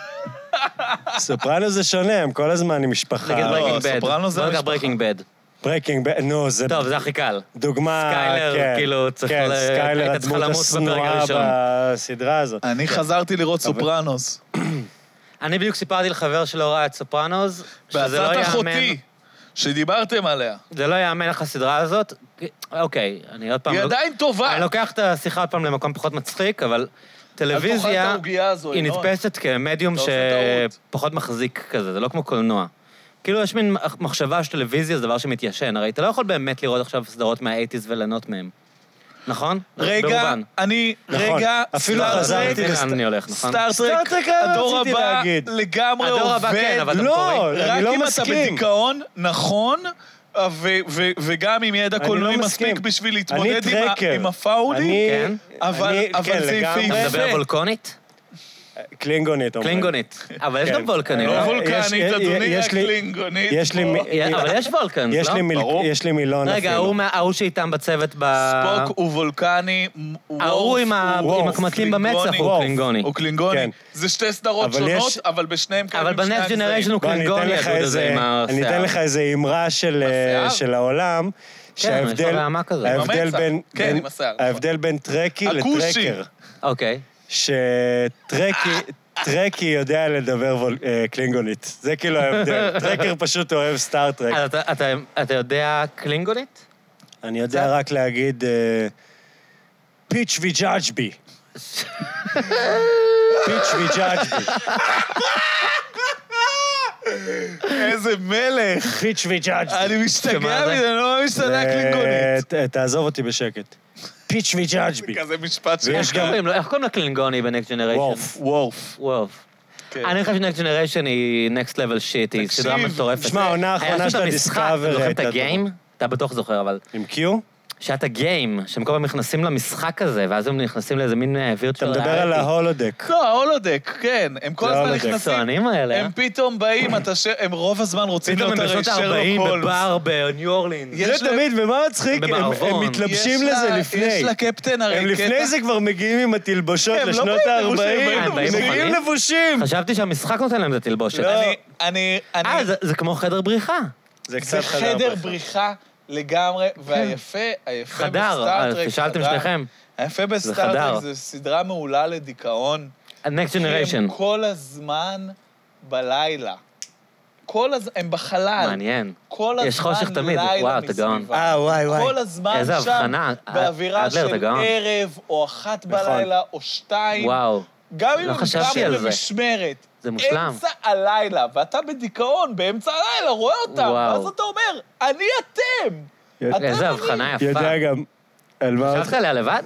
סופרנו זה שונה, הם כל הזמן עם משפחה.
נגיד
לא,
ברייקינג בד.
סופרנוס זה
בוא ניקח
המשפחה.
ברייקינג בד.
ברקינג, ב- נו, זה
טוב, זה הכי קל.
דוגמה...
סקיילר,
כן.
כאילו, צריך
כן,
ל-
סקיילר
הייתה צריכה
הדמות
למות בפרק
השנואה
הראשון.
בסדרה הזאת.
אני חזרתי לראות סופרנוס.
אני בדיוק סיפרתי לחבר שלא ראה את סופרנוס, שזה לא
בעצת
ייאמן.
אחותי, שדיברתם עליה.
זה לא ייאמן לך הסדרה הזאת. אוקיי, אני עוד פעם...
היא
לא-
עדיין טובה.
אני לוקח את השיחה עוד פעם למקום פחות מצחיק, אבל
אל תאכל את
טלוויזיה,
העוגיה הזו,
היא
ינון.
נתפסת כמדיום
אתה עושה טעות.
שפחות מחזיק כזה, זה לא כמו קולנוע. כאילו, יש מין מח- מחשבה שטלוויזיה זה דבר שמתיישן, הרי אתה לא יכול באמת לראות עכשיו סדרות מהאייטיז וליהנות מהן. נכון?
רגע, לא,
ברובן.
אני,
נכון.
רגע,
אפילו
סטארט-טרק,
חזרתי
לאן אני הולך, נכון?
סטארט-טרק,
סטארט-טרק היה
הדור
אה, רציתי
הבא
להגיד.
לגמרי
הדור הבא, כן,
עובד.
אבל אתה
לא,
מקורי.
אני
רק
לא
אם אתה
מסכים.
בדיכאון, נכון, ו- ו- וגם אם ידע
אני
קולנועי
לא
מספיק
מסכים.
בשביל
אני
להתמודד עם ה-
טרקר.
עם הפאולי,
כן.
אבל-
אני-
אבל
כן,
זה
לגמרי.
אתה
יפה. אוקיי.
מדבר וולקונית?
קלינגונית. אומרים.
קלינגונית. אבל יש
כן.
גם וולקנים,
לא
אה,
לא?
יש-
וולקנית,
יש-
אדוני,
יש לי-
הקלינגונית.
יש לי... מ-
יה- אבל יש וולקנס,
יש
לא?
לי, מיל...
ברור.
יש לי מילון
רגע,
אפילו.
ההוא מה- ההוא שאיתם בצוות ב...
ספוק הוא וולקני, הוא
ההוא
וורף,
עם ה-
הוא
עם
וורף,
הקמטים במצח
קלינגוני. אוקיי.
הוא קלינגוני.
הוא קלינגוני.
כן.
זה שתי סדרות
אבל
שונות,
יש-
אבל בשניהם
אבל
שני
בנקסט
הגזעים.
ג'נריישן הוא
בוא, אני אתן
קלינגוני,
לך
הדוד הזה
איזה-
עם השיער.
אני אתן לך איזה אמרה של, אה,
השיער?
של העולם,
יש לו
שההבדל
רעמה כזאת.
ההבדל
עם המצח.
בין,
כן,
בין-
עם השיער, נכון.
ההבדל בין טרקי
הכושי.
לטרקר,
אוקיי.
שטרקי טרקי יודע לדבר וול- אה, קלינגונית, זה כאילו ההבדל, טרקר פשוט אוהב סטארט-טרק.
אז אתה- אתה- אתה יודע קלינגונית?
אני יודע רק להגיד אה, פיץ' וג'אג' בי. פיץ' וג'אג' בי.
איזה מלך.
פיץ' וג'אג' בי.
אני משתגע
שמה זה?
מזה, אני לא מאמין שזה היה קלינגונית.
ת- תעזוב אותי בשקט. פיץ' וג'אג' בי.
כזה משפט ש...
ויש
איך
גם
קוראים לו? איך קוראים לקלינגוני בנקסט ג'נריישן?
וורף.
וורף.
וורף.
כן.
אני חושב שנקסט ג'נריישן היא נקסט לבל שיט, היא סדרה
תקשיב,
מטורפת.
שמע, העונה
היה
האחרונה
עשו
של
את המשחק,
הדיסקאברי
אתם זוכרים את
הייתה
הגיים? אתה בטוח זוכר, אבל...
עם קיו?
שהיה את הגיים, שהם כל פעם נכנסים למשחק הזה, ואז הם נכנסים לאיזה מין אה,
אתה
וירטואל
מדבר על ההולודק.
לא, ההולודק, כן. הם כל
לא
זה
הזמן
ההולודק.
נכנסים.
הטוענים האלה. אה?
הם פתאום באים, אתה ש... הם רוב הזמן רוצים
פתאום
להיות
הם
הרי
בשנות
שרלוק
ה-40
הולמס.
בבר בניו אורלינס.
יש
זה
להם-
תמיד, ומה מצחיק? הם- הם
במערבון.
מתלבשים
יש
לזה
לה-
לפני.
יש לקפטן הרי
הם לפני זה כבר מגיעים עם התלבושות
הם לא
לשנות
באים לבושים,
ה-40.
אה, הם באים
מגיעים
מוכנים.
לבושים.
חשבתי שהמשחק נותן להם את התלבושת.
לא.
אני, אני, אני...
אה, זה- זה כמו חדר בריחה.
זה
זה
קצת
חדר
חדר
בריחה לגמרי, והיפה, היפה
כן. חדר,
בסטארט-טרק,
אה, שאלתם
חדר.
שניכם.
היפה
חדר.
בסטארט-טרק זה סדרה מעולה לדיכאון.
נקסט
כי
ג'נריישן.
הם כל הזמן בלילה. כל הז... הם בחלל.
מעניין.
כל הזמן
יש חושך תמיד.
לילה
וואו, אתה גאון.
מסביבם.
אה, וואי,
כל
וואי.
הזמן
איזה
שם,
הבחנה. אה,
באווירה
אדלר, אתה
של
גאון.
ערב, או אחת
נכון.
בלילה, או שתיים.
וואו.
גם אם
לא
הם
חשבתי
קמו
על זה.
במשמרת.
זה מושלם.
אמצע הלילה, ואתה בדיכאון, באמצע הלילה, רואה אותם,
וואו.
ואז אתה אומר, אני אתם!
יודע-
אתם
איזה
אני.
הבחנה אה, יפה.
יודע גם על מה...
חשבת עליה לבד?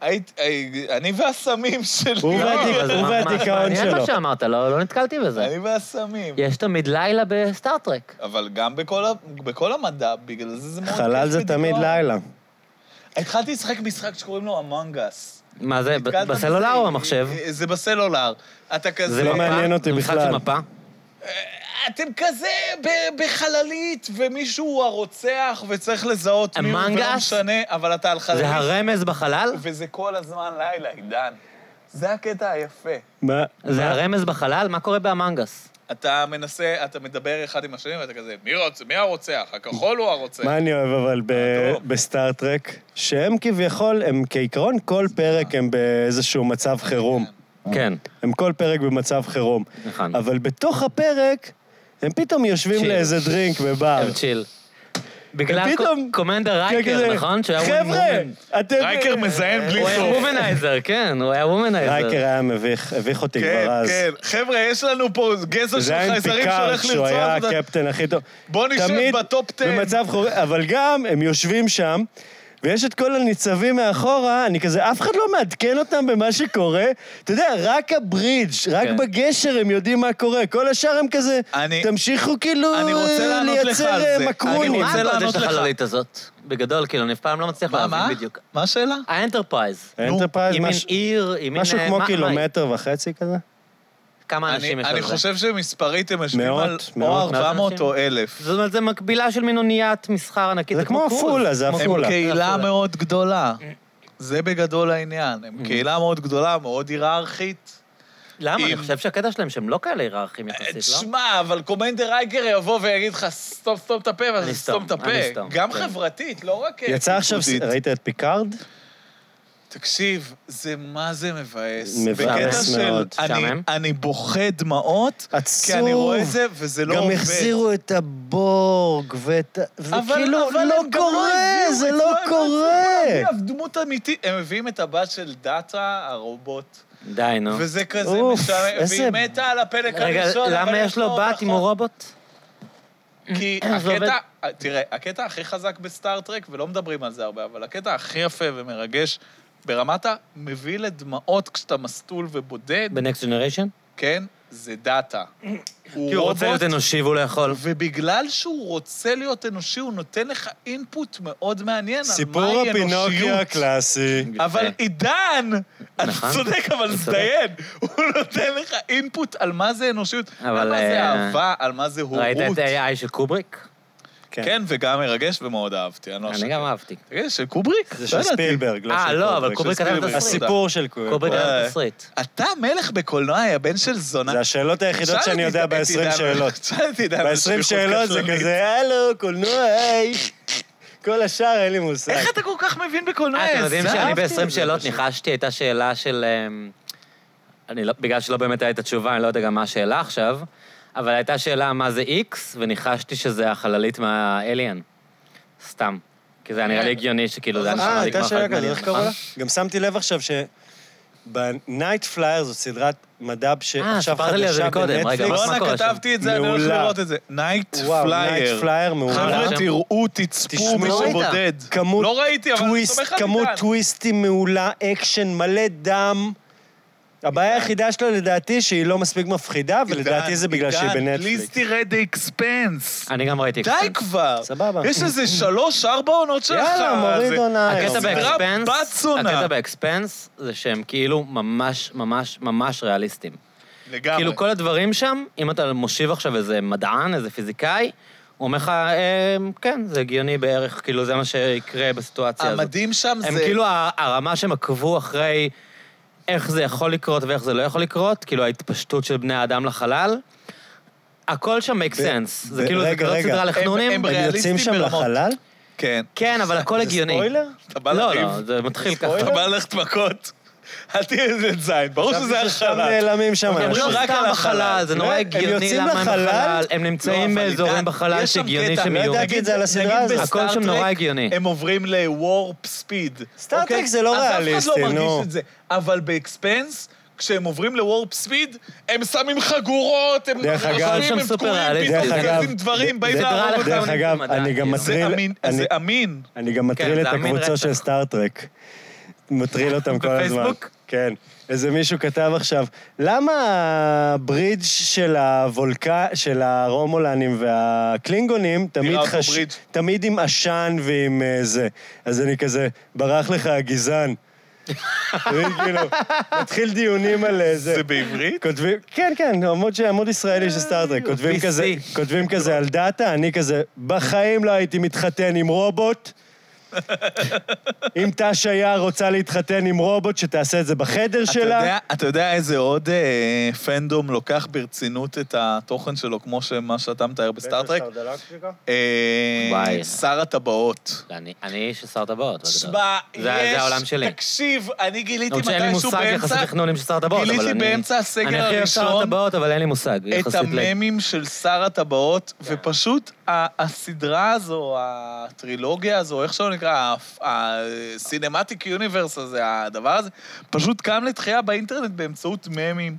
היית- הי- אני והסמים שלי.
הוא והדיכאון.
אבל זה
הוא
ממש
והדיכאון
מעניין מה
שלו.
שאמרת, לא לא נתקלתי בזה.
אני והסמים.
יש תמיד לילה בסטארט-טרק.
אבל גם בכל ה- בכל המדע, בגלל זה זה מאוד...
חלל
כיף
זה
בדיכאון.
תמיד לילה.
התחלתי לשחק משחק שקוראים לו אמונגס.
מה זה, ב- בסלולר או במחשב?
אה, זה בסלולר. אתה כזה... "אה,
זה
לא
מפה?
מעניין אותי
זה משחק
בכלל.
של מפה?
אתם כזה ב- בחללית, ומישהו הוא הרוצח, וצריך לזהות מי הוא,
Among
ולא
Us?
משנה, אבל אתה על חללית,
זה הרמז בחלל?
וזה כל הזמן לילה, עידן. זה הקטע היפה.
מה?
זה הרמז בחלל? מה קורה באמנגס?
אתה מנסה, אתה מדבר אחד עם השני, ואתה כזה, מי, רוצ... מי הרוצח? הכחול הוא הרוצח.
מה אני אוהב אבל
אה,
ב-
טוב.
בסטארט-טרק? שהם כביכול, הם כעיקרון, כל פרק הם באיזשהו מצב חירום.
כן,
הם כל פרק במצב חירום.
נכון.
אבל בתוך הפרק, הם פתאום יושבים
צ'יל.
לאיזה דרינק בבר.
הם צ'יל. בגלל
ופתאום-
קומנדר רייקר,
כזה,
נכון? שהיה וומן-
כן, חבר'ה, אתם...
רייקר מזיין בלי
הוא היה
סוף.
וומנייזר, כן, הוא היה
רייקר
וומנייזר.
היה מביך, הביך אותי
כן,
כבר אז.
כן. חבר'ה, יש לנו פה גזר של
זה היה עם
חייזרים
פיקארד,
שהולך
שהוא
לרצוח
היה
אותנו.
הקפטן הכי טוב.
בוא נשב
תמיד
בטופ 10.
במצב חור... אבל גם, הם יושבים שם, ויש את כל הניצבים מאחורה, אני כזה, אף אחד לא מעדכן אותם במה שקורה. אתה יודע, רק הברידג', רק
כן.
בגשר הם יודעים מה קורה. כל השאר הם כזה,
אני-
תמשיכו כאילו
אני רוצה לענות לך
לייצר
על
אה,
זה.
מקרונים.
אני
מה
רוצה
הגודל
לענות
של
לך.
החללית הזאת? בגדול, כאילו, אני אף פעם לא מצליח
מה, מה?
להבין בדיוק.
מה השאלה?
האנטרפרייז.
האנטרפרייז,
היא מין
מש-
עיר, היא מין...
משהו
אה,
כמו
מה- מה-
קילומטר וחצי כזה.
כמה אנשים
אני,
יש
אני
על זה?
חושב שמספרית הם יושבים
מאות,
על או
מאות, מאות
400
אנשים.
או 1,000.
זאת אומרת, זה מקבילה של מין אוניית מסחר ענקית.
זה כמו
קרוז.
עפולה, זה
כמו-
עפולה.
הם קהילה
עפולה.
מאוד גדולה.
Mm.
זה בגדול העניין. הם קהילה מאוד גדולה, מאוד היררכית.
למה? אני
אם- אה,
חושב שהקטע שלהם שהם לא כאלה היררכיים יחסית, לא?
תשמע, אבל קומנדר רייקר יבוא ויגיד לך, סתום, סתום את הפה,
אני
ואז סתום את
סתום, אני
הפה.
סתום,
גם
כן.
חברתית, לא רק...
יצא עכשיו,
פיקודית.
ראית את פיקארד?
תקשיב, זה מה זה מבאס.
מבאס
בקטע של
מאוד.
אני-
משעמם?
אני בוכה דמעות,
עצוב.
כי אני רואה את זה, וזה לא
גם
עובד.
החזירו את הבורג ואת ה... זה
אבל-
כאילו
אבל
לא
הם גם
קורה,
הביאו
זה
את-
לא
הם
קורה.
הביאו אף דמות אמיתית. הם מביאים את הבת של דאטה, הרובוט.
די, נו.
וזה כזה
אוף,
משעמם,
איזה-
והיא מתה על הפלק
רגע,
הראשון. אבל
למה יש לו
עוד
בת אם הוא
אחות?
רובוט?
כי
זה
הקטע, תראה, הקטע הכי חזק בסטארט-טרק, ולא מדברים על זה הרבה, אבל הקטע הכי יפה ומרגש, ברמת המביא לדמעות כשאתה מסטול ובודד,
בנקסט ג'נריישן?
כן, זה דאטה.
כי הוא רוצה להיות אנושי והוא לא יכול.
ובגלל שהוא רוצה להיות אנושי, הוא נותן לך אינפוט מאוד מעניין על מהי
סיפור
אנושיות. לא
הפינוקיו הקלאסי.
אבל
יפה.
עידן, אתה
נכון.
צודק, אבל
אתה צודק.
זדיין, הוא נותן לך אינפוט על מה זה אנושיות, על
אבל,
מה זה
אה,
אהבה, על מה זה
ראית
הורות.
את AI של קובריק?
כן, וגם מרגש ומאוד אהבתי. אני לא
אני
אשקר.
גם אהבתי.
תגיד, של קובריק?
זה
לא
של
ידעתי.
ספילברג, לא של
אה, לא, אבל קובריק כתב
ספילברג.
את הסרט.
הסיפור של קובריק.
קובריק כתב
אה.
את הסרט.
אתה המלך בקולנוע, יא בן של זונה.
זה השאלות היחידות
שאל
שאני
את
יודע
עידן- את
ב-20
עידן-
שאלות.
שאל את עידן. על
ב-20
שליחות
שאלות זה
קטלנית.
כזה, הלו, קולנוע, היי. כל השאר אין לי מושג.
איך אתה כל כך מבין בקולנוע?
אה, אתם יודעים
זה
שאני
אהבתי את
ב-20
זה
שאלות
פשוט.
ניחשתי, הייתה שאלה של... אמ, אני לא, בגלל שלא באמת הייתה תשובה, אני לא יודע גם מה השאלה עכשיו, אבל הייתה שאלה מה זה איקס, וניחשתי שזה החללית מהאליאן. סתם. כי זה היה נראה לי הגיוני שכאילו זה היה
אה,
נשמע
אה,
לי כמו
הייתה שאלה
החללית
כזאת,
מהאליאן,
איך קראו
נכון?
לה? גם שמתי לב עכשיו ש... בנייט פלייר זו סדרת מדב
אה,
שעכשיו
סיפרת לי על זה
חדשה
מקודם, רגע, מה
בנטפליקס.
מה
בואנה,
קורה שם?
כתבתי את זה, אני הולך
מעולה.
לראות את זה. נייט
וואו, נייט
פלייר.
פלייר מעולה.
חבר'ה,
שם.
תראו, תצפו,
תשמעו.
מי
לא ראית.
שבודד.
כמות
לא ראיתי, אבל אני
טוויסט,
סומך על
כמות
עידן.
טוויסטים מעולה, אקשן, מלא דם. הבעיה היחידה שלו לדעתי שהיא לא מספיק מפחידה, ולדעתי זה בגלל שהיא
פליז
בנטפליקס.
תראה דה אקספנס.
אני גם ראיתי
די כבר.
סבבה.
יש איזה שלוש-ארבע עונות שלך.
יאללה, מוריד עונה.
הקטע
סדרה
באקספנס,
בת זונה.
הקטע באקספנס זה שהם כאילו ממש ממש ממש ריאליסטים.
לגמרי.
כאילו כל הדברים שם, אם אתה מושיב עכשיו איזה מדען, איזה פיזיקאי, הוא אומר לך, אה, כן, זה הגיוני בערך, כאילו זה מה שיקרה בסיטואציה הזאת.
המדהים שם
הם
זה...
כאילו ה- הרמה שהם עקבו אחרי איך זה יכול לקרות ואיך זה לא יכול לקרות, כאילו ההתפשטות של בני האדם לחלל, הכל שם make sense. זה
ב-
כאילו, זה
רגע,
לא
רגע.
סדרה
הם-
לחנונים.
הם
הם יוצאים
ריאליסטים
שם
ברמות.
לחלל?
כן.
כן, אבל הכל הגיוני.
ספוילר?
אתה בא
לא,
לריב,
לא, זה מתחיל ככה.
אתה בא ללכת מכות. אל תהיה איזה זין, ברור שזה
חשבתי ששם
הרחלה.
נעלמים שם.
אוקיי,
הם
אנשים.
לא
רק
סתם
על
בחלל,
החלל.
זה נורא
הם
הגיוני
יוצאים
למה הם
לחלל?
בחלל, הם נמצאים
לא, אבל
באזורים
עידן,
בחלל
יש שם
שהגיוני
קטע.
שהם
לא
יהיו.
ידעתי את זה על הסדרה
נגיד
הזאת.
הכל
בסטארט-טרק
שם נורא הגיוני.
הם עוברים לוורפ ספיד.
סטארט-טרק זה לא
אז
ריאליסטי,
אף אחד לא
נו.
מרגיש את זה. אבל באקספנס, כשהם עוברים לוורפ ספיד, הם שמים חגורות, הם
דרך אגב-
רחבים,
שם
הם
סופר
תקועים,
ריאליסטי.
פתאום
דרך אגב,
מזיזים דברים,
זה-
באים
זה דרך
להרוג
אגב,
אותם.
דרך אגב,
מדעי,
אני
זה
גם
זה
מטריל...
אמין,
אני-
זה אמין.
אני גם מטריל
כן,
את
זה אמין
הקבוצה
רצח.
של סטארט-טרק. מטריל אותם כל הזמן.
בפייסבוק?
כן. איזה מישהו כתב עכשיו, למה הברידג' של הוולקה, של הרומולנים והקלינגונים, תמיד
נראה כמו
חש...
ברידג'.
תמיד עם עשן ועם אה, זה. אז אני כזה, ברח לך הגזען. אני כאילו, מתחיל דיונים על אה, זה.
זה בעברית?
כותבים, כן, כן, עמוד, ש- עמוד ישראלי של סטארט-טרק,
אה,
כותבים
PC.
כזה, כותבים כזה על דאטה, אני כזה, בחיים לא הייתי מתחתן עם רובוט. אם תא שיה רוצה להתחתן עם רובוט, שתעשה את זה בחדר
אתה
שלה.
יודע, אתה יודע איזה עוד אה, פנדום לוקח ברצינות את התוכן שלו, כמו שמה שאתה מתאר בסטארט-טרק? אה,
וואי.
שר הטבעות.
אני- אני של שר טבעות. בגדול.
שמע, יש...
זה- זה העולם שלי.
תקשיב, אני גיליתי
למרות שאין לי
מתישהו
מושג יחסית
באמצע...
תכנונים של שר הטבעות, אבל אני...
גיליתי באמצע הסגר
אני הכי אוהב שר
הראשון
הטבעות, אבל אין לי מושג.
את
יחסית ל- כן.
הממים של שר הטבעות, ופשוט ה- הסדרה הזו, הטרילוגיה הזו, איך שלא נקרא, הסינמטיק יוניברס הזה, הדבר הזה, פשוט קם לתחייה באינטרנט באמצעות ממים.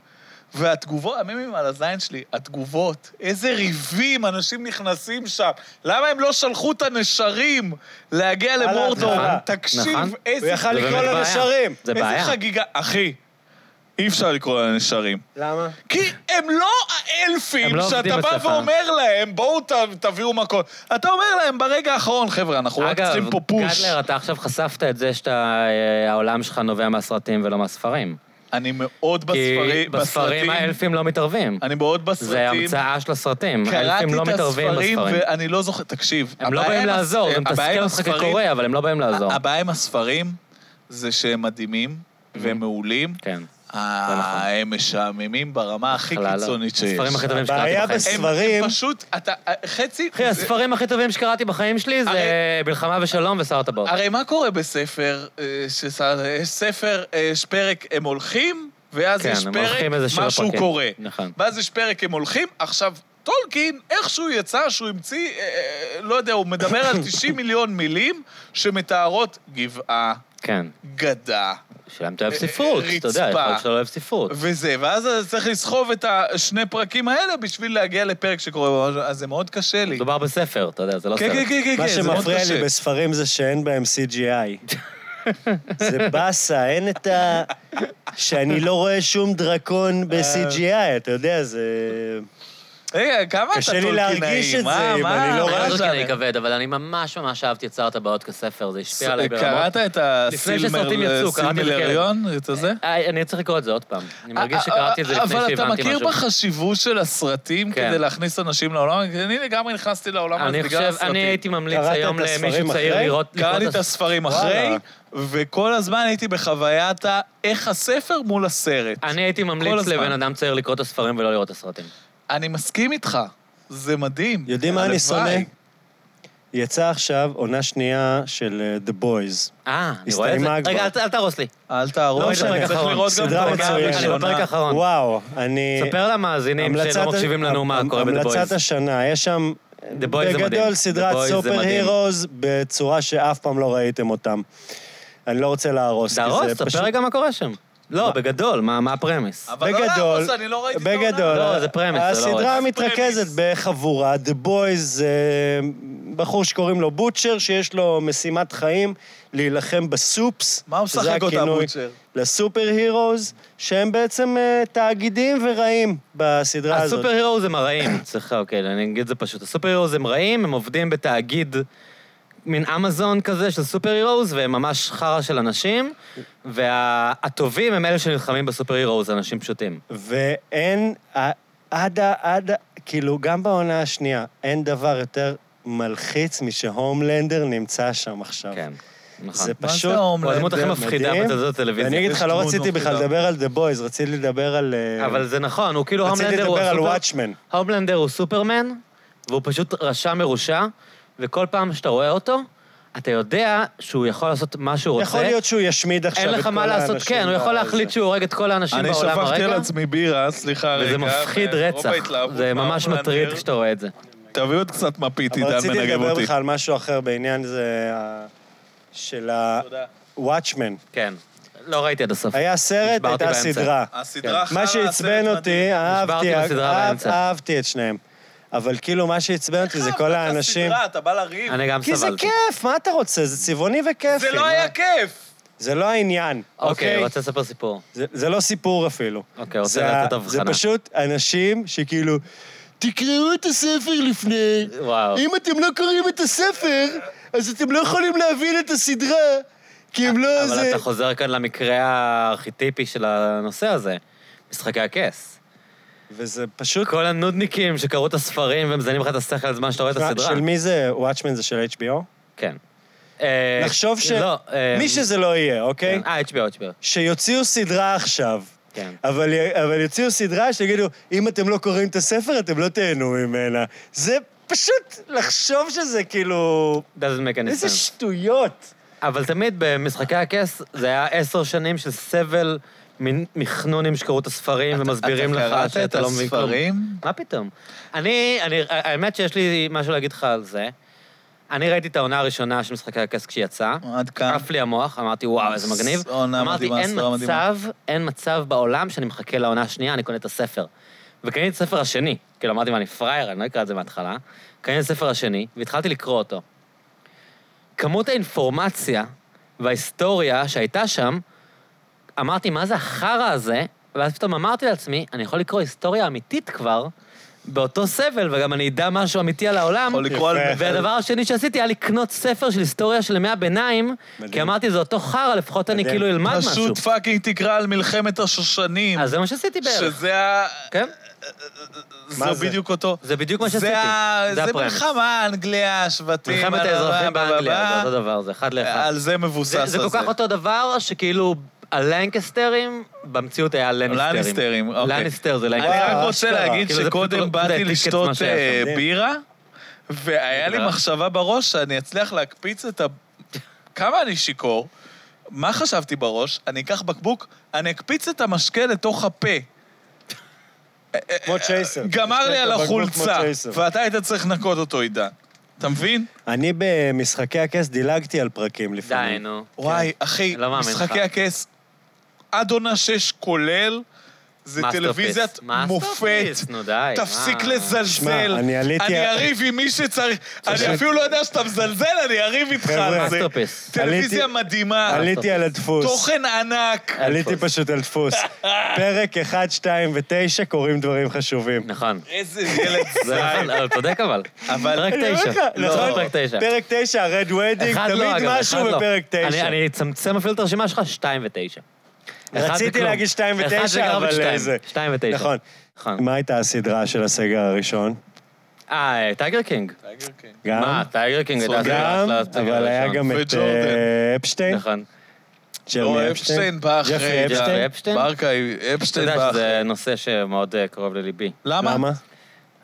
והתגובות, הממים על הזין שלי, התגובות, איזה ריבים אנשים נכנסים שם. למה הם לא שלחו את הנשרים להגיע
על
למורדור?
ההתחלה.
תקשיב,
נכון.
איזה...
הוא יכל
זה
לקרוא
באמת
לה
בעיה.
נשרים.
זה
איזה
בעיה.
חגיגה. אחי, אי אפשר לקרוא להם נשרים.
למה?
כי הם לא
הם
האלפים
לא
שאתה
עובדים
בא
בשפה.
ואומר להם, בואו ת- תביאו מכות. אתה אומר להם ברגע האחרון, חבר'ה, אנחנו רק
אגב,
צריכים פה פוש.
גדלר, אתה עכשיו חשפת את זה שהעולם שלך נובע מהסרטים ולא מהספרים.
אני מאוד
כי
בספרי-
בספרים
בסרטים.
האלפים לא מתערבים.
אני מאוד
זה
בסרטים.
המצאה של הסרטים. האלפים
קראתי
לא
את
מתערבים
הספרים,
בספרים.
ואני לא זוכר, תקשיב.
הם לא
הבעיה
באים
עם הס-
לעזור, זה
הבעיה
מתסכל
עם
אותך
הספרים-
כקורא, אבל הם לא באים לעזור.
הבעיה עם הספרים זה שהם מדהימים והם מעולים.
Mm-hmm. כן.
אה,
נכון.
הם משעממים ברמה הכי
בכלל לא.
קיצונית שיש.
הספרים הכי טובים שקראתי
הבעיה
בחיים.
בס-
הם-
ספרים-
הם פשוט, אתה, חצי...
אחי,
זה-
הספרים הכי טובים שקראתי בחיים שלי זה
הרי-
מלחמה ושלום ושר הטבעות.
הרי מה קורה בספר, אה, שס- יש ספר, אה, יש פרק הם הולכים, ואז
כן,
יש
הם
פרק
הולכים איזה שבע
משהו
פרקים.
קורה.
נכון.
ואז יש פרק הם הולכים, עכשיו, טולקין, איכשהו יצא שהוא המציא, אה, אה, לא יודע, הוא מדבר על 90 מיליון מילים שמתארות גבעה,
כן.
גדה,
שאלה אם אתה אוהב
אה,
ספרות, אתה יודע,
רצפה.
יכול להיות שאתה לא אוהב ספרות.
וזה, ואז אתה צריך לסחוב את השני פרקים האלה בשביל להגיע לפרק שקורה, אז זה מאוד קשה לי.
מדובר בספר, אתה יודע, זה לא
כן,
סרט.
כן, כן, כן,
מה
כן, זה מאוד
שמפריע
קשה.
לי בספרים זה שאין בהם CGI. זה באסה, אין את ה... שאני לא רואה שום דרקון ב-CGI, אתה יודע, זה...
רגע, כמה אתה
קשה לי
טולקינאי?
להרגיש את
מה-
זה, אם
מה-
אני לא
אני
מה
רואה
לא
זה?
זוכר אני כבד, אבל אני ממש ממש אהבתי את שר הטבעות כספר, זה השפיע עליי ברמות.
אה, קראת את
לפני שסרטים
הסילמר-
יצאו, קראתי את זה, כן.
סילמריון, את הזה?
אה, אני צריך לקרוא את זה עוד פעם. אני מרגיש שקראתי את זה לפני שהבנתי משהו.
אה, אבל אתה מכיר בחשיבות של הסרטים
כן.
כדי להכניס אנשים לעולם? אני לגמרי נכנסתי לעולם הזה
אני
בגלל
חושב, אני
הסרטים.
הייתי ממליץ
קראת
היום
את הספרים
למישהו צעיר
אחרי?
לראות...
קראתי
לקרוא
את הספרים
וואלה.
אחרי, וכל הזמן הייתי בחוויית ה- איך הספר מול הסרט.
אני הייתי
כל
ממליץ
הזמן.
לבן אדם צעיר לקרוא את הספרים ולא לראות את הסרטים.
אני מסכים איתך, זה מדהים.
יודעים מה אני שונא?
הלוואי.
יצא עכשיו עונה שנייה של אה, The Boys.
אה, אני רואה את זה.
הסתיימה
רגע,
כבר.
אל- אל תהרוס לי.
אל תהרוג,
לא משנה,
צריך
אחרון.
לראות גם את
סדרה
העונה
מצוינת.
אני בפרק
הראשונה.
האחרון.
וואו, אני...
ספר למאזינים
המלצת-
שלא מקשיבים לנו מה
המ-
קורה
המלצת
בדבויז.
השנה, יש שם...
The Boys זה מדהים.
בגדול,
The Boys
סדרת
זה
סופר
מדהים.
הירוז בצורה שאף פעם לא ראיתם אותם. אני לא רוצה להרוס, כי זה
תהרוס,
פשוט...
ספר רגע מה קורה שם. לא, בגדול, מה מה הפרמיס?
אבל לא היה
בגדול,
בוס, אני לא ראיתי את העונה.
בגדול,
לא, זה פרמיס, זה לא
הסדרה
עוד.
מתרכזת בחבורה, The Boys, אה, בחור שקוראים לו בוטשר, שיש לו משימת חיים להילחם בסופס.
מה הוא
שזה
משחק אותה,
הכינוי
בוטשר?
לסופר הירוז, שהם בעצם אה, תאגידים ורעים בסדרה הזאת.
הסופר הירו הם הרעים, צריך, אוקיי, אני אגיד את זה פשוט. הסופר הירו הם רעים, הם עובדים בתאגיד, מין אמזון כזה של סופר הירו, והם ממש חרא של אנשים, והטובים הם אלה שנלחמים בסופר הירו, זה אנשים פשוטים.
ואין, ע- עד ה... עד ה... כאילו, גם בעונה השנייה, אין דבר יותר מלחיץ משהומלנדר נמצא שם עכשיו.
כן, נכון.
זה
מה זה
פשוט...
ההומלנדר?
הוא הדמות הכי
מדהים.
מפחידה בתולדות
ואני
הטלוויזיה.
אגיד לך, לא
דמות
רציתי בכלל
מפחידה.
לדבר על The Boys, רציתי לדבר על... אה,
אבל זה נכון, הוא כאילו
רציתי
הומלנדר הוא
לדבר על
הסופר-
וואטשמן.
הומלנדר הוא סופרמן, והוא פשוט רשע מרושע, וכל פעם שאתה רואה אותו, אתה יודע שהוא יכול לעשות מה שהוא רוצה.
יכול להיות שהוא ישמיד עכשיו את
אין
כל
לך
האנשים.
מה לעשות, כן, הוא יכול
בזה.
להחליט שהוא הורג את כל האנשים
אני
בעולם
שפכתי על
הרגע,
עצמי בירה, סליחה רגע.
וזה מפחיד
מרוב
רצח.
ההתלהבות
זה ממש
מההומלנדר.
מטריד כשאתה רואה את זה.
תביאו עוד קצת מפית,
אבל
עידן
רציתי
מנגב
לדבר
אותי.
בכלל על משהו אחר בעניין זה ה- של
תודה.
ה-Watchman.
כן. לא ראיתי עד הסוף.
היה סרט,
נשברתי
הייתה
באמצע.
סדרה.
הסדרה חלה,
כן. מה
הסרט
שעצבן אותי,
מדהים.
אהבתי,
נשברתי בסדרה
אהב-
באמצע.
אהבתי את שניהם. אבל כאילו, מה שעצבן אותי זה כל האנשים...
אה, הסדרה, אתה בא לריב.
אני גם
כי זה
סבלתי.
כיף, מה אתה רוצה? זה צבעוני וכיפי.
זה לא
מה?
היה כיף!
זה לא העניין,
אוקיי,
אוקיי?
רוצה לספר סיפור.
זה- זה לא סיפור אפילו.
אוקיי, רוצה
זה ה-
לתת הבחנה.
זה פשוט אנשים שכאילו, תקראו את הספר לפני.
וואו.
אם אתם לא קוראים את הספר, אז אתם לא יכולים להבין את הסדרה, כי אם לא
אבל
זה...
אתה חוזר כאן למקרה הארכיטיפי של הנושא הזה, משחקי הכס.
וזה פשוט...
כל הנודניקים שקראו את הספרים ומזיינים לך את השכל על זמן שאתה רואה את הסדרה.
של מי זה? וואטשמן זה של HBO?
כן. אה,
לחשוב ש...
לא, אה,
מי שזה לא יהיה, אוקיי?
כן. אה, HBO, HBO.
שיוציאו סדרה עכשיו.
כן.
אבל, י- אבל יוציאו סדרה שיגידו, אם אתם לא קוראים את הספר, אתם לא תהנו ממנה. זה פשוט לחשוב שזה כאילו...
doesn't make any
איזה
sense.
שטויות.
אבל תמיד במשחקי הכס זה היה עשר שנים של סבל מ- מחנונים שקראו את הספרים ומסבירים לך
קראת את
שאתה לא מבין כלום.
הספרים?
מה פתאום? אני, אני, האמת שיש לי משהו להגיד לך על זה. אני ראיתי את העונה הראשונה של משחקי הכס כשיצא.
עד כאן.
עף לי המוח, אמרתי, וואו, איזה מגניב.
עונה
אמרתי,
מדהימה,
אין
סדרה מדהימה."
מצב, אין מצב בעולם שאני מחכה לעונה השנייה, אני קונה את הספר. וקניתי את הספר השני. כאילו, אמרתי, מה, אני פראייר, אני לא אקרא את זה מההתחלה. קניתי את הספר השני, והתחלתי לקרוא אותו. כמות האינפורמציה וההיסטוריה שהייתה שם, אמרתי, מה זה החרא הזה? ואז פתאום אמרתי לעצמי, אני יכול לקרוא היסטוריה אמיתית כבר, באותו סבל, וגם אני אדע משהו אמיתי על העולם.
יכול לקרוא על...
יפה.
והדבר השני שעשיתי היה לקנות ספר של היסטוריה של ימי הביניים,
מדהים.
כי אמרתי, זה אותו חרא, לפחות אני
מדהים.
כאילו אלמד משהו.
פשוט פאקינג תקרא על מלחמת השושנים.
אז זה מה שעשיתי בערך.
שזה ה...
כן?
מה
זה
זה?
בדיוק אותו.
זה בדיוק מה
זה
שעשיתי.
ה-
זה
זה
הפרמיס.
מלחמה, אנגליה, השבטים.
מלחמת
בלה,
האזרחים
בלה,
באנגליה,
בלה,
זה אותו דבר, זה אחד לאחד.
על זה מבוסס
זה
הזה.
זה כל כך אותו דבר, שכאילו הלנקסטרים, במציאות היה לניסטרים.
לניסטרים, אוקיי.
לניסטר
אה,
זה
אני
לניסטר.
רק
וואו,
רוצה
אשכרה.
כאילו,
להגיד
זה פשוט
שקודם
לא- זה
באתי
העתיק את מה
לשתות
שהיה
אה,
שם.
מדהים.
בירה, והיה לי
בירה.
מחשבה בראש שאני אצליח להקפיץ את ה... כמה אני שיכור, מה חשבתי בראש? אני אקח בקבוק, אני אקפיץ את המשקה לתוך הפה.
כמו צ'ייסר.
גמר לי על
כמו
החולצה,
צ'ייסר.
ואתה היית צריך לנקות אותו, עידן. אתה מבין?
אני במשחקי הכס דילגתי על פרקים
די,
לפעמים.
נו.
וואי, אחי,
לא מאמין לך.
משחקי הכס, עד עונה 6 כולל, זה
מאסטרפיס.
טלוויזיית מופת.
מאסטרפיס, נו די.
תפסיק
מה?
שמע,
לזלזל.
אני עליתי-
אני אריב עם מי שצריך. אני אפילו לא יודע שאתה מזלזל, אני אריב איתך על
חבר'ה,
זה.
מאסטרפיס.
טלוויזיה
עליתי-
מדהימה,
עליתי על הדפוס.
תוכן ענק.
עליתי
הדפוס.
פשוט על דפוס. פרק 1, 2 ו-9 קוראים דברים חשובים.
נכון.
איזה ילד
זה נכון,
זין.
אבל צודק אבל.
אבל-
פרק
אני אומר
תשע.
לך,
לא,
נכון?
פרק תשע.
פרק 9, רד וודינג,
אחד לא,
תמיד
אגב,
משהו
אחד לא.
בפרק 9.
אני- אני אצמצם אפילו את הרשימה שלך, שתיים ותשע. אחד זה
רציתי
כלום.
להגיד שתיים
אחד זה
ותשע,
garbage
אבל
time.
אה, זה...
שתיים ותשע.
נכון.
נכון.
מה הייתה הסדרה של הסגר הראשון?
אה, טייגר קינג.
גם,
מה, טייגר קינג הייתה
גם,
הסדרה של הטייגר
אבל היה
הראשון.
גם את
וג'ורדן.
אה, אפשטיין,
נכון.
ג'רמי
לא,
אפשטיין,
אפשטיין בא אחרי...
ג'פרי
עידן.
ג'פרי אפשטיין?
ברקה,
אתה
אפשטיין בא
יודע
אחרי...
שזה נושא שמאוד אה, קרוב לליבי.
למה?
למה?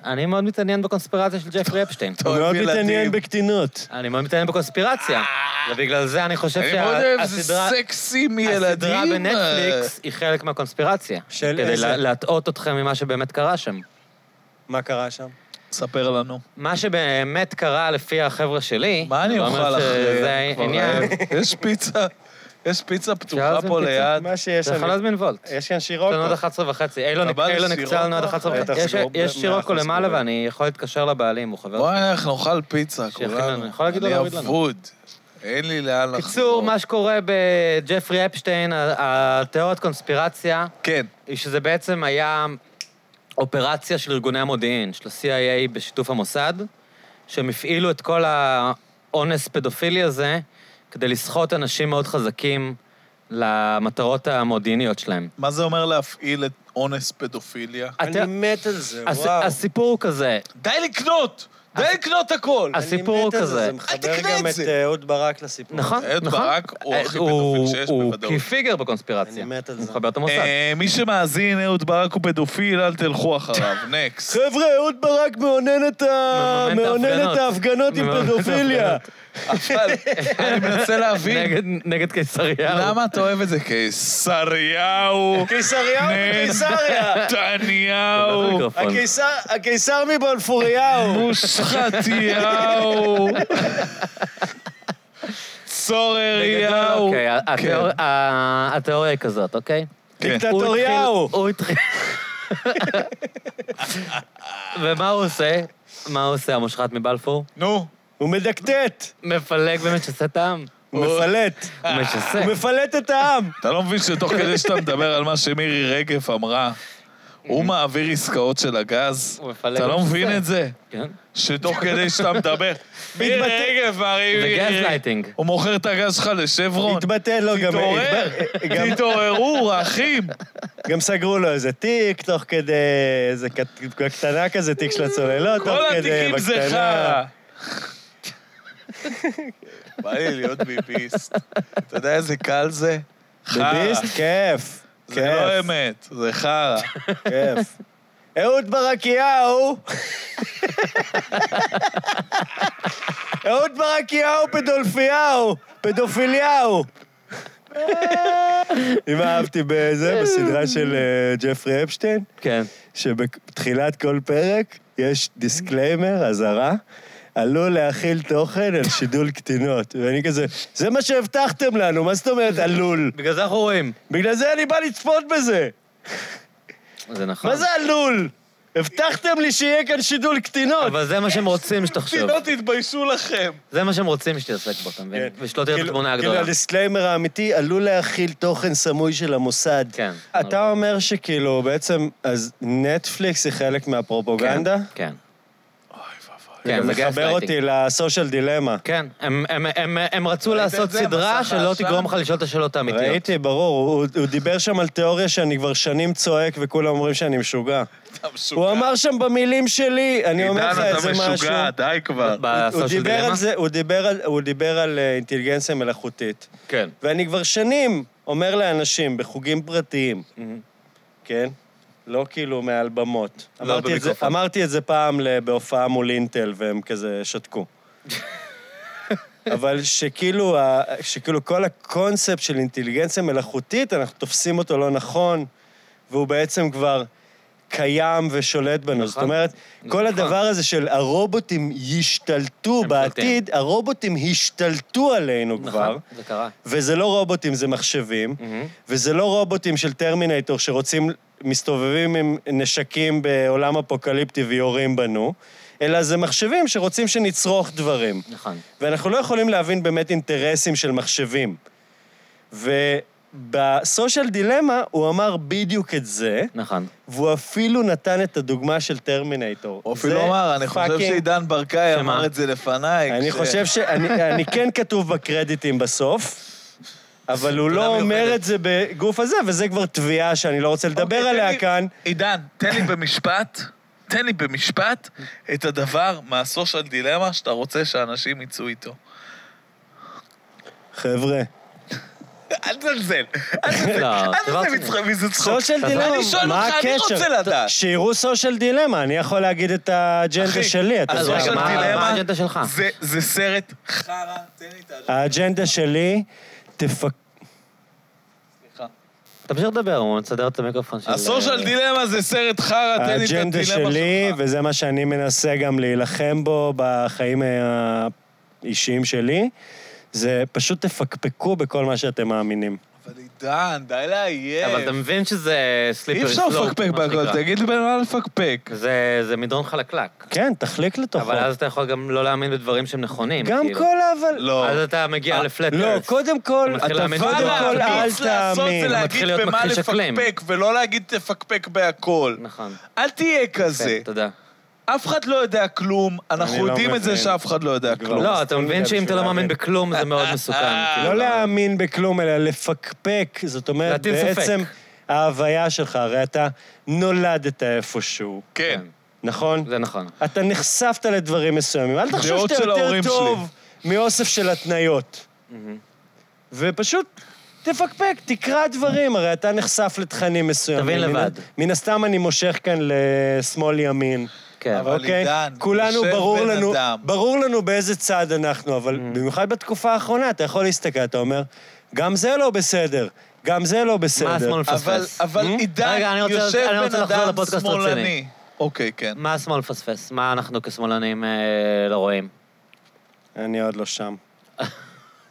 אני מאוד מתעניין בקונספירציה של ג'פרי אפשטיין.
אתה
הוא
אוהב
מאוד
ילדים.
מתעניין בקטינות.
אני מאוד מתעניין בקונספירציה. ובגלל זה אני חושב
אני מאוד אוהב,
שהסדרה...
זה אה. סקסי מילדים.
הסדרה בנטפליקס היא חלק מהקונספירציה.
של
כדי
איזה?
לה- להטעות אתכם ממה שבאמת קרה שם.
מה קרה שם?
אה, ספר לנו.
מה שבאמת קרה לפי החבר'ה שלי,
מה אני
לא אומר
אוכל אחרי...
שזה
כבר
העניין,
רעב? יש פיצה. יש פיצה פתוחה
להזמין
פה
פיצה.
ליד.
מה שיש,
אתה יכול
אני-
להזמין לא וולט.
יש כאן
יש לנו
שירוקו.
אוקיי.
עוד 11 וחצי.
אתה בא
אילון
לסירוקו?
הקצה לנו עד 11
אה,
וחצי. יש-
תחזור ב-
יש שירוקו
מאה אחוז,
למעלה
קורה.
ואני יכול להתקשר לבעלים, הוא חבר.
בוא נלך, נאכל פיצה,
שיכין לנו.
כולנו.
יכול להגיד לו להוריד לנו.
אני אבוד. אין לי לאן לחזור.
קיצור, מה שקורה בג'פרי אפשטיין, ה- התיאוריית קונספירציה,
כן.
היא שזה בעצם היה אופרציה של ארגוני המודיעין, של ה-CIA בשיתוף המוסד, שהם הפעילו את כל האונס פדופילי הזה כדי לסחוט אנשים מאוד חזקים למטרות המודיעיניות שלהם.
מה זה אומר להפעיל את אונס פדופיליה?
הת-
אני מת על זה,
הס-
וואו.
הסיפור הוא כזה,
די לקנות! די לקנות הכל!
אז- הסיפור
אני
הוא
מת על זה,
כזה.
זה
אל
מחבר
תקנה
גם
את
את
זה.
אה, אהוד ברק לסיפור.
נכון,
אהוד
נכון.
ברק הוא הכי
אה, הוא-
פדופיל שיש
הוא
בוודאות.
כפיגר בקונספירציה.
אני מת על
הוא
זה.
מחבר את המוסד.
אה, מי שמאזין, אהוד ברק הוא פדופיל, אל תלכו אחריו. נקסט.
חבר'ה, אהוד ברק מאונן את ה-
מממן את
מאונן את
ההפגנות.
ההפגנות עם
מממן את
פדופיליה.
אבל אני מנסה להבין,
נגד- נגד קיסריהו.
למה אתה אוהב את זה? קיסריהו,
קיסריהו וקיסריה.
נתניהו,
המיקרופון.
הקיסר- הקיסר מבולפוריהו.
מושחתיהו,
בגדול,
צורריהו. כן,
אוקיי, התיאור- ה- התיאוריה היא כזאת, אוקיי?
דיקטטוריהו.
הוא התחיל... ומה הוא עושה? מה הוא עושה, המושחת מבלפור?
נו,
הוא מדקדק.
מפלג ומשסה את העם.
הוא מפלט.
הוא משסה.
הוא מפלט את העם.
אתה לא מבין שתוך כדי שאתה מדבר על מה שמירי רגב אמרה, הוא מעביר עסקאות של הגז?
הוא מפלג
אתה לא
ומשסה.
מבין את זה?
כן.
שתוך כדי שאתה מדבר, מירי
מתבטא-
רגב, הרי...
זה
מירי-
גזלייטינג.
הוא מוכר את הגז שלך לשברון?
התבטא לו גם...
תתעורר,
גם-
תתעוררו, אחים.
גם סגרו לו איזה תיק תוך כדי... איזה קט- קטנה כזה, תיק של הצוללות. תוך
כל
כדי,
התיקים זה
בקטנה.
חרא. בא לי להיות ביביסט. אתה יודע איזה קל זה?
ביביסט? כיף.
זה לא
כיף,
אמת, זה חרא.
כיף. אהוד ברקיהו! אהוד ברקיהו פדולפיהו! פדופיליהו! אם אהבתי בזה, בסדרה של אה, ג'פרי אפשטיין,
כן.
שבתחילת כל פרק יש דיסקליימר, אזהרה, עלול להכיל תוכן על שידול קטינות. ואני כזה, זה מה שהבטחתם לנו, מה זאת אומרת עלול?
בגלל זה אנחנו רואים.
בגלל זה אני בא לצפות בזה.
זה נכון.
מה זה עלול? הבטחתם לי שיהיה כאן שידול קטינות.
אבל זה מה שהם רוצים שתחשוב.
לא תתביישו לכם.
זה מה שהם רוצים שתתעסק בו, אתה מבין?
כן.
ושלא תראה את
כאילו-
התמונה
כאילו,
הגדולה.
הדיסקליימר האמיתי עלול להכיל תוכן סמוי של המוסד.
כן.
אתה אומר שכאילו, בעצם, אז נטפליקס היא חלק מהפרופוגנדה?
כן.
זה
כן, זה
מחבר
גזלייטינג.
אותי לסושיאל דילמה.
כן, הם, הם, הם, הם רצו
ראית
לעשות
את זה,
סדרה
המסך
שלא
העשן?
תגרום לך לשאול את השאלות האמיתיות.
ראיתי, ברור, הוא- הוא דיבר שם על תיאוריה שאני כבר שנים צועק וכולם אומרים שאני משוגע. הוא אמר שם במילים שלי, אני אומר לך איזה משהו.
עידן, אתה משוגע, די כבר.
הוא
בסושיאל
דיבר
דילמה?
על זה, הוא דיבר על- הוא דיבר על אה, אינטליגנציה מלאכותית.
כן.
ואני כבר שנים אומר לאנשים בחוגים פרטיים, כן? לא כאילו מעל במות.
לא
אמרתי את זה-
במיקרופון.
אמרתי את זה פעם ל- בהופעה מול אינטל, והם כזה שתקו. אבל שכאילו, ה- שכאילו כל הקונספט של אינטליגנציה מלאכותית, אנחנו תופסים אותו לא נכון, והוא בעצם כבר קיים ושולט בנו. זאת אומרת, כל
נכון.
הדבר הזה של הרובוטים ישתלטו
הם
בעתיד, הרובוטים השתלטו עלינו כבר.
נכון, זה קרה.
וזה לא רובוטים, זה מחשבים, וזה לא רובוטים של טרמינטור שרוצים, מסתובבים עם נשקים בעולם אפוקליפטי ויורים בנו, אלא זה מחשבים שרוצים שנצרוך דברים.
נכון.
ואנחנו לא יכולים להבין באמת אינטרסים של מחשבים. ובסושיאל דילמה הוא אמר בדיוק את זה,
נכון.
והוא אפילו נתן את הדוגמה של טרמינטור.
הוא אפילו
זה
לא אמר, אני חושב
fucking-
שעידן ברקאי
שמה?
אמר את זה לפניי.
אני
כש-
חושב ש... אני אני כן כתוב בקרדיטים בסוף, אבל הוא
תודה
לא אומר
מיוחדת.
את זה בגוף הזה, וזה כבר תביעה שאני לא רוצה לדבר
אוקיי, תן
עליה
לי-
כאן.
עידן, תן לי במשפט, תן לי במשפט את הדבר מהסושיאל דילמה שאתה רוצה שאנשים יצאו איתו.
חבר'ה,
אל תזלזל, אל תזלזל,
לא,
אל
זה לא
תזלזל
רציני.
מצחוק, מזה צחוק.
סושיאל
אני
דילמה,
שואל
מה
אותך, אני
הקשר?
רוצה לדעת.
שיראו סושיאל דילמה, אני יכול להגיד את האג'נדה
אחי,
שלי, אתה
אז
יודע.
רגע,
הסושיאל
מה-
דילמה
מה האג'נדה שלך?
זה- זה סרט חרא, תן לי את האג'נדה.
האג'נדה שלי, תפק...
תמשיך לדבר, הוא מסדר את המיקרופון של... אה,
הסושיאל דילמה זה סרט חרא, תן לי את
האג'נדה
הדילמה
שלי,
שלך.
וזה מה שאני מנסה גם להילחם בו בחיים האישיים אה, שלי, זה פשוט תפקפקו בכל מה שאתם מאמינים.
אבל עידן, די לאיים.
אבל אתה מבין שזה
אי
סליפר
אפשר לפקפק בהכל, תגיד לבן אדם לפקפק.
זה מדרון חלקלק.
כן, תחליק לתוכו.
אבל אז אתה יכול גם לא להאמין בדברים שהם נכונים.
גם
כאילו.
כל אבל...
לא.
אז אתה מגיע לפלט
לא, קודם כל,
אתה
אתה
מתחיל
קודם
לאמץ את
כל
זה.
אל
הפיץ לעשות
תאמין.
זה
מתחיל
להגיד
להיות
במה
מכחיש אקלים.
לפקפק, ולא להגיד תפקפק בהכל.
נכון.
אל תהיה כזה.
יפה, תודה.
אף אחד לא יודע כלום,
אני
אנחנו
לא
יודעים את זה
מבין.
שאף אחד לא יודע
כבר
כלום.
לא, אתה
מסכים
מבין
לזה
שאם אתה לא
בשביל
מאמין
להבין.
בכלום, זה מאוד מסוכן. כאילו.
לא להאמין בכלום, אלא לפקפק. זאת אומרת,
להטיל ספק.
בעצם ההוויה שלך, הרי אתה נולדת איפשהו,
כן.
נכון?
זה נכון.
אתה נחשפת לדברים מסוימים. אל תחשוב
דעות
שאתה
של
יותר
ההורים
טוב מאוסף של התניות. ופשוט תפקפק, תקרא דברים, הרי אתה נחשף לתכנים מסוימים.
תבין
מן-
לבד.
מן הסתם אני מושך כאן לשמאל-ימין.
כן.
אבל
אוקיי?
עידן,
כולנו,
יושב
ברור
בן
לנו,
אדם.
ברור לנו באיזה צד אנחנו,
Mm.
אבל במיוחד בתקופה האחרונה, אתה יכול להסתכל, אתה אומר, גם זה לא בסדר, גם זה לא בסדר.
מה השמאל
אבל-
מפספס?
אבל
Hmm?
עידן,
רגע, אני רוצה-
יושב
אני
בן
רוצה לחזור
אדם
לפודקאסט
שמאלני.
רציני.
אוקיי, כן.
מה השמאל מפספס? מה אנחנו כשמאלנים אה, לא רואים?
אני עוד לא שם.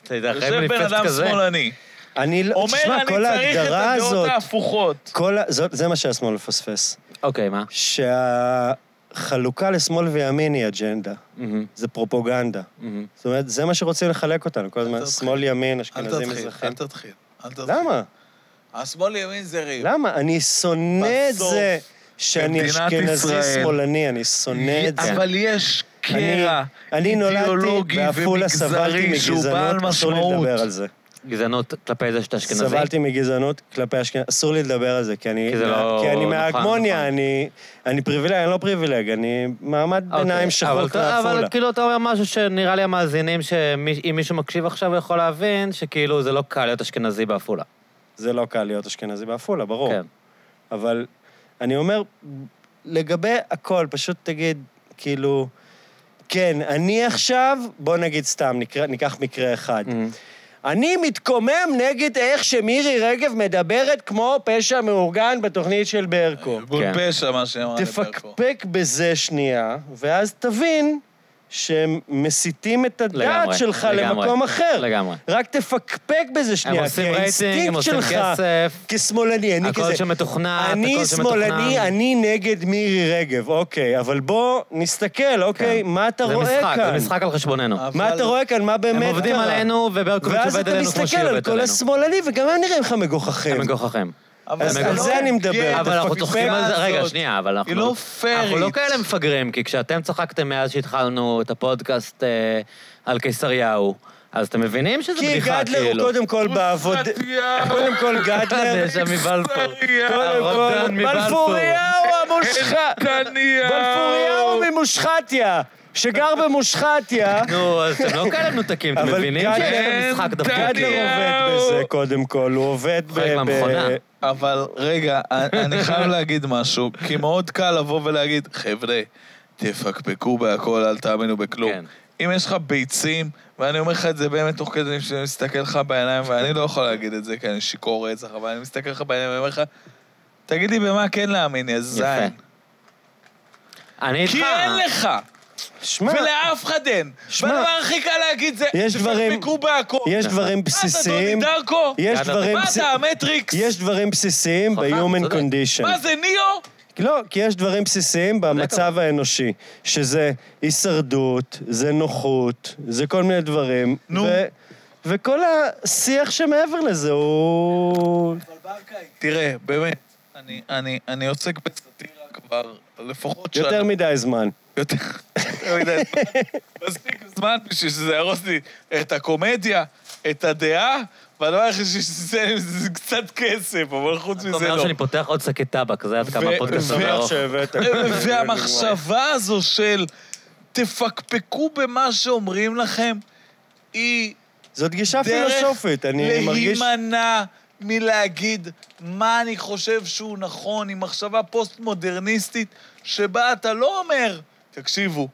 אתה יודע, אחרי
יושב בן
מפספס
אדם
כזה.
שמאלני.
אני לא...
אומר,
תשמע,
אני
כל
צריך את
ההגדרה
הדעות
הזאת...
ההפוכות.
כל ה... זאת, זה מה שהשמאל מפספס.
אוקיי, מה?
שהחלוקה לשמאל וימין היא אג'נדה.
Mm-hmm.
מהמם,
זה פרופוגנדה.
מהמם.
זאת אומרת, זה מה שרוצים לחלק אותנו כל הזמן.
תתחיל.
שמאל-ימין,
אל
אשכנזים,
תתחיל,
מזרחים.
אל תתחיל. אל תתחיל.
למה?
השמאל ימין זה ריב.
למה? אני שונא את
בסוף,
זה שאני
במדינת
אשכנזי
ישראל-
שמאלני, אני שונא את זה.
כן.
אבל יש קרע
אני נולדתי
אידיאולוגי
בעפולה, סבלתי
ומגזרי שהוא בעל
מגזענות, אסור לי
משמעות.
לדבר על זה.
גזענות כלפי זה שאתה אשכנזי. אוקיי,
סבלתי מגזענות כלפי אשכנז, אסור לי לדבר על זה, כי אני
כי זה לא
כי אני
נכון,
מההגמוניה,
נכון.
אני- אני פריבילג, אני לא פריבילג, אני מעמד
אוקיי,
ביניים
אבל
שחור
אתה- אבל
מעפולה.
כאילו אתה אומר משהו שנראה לי המאזינים, שאם מישהו מקשיב עכשיו הוא יכול להבין, שכאילו זה לא קל להיות אשכנזי בעפולה.
זה לא קל להיות אשכנזי בעפולה, ברור.
כן.
אבל אני אומר, לגבי הכל, פשוט תגיד, כאילו, כן, אני עכשיו, בוא נגיד סתם, נקרא- ניקח מקרה אחד.
מהמם.
אני מתקומם נגד איך שמירי רגב מדברת כמו פשע מאורגן בתוכנית של ברקו.
ארגון
כן.
פשע, מה שאמרת פה.
תפקפק בזה שנייה, ואז תבין שהם מסיתים את הדעת
לגמרי,
שלך
לגמרי,
למקום אחר.
לגמרי.
רק תפקפק בזה
הם
שנייה, כי
עושים רייטינג, הם
האינסטינקט
עושים
שלך
כסף,
כשמאלני, אני
הכל
כזה...
שמתוכנת,
אני
הכל
שמאלני,
שמתוכנן.
אני נגד מירי רגב, אוקיי, אבל בוא נסתכל, אוקיי,
כן.
מה אתה
זה
רואה
משחק,
כאן?
זה משחק על חשבוננו.
מה אתה רואה כאן? מה באמת
הם
קרה?
עובדים עלינו, וברקוביץ'
ואז
עובד
אתה
עלינו כמו
מסתכל
שהיא
על
עובדת
כל
עלינו.
השמאלנים, וגם הם נראים לך
הם
מגוחכים.
מגוחכים.
אבל
אז
זה
על
לא
זה
אני מדבר.
הוגן,
אבל אנחנו
הפקפקה
צוחקים על זה, רגע,
הזאת.
שנייה, אבל אנחנו...
היא לא
אנחנו לא
פיירית.
כאלה מפגרים, כי כשאתם צחקתם מאז שהתחלנו את הפודקאסט אה, על קיסריהו, אז אתם מבינים שזה
כי
בדיחה,
גדלר הוא
כאילו.
קודם כל בעבוד... קודם כל גדלר,
זה שם מבלפור.
קודם כל,
הרודן מבלפור. אה,
בלפוריהו המושחת, בלפוריהו ממושחתיה, שגר במושחתיה,
נו, אז אתם לא כאלה מנותקים, אתם
אבל
מבינים
גדלר-
שיש לכם משחק דפוק.
גדלר
כאילו.
עובד בזה קודם כל, הוא עובד ב...
חלק
ב-
מהמכונה.
אבל רגע, אני חייב להגיד משהו, כי מאוד קל לבוא ולהגיד, חבר'ה, תפקפקו בהכל, אל תאמינו בכלום.
כן.
אם יש לך ביצים, ואני אומר לך את זה באמת תוך כדי שאני מסתכל לך בעיניים, ואני לא יכול להגיד את זה כי אני שיכור רצח, אבל אני מסתכל לך בעיניים ואני אומר לך, תגיד לי במה כן להאמין, יא זין.
אני איתך.
כי אין לך,
שמע,
ולאף אחד אין.
אה. שמע,
והדבר הכי קל להגיד זה,
יש דברים-
תפקפקו בהכל.
יש
נכון. אה,
דברים בסיסיים,
מה אתה, דוני דרקו?
יש
יאללה,
דברים
מה
בסיסיים,
אתה, המטריקס?
יש דברים בסיסיים
חכם,
ב-human
נכון, צודק.
condition.
מה זה, ניאו?
לא, כי יש דברים בסיסיים במצב האנושי, שזה הישרדות, זה נוחות, זה כל מיני דברים.
נו.
ו- וכל השיח שמעבר לזה הוא...
תראה, באמת, אני, אני, אני עוסק בסאטירה כבר לפחות שנה.
יותר מדי זמן.
יותר יותר מדי זמן. מספיק זמן בשביל שזה יהרוס לי את הקומדיה, את הדעה, והדבר היחיד שזה זה קצת כסף, אבל חוץ
אתה
מזה
אומר
לא.
שאני פותח עוד שקית טבק, זה עד כמה
ו-
הפודקאסט
ו-
הרבה ארוך.
שהבאת.
והמחשבה הזו של תפקפקו במה שאומרים לכם, היא
זאת גישה
דרך
פילוסופית, אני מרגיש...
להימנע מלהגיד מה אני חושב שהוא נכון, עם מחשבה פוסט-מודרניסטית, שבה אתה לא אומר, תקשיבו,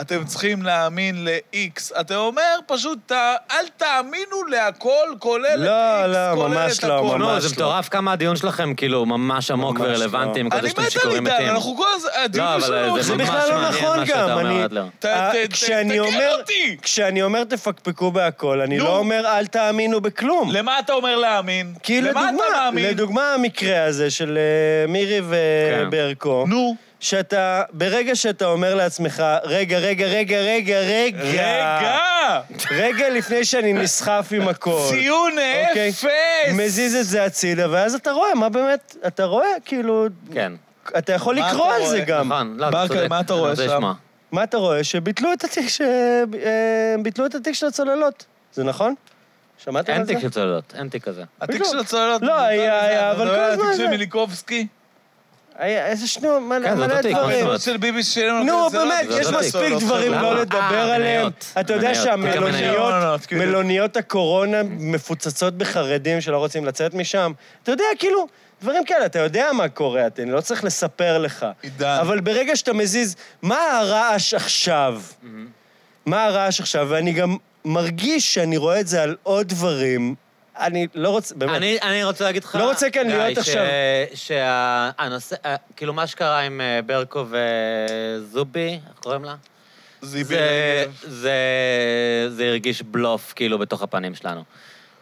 אתם צריכים להאמין ל-X. אתה אומר, פשוט, ת- אל תאמינו להכל, כולל
לא,
את X,
לא,
כולל
ממש
את
לא,
הכל.
נו,
ממש
זה
לא.
מטורף כמה הדיון שלכם כאילו ממש עמוק
ממש
ורלוונטי עם
לא. אני
כזה שני
מת על
שיכורים
עידן,
מתים.
אנחנו כל הזמן,
לא,
הדיונים שלנו
אבל
הולכים
זה
בכלל
ממש
לא נכון
מעניין מה שאתה
גם, אני-
אומר עד לא.
ת-
אה,
ת- ת-
כשאני
תקן
אומר-
אותי!
כשאני אומר תפקפקו בהכל, אני
נו.
לא אומר אל תאמינו בכלום.
למה אתה אומר להאמין?
כי
למה אתה
כאילו, לדוגמה,
מאמין?
לדוגמה המקרה הזה של אה, מירי
כן.
וברקו,
נו.
שאתה, ברגע שאתה אומר לעצמך, רגע, רגע, רגע, רגע, רגע,
רגע!
רגע לפני שאני נסחף עם הכל,
ציון
אוקיי.
אפס!
מזיז את זה הצידה, ואז אתה רואה מה באמת, אתה רואה, כאילו,
כן,
אתה יכול
מה
לקרוא
אתה
על זה
רואה?
גם.
נכון, לא, אתה
ברקאי,
צודק.
מה אתה
אני
רואה
רוצה
שם?
לשמוע.
מה אתה רואה? שביטלו את התיק, ש... אה, ביטלו את התיק של הצוללות. זה נכון? שמעתם
אין
על זה?
תיק של צוללות, אין תיק כזה.
התיק
בדיוק.
של הצוללות.
לא, היה-
אתה
היה, אבל
מדבר
כל
על
הזמן
התיק של
זה.
מיליקובסקי?
היה אה, איזה שנו, מלא
כן, זה
מלא
אותו תיק, מה זאת
דברים.
אומרת?
התיק של ביבי שלנו.
נו,
זה לא
באמת,
התיק
יש
של
מספיק
הצוללות,
דברים
חבר'ה.
למה?
לא
אה,
לדבר עליהם.
מניות,
אתה יודע
מניות, תיק
שהמלוניות,
המניות, כן.
מלוניות הקורונה מפוצצות בחרדים שלא רוצים לצאת משם. אתה יודע, כאילו, דברים כאלה, אתה יודע מה קורה, אתה- אני לא צריך לספר לך.
עידן.
אבל ברגע שאתה מזיז, מה הרעש עכשיו?
Mm-hmm.
מה הרעש עכשיו? ואני גם מרגיש שאני רואה את זה על עוד דברים. אני לא רוצה, באמת.
אני, אני רוצה להגיד לך...
לא רוצה כאן
גיא,
להיות
ש-
עכשיו-
שהנושא, אה, כאילו מה שקרה עם אה, ברקו וזובי, איך קוראים לה?
זיבי
זה,
רגב.
זה, זה הרגיש בלוף, כאילו, בתוך הפנים שלנו.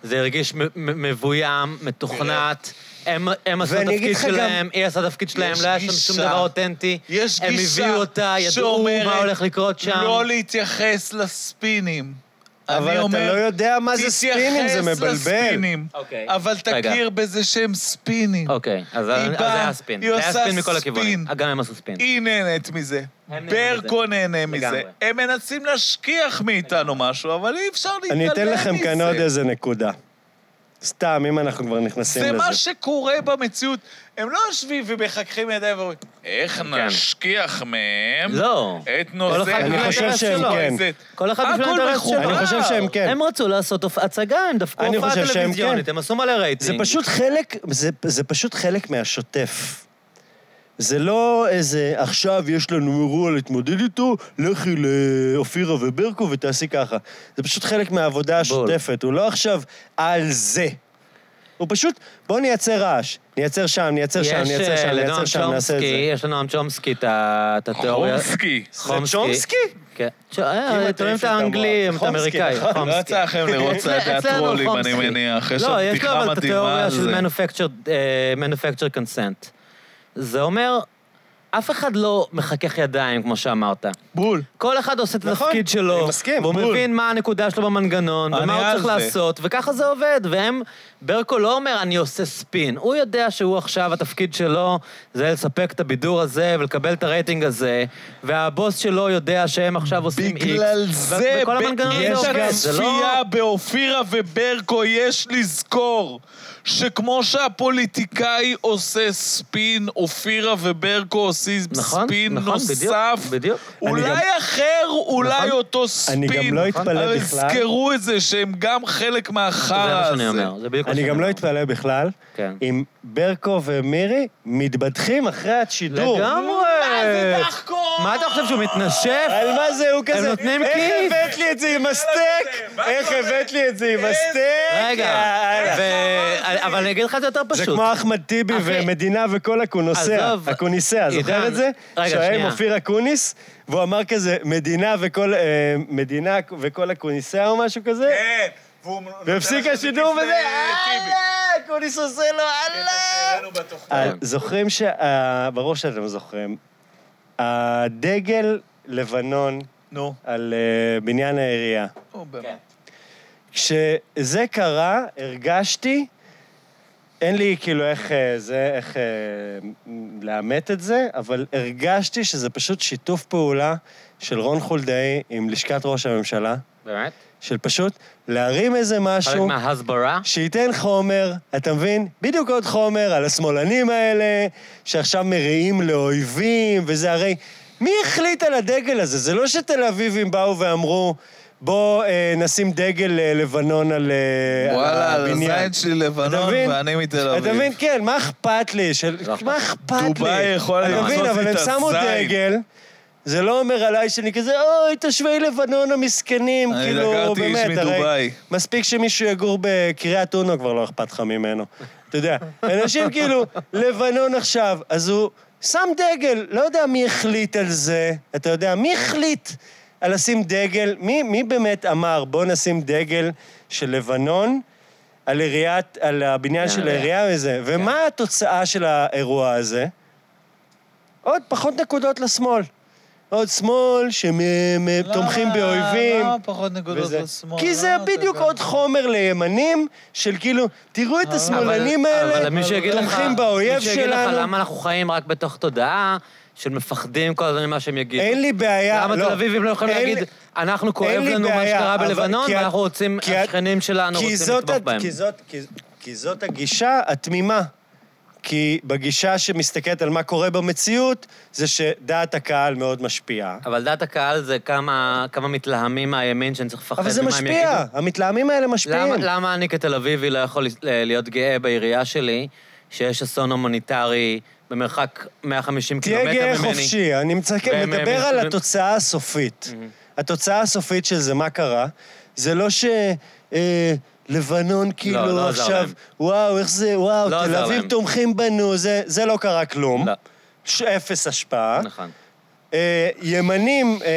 זה הרגיש מ- מ- מבוים, מתוכנת. הם, הם עשו את
ואני אגיד
התפקיד
לך גם-
שלהם, היא עשתה את התפקיד שלהם,
יש
לא היה שם
גישה-
שום דבר אותנטי.
יש
הם
גישה
הביאו אותה, ידעו
שאומרת
מה הולך לקרות שם.
לא להתייחס לספינים. אני
אבל אתה
אומר,
לא יודע מה זה ספינים, זה
תתייחס
מבלבל.
לספינים,
אוקיי.
אבל
רגע.
תכיר בזה שהם ספינים.
אוקיי, אז אז
היא
זה
באה,
היה ספין.
היא
זה היה
עושה
ספין מכל הכיוונים.
ספין.
גם הם עשו ספין.
היא נהנית מזה.
הם נהנים
ברקו נהנה מזה.
לגמרי.
הם מנסים להשכיח מאיתנו משהו, אבל אי אפשר להתעלם
אני
מזה.
אתן לכם כאן עוד איזה נקודה. סתם, אם אנחנו כבר נכנסים
זה
לזה.
מה שקורה במציאות. הם לא יושבים ומחככים ידיים ואומרים, איך נשכיח מהם
כן. לא.
את נושא...
אחד
אני
האינטרס
חושב שהם
שלו?"
כן.
זה-
כל אחד בשביל
הכל
האינטרס שלו.
מחובר.
אני חושב שהם כן.
הם רצו לעשות הופ- הצגה, הם דפקו
אני
הופעה
חושב שהם
טלוויזיונית,
כן.
הם עשו מלא
זה
רייטינג.
פשוט חלק, זה, זה פשוט חלק מהשוטף. זה לא איזה, עכשיו יש לנו אירוע להתמודד איתו, לכי לאופירה וברקו ותעשי ככה. זה פשוט חלק מהעבודה השוטפת, הוא לא עכשיו על זה. הוא פשוט, בוא נייצר רעש. נייצר שם, נייצר שם,
יש
נייצר
אה,
שם,
לנועם
נייצר שם, נעשה את
צ'ומסקי,
זה.
יש לנועם צ'ומסקי את ה- את התיאוריה.
חומסקי.
חומסקי.
צ'ומסקי?
כן. ש- אה, תולים
אם תעיף
את
את המוח.
האנגלי, את
חומסקי,
האמריקאי.
נכון.
לא
חומסקי.
יצא לכם לראות
אצלנו
צעדי הטרולים, אני
חומסקי.
מניח. יש שם
לא, יש לו
בדיחה
אבל את
מדהימה
התיאוריה
על
של
זה.
manufactured, אה, manufactured consent. זה אומר, אף אחד לא מחכך ידיים, כמו שאמרת.
בול.
כל אחד עושה את
נכון,
התפקיד שלו.
אני מסכים,
והוא
בול.
מבין מה הנקודה שלו במנגנון,
אני
ומה הוא
על
צריך
זה.
לעשות, וככה זה עובד. והם, ברקו לא אומר, אני עושה ספין. הוא יודע שהוא עכשיו, התפקיד שלו זה לספק את הבידור הזה ולקבל את הרייטינג הזה, והבוס שלו יודע שהם עכשיו עושים איקס.
בגלל זה,
וכל
ב-
המנגנון הזה
יש
עובד. זה לא...
הצפייה באופירה וברקו, יש לזכור שכמו שהפוליטיקאי עושה ספין, אופירה וברקו עושים
נכון,
ספין
נכון, בדיוק,
נוסף.
בדיוק.
אולי
אני גם-
אחר, אולי
נכון.
אותו ספין.
אני גם לא
נכון.
אתפלא
אבל
בכלל.
זכרו את זה שהם גם חלק
זה מה
מהחרא
שאני
הזה.
אומר, זה בדיוק מה שאני
אני
אומר.
גם לא אתפלא בכלל
כן.
אם ברקו ומירי מתבדחים אחרי השידור.
לגמרי.
מה זה דחקו?
מה אתה חושב, שהוא מתנשף?
על מה זה, הוא כזה,
נותנים
איך
כיף."
הבאת לי את זה עם הסטייק?
מה אתה
איך
אומר?
הבאת לי את זה עם הסטייק?
רגע,
יאללה.
ו- אבל אני אגיד לך את זה יותר
זה
פשוט.
כמו אחמד טיבי
אחי.
ומדינה וכל הקונוסיה,
עזוב.
הקוניסיה,
עידן,
זוכר את זה?
רגע,
שהיה עם
שנייה.
אופיר אקוניס, והוא אמר כזה, מדינה וכל, אה, מדינה וכל הקוניסיה או משהו כזה,
כן, והוא נותן
והפסיק
לכם
השידור
בפני
וזה,
טיבי. כן,
"אה, אקוניס עושה לו, אללה!
שהראינו בתוכנית.
אה, זוכרים ש... אה, ברור שאתם זוכרים. הדגל לבנון
נו.
על אה, בניין העירייה.
נו, באמת.
כשזה קרה, הרגשתי, אין לי כאילו איך אה, זה, איך אה, מ- לאמת את זה, אבל הרגשתי שזה פשוט שיתוף פעולה של רון חולדאי עם לשכת ראש הממשלה,
באמת?
של פשוט להרים איזה
חלק
משהו.
מההסברה?
שייתן חומר, אתה מבין? בדיוק עוד חומר על השמאלנים האלה, שעכשיו מריעים לאויבים, וזה הרי... מי החליט על הדגל הזה? זה לא שתל אביבים באו ואמרו, בוא אה, נשים דגל אה, לבנון על, אה,
וואלה,
על
על
הבניין.
הזין שלי
אתה
לבנון
מבין?
ואני מתל אביב.
אתה מבין? כן, מה אכפת לי? של...
לא אכפת
מה
לי.
אכפת לי?
דובאי יכולה
אתה
לעשות
מבין,
לי
אבל
את
הם שמו
הזין.
דגל, זה לא אומר עליי שאני כזה, אוי, תושבי לבנון המסכנים,
אני
כאילו,
דקרתי איש
באמת,
מדובאי.
מספיק שמישהו יגור בקריית אונו, כבר לא אכפת לך ממנו. אתה יודע, אנשים כאילו, לבנון עכשיו, אז הוא שם דגל, לא יודע מי החליט על זה, אתה יודע, מי החליט על לשים דגל? מי, מי באמת אמר, בוא נשים דגל של לבנון על עיריית, על הבניין של
העירייה.
העירייה וזה,
כן.
ומה התוצאה של האירוע הזה? עוד פחות נקודות לשמאל. עוד שמאל שתומכים
לא
לא,
באויבים.
למה פחות נקודות
וזה-
לשמאל?
כי זה
למה אתה
בדיוק
גם-
עוד חומר לימנים, של כאילו, תראו את השמאלנים האלה,
אה, אבל מי שיגיד לך...
תומכים באויב
מי שיגיד לך
שלנו.
למה אנחנו חיים רק בתוך תודעה של מפחדים כל הזמן ממה שהם יגידו.
אין לי בעיה,
למה
לא.
תל אביבים לא יכולים
אין
להגיד,
לי-
אנחנו כואב
אין לי
לנו מה
בעיה,
שקרה
אבל-
בלבנון,
כי את-
ואנחנו רוצים,
כי את-
השכנים שלנו
כי
רוצים
זאת
לתמוך
הד-
בהם.
כי זאת- כי- כי זאת הגישה התמימה. כי בגישה שמסתכלת על מה קורה במציאות, זה שדעת הקהל מאוד משפיעה.
אבל דעת הקהל זה כמה כמה מתלהמים מהימין שאני צריך לפחד
אבל
ממה
זה
הם יגידו.
משפיע, כן. המתלהמים האלה משפיעים.
למה, למה אני כתל אביבי לא יכול לס- ל- להיות גאה בעירייה שלי, שיש אסון הומניטרי במרחק 150 קילומטר
תהיה
ממני?
גאה חופשי, אני מצק...
והם-
מדבר
הם-
על
הם-
התוצאה הסופית. התוצאה הסופית של זה, מה קרה? זה לא ש... אה, לבנון כאילו
לא עזר
עכשיו,
להם.
וואו, איך זה, וואו,
לא
תל
עזר
אביב
להם.
תומכים בנו, זה, זה לא קרה כלום.
לא.
ש- אפס השפעה.
נכון.
אה, ימנים אה,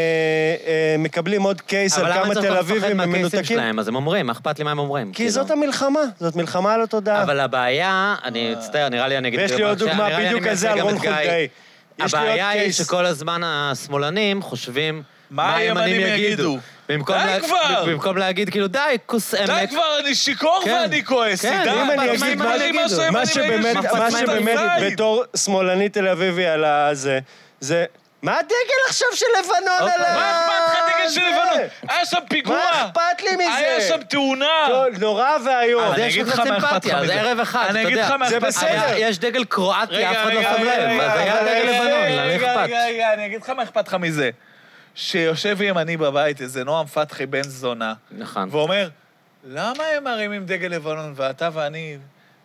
אה, מקבלים עוד קייס
אבל
על
למה
כמה
אני צריך לא
תל
לפחד
אביבים הם
מהקייסים
מנותקים.
שלהם? אז הם אומרים, מה אכפת לי מה הם אומרים?
כי
כאילו.
זאת המלחמה, זאת מלחמה על התודעה.
אבל הבעיה, אני מצטער, נראה לי אני אגיד את
ויש
זה
לי עוד
בהקשר,
דוגמה
נראה לי אני
בדיוק על זה
מייצג
על
גם
רון
את גיא.
חולדאי. יש לי עוד
הבעיה היא
קייס.
שכל הזמן השמאלנים חושבים
מה הימנים יגידו.
במקום
די
לה-
כבר!
במקום להגיד כאילו, די, כוס עמק.
די כבר, אני שיכור
כן.
ואני כועס.
כן,
די,
אם
מה-
אני
מה
אגיד
אם
מה
אני-
יגידו?
שהימנים
מה
יגידו,
שבאמת,
שזה
מה
פצמ"י
שבאמת,
בזית.
בתור שמאלני תל אביבי על הזה, זה... מה הדגל עכשיו של לבנון
אוקיי.
על ה...
מה אכפת לך דגל של
זה?
לבנון? היה שם פיגוע.
מה אכפת לי מזה?
היה שם תאונה.
לא, נורא ואיום.
אז יש לך סימפתיה, אז ערב אחד, אתה
אני אגיד לך
יודע.
מה
זה
אכפת לך.
בסדר.
היה- יש דגל קרואטי,
רגע,
אף אחד לא
רגע,
שם
רגע,
לב,
רגע,
אז היה
אבל-
דגל
רגע,
לבנון, למה
רגע,
אכפת?
רגע, רגע, אני אגיד לך מה אכפת לך מזה. שיושב ימני בבית, איזה נועם פתחי בן זונה,
נכון.
ואומר, למה הם מרימים דגל לבנון, ואתה ואני,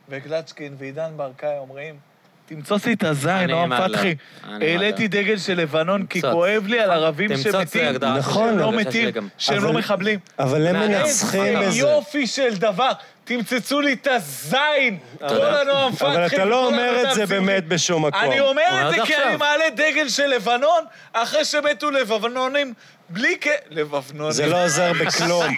וגלצ'קין ועידן ברקאי אומרים, תמצוץ לי את הזין,
אני
נועם
מה לא.
פתחי.
אני מה
העליתי דגל של לבנון כי
תמצוץ.
כואב לי על ערבים
תמצוץ זה
שמתים.
הגדרה של
נכון.
שהם לא
זה שזה
מתים,
גם-
שהם
אבל-
לא מחבלים.
אבל הם
נעלה.
מנצחים
איזה
בזה.
יופי של דבר, תמצצו לי את הזין, כל
יודע.
הנועם פתחי.
אבל אתה
וכל
לא אומר את
העבודה
זה
הציבורית.
באמת בשום מקום.
אני אומר
אומר את
את זה כי
עכשיו.
אני מעלה דגל של לבנון אחרי שמתו לבנונים בלי כ... לא לבנונים.
זה לא עוזר בכלום.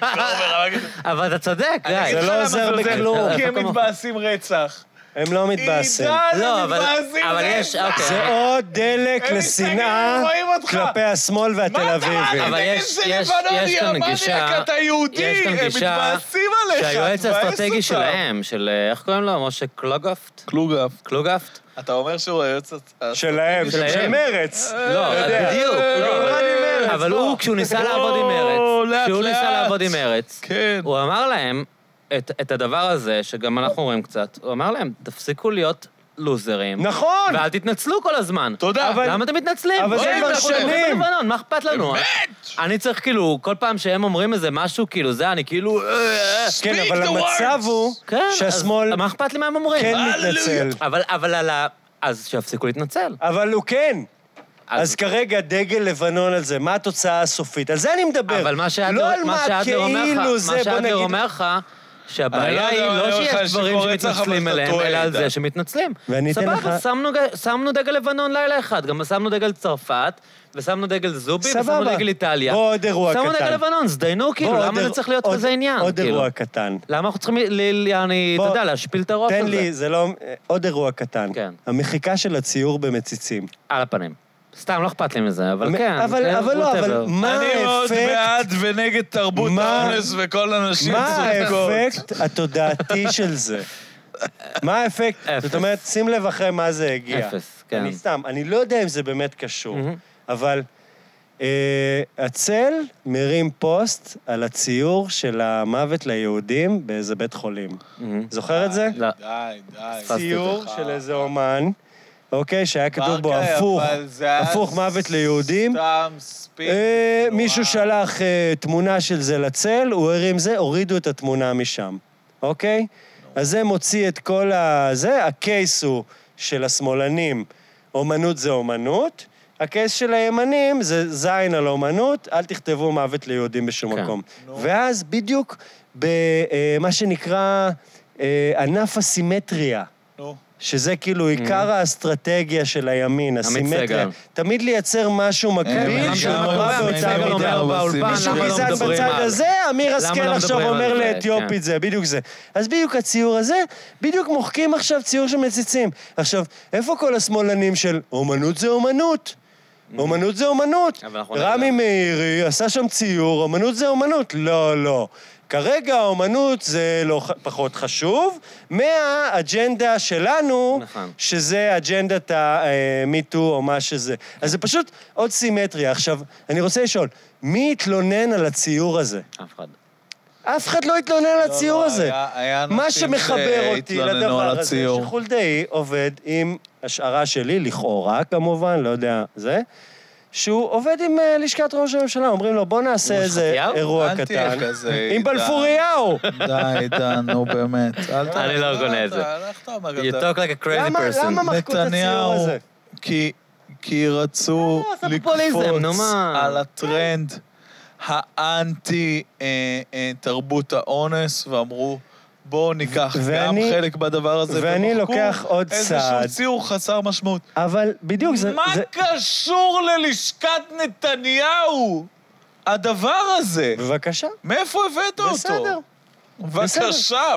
אבל אתה צודק, גיא.
זה לא עוזר בכלום.
כי הם
כמוך.
מתבאסים רצח.
הם לא מתבאסים.
עידן,
לא,
הם
אבל-
מתבאסים
אבל יש,
רצח.
אוקיי.
זה עוד דלק
הם
לשנאה
מסתכלים, רואים אותך.
כלפי השמאל והתל
מה אתה
אביבי.
מעלה?
אבל
דגל
יש,
של
יש, יש
לבנון,
כאן
יא
גישה,
מניאק, אתה יהודי,
אוקיי,
יש כאן
הם
גישה
מתבאסים עליך,
שהיועץ
תבאס אותם.
האסטרטגי שלהם, של אה, איך קוראים לו? משה קלוגהפט?
קלוגף.
קלוגהפט?
אתה אומר שהוא היועץ...
שלהם,
שלהם.
של מרץ.
לא,
יודע.
בדיוק.
אה,
לא,
אה,
אבל-
אה,
אבל
אה,
הוא, כשהוא ניסה
אה,
לעבוד עם
לא. לאט,
ארץ, כשהוא ניסה
לאט.
לעבוד עם ארץ,
כן.
הוא אמר להם את את הדבר הזה, שגם אנחנו רואים קצת, הוא אמר להם, תפסיקו להיות לוזרים.
נכון!
ואל תתנצלו כל הזמן.
תודה.
אבל... למה אתם מתנצלים?
אבל זה
אוי,
כבר
אנחנו תומכים
שנים.
בלבנון, מה אכפת לנו? אני צריך כאילו, כל פעם שהם אומרים איזה משהו, כאילו זה, אני כאילו... אה, אה.
כן,
Speak
אבל
the
המצב
words.
הוא
כן, אז
שהשמאל
מה אכפת לי מה הם אומרים?
כן
אבל-
מתנצל.
אבל, אבל על ה... אז שיפסיקו להתנצל.
אבל הוא כן.
אז-
אז כרגע דגל לבנון על זה, מה התוצאה הסופית? על זה אני מדבר.
אבל מה שאדלר
לא על
מה
מה
שאדלר אומר לך,
כאילו זה,
מה
בוא
שאדלר
נגיד...
אומר לך,
אני לא
שהבעיה היא
יודע, אני
לא
אומר לך
שיש דברים
שיכור רצח, אבל
שמתנצלים
אתה
אליהם,
טועה,
אלא על
איתן.
זה שמתנצלים.
ואני אתן
סבבה,
לך-
שמנו ג- שמנו דגל לבנון לילה אחד, גם שמנו דגל צרפת, ושמנו דגל זובי, ושמנו
סבבה.
דגל איטליה.
בוא, עוד אירוע
שמנו
קטן.
דגל לבנון, הזדיינו,
בוא,
כאילו,
עוד
למה זה
איר-
צריך להיות
עוד-
כזה עניין?
עוד
כאילו?
אירוע קטן.
למה אנחנו צריכים, ל- ל- יעני, אתה
בוא,
יודע, להשפיל את הראש
תן
הזה?
לי, זה לא... עוד אירוע קטן.
כן.
המחיקה של הציור במציצים.
על הפנים. סתם, לא אכפת לי מזה, אבל
המ-
כן.
אבל
כן,
אבל לא, אבל
whatever.
מה
אני מאוד
האפקט?
בעד ונגד תרבות
מה-
האונס וכל הנשים
מה
צודקות.
האפקט התודעתי של זה? מה האפקט?
אפס.
זאת אומרת, שים לב אחרי מה זה הגיע.
אפס, כן.
אני סתם, אני לא יודע אם זה באמת קשור, אבל אה, הצל מרים פוסט על הציור של המוות ליהודים באיזה בית חולים. זוכר את זה?
לא.
די, די.
ציור של איזה אומן, אוקיי, שהיה כתוב בו
ברקאי,
הפוך,
אבל זה היה
הפוך מוות ליהודים.
סתם ספיק.
אה,
נורא.
מישהו שלח אה, תמונה של זה לצל, הוא הרים זה, הורידו את התמונה משם, אוקיי? אז זה מוציא את כל ה... זה, הקייס הוא של השמאלנים, אומנות זה אומנות, הקייס של הימנים זה זין על אומנות, אל תכתבו מוות ליהודים בשום
כן.
מקום. ואז בדיוק במה שנקרא אה, ענף הסימטריה.
נו.
שזה כאילו עיקר האסטרטגיה של הימין, הסימטריה.
Mm. סגל.
תמיד לייצר משהו מקביל
אה,
שהוא
גם
נורא
גם
באותה
גם
מידה.
אומר באולפן,
מישהו
למה לא
גזען
מדברים
בצד
על-
הזה, אמיר
למה
השכל
לא
עכשיו
מדברים
אומר
על זה?
לאתיופית
כן.
זה, בדיוק זה. אז בדיוק הציור הזה, בדיוק מוחקים עכשיו ציור של מציצים. עכשיו, איפה כל השמאלנים של אומנות זה אומנות? אומנות זה אומנות.
אבל אנחנו נדבר.
רמי מאירי עשה שם ציור, אומנות זה אומנות. לא, לא. כרגע האומנות זה לא, ח- פחות חשוב, מהאג'נדה שלנו,
נכון.
שזה אג'נדת ה-MeToo או מה שזה. אז זה פשוט עוד סימטריה. עכשיו, אני רוצה לשאול, מי התלונן על הציור הזה?
אף אחד.
אף אחד לא התלונן על הציור הזה.
היה- היה
מה
אנשים
שמחבר אותי
שהתלוננו
לדבר
על
הזה,
הציור.
שחולדאי עובד עם השערה שלי, לכאורה כמובן, לא יודע, זה, שהוא עובד עם אה, לשכת ראש הממשלה, אומרים לו, בוא נעשה
עם
איזה
חטיאר?
אירוע
אל תהיה
קטן.
כזה,
עם
עידן.
בלפוריהו!
די, דן, נו באמת. אל ת-
אני לא קונה את זה.
אל ת- איך אתה אומר
You
את זה?
talk like a crazy
למה
person.
למה מחקו את הציור
נתניהו,
הזה?
כי- כי רצו
אה, עשה פופוליזם, נו
לקפוץ
מה.
על הטרנד האנטי אה, אה, תרבות האונס, ואמרו, בואו ניקח גם
ואני-
חלק בדבר הזה,
ואני
ומחקו
לוקח עוד צעד.
איזשהו ציור חסר משמעות.
אבל בדיוק, זה...
מה
זה-
קשור ללשכת נתניהו הדבר הזה?
בבקשה.
מאיפה הבאת אותו?
בסדר.
בבקשה,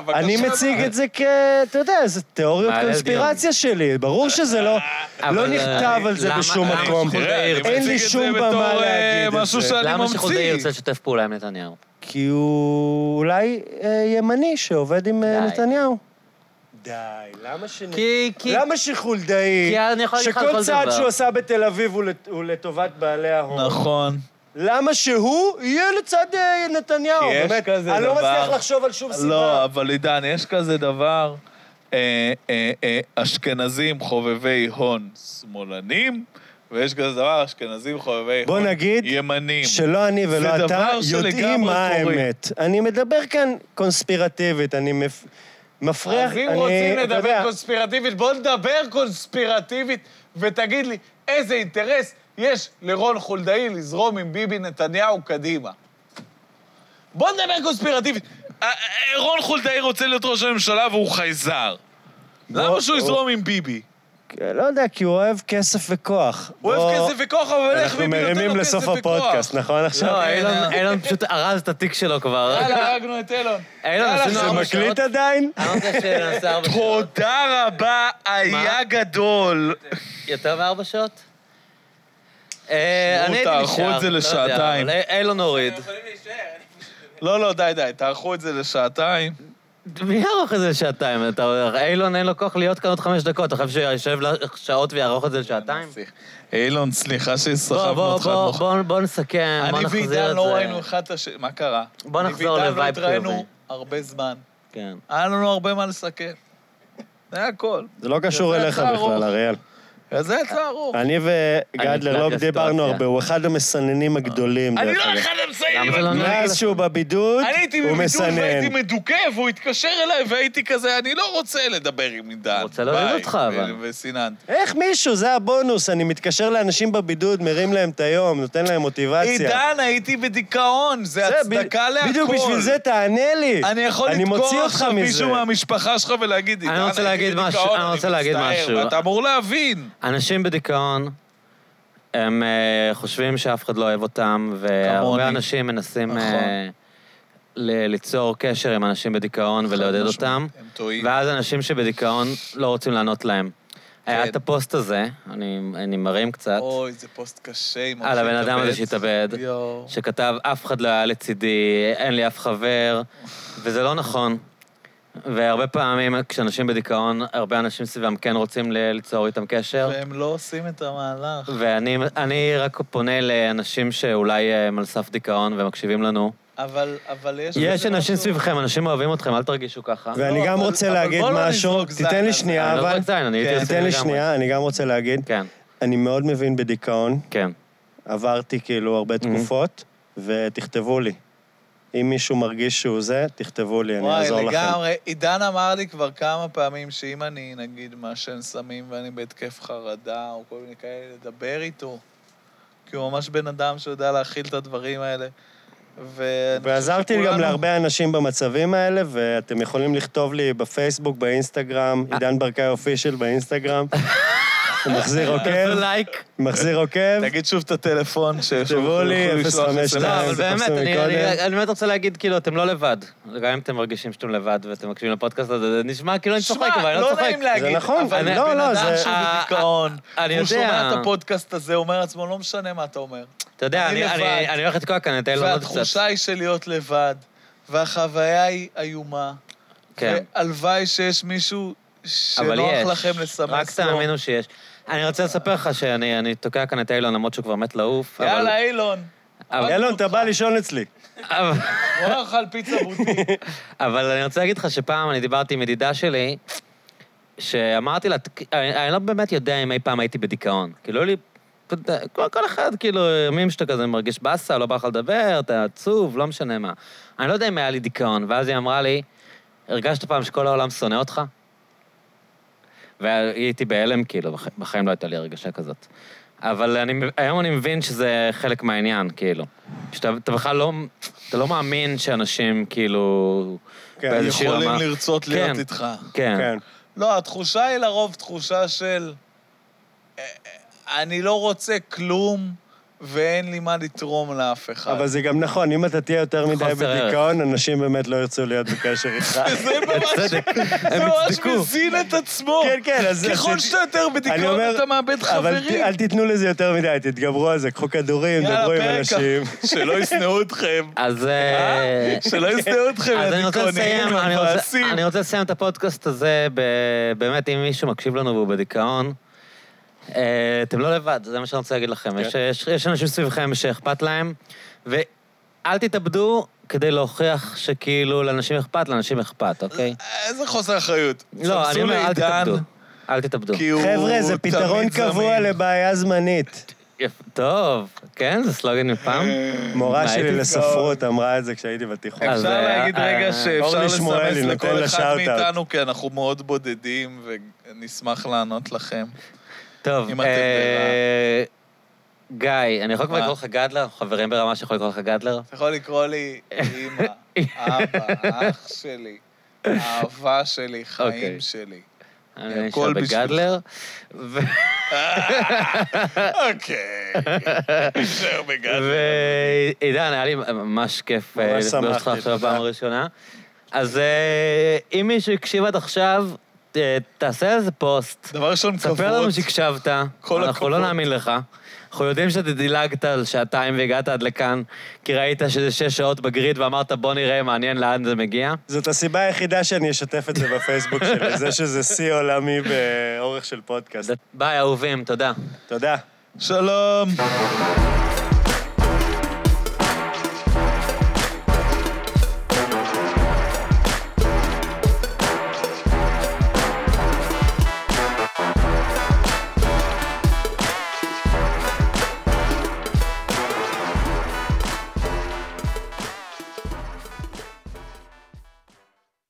בבקשה.
אני מציג את זה כ... אתה יודע, זה תיאוריות
מעלה
קונספירציה שלי. ברור שזה לא...
אבל,
לא
אה,
נכתב על זה
למה-
בשום
למה
מקום.
שחולדאי ירצה-
אין לי שום במה להגיד את
אה, משהו
זה.
שאני
למה שחולדאי
ממציא.
ירצה לשתף פעולה עם נתניהו?
כי הוא אולי אה, ימני שעובד עם אה,
די.
נתניהו. די, למה ש...
כי... כי...
למה שחולדאי,
כי אני יכול להגיד לך על
שכל
כל
צעד
דבר.
שהוא עשה בתל אביב הוא לט- הוא לטובת בעלי ההון,
נכון.
למה שהוא יהיה לצד אה, נתניהו?
כי יש
באמת,
כזה
אני לא
דבר.
מצליח לחשוב על שום
לא,
סיבה.
אבל עידן, יש כזה דבר, אה, אה, אה, אשכנזים חובבי הון שמאלנים, ויש כזה דבר, אשכנזים חובבי
בוא
הון
נגיד
ימנים.
שלא אני
זה
ולא אתה
דבר
יודעים
שלגמרי
מה
קורה.
האמת. אני מדבר כאן קונספירטיבית, אני מפ- מפריח,
אז
אוקיי, אני...
אם רוצים
אתה
לדבר
יודע,
קונספירטיבית, בוא נדבר קונספירטיבית, ותגיד לי, איזה אינטרס יש לרון חולדאי לזרום עם ביבי נתניהו קדימה? בוא נדבר קונספירטיבית. אה, אה, רון חולדאי רוצה להיות ראש הממשלה והוא חייזר. למה שהוא יזרום עם ביבי?
לא יודע, כי הוא אוהב כסף וכוח.
הוא אוהב
בוא-
כסף וכוח, אבל איך
אנחנו
ביבי נותן לו
מרימים
כסף
לסוף
וכוח?
הפודקאסט, נכון עכשיו?
לא, אילון- אילון פשוט ארז את התיק שלו כבר.
יאללה, הרגנו את אילון.
אילון,
יאללה,
עשינו
זה
ארבע שעות.
מקליט עדיין?
אמרת שנעשה ארבע שעות.
תודה רבה, היה
מה?
גדול.
יותר מארבע שעות? אה,
שמעו,
אני הייתי
תערכו
נשאר,
את זה
לא יודע,
לשעתיים.
אבל אי- אילון הוריד.
לא, לא, די, די, תערכו את זה לשעתיים.
מי יערוך את זה לשעתיים? אתה אומר, אילון אין לו כוח להיות כאן עוד חמש דקות, אתה חושב שישב לך שעות ויערוך את זה לשעתיים?
אילון, סליחה
בוא,
שסחבנו
בוא,
אותך.
בוא,
בוא.
בוא, בוא נסכם, בוא
אני
נחזיר את זה.
ועידן לא ראינו אחד את השני, מה קרה?
בוא
אני
נחזור
ועידן
לווייב
לא התראינו
חיובי.
הרבה זמן.
כן.
היה לנו הרבה מה לסכם. זה היה הכל.
זה לא קשור
זה
אליך
אתה
בכלל,
ארוך. אוקיי.
אריאל.
וזה יצא ארוך.
אני
אני
וגדלר לא
נקלעתי
דיברנו
לסיטואציה.
הרבה, הוא אחד המסננים הגדולים.
אני
דרך
לא
אגב.
אחד המסייעים.
למה זה לא נראה
מאז
לך?
שהוא בבידוד,
אני הייתי
אה, אוקיי. הוא
בבידוד והייתי
מסנן.
מדוכא, והוא התקשר אליי והייתי כזה, אני לא רוצה לדבר עם עידן.
רוצה להוריד
ביי."
אותך, אבל.
ו- וסיננתי.
איך מישהו, זה הבונוס, אני מתקשר לאנשים בבידוד, מרים להם את היום, נותן להם מוטיבציה.
עידן, הייתי בדיכאון, זה
זה, ב-
הצדקה להכל.
בדיוק בשביל זה תענה לי.
אני יכול
מוציא
לתקוע
אותך
עכשיו
מזה.
מישהו מהמשפחה שלך ולהגיד,
אני
"עידן,
רוצה
הייתי
להגיד משהו,
בדיכאון,
אני רוצה
מצטער",
להגיד משהו.
ואתה אמור להבין.
אנשים בדיכאון, הם אה, חושבים שאף אחד לא אוהב אותם,
כמוני.
והרבה אנשים מנסים
נכון.
אה, ל- ליצור קשר עם אנשים בדיכאון ולעודד
משמעית,
אותם,
הם טועים.
ואז אנשים שבדיכאון לא רוצים לענות להם. היה
כן.
את הפוסט הזה, אני אני מרים קצת,
אוי, זה פוסט קשה עם
על
משה
הבן אדם הזה
דוד.
שהתאבד,
יואו.
שכתב, אף אחד לא היה לצידי, אין לי אף חבר, וזה לא נכון. והרבה פעמים כשאנשים בדיכאון, הרבה אנשים סביבם כן רוצים ל- ליצור איתם קשר.
והם לא עושים את המהלך.
ואני אני רק פונה לאנשים שאולי אה, הם על סף דיכאון ומקשיבים לנו.
אבל, אבל יש...
יש
בזה
אנשים
משהו-
סביבכם, אנשים אוהבים אתכם, אל תרגישו ככה.
ואני
לא,
גם
אבל-
רוצה
אבל
להגיד
בוא לא
משהו,
נזרוק זין
תיתן
על
לי
אני
זה.
שנייה,
לא
אבל... כן,
זורק זין, אני הייתי עושה את זה
תיתן לי
לגמרי.
שנייה, אני גם רוצה להגיד,
כן,
אני מאוד מבין בדיכאון,
כן.
עברתי כאילו
Mhm.
הרבה תקופות, ותכתבו לי. אם מישהו מרגיש שהוא זה, תכתבו לי, אני
וואי,
אעזור לכם.
לגמרי. עידן אמר לי כבר כמה פעמים שאם אני, נגיד, מעשן סמים ואני בהתקף חרדה או כל מיני כאלה, לדבר איתו. כי הוא ממש בן אדם שיודע להכיל את הדברים האלה. ואני חושב
ועזרתי
שכולנו-
גם להרבה אנשים במצבים האלה, ואתם יכולים לכתוב לי בפייסבוק,
אה.
באינסטגרם, עידן ברקאי אופישל באינסטגרם. מחזיר
תעשו
עוקב,
לייק.
מחזיר עוקב.
תגיד שוב את הטלפון,
תכתבו לי, 052.
לא, אבל
זה
באמת,
פרסום
אני-
מקודם.
אני- אני באמת רוצה להגיד, כאילו, אתם לא לבד. גם אם אתם מרגישים שאתם לבד ואתם מקשיבים לפודקאסט הזה, זה נשמע כאילו אני צוחק, אבל אני לא צוחק.
נעים להגיד,
נכון,
אבל
אני-
בן
לא, לא,
אדם
זה-
שהוא
אה,
בדיכאון,
אה, אני
הוא שומע
יודע. אה,
את הפודקאסט הזה, הוא אומר לעצמו, לא משנה מה אתה אומר.
אתה יודע,
אני
אני- אני-
לבד.
אני הולך לתקוע כאן את אילון עוד לא, קצת.
והתחושה היא של להיות לבד, והחוויה היא איומה.
כן.
והלוואי שיש מישהו
אבל
שנוח
יש.
לכם לסמס לו.
רק תאמינו שיש. אני רוצה לספר לך שאני אני תוקע כאן את אילון למרות שהוא כבר מת לעוף. אבל-
יאללה, אילון.
אבל-
ילון, אתה בא לישון אצלי.
כן. אבל-
בוא נאכל פיצה בוטי.
אבל אני רוצה להגיד לך שפעם אני דיברתי עם ידידה שלי, שאמרתי לה, "תק- אני אני לא באמת יודע אם אי פעם הייתי בדיכאון. כאילו, היו לי... פת- כל, כל אחד, כאילו, ימים שאתה כזה מרגיש באסה, לא בא לך לדבר, אתה עצוב, לא משנה מה. אני לא יודע אם היה לי דיכאון, ואז היא אמרה לי, הרגשת פעם שכל העולם שונא אותך? והייתי בהלם, כאילו, בח- בחיים לא הייתה לי הרגשה כזאת. אבל אני, היום אני מבין שזה חלק מהעניין, כאילו. שאתה אתה בכלל לא, אתה לא מאמין שאנשים, כאילו,
כן,
באיזושהי
יכולים
רמה-
לרצות
כן.
להיות איתך.
כן.
כן.
לא, התחושה היא לרוב תחושה של... אה, אה, אני לא רוצה כלום, ואין לי מה לתרום לאף אחד.
אבל זה גם נכון, אם אתה תהיה יותר מדי
חוסר ערך.
בדיכאון, אנשים באמת לא ירצו להיות בקשר איתך.
זה ממש, זה
הם
ממש
יצדקו.
מזין את עצמו.
כן, כן, אז...
ככל
אז-
שאתה יותר
אני
בדיכאון,
אומר,
אתה מאבד
אבל ת-
חברים.
אל תיתנו לזה יותר מדי, תתגברו על זה, קחו כדורים,
יאללה,
דברו עם
פרק
אנשים.
שלא ישנאו אתכם.
אז... אה,
שלא
כן.
ישנאו אתכם,
אז אני רוצה
הדיכאוניים
לסיים, אני רוצה-
המבאסים.
אני רוצה לסיים את הפודקאסט הזה, ב- באמת, אם מישהו מקשיב לנו והוא בדיכאון, אה, אתם לא לבד, זה מה שאני רוצה להגיד
כן.
לכם. יש- יש- יש אנשים סביבכם שאכפת להם, ואל תתאבדו כדי להוכיח שכאילו לאנשים אכפת, לאנשים אכפת, אוקיי?
איזה חוסר אחריות.
לא, אני
סמסו
אומר, אל
אה, לעידן,
תתאבדו. אל תתאבדו.
כי הוא
חבר'ה, זה
תמיד
פתרון קבוע
זמין.
לבעיה זמנית.
יפ- טוב, כן, זה סלוגן מפעם.
אה,
מורה
מה,
שלי
הייתי
לספרות אמרה את זה כשהייתי בתיכון.
אז,
אפשר
אה,
להגיד
אה,
רגע
אה,
שאפשר
אורלי
לסמס
שמואלי, נותן
לכל
לה
אחד
שאוט-אאוט.
מאיתנו, כי אנחנו מאוד בודדים, ונשמח לענות לכם.
טוב,
אם אתם
אה, גיא, אני יכול כבר
מה?
לקרוא לך גדלר? חברים ברמה שיכול לקרוא לך גדלר?
אתה יכול לקרוא לי אימא, אבא, אח שלי, אהבה שלי, חיים
אוקיי.
שלי.
אני נשאר
הכל בשבילך.
בגדלר. ו-
אוקיי, נשאר בגדלר.
ועידן, היה לי ממש כיף אה,
ממש
לפגוש אותך
שמחתי,
עכשיו
תודה.
פעם ראשונה. אז אה, אם מישהו הקשיב עד עכשיו, אה, תעשה איזה פוסט.
דבר ראשון, כבוד.
ספר לנו שהקשבת,
כל
אנחנו לא
הכבוד.
נאמין לך. אנחנו יודעים שאתה דילגת על שעתיים והגעת עד לכאן, כי ראית שזה שש שעות בגריד ואמרת בוא נראה, מעניין לאן זה מגיע.
זאת הסיבה היחידה שאני אשתף את זה בפייסבוק שלי, זה שזה שיא עולמי באורך של פודקאסט.
ביי אהובים, תודה.
תודה.
שלום.